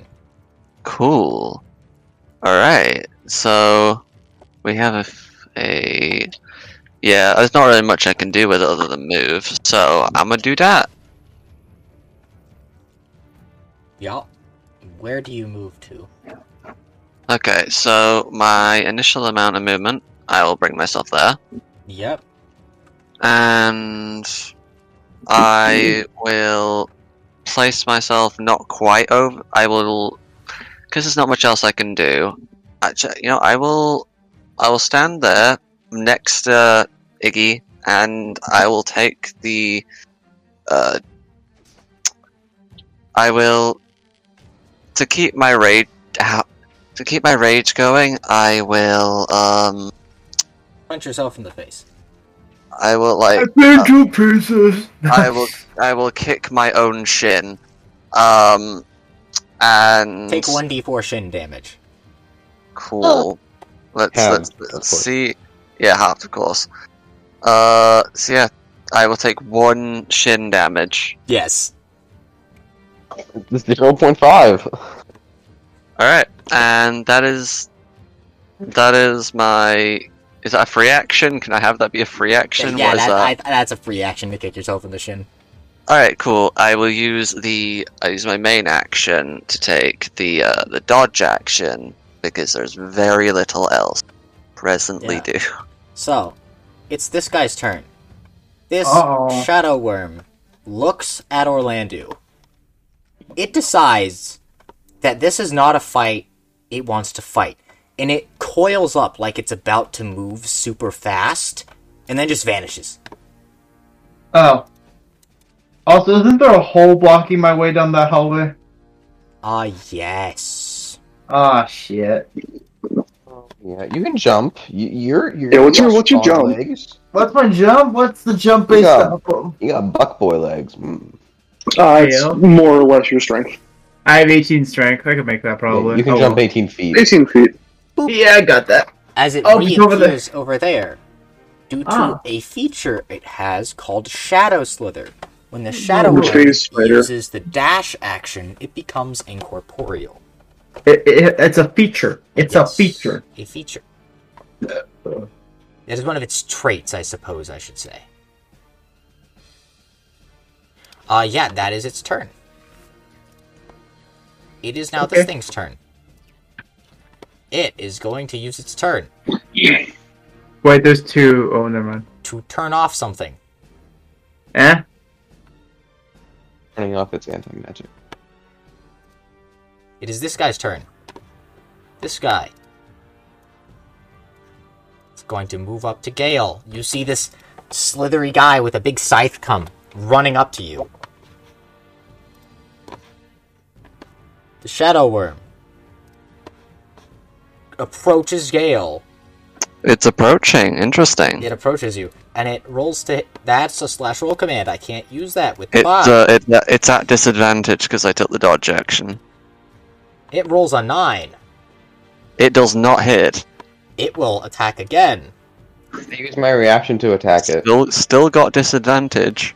[SPEAKER 3] Cool. All right. So we have a, f- a- yeah. There's not really much I can do with it other than move. So I'm gonna do that.
[SPEAKER 1] Yeah. Where do you move to?
[SPEAKER 3] Okay. So my initial amount of movement, I will bring myself there,
[SPEAKER 1] Yep.
[SPEAKER 3] and I will place myself not quite over. I will, because there's not much else I can do. Actually, you know, I will, I will stand there next to Iggy, and I will take the, uh, I will to keep my rage to keep my rage going. I will, um,
[SPEAKER 1] Punch yourself in the face.
[SPEAKER 3] I will like.
[SPEAKER 5] been two pieces.
[SPEAKER 3] I will I will kick my own shin. Um and
[SPEAKER 1] Take Oh. 1d4 shin damage.
[SPEAKER 3] cool. Let's
[SPEAKER 1] Halved,
[SPEAKER 3] let's, let's see yeah, half of course. Uh so yeah, I will take one shin damage.
[SPEAKER 1] Yes.
[SPEAKER 7] Zero point five.
[SPEAKER 3] Alright. And that is that is my is that a free action? Can I have that be a free action?
[SPEAKER 1] yeah,
[SPEAKER 3] What is
[SPEAKER 1] that,
[SPEAKER 3] that?
[SPEAKER 1] I, that's a free action to kick yourself in the shin.
[SPEAKER 3] All right, cool. I will use the I use my main action to take the uh, the dodge action because there's very little else presently do.
[SPEAKER 1] So, it's this guy's turn. This
[SPEAKER 5] Uh-oh.
[SPEAKER 1] shadow worm looks at Orlando. It decides that this is not a fight it wants to fight, and it coils up like it's about to move super fast, and then just vanishes.
[SPEAKER 5] Oh. Also, isn't there a hole blocking my way down that hallway?
[SPEAKER 1] Ah, yes.
[SPEAKER 5] Ah, shit.
[SPEAKER 7] Yeah, you can jump. You, you're you're.
[SPEAKER 6] Yeah, what's your-
[SPEAKER 7] got
[SPEAKER 6] what's your
[SPEAKER 7] strong
[SPEAKER 6] jump?
[SPEAKER 7] Legs.
[SPEAKER 5] What's my jump? What's the jump based
[SPEAKER 7] Yeah.
[SPEAKER 5] off of?
[SPEAKER 7] You got buck boy legs. Mm.
[SPEAKER 6] Uh, it's
[SPEAKER 5] Gale?
[SPEAKER 6] more or less your strength.
[SPEAKER 5] I have 18 strength. I could make that probably.
[SPEAKER 7] You can
[SPEAKER 5] Oh,
[SPEAKER 7] jump eighteen feet.
[SPEAKER 6] 18 feet.
[SPEAKER 5] Yeah, I got that.
[SPEAKER 1] As it
[SPEAKER 5] Oh, he's over there.
[SPEAKER 1] reappears over there, due to
[SPEAKER 5] Ah.
[SPEAKER 1] a feature it has called Shadow Slither. When
[SPEAKER 5] Hmm.
[SPEAKER 1] the shadow
[SPEAKER 6] Which
[SPEAKER 1] worm
[SPEAKER 6] is later.
[SPEAKER 1] uses the dash action, it becomes incorporeal.
[SPEAKER 5] It, it, it's a feature. It's a
[SPEAKER 1] Yes.
[SPEAKER 5] feature.
[SPEAKER 1] A feature. That is one of its traits, I suppose I should say. Uh, yeah, that is its turn. It is now this
[SPEAKER 5] Okay.
[SPEAKER 1] thing's turn. It is going to use its turn
[SPEAKER 5] Wait, there's two. Oh, never mind.
[SPEAKER 1] to turn off something.
[SPEAKER 5] Eh?
[SPEAKER 7] Turning off its anti magic.
[SPEAKER 1] It is this guy's turn. This guy. It's going to move up to Gale. You see this slithery guy with a big scythe come running up to you. The Shadow Worm approaches Gale.
[SPEAKER 3] It's approaching. Interesting.
[SPEAKER 1] It approaches you, and it rolls to. That's a slash roll command. I can't use that with the
[SPEAKER 3] It's
[SPEAKER 1] bot.
[SPEAKER 3] uh, it, it's at disadvantage because I took the dodge action.
[SPEAKER 1] It rolls a nine.
[SPEAKER 3] It does not hit.
[SPEAKER 1] It will attack again.
[SPEAKER 7] I use my reaction to attack it.
[SPEAKER 3] Still still got disadvantage.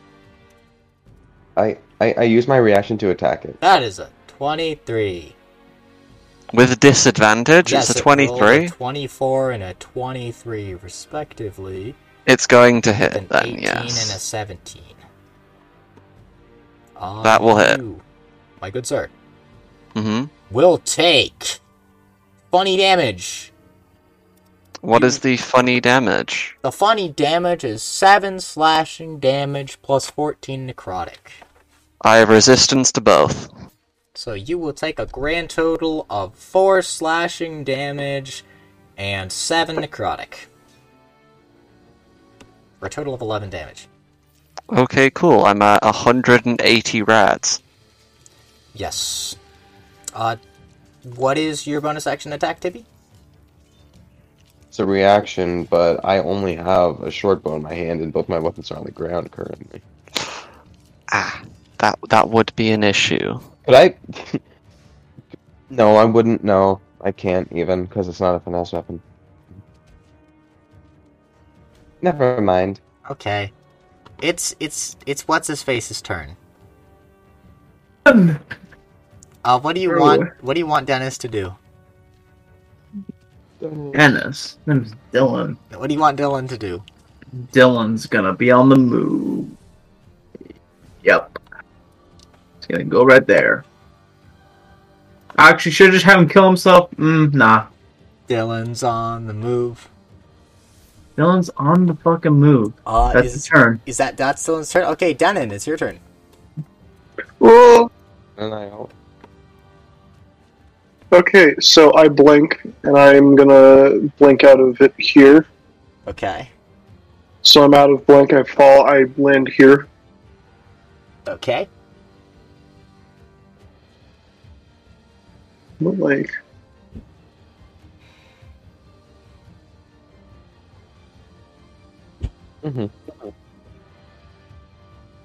[SPEAKER 7] I, I I use my reaction to attack it.
[SPEAKER 1] That is a twenty-three.
[SPEAKER 3] With disadvantage, it's a
[SPEAKER 1] it rolled
[SPEAKER 3] twenty-three.
[SPEAKER 1] 24 and a 23, respectively.
[SPEAKER 3] It's going to hit
[SPEAKER 1] An
[SPEAKER 3] then.
[SPEAKER 1] 18 and a
[SPEAKER 3] Yes.
[SPEAKER 1] 17. Ah,
[SPEAKER 3] That will hit.
[SPEAKER 1] you, My good sir.
[SPEAKER 3] Mm-hmm.
[SPEAKER 1] Will take funny damage.
[SPEAKER 3] What
[SPEAKER 1] You-
[SPEAKER 3] is the funny damage?
[SPEAKER 1] The funny damage is 7 slashing damage plus 14 necrotic.
[SPEAKER 3] I have resistance to both.
[SPEAKER 1] So you will take a grand total of 4 slashing damage and 7 necrotic. for a total of 11 damage.
[SPEAKER 3] Okay, cool. I'm at 180 rats.
[SPEAKER 1] Yes. Uh, what is your bonus action attack, Tippy?
[SPEAKER 7] It's a reaction, but I only have a short bow in my hand, and both my weapons are on the ground currently.
[SPEAKER 3] Ah, That that would be an issue.
[SPEAKER 7] Could I? no, I wouldn't. No, I can't even because it's not a finesse weapon. Never mind.
[SPEAKER 1] Okay. It's it's it's what's his face's turn. Uh, what do you want? What do you want Dennis to do?
[SPEAKER 5] Dennis, name's Dylan.
[SPEAKER 1] What do you want Dylan to do?
[SPEAKER 5] Dylan's gonna be on the move. Yep. It's gonna go right there. Actually, should I just have him kill himself? Mm, nah.
[SPEAKER 1] Dylan's on the move.
[SPEAKER 5] Dylan's on the fucking move.
[SPEAKER 1] Uh,
[SPEAKER 5] That's
[SPEAKER 1] is,
[SPEAKER 5] his turn.
[SPEAKER 1] Is that that's Dylan's turn? Okay, Denon, it's your turn.
[SPEAKER 6] Oh,
[SPEAKER 7] And I hope.
[SPEAKER 6] okay, so I blink, and I'm gonna blink out of it here.
[SPEAKER 1] Okay.
[SPEAKER 6] So I'm out of blink, I fall, I land here.
[SPEAKER 1] Okay.
[SPEAKER 6] But, like.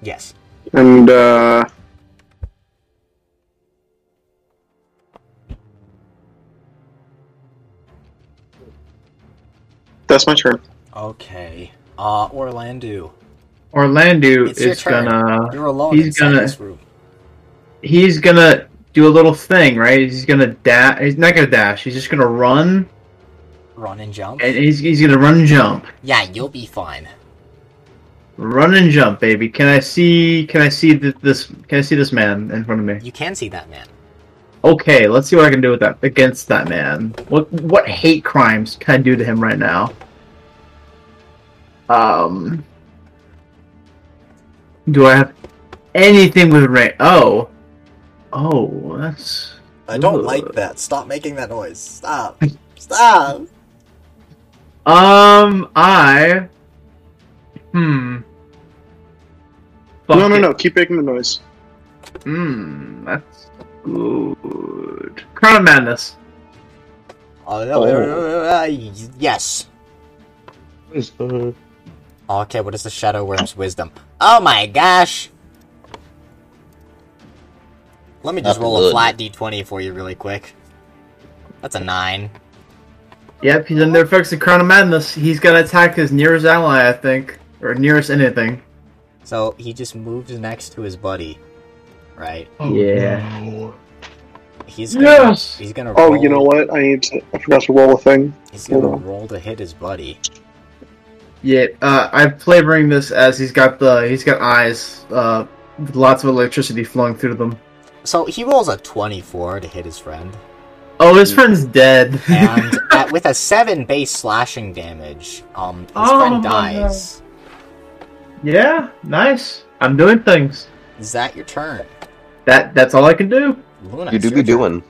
[SPEAKER 1] Yes.
[SPEAKER 6] And, uh. That's my turn.
[SPEAKER 1] Okay. Uh, Orlando.
[SPEAKER 5] Orlando
[SPEAKER 1] It's your
[SPEAKER 5] is
[SPEAKER 1] turn.
[SPEAKER 5] gonna.
[SPEAKER 1] You're alone
[SPEAKER 5] He's
[SPEAKER 1] inside
[SPEAKER 5] gonna.
[SPEAKER 1] this room.
[SPEAKER 5] He's gonna do a little thing, right? He's gonna dash. He's not gonna dash. He's just gonna run,
[SPEAKER 1] Run and jump.
[SPEAKER 5] and he's he's gonna run and jump,
[SPEAKER 1] Yeah, you'll be fine.
[SPEAKER 5] run and jump, baby. Can I see? Can I see th- this? Can I see this man in front of me?
[SPEAKER 1] You can see that man.
[SPEAKER 5] Okay, let's see what I can do with that against that man. What what hate crimes can I do to him right now? Um, do I have anything with range? Oh, oh, that's
[SPEAKER 8] I don't
[SPEAKER 5] Ugh.
[SPEAKER 8] like that. Stop making that noise. Stop. Stop.
[SPEAKER 5] um. I hmm. Fuck
[SPEAKER 6] no, no,
[SPEAKER 5] it.
[SPEAKER 6] no, keep making the noise.
[SPEAKER 5] Hmm. That's good. Crown of Madness.
[SPEAKER 1] Oh, no, uh, yes. Okay, what is the Shadow Worm's wisdom? Oh my gosh! Let me just
[SPEAKER 10] Not
[SPEAKER 1] roll a
[SPEAKER 10] good.
[SPEAKER 1] flat d20 for you really quick. That's a 9.
[SPEAKER 5] Yep, he's under effects of Crown of Madness. He's gonna attack his nearest ally, I think, or nearest anything.
[SPEAKER 1] So he just moves next to his buddy, right?
[SPEAKER 5] yeah.
[SPEAKER 1] He's gonna,
[SPEAKER 5] Oh, Yes!
[SPEAKER 1] He's gonna
[SPEAKER 6] Oh,
[SPEAKER 1] roll,
[SPEAKER 6] you know what? I need to. I forgot to roll a thing.
[SPEAKER 1] He's
[SPEAKER 6] Hold
[SPEAKER 1] gonna
[SPEAKER 6] on.
[SPEAKER 1] roll to hit his buddy.
[SPEAKER 5] Yeah, uh, I'm flavoring this as he's got the he's got eyes, uh, with lots of electricity flowing through them.
[SPEAKER 1] So he rolls a 24 to hit his friend.
[SPEAKER 5] Oh, his friend's dead.
[SPEAKER 1] and at, with a seven base slashing damage, um, his
[SPEAKER 5] Oh
[SPEAKER 1] friend
[SPEAKER 5] my
[SPEAKER 1] dies.
[SPEAKER 5] yeah, nice. I'm doing things.
[SPEAKER 1] Is that your turn,
[SPEAKER 5] That that's all I can do.
[SPEAKER 1] Luna?
[SPEAKER 7] You
[SPEAKER 1] it's
[SPEAKER 7] do be
[SPEAKER 1] your turn.
[SPEAKER 7] doing.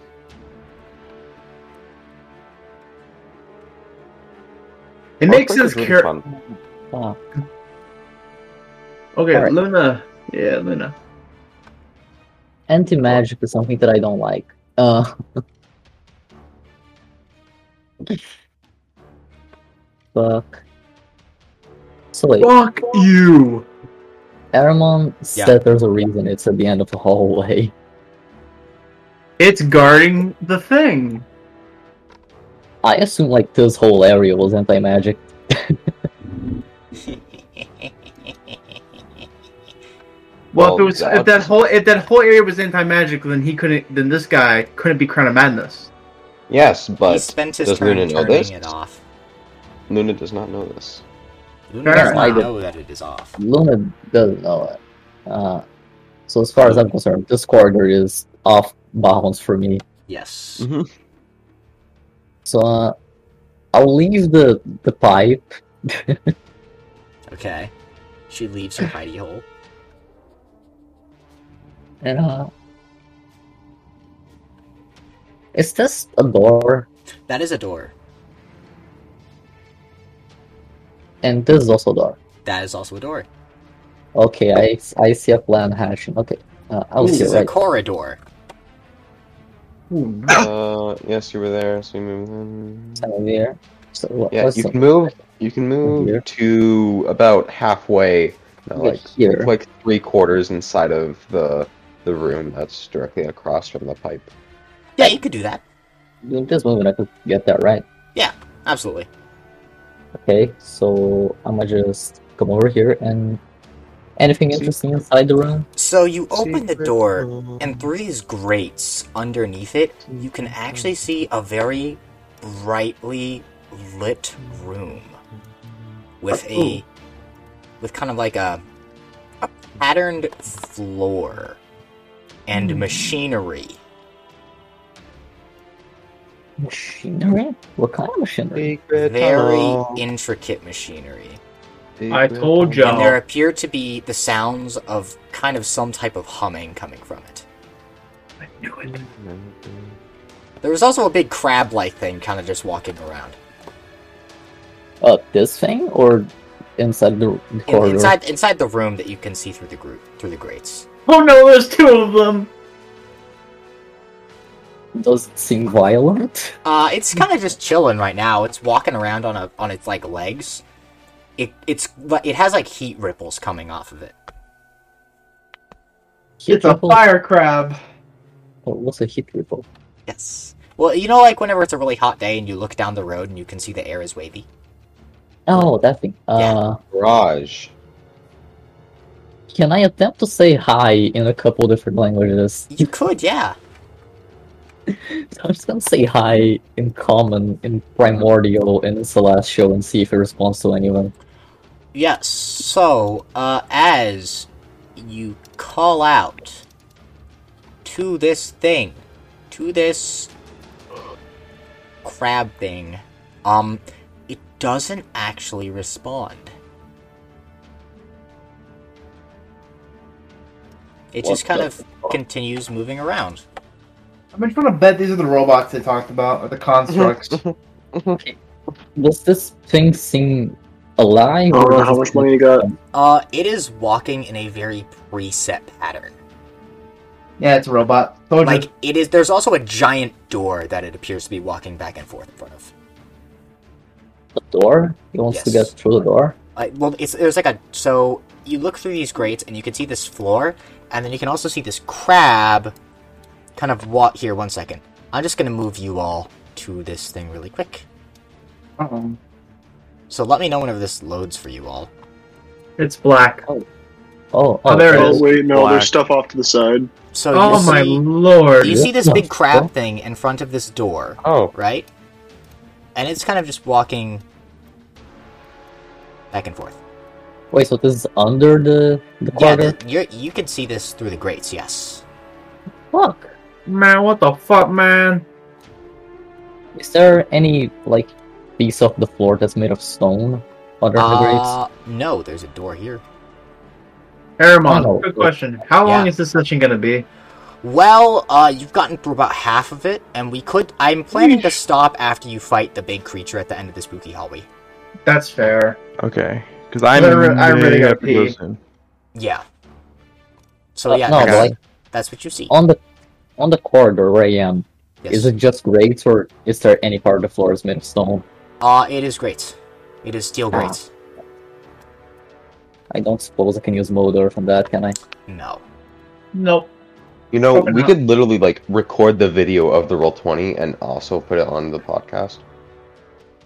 [SPEAKER 5] It makes
[SPEAKER 7] Heartbreak
[SPEAKER 5] sense.
[SPEAKER 7] is really
[SPEAKER 5] Car-
[SPEAKER 7] fun.
[SPEAKER 10] Fuck.
[SPEAKER 5] okay,
[SPEAKER 10] Alright.
[SPEAKER 5] Luna. Yeah, Luna.
[SPEAKER 10] Anti magic is something that I don't like. Uh. Fuck. So wait,
[SPEAKER 5] Fuck you.
[SPEAKER 10] Aramon
[SPEAKER 1] Yeah.
[SPEAKER 10] said there's a reason it's at the end of the hallway.
[SPEAKER 5] It's guarding the thing.
[SPEAKER 10] I assume like this whole area was anti magic.
[SPEAKER 5] Well, if it
[SPEAKER 7] Well,
[SPEAKER 5] was
[SPEAKER 7] yeah,
[SPEAKER 5] if that whole if that whole area was anti magic, then he couldn't. Then this guy couldn't be Crown of Madness.
[SPEAKER 7] Yes,
[SPEAKER 1] he
[SPEAKER 7] but
[SPEAKER 1] spent his
[SPEAKER 7] does
[SPEAKER 1] turn
[SPEAKER 7] Luna know
[SPEAKER 1] turning
[SPEAKER 7] this?
[SPEAKER 1] it off.
[SPEAKER 7] Luna does not know this.
[SPEAKER 1] Luna does
[SPEAKER 10] Alright.
[SPEAKER 1] not know that it is off.
[SPEAKER 10] Luna doesn't know it. Uh, so as far as I'm concerned, this corridor is off bounds for me.
[SPEAKER 1] Yes.
[SPEAKER 7] Mhm.
[SPEAKER 10] So uh, I'll leave the the pipe.
[SPEAKER 1] Okay. She leaves her hidey hole.
[SPEAKER 10] And uh, is this a door?
[SPEAKER 1] That is a door.
[SPEAKER 10] And this is also a door.
[SPEAKER 1] That is also a door.
[SPEAKER 10] Okay, I, I see a plan hashing. Okay, uh, I'll
[SPEAKER 1] this
[SPEAKER 10] see it
[SPEAKER 1] is a
[SPEAKER 10] right.
[SPEAKER 1] corridor.
[SPEAKER 10] Hmm.
[SPEAKER 7] Uh, yes, you were there, so you move in.
[SPEAKER 10] Here. So what,
[SPEAKER 7] Yeah,
[SPEAKER 10] what's
[SPEAKER 7] you
[SPEAKER 10] the-
[SPEAKER 7] can move. You can move
[SPEAKER 10] Here.
[SPEAKER 7] to about halfway, no,
[SPEAKER 10] Okay,
[SPEAKER 7] like
[SPEAKER 10] here.
[SPEAKER 7] like three quarters inside of the the room that's directly across from the pipe.
[SPEAKER 1] Yeah, you could do that.
[SPEAKER 10] you can just move it. I could get that right.
[SPEAKER 1] Yeah, absolutely.
[SPEAKER 10] Okay, so I'ma just come over here and anything interesting inside the room?
[SPEAKER 1] So you open the door, and through these grates underneath it, you can actually see a very brightly lit room with a with kind of like a a patterned floor
[SPEAKER 5] Hmm.
[SPEAKER 1] and machinery.
[SPEAKER 10] Machinery? What kind of machinery?
[SPEAKER 1] Very intricate machinery.
[SPEAKER 5] I told
[SPEAKER 1] And there
[SPEAKER 5] y'all.
[SPEAKER 1] appear to be the sounds of kind of some type of humming coming from it. There was also a big crab like thing kind of just walking around.
[SPEAKER 10] Uh, this thing or inside the the
[SPEAKER 1] In-
[SPEAKER 10] corridor?
[SPEAKER 1] inside inside the room that you can see through the group through the grates.
[SPEAKER 5] Oh no, there's two of them.
[SPEAKER 10] Does it seem violent?
[SPEAKER 1] Uh it's kind of just chilling right now. It's walking around on a on its like legs. It it's li- it has like heat ripples coming off of it.
[SPEAKER 10] Heat
[SPEAKER 5] It's a
[SPEAKER 10] ripple?
[SPEAKER 5] fire crab.
[SPEAKER 10] Oh, what's a heat ripple?
[SPEAKER 1] Yes. Well, you know like whenever it's a really hot day and you look down the road and you can see the air is wavy.
[SPEAKER 10] Oh, that thing. Uh,
[SPEAKER 7] Raj.
[SPEAKER 10] can I attempt to say hi in a couple different languages?
[SPEAKER 1] You could, yeah.
[SPEAKER 10] I'm just gonna say hi in common, in primordial, and in celestial, and see if it responds to anyone.
[SPEAKER 1] Yes. So, uh, as you call out to this thing, to this crab thing, um, it doesn't actually respond. It just
[SPEAKER 10] What
[SPEAKER 1] kind
[SPEAKER 10] the
[SPEAKER 1] of continues moving around.
[SPEAKER 5] I've been trying to bet these are the robots they talked about, or the
[SPEAKER 1] Mm-hmm.
[SPEAKER 5] constructs.
[SPEAKER 10] Does this thing seem alive?
[SPEAKER 6] I don't know
[SPEAKER 10] does
[SPEAKER 6] how
[SPEAKER 10] it
[SPEAKER 6] much
[SPEAKER 10] seem-
[SPEAKER 6] money you got.
[SPEAKER 1] Uh, it is walking in a very preset pattern.
[SPEAKER 5] yeah, it's a robot. Told you.
[SPEAKER 1] Like it is. There's also a giant door that it appears to be walking back and forth in front of.
[SPEAKER 10] The door? He wants to
[SPEAKER 1] Yes.
[SPEAKER 10] get through the door?
[SPEAKER 1] Uh, well, it's there's like a so you look through these grates and you can see this floor, and then you can also see this crab. Kind of walk here. One second. I'm just gonna move you all to this thing really quick.
[SPEAKER 5] Um,
[SPEAKER 1] So let me know whenever this loads for you all.
[SPEAKER 5] it's black.
[SPEAKER 10] Oh,
[SPEAKER 5] Oh, there it
[SPEAKER 6] Oh
[SPEAKER 5] is.
[SPEAKER 6] wait, no,
[SPEAKER 2] Black.
[SPEAKER 6] there's stuff off to the side.
[SPEAKER 1] So
[SPEAKER 5] oh
[SPEAKER 1] you
[SPEAKER 5] my
[SPEAKER 1] see,
[SPEAKER 5] lord.
[SPEAKER 1] you see this
[SPEAKER 10] Yeah.
[SPEAKER 1] big crab thing in front of this door,
[SPEAKER 7] Oh,
[SPEAKER 1] right? And it's kind of just walking back and forth.
[SPEAKER 10] Wait, so this is under the, the
[SPEAKER 1] Yeah,
[SPEAKER 10] corridor?
[SPEAKER 1] th- you're, you can see this through the grates. Yes.
[SPEAKER 10] Fuck!
[SPEAKER 5] Man, what the fuck, man?
[SPEAKER 10] Is there any, like, piece of the floor that's made of stone under the grates?
[SPEAKER 1] Uh, no, there's a door here.
[SPEAKER 5] Aramon,
[SPEAKER 10] Oh, no.
[SPEAKER 5] good question. How long
[SPEAKER 1] Yeah.
[SPEAKER 5] is this session gonna be?
[SPEAKER 1] Well, uh, you've gotten through about half of it, and we could. I'm planning to stop after you fight the big creature at the end of the spooky hallway.
[SPEAKER 5] That's fair.
[SPEAKER 2] Okay, because I'm.
[SPEAKER 5] I re- I really
[SPEAKER 2] may
[SPEAKER 5] gotta
[SPEAKER 2] have to go
[SPEAKER 5] pee.
[SPEAKER 2] soon.
[SPEAKER 1] Yeah. So
[SPEAKER 10] Uh,
[SPEAKER 1] yeah,
[SPEAKER 10] no,
[SPEAKER 1] that's,
[SPEAKER 10] but, like, Oh.
[SPEAKER 1] that's what you see.
[SPEAKER 10] on the on the corridor where I am,
[SPEAKER 1] Yes.
[SPEAKER 10] is it just grates or is there any part of the floor is made of stone?
[SPEAKER 1] Uh, it is great. It is steel
[SPEAKER 10] Ah.
[SPEAKER 1] grates.
[SPEAKER 10] I don't suppose I can use Modor from that, can I?
[SPEAKER 1] No.
[SPEAKER 5] Nope.
[SPEAKER 7] you know
[SPEAKER 5] Probably
[SPEAKER 7] we
[SPEAKER 5] not.
[SPEAKER 7] could literally like record the video of the roll twenty and also put it on the podcast.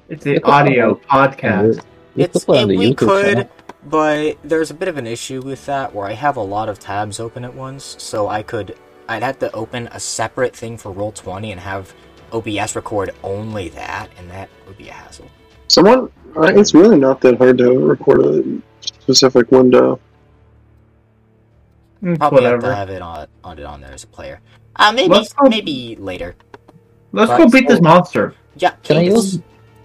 [SPEAKER 5] It's the audio podcast.
[SPEAKER 10] You
[SPEAKER 1] It's
[SPEAKER 10] could put it
[SPEAKER 1] it-
[SPEAKER 10] on the
[SPEAKER 1] we
[SPEAKER 10] YouTube
[SPEAKER 1] could,
[SPEAKER 10] channel.
[SPEAKER 1] but there's a bit of an issue with that where I have a lot of tabs open at once, so I could I'd have to open a separate thing for roll twenty and have OBS record only that, and that would be a hassle.
[SPEAKER 6] Someone, uh, it's really not that hard to record a specific window.
[SPEAKER 5] Mm,
[SPEAKER 1] Probably have to
[SPEAKER 5] Whatever.
[SPEAKER 1] have it on, on it on there as a player. Uh, maybe
[SPEAKER 5] Let's go-
[SPEAKER 1] maybe later. oh,
[SPEAKER 5] Let's go beat this monster.
[SPEAKER 1] Yeah.
[SPEAKER 10] Can I
[SPEAKER 1] Kate is-
[SPEAKER 10] use?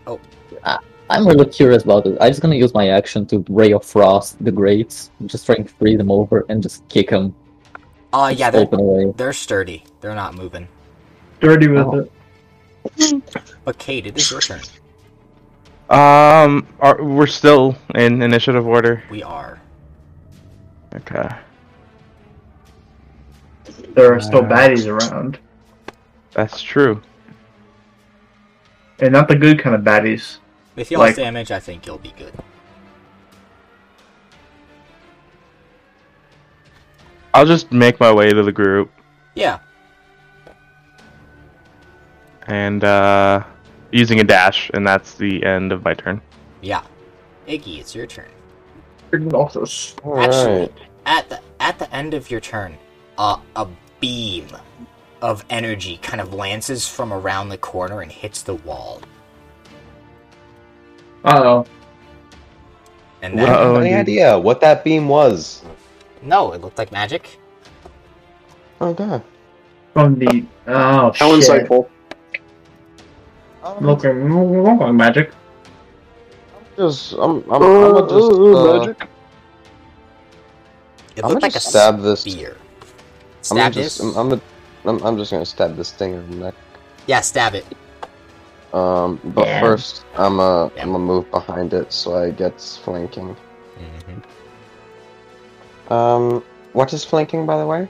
[SPEAKER 1] Oh.
[SPEAKER 10] I, I'm really curious about it. I'm just gonna use my action to Ray of Frost the Greats, just try and free them over and just kick them
[SPEAKER 1] Uh, yeah, they're,
[SPEAKER 10] open away.
[SPEAKER 1] they're sturdy. They're not moving.
[SPEAKER 5] Dirty with
[SPEAKER 10] Oh.
[SPEAKER 5] it.
[SPEAKER 1] But Kate, it is your turn.
[SPEAKER 2] Um, are, we're still in initiative order.
[SPEAKER 1] We are.
[SPEAKER 2] Okay.
[SPEAKER 5] There are still baddies around,
[SPEAKER 2] That's true.
[SPEAKER 5] and not the good kind of baddies.
[SPEAKER 1] With y'all's
[SPEAKER 5] Like-
[SPEAKER 1] damage, I think you'll be good.
[SPEAKER 2] I'll just make my way to the group
[SPEAKER 1] Yeah.
[SPEAKER 2] and uh, using a dash, and that's the end of my turn.
[SPEAKER 1] Yeah. Iggy, it's your turn. Actually,
[SPEAKER 2] Alright.
[SPEAKER 1] at the at the end of your turn, uh, a beam of energy kind of lances from around the corner and hits the wall.
[SPEAKER 5] Uh oh.
[SPEAKER 1] And
[SPEAKER 7] I
[SPEAKER 1] then
[SPEAKER 7] have any idea what that beam was.
[SPEAKER 1] no, it looked like magic.
[SPEAKER 7] Oh god.
[SPEAKER 5] From the oh
[SPEAKER 6] How
[SPEAKER 5] shit. Um,
[SPEAKER 6] insightful.
[SPEAKER 5] Look, look like magic.
[SPEAKER 7] Just, I'm, I'm, I'm gonna just, uh,
[SPEAKER 1] It
[SPEAKER 7] I'm gonna
[SPEAKER 1] looked like a
[SPEAKER 7] just stab this.
[SPEAKER 1] spear.
[SPEAKER 7] I'm gonna
[SPEAKER 1] Stab
[SPEAKER 7] just,
[SPEAKER 1] this.
[SPEAKER 7] I'm, I'm, gonna- I'm, I'm just gonna stab this thing in the neck.
[SPEAKER 1] Yeah, stab it.
[SPEAKER 7] Um, but
[SPEAKER 1] Yeah.
[SPEAKER 7] first, I'm uh, I'm gonna move behind it so I get flanking.
[SPEAKER 1] Mm-hmm.
[SPEAKER 7] Um, what is flanking, by the way?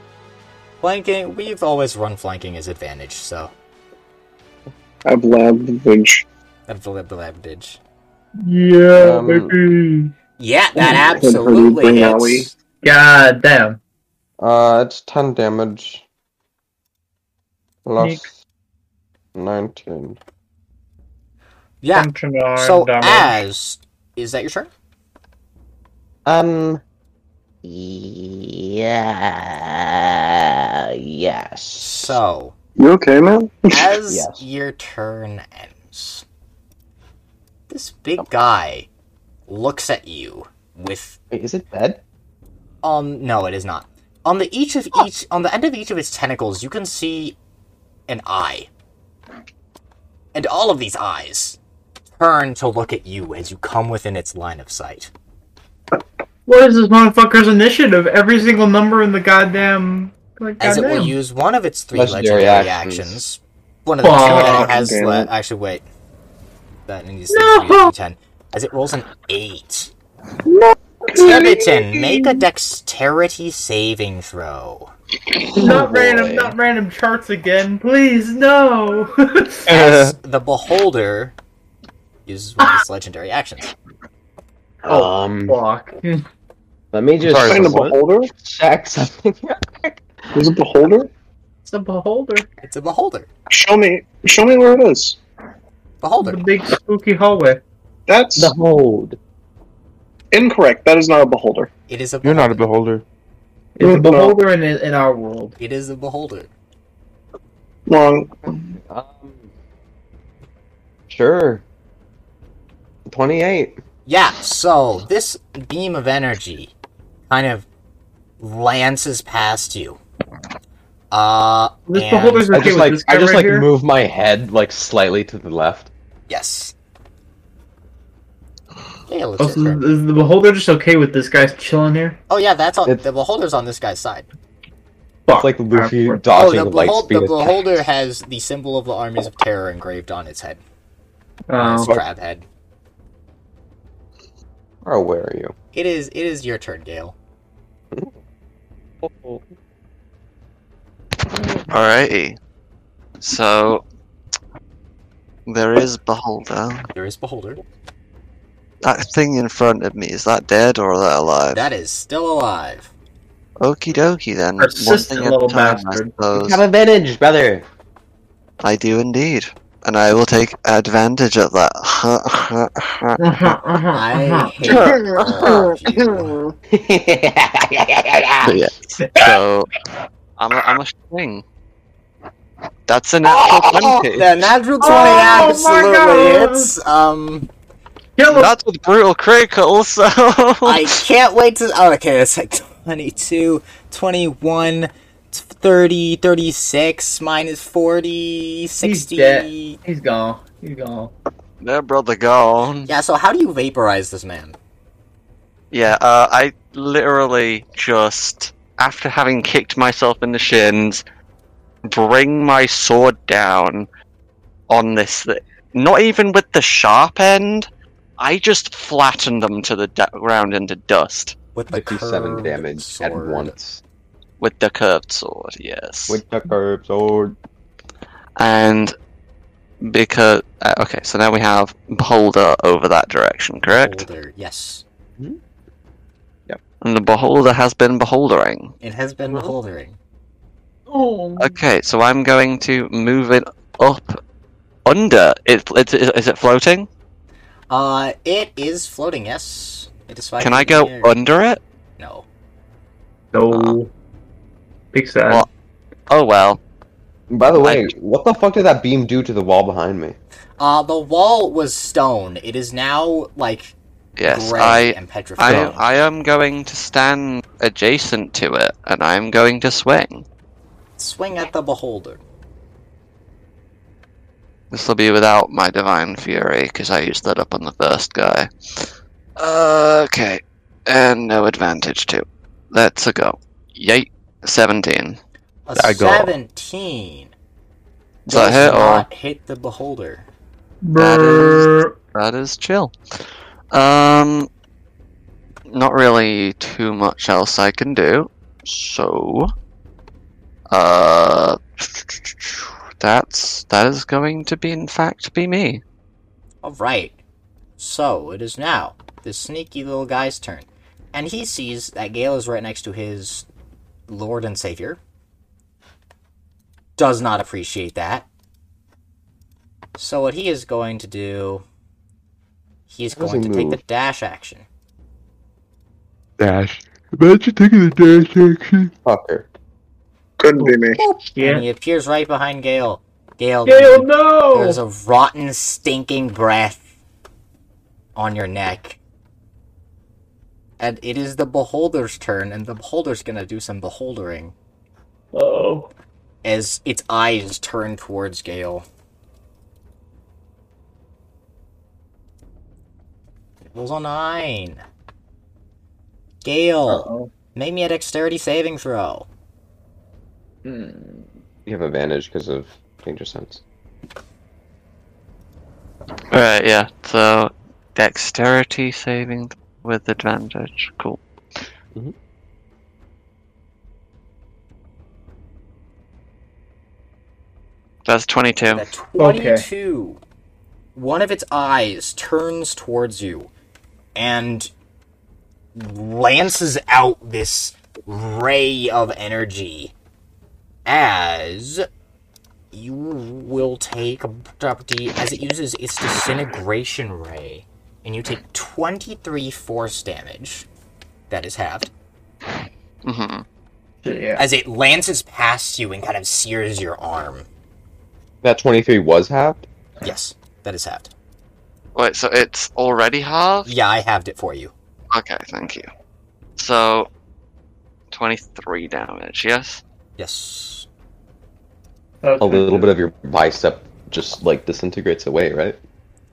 [SPEAKER 1] Flanking. We've always run flanking as advantage, so
[SPEAKER 6] I've labbed
[SPEAKER 1] that's a little advantage.
[SPEAKER 5] Yeah,
[SPEAKER 7] Um,
[SPEAKER 5] baby.
[SPEAKER 1] Yeah, that
[SPEAKER 6] Ooh,
[SPEAKER 1] absolutely
[SPEAKER 6] bring
[SPEAKER 1] hits.
[SPEAKER 5] God damn.
[SPEAKER 7] Uh, it's ten damage. Plus nineteen.
[SPEAKER 1] Yeah.
[SPEAKER 5] Functional
[SPEAKER 1] So
[SPEAKER 5] damage.
[SPEAKER 1] as is that your turn?
[SPEAKER 7] Um,
[SPEAKER 10] Yeah. Yes.
[SPEAKER 1] So
[SPEAKER 6] You okay, man?
[SPEAKER 1] as
[SPEAKER 10] Yes.
[SPEAKER 1] your turn ends, this big guy looks at you with
[SPEAKER 7] Wait, is it dead?
[SPEAKER 1] um no, it is not. On the each of each on the end of each of its tentacles, you can see an eye. And all of these eyes turn to look at you as you come within its line of sight.
[SPEAKER 5] What is this motherfucker's initiative? Every single number in the goddamn like
[SPEAKER 1] As it
[SPEAKER 5] goddamn.
[SPEAKER 1] will use one of its three legendary,
[SPEAKER 7] Legendary
[SPEAKER 1] actions.
[SPEAKER 7] actions.
[SPEAKER 1] One of the two that
[SPEAKER 5] Fuck.
[SPEAKER 1] it has
[SPEAKER 6] Damn
[SPEAKER 1] le-
[SPEAKER 6] it.
[SPEAKER 1] actually wait. That needs to be
[SPEAKER 5] No.
[SPEAKER 1] ten. As it rolls an eight. Skeleton, make a dexterity saving throw.
[SPEAKER 5] not random, not random charts again, please. No.
[SPEAKER 1] As the beholder uses one of its legendary actions.
[SPEAKER 7] Um,
[SPEAKER 5] Oh, Fuck.
[SPEAKER 7] let me just
[SPEAKER 2] Sorry,
[SPEAKER 6] Find a
[SPEAKER 2] what?
[SPEAKER 6] beholder?
[SPEAKER 7] check something.
[SPEAKER 6] Is it beholder?
[SPEAKER 5] It's a beholder.
[SPEAKER 1] It's a beholder.
[SPEAKER 6] Show me. Show me where it is.
[SPEAKER 5] The
[SPEAKER 1] Beholder.
[SPEAKER 5] big spooky hallway.
[SPEAKER 6] That's
[SPEAKER 10] The hold.
[SPEAKER 6] incorrect. That is not a beholder.
[SPEAKER 1] It is a
[SPEAKER 2] You're
[SPEAKER 1] beholder.
[SPEAKER 2] not a beholder.
[SPEAKER 5] It's a
[SPEAKER 6] No.
[SPEAKER 5] beholder in in our world.
[SPEAKER 1] It is a beholder.
[SPEAKER 6] Wrong.
[SPEAKER 5] Oh,
[SPEAKER 7] Um, sure. Twenty-eight.
[SPEAKER 1] Yeah, so this beam of energy kind of lances past you. Uh,
[SPEAKER 5] This
[SPEAKER 1] and-
[SPEAKER 5] beholder's
[SPEAKER 7] I
[SPEAKER 5] okay
[SPEAKER 7] just
[SPEAKER 5] with
[SPEAKER 7] like
[SPEAKER 5] this guy
[SPEAKER 7] I just
[SPEAKER 5] right
[SPEAKER 7] like
[SPEAKER 5] here.
[SPEAKER 7] move my head like slightly to the left.
[SPEAKER 1] Yes. Yeah,
[SPEAKER 5] Oh,
[SPEAKER 1] let's
[SPEAKER 5] so is is the beholder just okay with this guy's chilling here?
[SPEAKER 1] oh yeah, that's on,
[SPEAKER 7] It's-
[SPEAKER 1] the beholder's on this guy's side.
[SPEAKER 7] It's like Luffy
[SPEAKER 1] Oh,
[SPEAKER 5] Alright,
[SPEAKER 7] dodging
[SPEAKER 1] the,
[SPEAKER 7] light
[SPEAKER 1] behol-
[SPEAKER 7] speed.
[SPEAKER 1] the beholder has the symbol of the armies of terror engraved on its head, on
[SPEAKER 5] Oh,
[SPEAKER 1] its crab head.
[SPEAKER 7] Oh, where are you?
[SPEAKER 1] It is. It is your turn, Gale.
[SPEAKER 3] Alrighty. So there is Beholder.
[SPEAKER 1] There is beholder.
[SPEAKER 3] That thing in front of me, is that dead or is that alive?
[SPEAKER 1] That is still alive.
[SPEAKER 3] Okie dokie then. One
[SPEAKER 5] Persistent
[SPEAKER 3] thing at
[SPEAKER 5] little
[SPEAKER 3] a time, I
[SPEAKER 5] bastard.
[SPEAKER 3] suppose.
[SPEAKER 7] advantage, brother.
[SPEAKER 3] I do indeed. And I will take advantage of that.
[SPEAKER 5] Uh-huh,
[SPEAKER 1] I hate all of you.
[SPEAKER 3] yeah. So I'm a, I'm a swing. That's a natural 20.
[SPEAKER 1] The Oh, natural twenty
[SPEAKER 5] Oh, my
[SPEAKER 1] absolutely
[SPEAKER 5] God.
[SPEAKER 1] hits. Um,
[SPEAKER 5] Kill him.
[SPEAKER 3] That's with brutal critical, so
[SPEAKER 1] I can't wait to. Oh, okay, that's like 22, 21, t- 30, 36, minus 40,
[SPEAKER 5] dead.
[SPEAKER 1] 60.
[SPEAKER 5] He's gone. He's gone.
[SPEAKER 3] no brother gone.
[SPEAKER 1] Yeah, so how do you vaporize this man?
[SPEAKER 3] Yeah, uh, I literally just after having kicked myself in the shins, bring my sword down on this. Th- not even with the sharp end, I just flattened them to the da- ground into dust.
[SPEAKER 1] With
[SPEAKER 3] the
[SPEAKER 7] 57 damage at once.
[SPEAKER 3] With the curved sword, yes.
[SPEAKER 7] With the curved sword.
[SPEAKER 3] And because uh, okay, so now we have beholder over that direction, correct?
[SPEAKER 1] Beholder, yes.
[SPEAKER 5] Hmm?
[SPEAKER 3] And the beholder has been beholdering.
[SPEAKER 1] It has been beholdering.
[SPEAKER 13] Oh.
[SPEAKER 3] Okay, so I'm going to move it up under. It, it, is, is it floating?
[SPEAKER 1] Uh, it is floating. Yes, it is. five
[SPEAKER 3] Can I
[SPEAKER 1] feet in
[SPEAKER 3] go
[SPEAKER 1] the air.
[SPEAKER 3] under it?
[SPEAKER 1] No.
[SPEAKER 5] No. Big sad.
[SPEAKER 3] Well, oh well.
[SPEAKER 7] By the way, what the fuck did that beam do to the wall behind me?
[SPEAKER 1] Uh, the wall was stone. It is now like
[SPEAKER 3] Yes,
[SPEAKER 1] gray
[SPEAKER 3] I,
[SPEAKER 1] and
[SPEAKER 3] I,
[SPEAKER 1] petrified.
[SPEAKER 3] I am going to stand adjacent to it, and I'm going to swing.
[SPEAKER 1] Swing at the beholder.
[SPEAKER 3] This will be without my divine fury because I used that up on the first guy. Okay, and no advantage too. Let's a go. Yay, seventeen.
[SPEAKER 1] A
[SPEAKER 3] I go.
[SPEAKER 1] seventeen
[SPEAKER 3] Does that
[SPEAKER 1] does
[SPEAKER 3] hit or
[SPEAKER 1] not hit the beholder.
[SPEAKER 3] that is, that is chill. Um, not really too much else I can do. So, uh, that's that is going to be in fact be me.
[SPEAKER 1] All right. So it is now the sneaky little guy's turn, and he sees that Gale is right next to his lord and savior. Does not appreciate that. So what he is going to do, he is
[SPEAKER 7] How does he
[SPEAKER 1] going to take the
[SPEAKER 7] move?
[SPEAKER 1] dash action.
[SPEAKER 2] Dash. Imagine taking the dash action.
[SPEAKER 7] Fucker.
[SPEAKER 6] Couldn't be me.
[SPEAKER 1] And he appears right behind Gale. Gale,
[SPEAKER 5] Gale,
[SPEAKER 1] you-
[SPEAKER 5] no!
[SPEAKER 1] There's a rotten, stinking breath on your neck. And it is the beholder's turn, and the beholder's gonna do some beholdering
[SPEAKER 5] Oh.
[SPEAKER 1] as its eyes turn towards Gale. It rolls a nine. Gale, make me a dexterity saving throw.
[SPEAKER 7] You have advantage because of danger sense.
[SPEAKER 3] Right, yeah. So dexterity saving th- with advantage. Cool.
[SPEAKER 7] Mhm.
[SPEAKER 3] That's twenty-two.
[SPEAKER 1] The 22. One of its eyes turns towards you and lances out this ray of energy as you will take property as it uses its disintegration ray and you take 23 force damage that is halved
[SPEAKER 3] Mm-hmm.
[SPEAKER 5] Yeah.
[SPEAKER 1] as it lances past you and kind of sears your arm
[SPEAKER 7] That 23 was halved?
[SPEAKER 1] yes that is halved
[SPEAKER 3] Wait, so it's already halved?
[SPEAKER 1] yeah i halved it for you
[SPEAKER 3] Okay, thank you. So, twenty-three damage. Yes.
[SPEAKER 1] yes
[SPEAKER 7] A little bit of your bicep just like disintegrates away, right?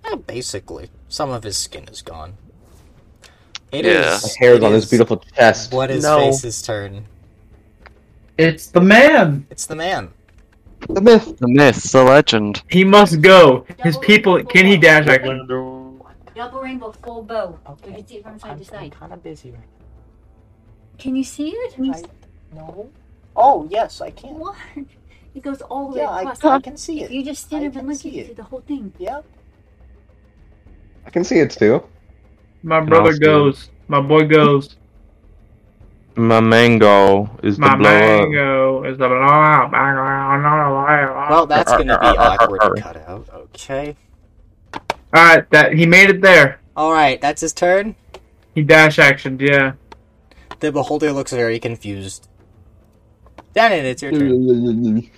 [SPEAKER 1] Yeah, basically, some of his skin is gone. It is.
[SPEAKER 3] Yeah.
[SPEAKER 7] The hair's
[SPEAKER 1] it
[SPEAKER 7] on his
[SPEAKER 1] is
[SPEAKER 7] beautiful chest.
[SPEAKER 1] What is
[SPEAKER 7] No.
[SPEAKER 1] Face's turn?
[SPEAKER 5] It's the man.
[SPEAKER 1] It's the man.
[SPEAKER 7] The myth.
[SPEAKER 3] The myth, the legend.
[SPEAKER 5] He must go. His people. Can he dash action?
[SPEAKER 14] Double rainbow, full bow. You can see it from side to side.
[SPEAKER 1] kind of busy right
[SPEAKER 14] Can you see it?
[SPEAKER 1] No. Oh yes, I can.
[SPEAKER 14] What? It goes all the way
[SPEAKER 1] Yeah, I-
[SPEAKER 14] across.
[SPEAKER 1] I can see
[SPEAKER 14] If
[SPEAKER 1] it.
[SPEAKER 14] You just stand
[SPEAKER 1] I
[SPEAKER 14] up and
[SPEAKER 1] can
[SPEAKER 14] look
[SPEAKER 1] see
[SPEAKER 14] at
[SPEAKER 1] it.
[SPEAKER 14] the whole thing.
[SPEAKER 1] Yep.
[SPEAKER 7] I can see it too.
[SPEAKER 5] My brother
[SPEAKER 2] I'll
[SPEAKER 5] goes. My boy goes.
[SPEAKER 2] My mango is
[SPEAKER 5] My
[SPEAKER 2] the blow up.
[SPEAKER 5] mango is the blah, blah, blah, blah, blah.
[SPEAKER 1] Well, that's gonna be awkward to cut out. Okay.
[SPEAKER 5] All right, that he made it there.
[SPEAKER 1] All right, that's his turn.
[SPEAKER 5] He dash actioned. Yeah.
[SPEAKER 1] The beholder looks very confused. Danon, it's your turn.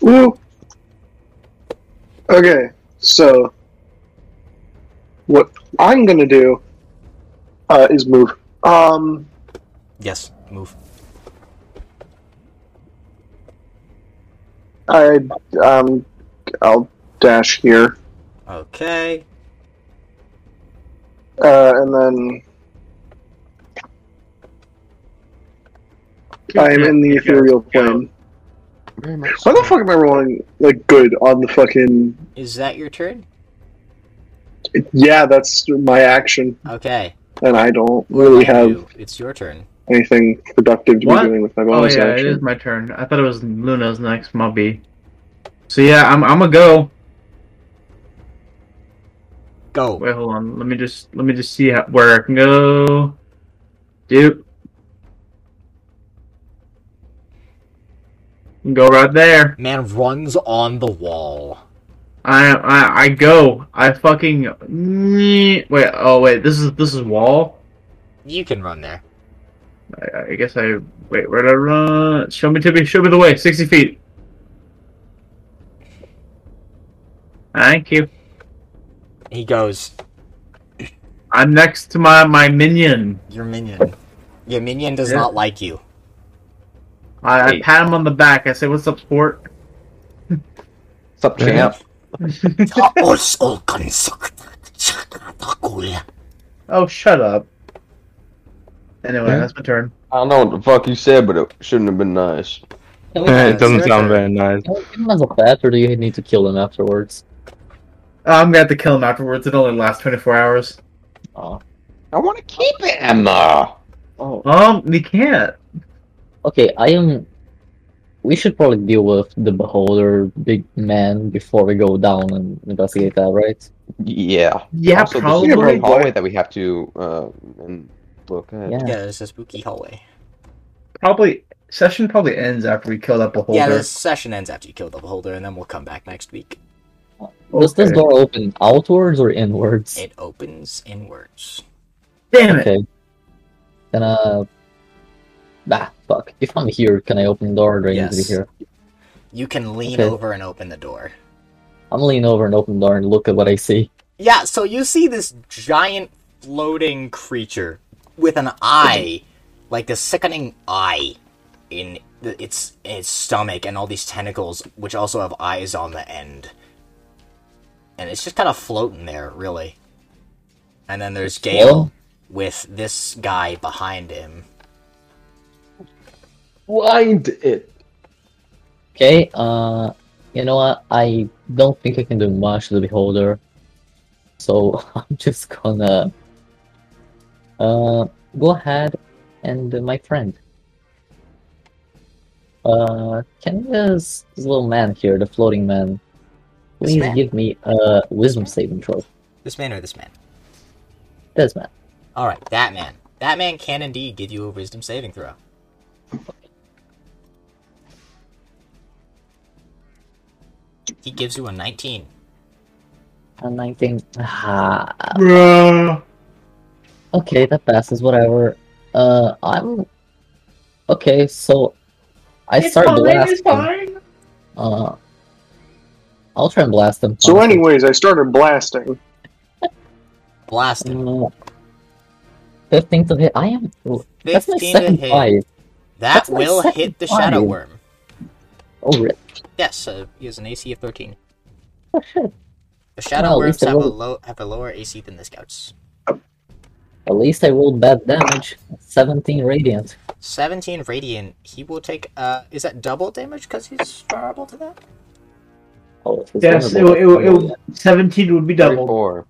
[SPEAKER 6] Woo. Okay, so what I'm gonna do uh, is move. Um,
[SPEAKER 1] Yes, move.
[SPEAKER 6] I um, I'll dash here,
[SPEAKER 1] Okay.
[SPEAKER 6] uh, and then I am in the ethereal plane.
[SPEAKER 7] Very much.
[SPEAKER 6] Why the fuck am I rolling like good on the fucking?
[SPEAKER 1] Is that your turn?
[SPEAKER 6] yeah, that's my action.
[SPEAKER 1] Okay.
[SPEAKER 6] And I don't really
[SPEAKER 10] Um,
[SPEAKER 6] have
[SPEAKER 1] It's your turn.
[SPEAKER 6] anything productive to
[SPEAKER 5] What?
[SPEAKER 6] be doing with my
[SPEAKER 5] oh
[SPEAKER 6] bonus
[SPEAKER 5] yeah,
[SPEAKER 6] action.
[SPEAKER 5] it is my turn. I thought it was Luna's next, Mubby. So yeah, I'm I'm gonna go.
[SPEAKER 1] Go.
[SPEAKER 5] Wait, hold on. Let me just let me just see how, where I can go. Dude. Go right there.
[SPEAKER 1] Man runs on the wall.
[SPEAKER 5] I I I go. I fucking wait. Oh wait, this is this is wall.
[SPEAKER 1] You can run there.
[SPEAKER 5] I, I guess I wait. Where did I run? Show me, Tippy. Show me the way. Sixty feet. Thank you.
[SPEAKER 1] He goes.
[SPEAKER 5] I'm next to my my minion.
[SPEAKER 1] Your minion. Your minion does
[SPEAKER 5] Yeah.
[SPEAKER 1] not like you.
[SPEAKER 5] I, I pat him on the back. I say, "What's up, sport?"
[SPEAKER 7] What's up, champ?
[SPEAKER 5] oh, shut up. Anyway,
[SPEAKER 7] Yeah.
[SPEAKER 5] that's my turn.
[SPEAKER 7] I don't know what the fuck you said, but it shouldn't have been nice.
[SPEAKER 2] it doesn't sound very nice.
[SPEAKER 10] Give him as a bat, or do you need to kill him afterwards?
[SPEAKER 5] I'm gonna have to kill him afterwards. It only lasts 24 hours.
[SPEAKER 10] Oh.
[SPEAKER 7] I want to keep Emma.
[SPEAKER 10] Oh.
[SPEAKER 5] Um, we can't.
[SPEAKER 10] Okay, I am. We should probably deal with the beholder big man before we go down and investigate that, right?
[SPEAKER 7] Yeah.
[SPEAKER 5] Yeah,
[SPEAKER 7] also, This is a
[SPEAKER 5] probably.
[SPEAKER 7] big hallway that we have to uh, and look at.
[SPEAKER 1] Yeah, it's a spooky hallway.
[SPEAKER 5] Probably session probably ends after we kill that beholder.
[SPEAKER 1] Yeah, this session ends after you kill the beholder, and then we'll come back next week.
[SPEAKER 10] Does this door open outwards or inwards?
[SPEAKER 1] It opens inwards.
[SPEAKER 5] Damn it!
[SPEAKER 10] Okay. Then uh. Ah, fuck. If I'm here, can I open the door? Or do I need
[SPEAKER 1] Yes.
[SPEAKER 10] to be here?
[SPEAKER 1] You can lean
[SPEAKER 10] Okay.
[SPEAKER 1] over and open the door.
[SPEAKER 10] I'm gonna lean over and open the door and look at what I see.
[SPEAKER 1] Yeah, so you see this giant floating creature with an eye, like a sickening eye in the, its its stomach and all these tentacles which also have eyes on the end. And it's just kind of floating there, really. And then there's Gale with this guy behind him.
[SPEAKER 7] Blind it.
[SPEAKER 10] Okay, uh, you know what? I don't think I can do much to the beholder, so I'm just gonna uh go ahead and uh, my friend. Uh, can this, this little man here, the floating man,
[SPEAKER 1] This
[SPEAKER 10] please
[SPEAKER 1] man?
[SPEAKER 10] give me a wisdom saving throw?
[SPEAKER 1] This man or this man?
[SPEAKER 10] This man.
[SPEAKER 1] All right, that man. That man can indeed give you a wisdom saving throw. He gives you a 19.
[SPEAKER 10] And I think, ah,
[SPEAKER 5] Bruh.
[SPEAKER 10] okay, that passes, whatever. Uh, I'm okay. So I start blasting. Uh, I'll try and blast them.
[SPEAKER 6] So, anyways, I started blasting.
[SPEAKER 1] Blast him.
[SPEAKER 10] Uh, Fifteen to hit. I am. That's my
[SPEAKER 1] 15 to
[SPEAKER 10] second
[SPEAKER 1] hit.
[SPEAKER 10] fight.
[SPEAKER 1] That
[SPEAKER 10] That's my
[SPEAKER 1] will
[SPEAKER 10] second
[SPEAKER 1] hit the
[SPEAKER 10] time.
[SPEAKER 1] Shadow Worm.
[SPEAKER 10] Oh, really?
[SPEAKER 1] Yes, uh, he has an AC of 13.
[SPEAKER 10] Oh shit!
[SPEAKER 1] The Shadow
[SPEAKER 10] Well, at
[SPEAKER 1] Worms
[SPEAKER 10] least I
[SPEAKER 1] have a,
[SPEAKER 10] rolled-
[SPEAKER 1] low, have a lower AC than the Scouts.
[SPEAKER 10] At least I rolled bad damage. Seventeen radiant.
[SPEAKER 1] 17 Radiant. He will take, uh, is that double damage because he's vulnerable to that?
[SPEAKER 10] Oh, it's
[SPEAKER 5] Yes, it,
[SPEAKER 10] vulnerable.
[SPEAKER 5] will- it, will- it, will- 17 would be doubled.
[SPEAKER 7] 34.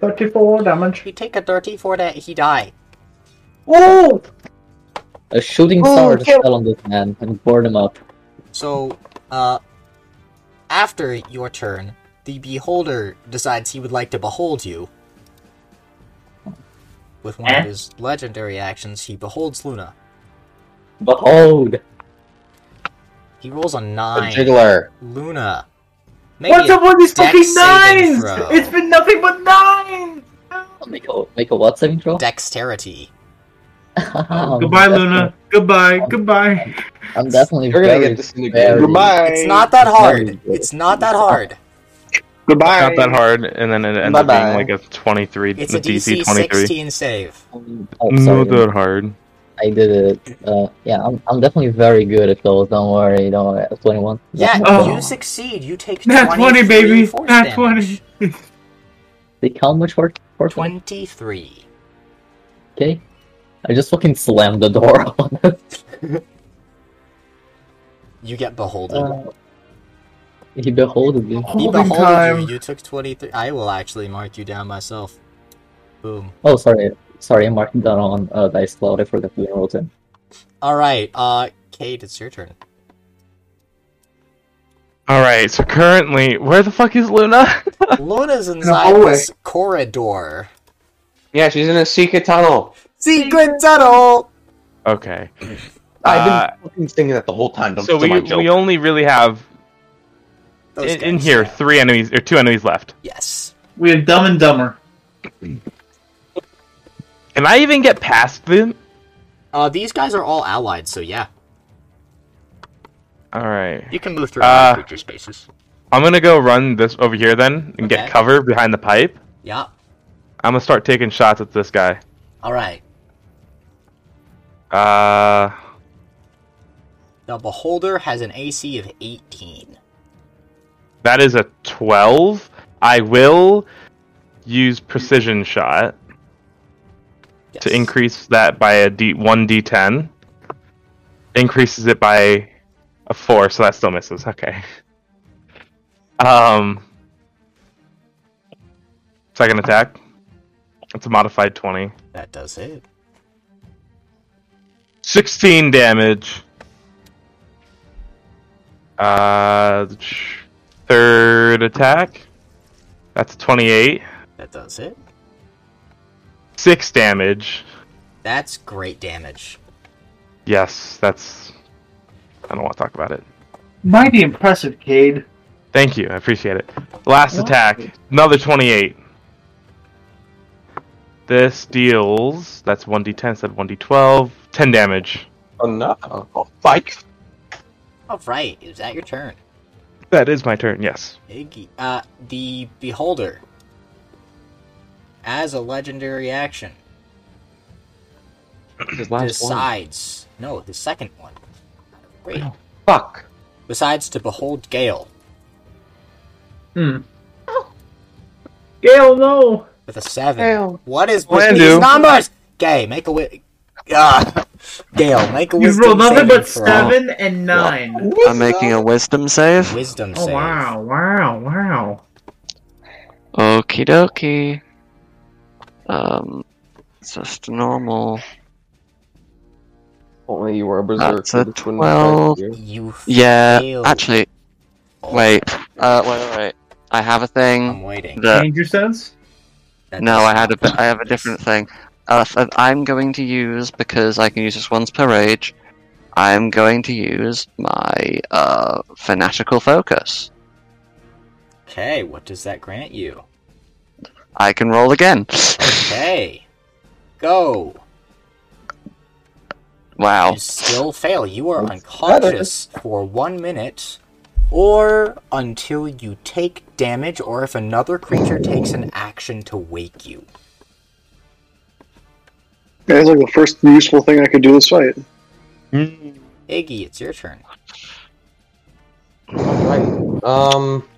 [SPEAKER 5] 34 damage.
[SPEAKER 1] He take a dirty for that, he die.
[SPEAKER 5] Oh!
[SPEAKER 10] A shooting
[SPEAKER 1] Oh,
[SPEAKER 10] star
[SPEAKER 1] kill-
[SPEAKER 10] just fell on this man and bored him up.
[SPEAKER 1] So, uh, after your turn, the beholder decides he would like to behold you. With one of
[SPEAKER 10] Eh?
[SPEAKER 1] his legendary actions, he beholds Luna.
[SPEAKER 10] Behold!
[SPEAKER 1] He rolls a nine.
[SPEAKER 7] jiggler.
[SPEAKER 1] Luna. Make
[SPEAKER 5] What's
[SPEAKER 1] a
[SPEAKER 5] up with these
[SPEAKER 1] dex
[SPEAKER 5] fucking
[SPEAKER 1] saving
[SPEAKER 5] nines?
[SPEAKER 1] throw.
[SPEAKER 5] It's been nothing but nines!
[SPEAKER 10] Oh, Make a make a what saving throw?
[SPEAKER 1] Dexterity.
[SPEAKER 10] I'm
[SPEAKER 5] Uh, Goodbye,
[SPEAKER 10] definitely-
[SPEAKER 5] Luna. Goodbye. Goodbye.
[SPEAKER 10] I'm definitely
[SPEAKER 7] You're gonna
[SPEAKER 10] very,
[SPEAKER 7] get this in the
[SPEAKER 10] very-
[SPEAKER 6] Goodbye.
[SPEAKER 1] It's not that hard. It's not that hard.
[SPEAKER 6] Goodbye.
[SPEAKER 2] Not that hard, and then it ends
[SPEAKER 7] Bye-bye.
[SPEAKER 2] up being like a twenty-three,
[SPEAKER 1] It's
[SPEAKER 2] a
[SPEAKER 1] a
[SPEAKER 2] DC,
[SPEAKER 1] DC
[SPEAKER 2] twenty-three.
[SPEAKER 1] 16 save.
[SPEAKER 10] Oh,
[SPEAKER 2] Not
[SPEAKER 10] sorry.
[SPEAKER 2] that hard.
[SPEAKER 10] I did it. Uh, yeah, I'm, I'm definitely very good at those. Don't worry. Don't worry. 21.
[SPEAKER 1] Yeah,
[SPEAKER 5] Oh.
[SPEAKER 1] you succeed. You take
[SPEAKER 5] Nat 20,
[SPEAKER 1] 23
[SPEAKER 5] baby.
[SPEAKER 1] force
[SPEAKER 5] Nat
[SPEAKER 1] damage.
[SPEAKER 5] 20.
[SPEAKER 10] They count much for, for
[SPEAKER 1] 23.
[SPEAKER 10] Okay. I just fucking slammed the door on it.
[SPEAKER 1] You get beholden.
[SPEAKER 10] Uh, He beholded you.
[SPEAKER 1] He beholds you. You took 23. I will actually mark you down myself. Boom.
[SPEAKER 10] Oh, sorry. Sorry, I marked that on uh, Dice Cloud. I forgot to enroll him.
[SPEAKER 1] All right, uh, Kate, it's your turn.
[SPEAKER 2] All right. So currently, where the fuck is Luna?
[SPEAKER 1] Luna's inside
[SPEAKER 2] hallway.
[SPEAKER 1] this corridor.
[SPEAKER 7] Yeah, she's in a secret tunnel.
[SPEAKER 1] Secret tunnel.
[SPEAKER 2] Okay.
[SPEAKER 7] I've been fucking thinking that the whole time. Don't
[SPEAKER 2] So
[SPEAKER 7] steal
[SPEAKER 2] we
[SPEAKER 7] my joke.
[SPEAKER 2] we only really have
[SPEAKER 1] Those
[SPEAKER 2] in, in
[SPEAKER 1] guys.
[SPEAKER 2] here three enemies or two enemies left.
[SPEAKER 1] Yes.
[SPEAKER 5] We have Dumb and Dumber.
[SPEAKER 2] Can I even get past them?
[SPEAKER 1] Uh, these guys are all allied, so yeah,
[SPEAKER 2] All right.
[SPEAKER 1] you can move through
[SPEAKER 2] Uh,
[SPEAKER 1] creature spaces.
[SPEAKER 2] I'm gonna go run this over here then and get
[SPEAKER 1] Okay.
[SPEAKER 2] cover behind the pipe.
[SPEAKER 1] Yeah.
[SPEAKER 2] I'm gonna start taking shots at this guy.
[SPEAKER 1] All right.
[SPEAKER 2] Uh,
[SPEAKER 1] The beholder has an AC of 18.
[SPEAKER 2] that is a twelve. I will use precision shot to increase that by a d one d10. Increases it by a four, so that still misses. Okay. Um, second attack. It's a modified twenty.
[SPEAKER 1] That does it.
[SPEAKER 2] 16 damage. Uh, sh- third attack. That's 28.
[SPEAKER 1] That does it.
[SPEAKER 2] 6 damage.
[SPEAKER 1] That's great damage.
[SPEAKER 2] Yes, that's. I don't want to talk about it.
[SPEAKER 5] Mighty impressive, Cade.
[SPEAKER 2] Thank you. I appreciate it. Last attack. Another 28. This deals. That's 1d10 instead of 1d12. 10 damage.
[SPEAKER 7] Oh no! Like
[SPEAKER 1] All right, is that your turn?
[SPEAKER 2] That is my turn, yes.
[SPEAKER 1] Iggy. Uh, the beholder. As a legendary action,
[SPEAKER 7] his last one.
[SPEAKER 1] decides. No, the second one. Great.
[SPEAKER 7] Oh, Fuck.
[SPEAKER 1] Decides to behold Gale
[SPEAKER 5] Hmm. Gail, no.
[SPEAKER 1] with a seven.
[SPEAKER 5] Gale.
[SPEAKER 1] What is with
[SPEAKER 5] Landu.
[SPEAKER 1] these numbers? Gay, make a wi- Ah, Gale, make a
[SPEAKER 5] You've
[SPEAKER 1] wisdom
[SPEAKER 5] rolled nothing
[SPEAKER 1] saving
[SPEAKER 5] but
[SPEAKER 1] throw.
[SPEAKER 5] seven and nine.
[SPEAKER 3] I'm making a wisdom save.
[SPEAKER 1] Wisdom
[SPEAKER 5] Oh
[SPEAKER 1] save.
[SPEAKER 5] wow! Wow! Wow!
[SPEAKER 3] Okie dokie. Um, it's just normal.
[SPEAKER 7] Only you were a berserker.
[SPEAKER 3] That's a
[SPEAKER 7] this wouldn't have
[SPEAKER 3] twelve.
[SPEAKER 7] happened to you.
[SPEAKER 1] You
[SPEAKER 3] Uh, Yeah,
[SPEAKER 1] failed.
[SPEAKER 3] actually, wait. Uh, wait, wait, wait. I have a
[SPEAKER 1] I'm
[SPEAKER 3] thing.
[SPEAKER 1] waiting.
[SPEAKER 3] That,
[SPEAKER 5] Change your sense.
[SPEAKER 1] That
[SPEAKER 3] no,
[SPEAKER 1] does
[SPEAKER 3] I had a.
[SPEAKER 1] not
[SPEAKER 3] I have a different thing. Uh, that I'm going to use because I can use this once per rage. I'm going to use my uh, fanatical focus.
[SPEAKER 1] Okay, what does that grant you?
[SPEAKER 3] I can roll again.
[SPEAKER 1] Okay. Go.
[SPEAKER 3] wow.
[SPEAKER 1] You still fail. You are unconscious for one minute or until you take damage or if another creature takes an action to wake you.
[SPEAKER 6] That was like the first useful thing I could do this fight.
[SPEAKER 1] Iggy, it's your turn.
[SPEAKER 7] Right. Um.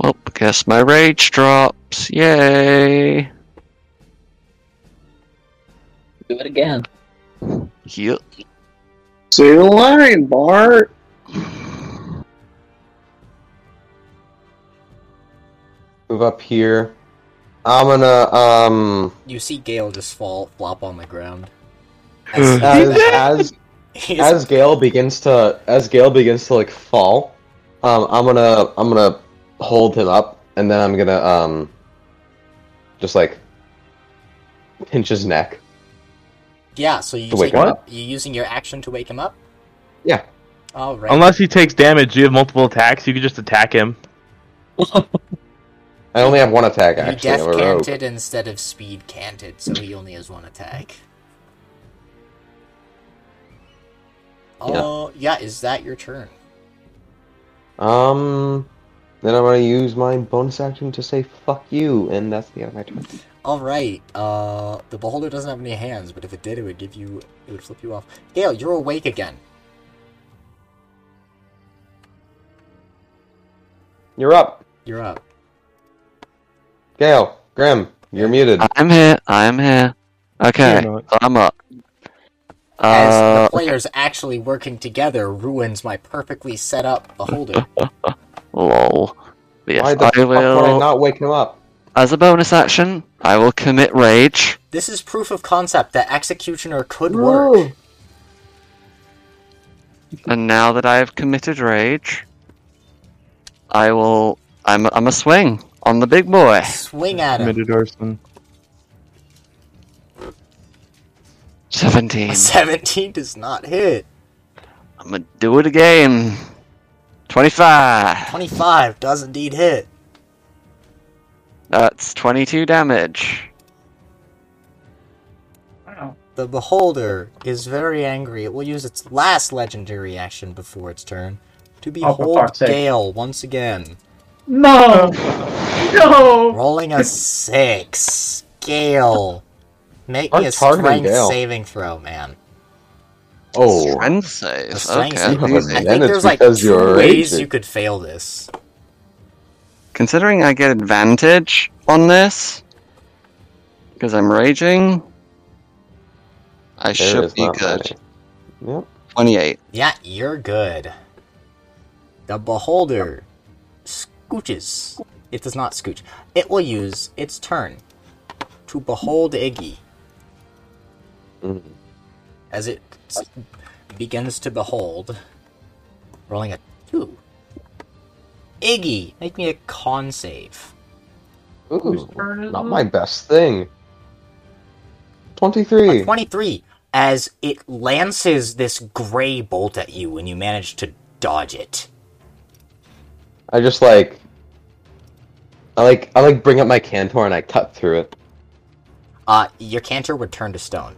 [SPEAKER 3] Well, guess my rage drops. Yay.
[SPEAKER 10] Do it again.
[SPEAKER 3] Yep.
[SPEAKER 6] Say the line, Bart.
[SPEAKER 7] Move up here. I'm gonna um.
[SPEAKER 1] You see Gale just fall, flop on the ground.
[SPEAKER 7] As as
[SPEAKER 1] He's-
[SPEAKER 7] as Gale begins to as Gale begins to like fall, um, I'm gonna I'm gonna hold him up, and then I'm gonna um, just like pinch his neck.
[SPEAKER 1] yeah, so you
[SPEAKER 7] To wake
[SPEAKER 1] take him
[SPEAKER 7] him
[SPEAKER 1] up. You using your action to wake him up?
[SPEAKER 7] Yeah.
[SPEAKER 1] All right.
[SPEAKER 2] Unless he takes damage, you have multiple attacks. You could just attack him.
[SPEAKER 7] I only have one attack
[SPEAKER 1] you
[SPEAKER 7] actually. I'm
[SPEAKER 1] death
[SPEAKER 7] a rogue.
[SPEAKER 1] canted instead of speed canted, so he only has one attack. Oh, yeah, is that your turn?
[SPEAKER 7] Um, then I'm gonna use my bonus action to say "fuck you," and that's the end of my turn.
[SPEAKER 1] All right. Uh, the beholder doesn't have any hands, but if it did, it would give you, it would flip you off. Gale, you're awake again.
[SPEAKER 7] You're up,
[SPEAKER 1] You're up.
[SPEAKER 7] Gale. Grim, you're muted.
[SPEAKER 3] I'm here. I'm here. Okay.
[SPEAKER 7] You're not.
[SPEAKER 3] so I'm up.
[SPEAKER 1] As
[SPEAKER 3] Uh,
[SPEAKER 1] the players actually working together ruins my perfectly set up beholder.
[SPEAKER 3] Lol. But yes,
[SPEAKER 7] Why the
[SPEAKER 3] I
[SPEAKER 7] fuck would I
[SPEAKER 3] will.
[SPEAKER 7] not waking him up?
[SPEAKER 3] As a bonus action, I will commit rage.
[SPEAKER 1] This is proof of concept that Executioner could work.
[SPEAKER 3] And now that I have committed rage, I will. I'm. I'm a swing on the big boy.
[SPEAKER 1] Swing at him.
[SPEAKER 2] Committed arson.
[SPEAKER 3] Seventeen.
[SPEAKER 1] A 17 does not hit.
[SPEAKER 3] I'm gonna do it again. Twenty-five.
[SPEAKER 1] 25 does indeed hit.
[SPEAKER 3] That's twenty-two damage.
[SPEAKER 1] The Beholder is very angry. It will use its last legendary action before its turn to
[SPEAKER 5] Oh, for
[SPEAKER 1] behold
[SPEAKER 5] fuck's sake.
[SPEAKER 1] Gale once again.
[SPEAKER 5] No! No!
[SPEAKER 1] Rolling a 6. Gale. Make me
[SPEAKER 7] Our
[SPEAKER 1] a
[SPEAKER 7] targeting
[SPEAKER 1] strength
[SPEAKER 7] Gale.
[SPEAKER 1] saving throw, man.
[SPEAKER 7] Oh,
[SPEAKER 3] Strength save.
[SPEAKER 1] A strength
[SPEAKER 3] okay.
[SPEAKER 1] saving throw. I
[SPEAKER 7] then
[SPEAKER 1] think
[SPEAKER 7] it's
[SPEAKER 1] there's like
[SPEAKER 7] because
[SPEAKER 1] two
[SPEAKER 7] you're
[SPEAKER 1] ways
[SPEAKER 7] raging.
[SPEAKER 1] you could fail this.
[SPEAKER 3] Considering I get advantage on this because I'm raging,
[SPEAKER 7] There
[SPEAKER 3] I
[SPEAKER 7] is
[SPEAKER 3] should be
[SPEAKER 7] not
[SPEAKER 3] good.
[SPEAKER 7] many. Yep.
[SPEAKER 3] Twenty-eight.
[SPEAKER 1] Yeah, you're good. The Beholder scooches. It does not scooch. It will use its turn to behold Iggy
[SPEAKER 7] Mm-hmm.
[SPEAKER 1] as it s- begins to behold. Rolling a 2. Iggy, make me a con save.
[SPEAKER 7] Ooh, not my best thing. Twenty-three.
[SPEAKER 1] 23 as it lances this gray bolt at you and you manage to dodge it.
[SPEAKER 7] I just like, I like, I like bring up my cantor and I cut through it.
[SPEAKER 1] Uh, your canter would turn to stone.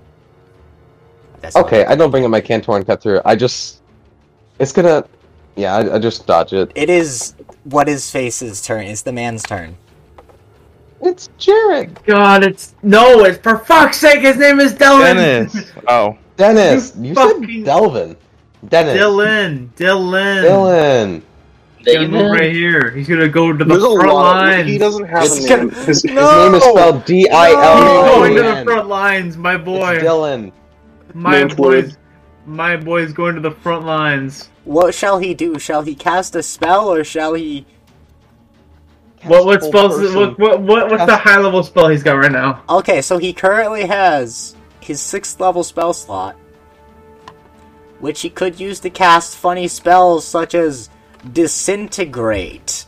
[SPEAKER 1] That's
[SPEAKER 7] okay, I don't bring up my cantor and cut through it. I just, it's gonna, yeah, I, I just dodge it.
[SPEAKER 1] It is what is face's turn. It's the man's turn.
[SPEAKER 7] It's Jared.
[SPEAKER 5] God, it's no! It's for fuck's sake. His name is Dylan.
[SPEAKER 2] Dennis. Oh.
[SPEAKER 7] Dennis, you said Delvin. Dennis.
[SPEAKER 5] Dylan. Dylan.
[SPEAKER 7] Dylan.
[SPEAKER 5] Dylan right here. He's gonna go to the
[SPEAKER 13] There's a
[SPEAKER 5] front
[SPEAKER 13] lot of-
[SPEAKER 5] lines.
[SPEAKER 13] he doesn't have
[SPEAKER 7] It's
[SPEAKER 13] a
[SPEAKER 7] gonna-
[SPEAKER 13] name.
[SPEAKER 7] His, his name is spelled D I L
[SPEAKER 5] going
[SPEAKER 7] L
[SPEAKER 5] to the
[SPEAKER 7] A N.
[SPEAKER 5] front lines, my boy.
[SPEAKER 7] Dylan.
[SPEAKER 5] My
[SPEAKER 7] Man's
[SPEAKER 5] boy's, my boy's going to the front lines.
[SPEAKER 1] What shall he do? Shall he cast a spell or shall he?
[SPEAKER 5] What what
[SPEAKER 1] whole
[SPEAKER 5] spells?
[SPEAKER 1] person.
[SPEAKER 5] What, what what what's the high level spell he's got right now?
[SPEAKER 1] Okay, so he currently has his sixth level spell slot, which he could use to cast funny spells such as disintegrate,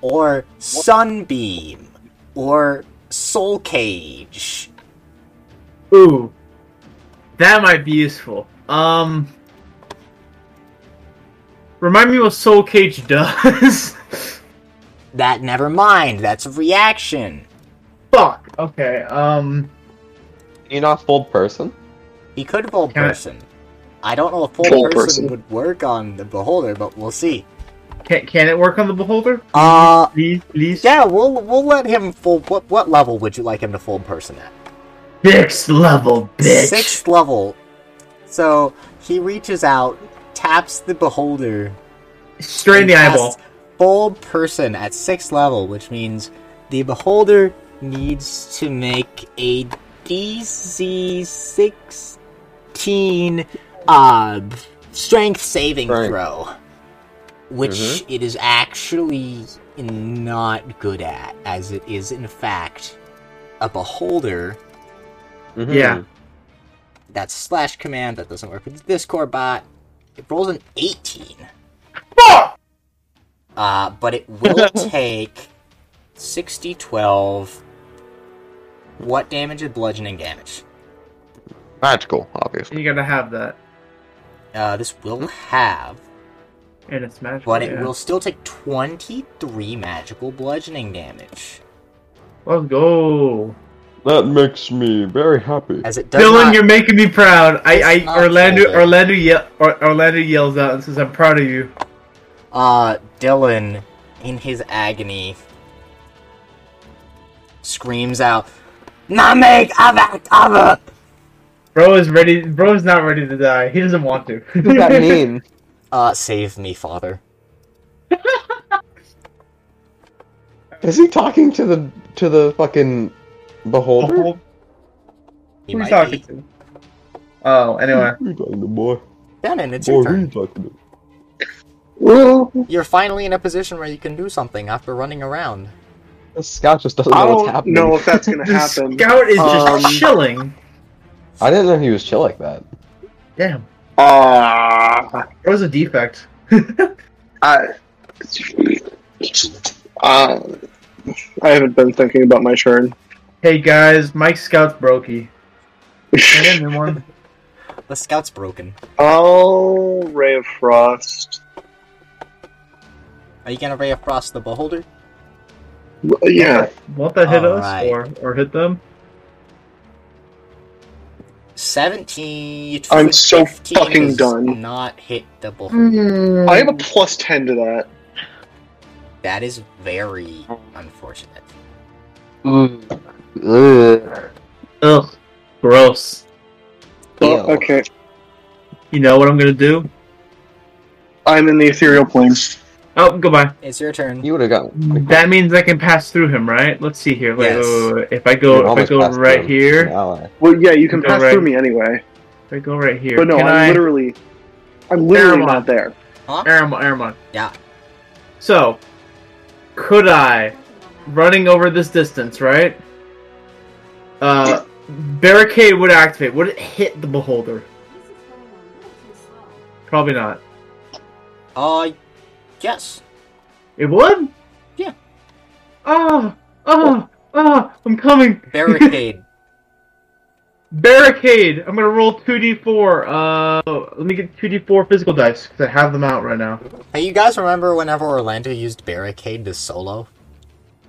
[SPEAKER 1] or sunbeam, or soul cage.
[SPEAKER 5] Ooh, that might be useful. Um, remind me what Soul Cage does.
[SPEAKER 1] That never mind. That's a reaction.
[SPEAKER 5] Fuck. Okay. Um,
[SPEAKER 7] You're not full person.
[SPEAKER 1] He could full
[SPEAKER 5] Can I-
[SPEAKER 1] person. I don't know if full,
[SPEAKER 7] Full
[SPEAKER 1] person,
[SPEAKER 7] person.
[SPEAKER 1] would work on the beholder, but we'll see.
[SPEAKER 5] can can it work on the beholder?
[SPEAKER 1] Uh,
[SPEAKER 5] please, please.
[SPEAKER 1] Yeah, we'll we'll let him full. What what level would you like him to full person at?
[SPEAKER 5] Sixth level, bitch.
[SPEAKER 1] Sixth level. So he reaches out, taps the beholder.
[SPEAKER 5] Straight in
[SPEAKER 1] and casts
[SPEAKER 5] the eyeball.
[SPEAKER 1] Full person at sixth level, which means the beholder needs to make a DC sixteen uh strength saving
[SPEAKER 7] Strength.
[SPEAKER 1] throw. Which
[SPEAKER 7] Mhm.
[SPEAKER 1] it is actually not good at, as it is in fact a beholder
[SPEAKER 7] Mhm.
[SPEAKER 5] Yeah.
[SPEAKER 1] that's slash command that doesn't work with the Discord bot. It rolls an 18. Uh, but it will take 60, 12. What damage is bludgeoning damage?
[SPEAKER 7] Magical, obviously.
[SPEAKER 5] You gotta have that,
[SPEAKER 1] Uh, this will have,
[SPEAKER 5] and it's magical.
[SPEAKER 1] but it
[SPEAKER 5] yeah.
[SPEAKER 1] will still take 23 magical bludgeoning damage.
[SPEAKER 5] Let's go,
[SPEAKER 7] That makes me very happy.
[SPEAKER 1] As it does
[SPEAKER 5] Dylan.
[SPEAKER 1] not-
[SPEAKER 5] you're making me proud. I,
[SPEAKER 1] It's
[SPEAKER 5] I
[SPEAKER 1] not
[SPEAKER 5] Orlando,
[SPEAKER 1] folded.
[SPEAKER 5] Orlando, ye- or, Orlando yells out and says, "I'm proud of you."
[SPEAKER 1] Uh, Dylan, in his agony, screams out, Namek Avak Ava!
[SPEAKER 5] Bro is ready. Bro is not ready to die. He doesn't want to.
[SPEAKER 7] What does that mean?
[SPEAKER 1] Uh, save me, father.
[SPEAKER 7] Is he talking to the to the fucking beholder?
[SPEAKER 5] Who
[SPEAKER 1] He
[SPEAKER 5] you
[SPEAKER 1] might
[SPEAKER 5] talking
[SPEAKER 1] be.
[SPEAKER 5] to? Oh, anyway.
[SPEAKER 7] Who you talking to, boy?
[SPEAKER 1] Denon, it's
[SPEAKER 7] Boy,
[SPEAKER 1] your
[SPEAKER 7] who
[SPEAKER 1] turn.
[SPEAKER 7] you talking to?
[SPEAKER 1] You're finally in a position where you can do something after running around.
[SPEAKER 7] The scout just doesn't
[SPEAKER 1] I
[SPEAKER 7] know
[SPEAKER 1] don't
[SPEAKER 7] what's happening.
[SPEAKER 1] know if that's Um,
[SPEAKER 5] The Scout is just chilling.
[SPEAKER 7] I didn't know he was chill like that.
[SPEAKER 5] Damn.
[SPEAKER 6] Ah.
[SPEAKER 5] That was a defect.
[SPEAKER 6] I, uh, I haven't been thinking about my turn.
[SPEAKER 5] Hey guys, Mike Scout's brokey. And then one.
[SPEAKER 1] The scout's broken.
[SPEAKER 6] Oh, Ray of Frost.
[SPEAKER 1] Are you gonna ray across the beholder?
[SPEAKER 6] Well, yeah.
[SPEAKER 5] Won't that hit us
[SPEAKER 1] Alright.
[SPEAKER 5] or or hit them?
[SPEAKER 1] Seventeen.
[SPEAKER 6] I'm so
[SPEAKER 1] 15
[SPEAKER 6] fucking
[SPEAKER 1] does
[SPEAKER 6] done.
[SPEAKER 1] Not hit the beholder.
[SPEAKER 5] Hmm.
[SPEAKER 6] I have a plus 10 to that.
[SPEAKER 1] That is very unfortunate.
[SPEAKER 5] Ugh, gross.
[SPEAKER 6] Well, okay.
[SPEAKER 5] You know what I'm gonna do?
[SPEAKER 6] I'm in the ethereal plane.
[SPEAKER 5] Oh, goodbye.
[SPEAKER 1] It's your turn.
[SPEAKER 7] You would have gotten.
[SPEAKER 5] That means I can pass through him, right? Let's see here. Wait,
[SPEAKER 6] Yes.
[SPEAKER 5] wait, wait, wait. If I go,
[SPEAKER 7] You'd
[SPEAKER 5] if I
[SPEAKER 7] almost
[SPEAKER 5] go
[SPEAKER 7] passed
[SPEAKER 5] right
[SPEAKER 7] through
[SPEAKER 5] here,
[SPEAKER 7] an ally.
[SPEAKER 6] Well, yeah, you can
[SPEAKER 5] Go
[SPEAKER 6] pass
[SPEAKER 5] right-
[SPEAKER 6] through me anyway.
[SPEAKER 5] if I go right here,
[SPEAKER 6] But no,
[SPEAKER 5] can
[SPEAKER 6] I'm
[SPEAKER 5] I?
[SPEAKER 6] literally, I'm literally
[SPEAKER 5] Aramon.
[SPEAKER 6] not there.
[SPEAKER 5] Aramon, Aramon.
[SPEAKER 1] Yeah.
[SPEAKER 5] So, could I, running over this distance, right? Uh, barricade would activate. Would it hit the beholder? Probably not.
[SPEAKER 1] Uh, yes.
[SPEAKER 5] It would.
[SPEAKER 1] Yeah.
[SPEAKER 5] Ah, ah, ah! I'm coming.
[SPEAKER 1] Barricade.
[SPEAKER 5] Barricade. I'm gonna roll two d four. Uh, let me get two d four physical dice because I have them out right now.
[SPEAKER 1] hey, you guys remember whenever Orlando used barricade to solo?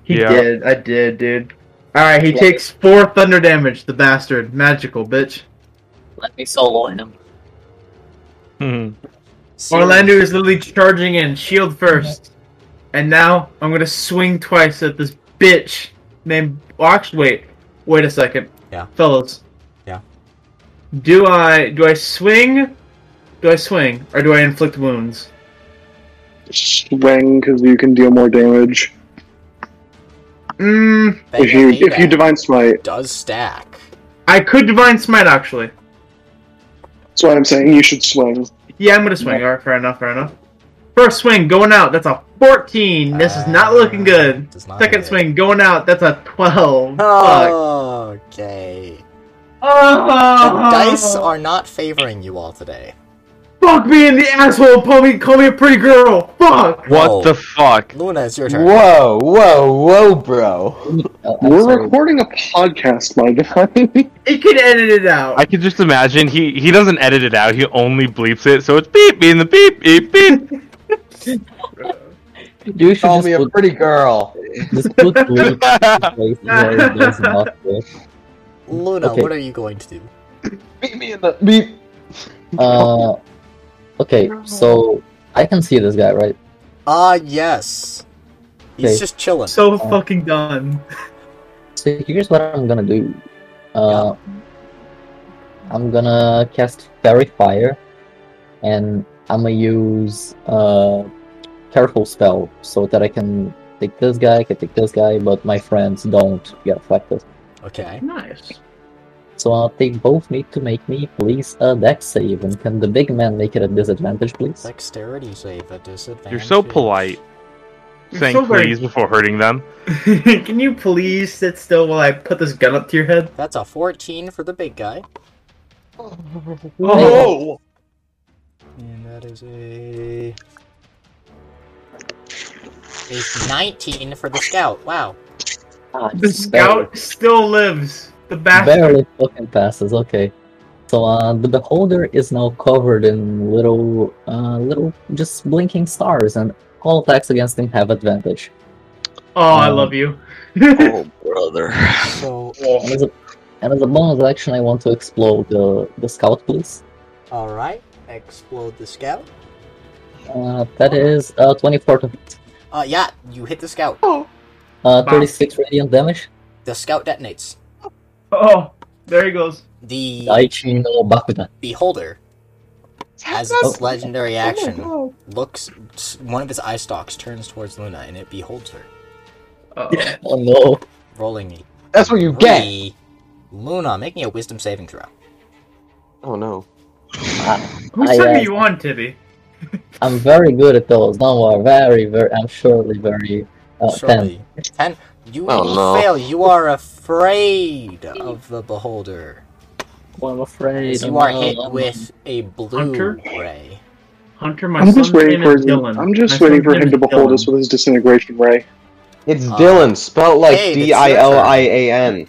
[SPEAKER 5] He
[SPEAKER 2] Yeah.
[SPEAKER 5] did. I did, dude. All right, he
[SPEAKER 1] Yeah.
[SPEAKER 5] takes four thunder damage. The bastard, magical bitch.
[SPEAKER 10] Let me solo him.
[SPEAKER 5] Orlando is literally charging in, shield first, and now I'm gonna swing twice at this bitch named. Well, actually, wait, wait a second.
[SPEAKER 1] Yeah.
[SPEAKER 5] fellas.
[SPEAKER 1] Yeah.
[SPEAKER 5] Do I do I swing? Do I swing or do I inflict wounds?
[SPEAKER 6] Swing because you can deal more damage
[SPEAKER 5] Mm,
[SPEAKER 6] if you if you divine smite.
[SPEAKER 1] does stack.
[SPEAKER 5] I could divine smite actually.
[SPEAKER 6] That's why I'm saying you should swing.
[SPEAKER 5] Yeah, I'm gonna swing. All right, fair enough, fair enough. First swing going out. That's a 14. This is not looking good.
[SPEAKER 1] Uh, not Oh.
[SPEAKER 5] Second swing going out. That's a 12. Fuck.
[SPEAKER 1] Okay.
[SPEAKER 5] Oh.
[SPEAKER 1] The dice are not favoring you all today.
[SPEAKER 5] Fuck me in the asshole. Call me, call me a pretty girl. Fuck.
[SPEAKER 2] What
[SPEAKER 1] Oh.
[SPEAKER 2] the fuck?
[SPEAKER 1] Luna, it's your turn.
[SPEAKER 7] Whoa, whoa, whoa, bro.
[SPEAKER 6] We're recording a podcast, my guy.
[SPEAKER 5] You can edit it out.
[SPEAKER 2] I could just imagine he he doesn't edit it out. He only bleeps it, so it's beep beep the beep beep beep.
[SPEAKER 10] You should
[SPEAKER 7] Call
[SPEAKER 10] just
[SPEAKER 7] me a
[SPEAKER 10] put,
[SPEAKER 7] pretty girl.
[SPEAKER 10] just put bleep in places where it does not work.
[SPEAKER 1] Luna,
[SPEAKER 10] Okay.
[SPEAKER 1] what are you going to do?
[SPEAKER 7] Beat me in the beep.
[SPEAKER 10] Uh, okay, so I can see this guy, right?
[SPEAKER 1] Ah, yes. He's
[SPEAKER 10] Okay.
[SPEAKER 1] just chilling.
[SPEAKER 5] So fucking done.
[SPEAKER 10] So here's what I'm gonna do. Uh, I'm gonna cast Fairy Fire, and I'm gonna use uh, Careful spell so that I can take this guy, I can take this guy, but my friends don't get affected.
[SPEAKER 1] Okay.
[SPEAKER 5] Nice.
[SPEAKER 10] So I'll take both need to make me please a dex save, and can the big man make it a disadvantage, please?
[SPEAKER 1] Dexterity save at disadvantage.
[SPEAKER 2] You're so polite,
[SPEAKER 5] You're
[SPEAKER 2] saying
[SPEAKER 5] so very-
[SPEAKER 2] please before hurting them.
[SPEAKER 5] can you please sit still while I put this gun up to your head?
[SPEAKER 1] That's a 14 for the big guy.
[SPEAKER 5] Oh.
[SPEAKER 1] And that is a. Is 19 for the scout. Wow.
[SPEAKER 5] The scout still lives. The bastard.
[SPEAKER 10] barely fucking passes. Okay, so uh, the beholder is now covered in little, uh, little just blinking stars, and all attacks against him have advantage.
[SPEAKER 5] Oh, I
[SPEAKER 10] Um,
[SPEAKER 5] love you.
[SPEAKER 3] oh, brother.
[SPEAKER 1] So,
[SPEAKER 10] And as a, and as a bonus action, I want to explode the the scout, please.
[SPEAKER 1] alright. Explode the scout.
[SPEAKER 10] Uh, that is uh, twenty four to
[SPEAKER 1] Uh, yeah, you hit the scout.
[SPEAKER 10] uh, thirty six radiant damage.
[SPEAKER 1] The scout detonates.
[SPEAKER 5] Oh, there he goes.
[SPEAKER 1] The
[SPEAKER 10] Daichi no Bakuda.
[SPEAKER 1] beholder has its
[SPEAKER 7] Oh
[SPEAKER 1] legendary action. Looks. One of his eye stalks turns towards Luna and it beholds her.
[SPEAKER 5] Uh-oh.
[SPEAKER 10] Oh no!
[SPEAKER 1] Rolling me.
[SPEAKER 7] That's what you get.
[SPEAKER 1] Three. Luna, make me a wisdom saving throw.
[SPEAKER 7] Oh no.
[SPEAKER 10] Ah,
[SPEAKER 5] Who
[SPEAKER 10] I,
[SPEAKER 5] sent
[SPEAKER 10] uh,
[SPEAKER 5] me you on, Tibby?
[SPEAKER 10] I'm very good at those. Don't worry. Very, very. I'm surely very. Uh,
[SPEAKER 1] Surely. Ten. You
[SPEAKER 10] Oh,
[SPEAKER 1] will
[SPEAKER 10] no.
[SPEAKER 1] fail. You are afraid of the beholder.
[SPEAKER 10] I'm afraid. I'm
[SPEAKER 1] You are
[SPEAKER 10] not-
[SPEAKER 1] hit
[SPEAKER 10] I'm-
[SPEAKER 1] with a blue
[SPEAKER 15] Hunter?
[SPEAKER 1] ray.
[SPEAKER 15] Hunter, my
[SPEAKER 6] I'm
[SPEAKER 15] son's
[SPEAKER 6] just waiting
[SPEAKER 15] name
[SPEAKER 6] for
[SPEAKER 15] is
[SPEAKER 6] him.
[SPEAKER 15] Dylan.
[SPEAKER 6] I'm just
[SPEAKER 15] My
[SPEAKER 6] waiting
[SPEAKER 15] son's
[SPEAKER 6] for
[SPEAKER 15] name
[SPEAKER 6] him
[SPEAKER 15] is
[SPEAKER 6] to behold
[SPEAKER 15] Dylan.
[SPEAKER 6] us with his disintegration ray.
[SPEAKER 7] It's Dylan, spelled like
[SPEAKER 1] Uh, hey, that's
[SPEAKER 7] D I L I A N.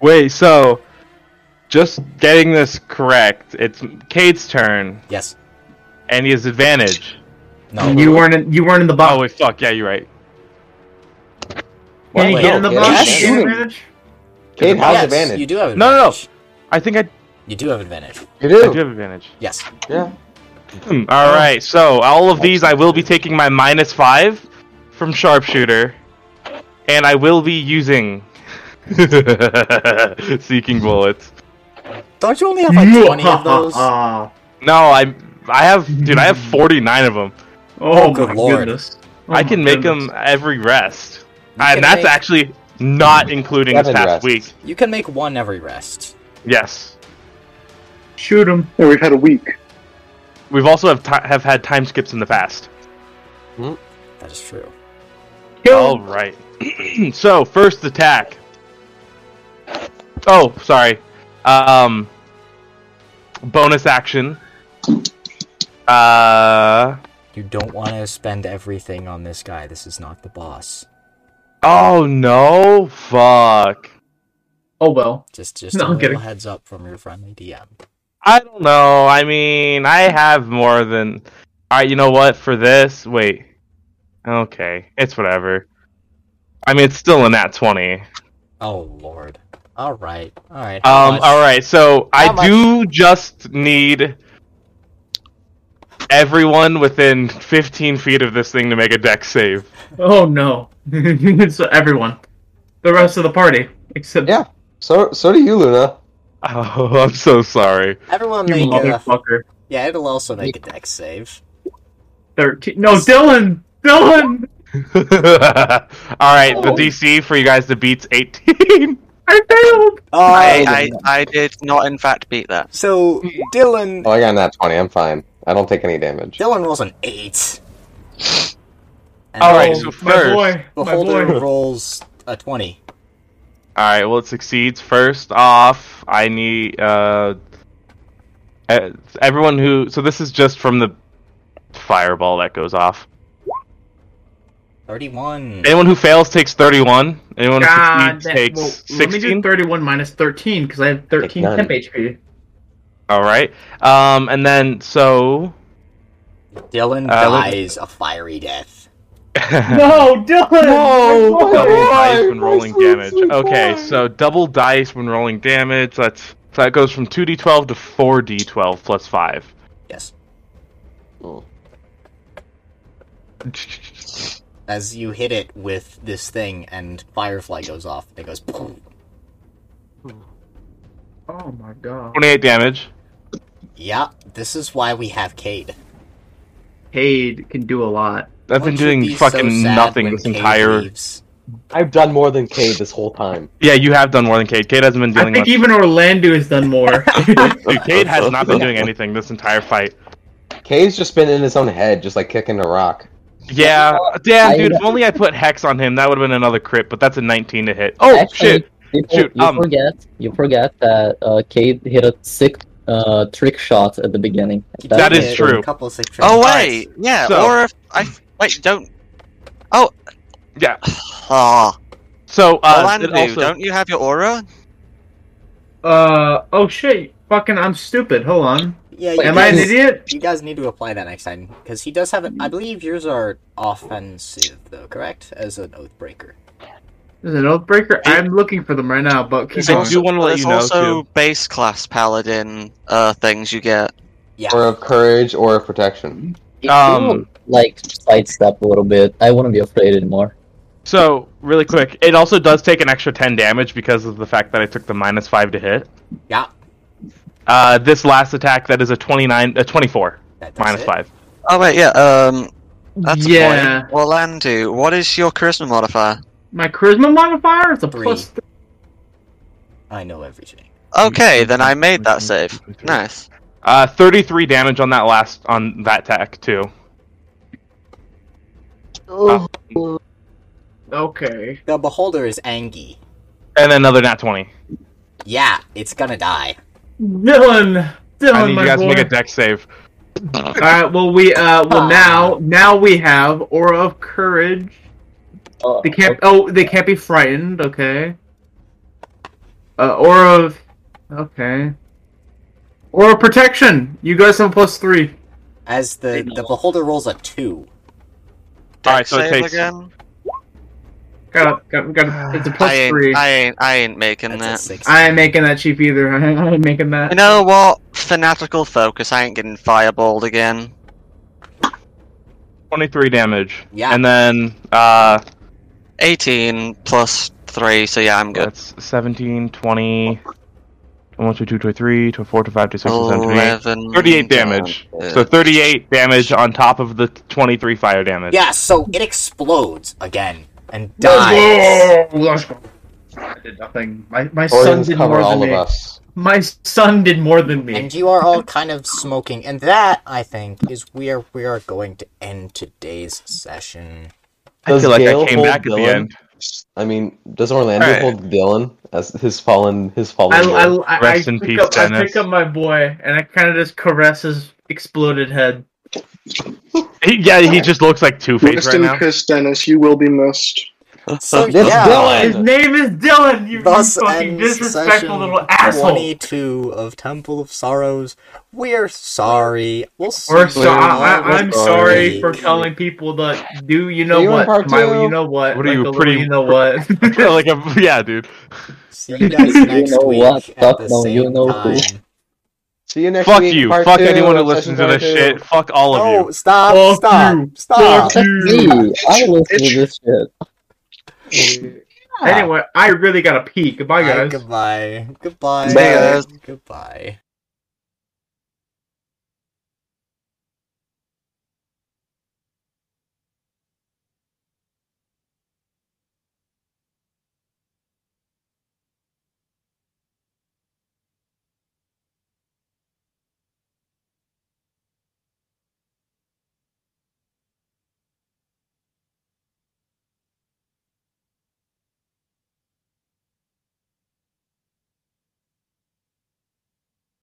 [SPEAKER 2] Wait, so just getting this correct, it's Cade's turn.
[SPEAKER 1] Yes.
[SPEAKER 2] And he has advantage.
[SPEAKER 1] No.
[SPEAKER 5] You weren't. In, you weren't in the box.
[SPEAKER 2] Oh wait, fuck, yeah, you're right.
[SPEAKER 5] Can you get in the
[SPEAKER 7] E.
[SPEAKER 1] Yes.
[SPEAKER 5] box? Get an advantage?
[SPEAKER 7] Cade has
[SPEAKER 1] Yes,
[SPEAKER 7] advantage.
[SPEAKER 1] You do have advantage.
[SPEAKER 2] No, no, no. I think I.
[SPEAKER 1] You do have advantage.
[SPEAKER 7] You do.
[SPEAKER 2] I do have advantage.
[SPEAKER 1] Yes.
[SPEAKER 7] Yeah.
[SPEAKER 2] Hmm, all right, so all of these, I will be taking my minus five from sharpshooter, and I will be using seeking bullets.
[SPEAKER 1] Don't you only have like 20 of those?
[SPEAKER 5] Ah.
[SPEAKER 2] No, I, I have, dude, I have forty nine of them.
[SPEAKER 5] Oh,
[SPEAKER 1] good
[SPEAKER 5] my
[SPEAKER 1] lord.
[SPEAKER 5] goodness. Oh
[SPEAKER 2] I can make them every rest,
[SPEAKER 1] can
[SPEAKER 2] and that's
[SPEAKER 1] make-
[SPEAKER 2] actually not including this
[SPEAKER 7] Seven
[SPEAKER 2] past
[SPEAKER 7] rests.
[SPEAKER 2] week.
[SPEAKER 1] You can make one every rest.
[SPEAKER 2] Yes,
[SPEAKER 5] Shoot him.
[SPEAKER 6] And we've had a week.
[SPEAKER 2] we've also have ti have had time skips in the past.
[SPEAKER 5] Hmm.
[SPEAKER 1] That is true.
[SPEAKER 2] All right. so first attack. Oh, sorry. Um, bonus action. Uh.
[SPEAKER 1] You don't want to spend everything on this guy. This is not the boss.
[SPEAKER 2] Oh no! Fuck.
[SPEAKER 5] Oh well.
[SPEAKER 1] Just, just
[SPEAKER 5] No,
[SPEAKER 1] a
[SPEAKER 5] I'm
[SPEAKER 1] little
[SPEAKER 5] kidding.
[SPEAKER 1] heads up from your friendly DM.
[SPEAKER 2] I don't know. I mean, I have more than. All right. You know what? For this, wait. Okay, it's whatever. I mean, it's still in that twenty.
[SPEAKER 1] Oh lord. All right. All right. how
[SPEAKER 2] Um.
[SPEAKER 1] much?
[SPEAKER 2] All right. So
[SPEAKER 1] How much?
[SPEAKER 2] I do just need everyone within 15 feet of this thing to make a deck save.
[SPEAKER 5] Oh no. it's everyone. The rest of the party, except
[SPEAKER 7] Yeah. So so do you, Luna.
[SPEAKER 2] Oh, I'm so sorry.
[SPEAKER 1] Everyone
[SPEAKER 5] you
[SPEAKER 1] make a.
[SPEAKER 5] motherfucker.
[SPEAKER 1] Yeah, it'll also make a deck save.
[SPEAKER 5] Thirteen. No, Dylan. Dylan.
[SPEAKER 2] all right. The
[SPEAKER 5] Oh.
[SPEAKER 2] DC for you guys to beat's 18.
[SPEAKER 5] I failed.
[SPEAKER 1] Uh,
[SPEAKER 3] I, I, I did not, in fact, beat that.
[SPEAKER 2] Hmm.
[SPEAKER 1] so Dylan.
[SPEAKER 7] Oh, I got that twenty. I'm fine. I don't take any damage.
[SPEAKER 1] Dylan rolls an eight. And
[SPEAKER 2] All right.
[SPEAKER 1] then
[SPEAKER 2] So
[SPEAKER 5] My
[SPEAKER 2] first.
[SPEAKER 5] boy. My
[SPEAKER 1] Beholder
[SPEAKER 5] boy.
[SPEAKER 1] rolls a twenty.
[SPEAKER 2] All right. Well, it succeeds. First off, I need uh, e- everyone who. So this is just from the fireball that goes off.
[SPEAKER 1] Thirty-one.
[SPEAKER 2] Anyone who fails takes 31. Anyone who
[SPEAKER 5] God,
[SPEAKER 2] succeeds
[SPEAKER 5] that,
[SPEAKER 2] takes
[SPEAKER 5] well, let me
[SPEAKER 2] 16.
[SPEAKER 5] do 31 minus 13 because I have 13
[SPEAKER 7] none.
[SPEAKER 5] temp HP.
[SPEAKER 2] All right. Um, and then so
[SPEAKER 1] Dylan
[SPEAKER 2] Uh, let-
[SPEAKER 1] dies a fiery death.
[SPEAKER 5] No, Dylan!
[SPEAKER 2] Oh,
[SPEAKER 7] Oh,
[SPEAKER 2] double dice when rolling damage. Okay, so double dice when rolling damage. That's so that goes from two d12 to four d12 plus five.
[SPEAKER 1] Yes.
[SPEAKER 7] Oh.
[SPEAKER 1] As you hit it with this thing, and Firefly goes off, it goes. boom.
[SPEAKER 5] Oh my god.
[SPEAKER 2] Twenty-eight damage.
[SPEAKER 1] Yeah, this is why we have Cade.
[SPEAKER 5] Cade can do a lot.
[SPEAKER 2] I've
[SPEAKER 1] One
[SPEAKER 2] been
[SPEAKER 1] should
[SPEAKER 2] doing
[SPEAKER 1] be
[SPEAKER 2] fucking
[SPEAKER 1] so sad
[SPEAKER 2] nothing
[SPEAKER 1] when
[SPEAKER 2] this
[SPEAKER 1] Cade
[SPEAKER 2] entire.
[SPEAKER 1] leaves.
[SPEAKER 7] I've done more than Cade this whole time.
[SPEAKER 2] Yeah, you have done more than Cade. Cade hasn't been
[SPEAKER 5] I
[SPEAKER 2] dealing
[SPEAKER 5] think
[SPEAKER 2] much.
[SPEAKER 5] even Orlando has done more.
[SPEAKER 2] Dude, Cade has not been doing anything this entire fight.
[SPEAKER 7] Cade's just been in his own head, just like kicking a rock.
[SPEAKER 2] Yeah, damn,
[SPEAKER 10] I-
[SPEAKER 2] dude. If only I put hex on him, that would have been another crit. But that's a 19 to hit. Oh
[SPEAKER 10] Actually,
[SPEAKER 2] shit!
[SPEAKER 10] You, for-
[SPEAKER 2] Shoot,
[SPEAKER 10] you
[SPEAKER 2] um.
[SPEAKER 10] forget. You forget that uh, Cade hit a sick uh, trick shot at the beginning.
[SPEAKER 2] That
[SPEAKER 1] He
[SPEAKER 2] is
[SPEAKER 1] did
[SPEAKER 2] true.
[SPEAKER 1] A couple six
[SPEAKER 3] Oh,
[SPEAKER 1] rounds.
[SPEAKER 3] wait! Yeah,
[SPEAKER 2] So-
[SPEAKER 3] or if. I, wait, don't. Oh.
[SPEAKER 2] Yeah.
[SPEAKER 3] Ah.
[SPEAKER 2] So uh,
[SPEAKER 3] Orlando,
[SPEAKER 2] it also
[SPEAKER 3] don't you have your aura?
[SPEAKER 5] uh, oh shit. Fucking, I'm stupid. Hold on.
[SPEAKER 1] Yeah, you
[SPEAKER 5] Am I an
[SPEAKER 1] guys-
[SPEAKER 5] idiot?
[SPEAKER 1] You guys need to apply that next time because he does have. An, I believe yours are offensive though, correct? As an oath breaker.
[SPEAKER 5] There's an Oathbreaker. I'm looking for them right now, but keep
[SPEAKER 2] I
[SPEAKER 5] going.
[SPEAKER 2] do want to let
[SPEAKER 3] There's
[SPEAKER 2] you know
[SPEAKER 3] also
[SPEAKER 2] too.
[SPEAKER 3] base class paladin uh, things you get.
[SPEAKER 1] Yeah.
[SPEAKER 7] Or of courage or of protection.
[SPEAKER 10] If
[SPEAKER 2] Um.
[SPEAKER 10] you would, like sidestep a little bit, I wouldn't be afraid anymore.
[SPEAKER 2] So really quick, it also does take an extra 10 damage because of the fact that I took the minus five to hit.
[SPEAKER 1] yeah.
[SPEAKER 2] Uh, this last attack that is a 29, a 24
[SPEAKER 1] That does
[SPEAKER 2] minus
[SPEAKER 1] it.
[SPEAKER 2] five.
[SPEAKER 3] Oh, wait, yeah, um. That's
[SPEAKER 5] Yeah.
[SPEAKER 3] a point. Orlando, what is your charisma modifier?
[SPEAKER 5] My charisma modifier is a
[SPEAKER 1] Three.
[SPEAKER 5] plus.
[SPEAKER 1] I know everything.
[SPEAKER 3] Okay, then I made that save. Nice.
[SPEAKER 2] Uh, 33 damage on that last on that attack too.
[SPEAKER 5] Oh. okay.
[SPEAKER 1] The beholder is Angie.
[SPEAKER 2] And another nat 20.
[SPEAKER 1] Yeah, it's gonna die.
[SPEAKER 5] Dylan, Dylan,
[SPEAKER 2] I need
[SPEAKER 5] my
[SPEAKER 2] you guys
[SPEAKER 5] boy.
[SPEAKER 2] to make a deck save.
[SPEAKER 5] All right. Well, we uh. Well, now now we have aura of courage.
[SPEAKER 1] Uh,
[SPEAKER 5] they can't. Oh, they can't be frightened. Okay. Uh, aura of. Okay. Aura of protection. You guys have plus three.
[SPEAKER 1] As the the beholder rolls a two.
[SPEAKER 2] Alright, so it
[SPEAKER 3] save
[SPEAKER 2] takes
[SPEAKER 3] again.
[SPEAKER 5] Got got got. It's a plus
[SPEAKER 3] I ain't,
[SPEAKER 5] three.
[SPEAKER 3] I ain't. I ain't making that.
[SPEAKER 5] I ain't making that cheap either. I ain't, I ain't making that.
[SPEAKER 3] You know what? Fanatical focus. I ain't getting fireballed again.
[SPEAKER 2] 23 damage.
[SPEAKER 3] Yeah.
[SPEAKER 2] And then uh
[SPEAKER 3] 18 plus 3, so yeah, I'm good.
[SPEAKER 2] That's 17, 20 1, 2, 2, 23, 24, 25, 26,
[SPEAKER 3] 11
[SPEAKER 2] 27, 38 damage.
[SPEAKER 1] damage.
[SPEAKER 2] So 38 damage on top of the 23 fire damage.
[SPEAKER 1] Yeah, so it explodes again and dies.
[SPEAKER 5] Let's go! Let's go. I did nothing. My my
[SPEAKER 1] Or
[SPEAKER 5] son
[SPEAKER 1] just
[SPEAKER 5] did
[SPEAKER 1] cover
[SPEAKER 5] more
[SPEAKER 1] all of
[SPEAKER 5] than me.
[SPEAKER 1] us.
[SPEAKER 5] My son did more than me.
[SPEAKER 1] And you are all kind of smoking, and that I think is where we are going to end today's session.
[SPEAKER 7] Does Gale hold Dylan? I mean, does Orlando
[SPEAKER 1] Alright.
[SPEAKER 7] hold Dylan as his fallen his fallen?
[SPEAKER 5] I, I,
[SPEAKER 7] boy?
[SPEAKER 5] I, I pick up, I pick up my boy and I kind of just caress his exploded head.
[SPEAKER 2] He, yeah, he just looks like Two Face
[SPEAKER 6] Rest
[SPEAKER 2] right
[SPEAKER 6] in
[SPEAKER 2] now.
[SPEAKER 6] peace, Dennis. You will be missed.
[SPEAKER 1] So,
[SPEAKER 6] It's
[SPEAKER 1] yeah.
[SPEAKER 6] Dylan!
[SPEAKER 5] His name is Dylan. You, you fucking
[SPEAKER 1] ends
[SPEAKER 5] disrespectful
[SPEAKER 1] session
[SPEAKER 5] little asshole.
[SPEAKER 1] 22 of Temple of Sorrows. We're sorry. We'll see
[SPEAKER 5] We're
[SPEAKER 1] you
[SPEAKER 5] so, I, I, I'm
[SPEAKER 1] next
[SPEAKER 5] sorry
[SPEAKER 1] week.
[SPEAKER 5] for telling people that do you know
[SPEAKER 1] you in
[SPEAKER 5] what,
[SPEAKER 1] part
[SPEAKER 5] Milo,
[SPEAKER 1] two?
[SPEAKER 5] you know what,
[SPEAKER 2] What are
[SPEAKER 5] like
[SPEAKER 2] you
[SPEAKER 5] the little
[SPEAKER 2] pretty?
[SPEAKER 5] you know what.
[SPEAKER 2] like a, yeah, dude.
[SPEAKER 1] See you guys next
[SPEAKER 10] know
[SPEAKER 1] week
[SPEAKER 10] what?
[SPEAKER 1] at
[SPEAKER 10] Fuck
[SPEAKER 1] the
[SPEAKER 10] no,
[SPEAKER 1] same
[SPEAKER 10] you know who.
[SPEAKER 1] time.
[SPEAKER 7] See you next
[SPEAKER 2] Fuck
[SPEAKER 7] week.
[SPEAKER 2] you.
[SPEAKER 7] part
[SPEAKER 2] Fuck
[SPEAKER 7] two
[SPEAKER 2] anyone who
[SPEAKER 7] of
[SPEAKER 2] listens to
[SPEAKER 7] session
[SPEAKER 2] this
[SPEAKER 7] part two.
[SPEAKER 2] shit. Fuck all of
[SPEAKER 1] No,
[SPEAKER 2] you.
[SPEAKER 1] Oh, stop,
[SPEAKER 2] Fuck
[SPEAKER 1] stop,
[SPEAKER 2] you.
[SPEAKER 1] stop.
[SPEAKER 10] Fuck me. I listen to this shit.
[SPEAKER 5] anyway, I really gotta pee. Goodbye,
[SPEAKER 1] Bye,
[SPEAKER 5] guys.
[SPEAKER 1] goodbye. Goodbye.
[SPEAKER 5] Bye, guys.
[SPEAKER 1] Goodbye.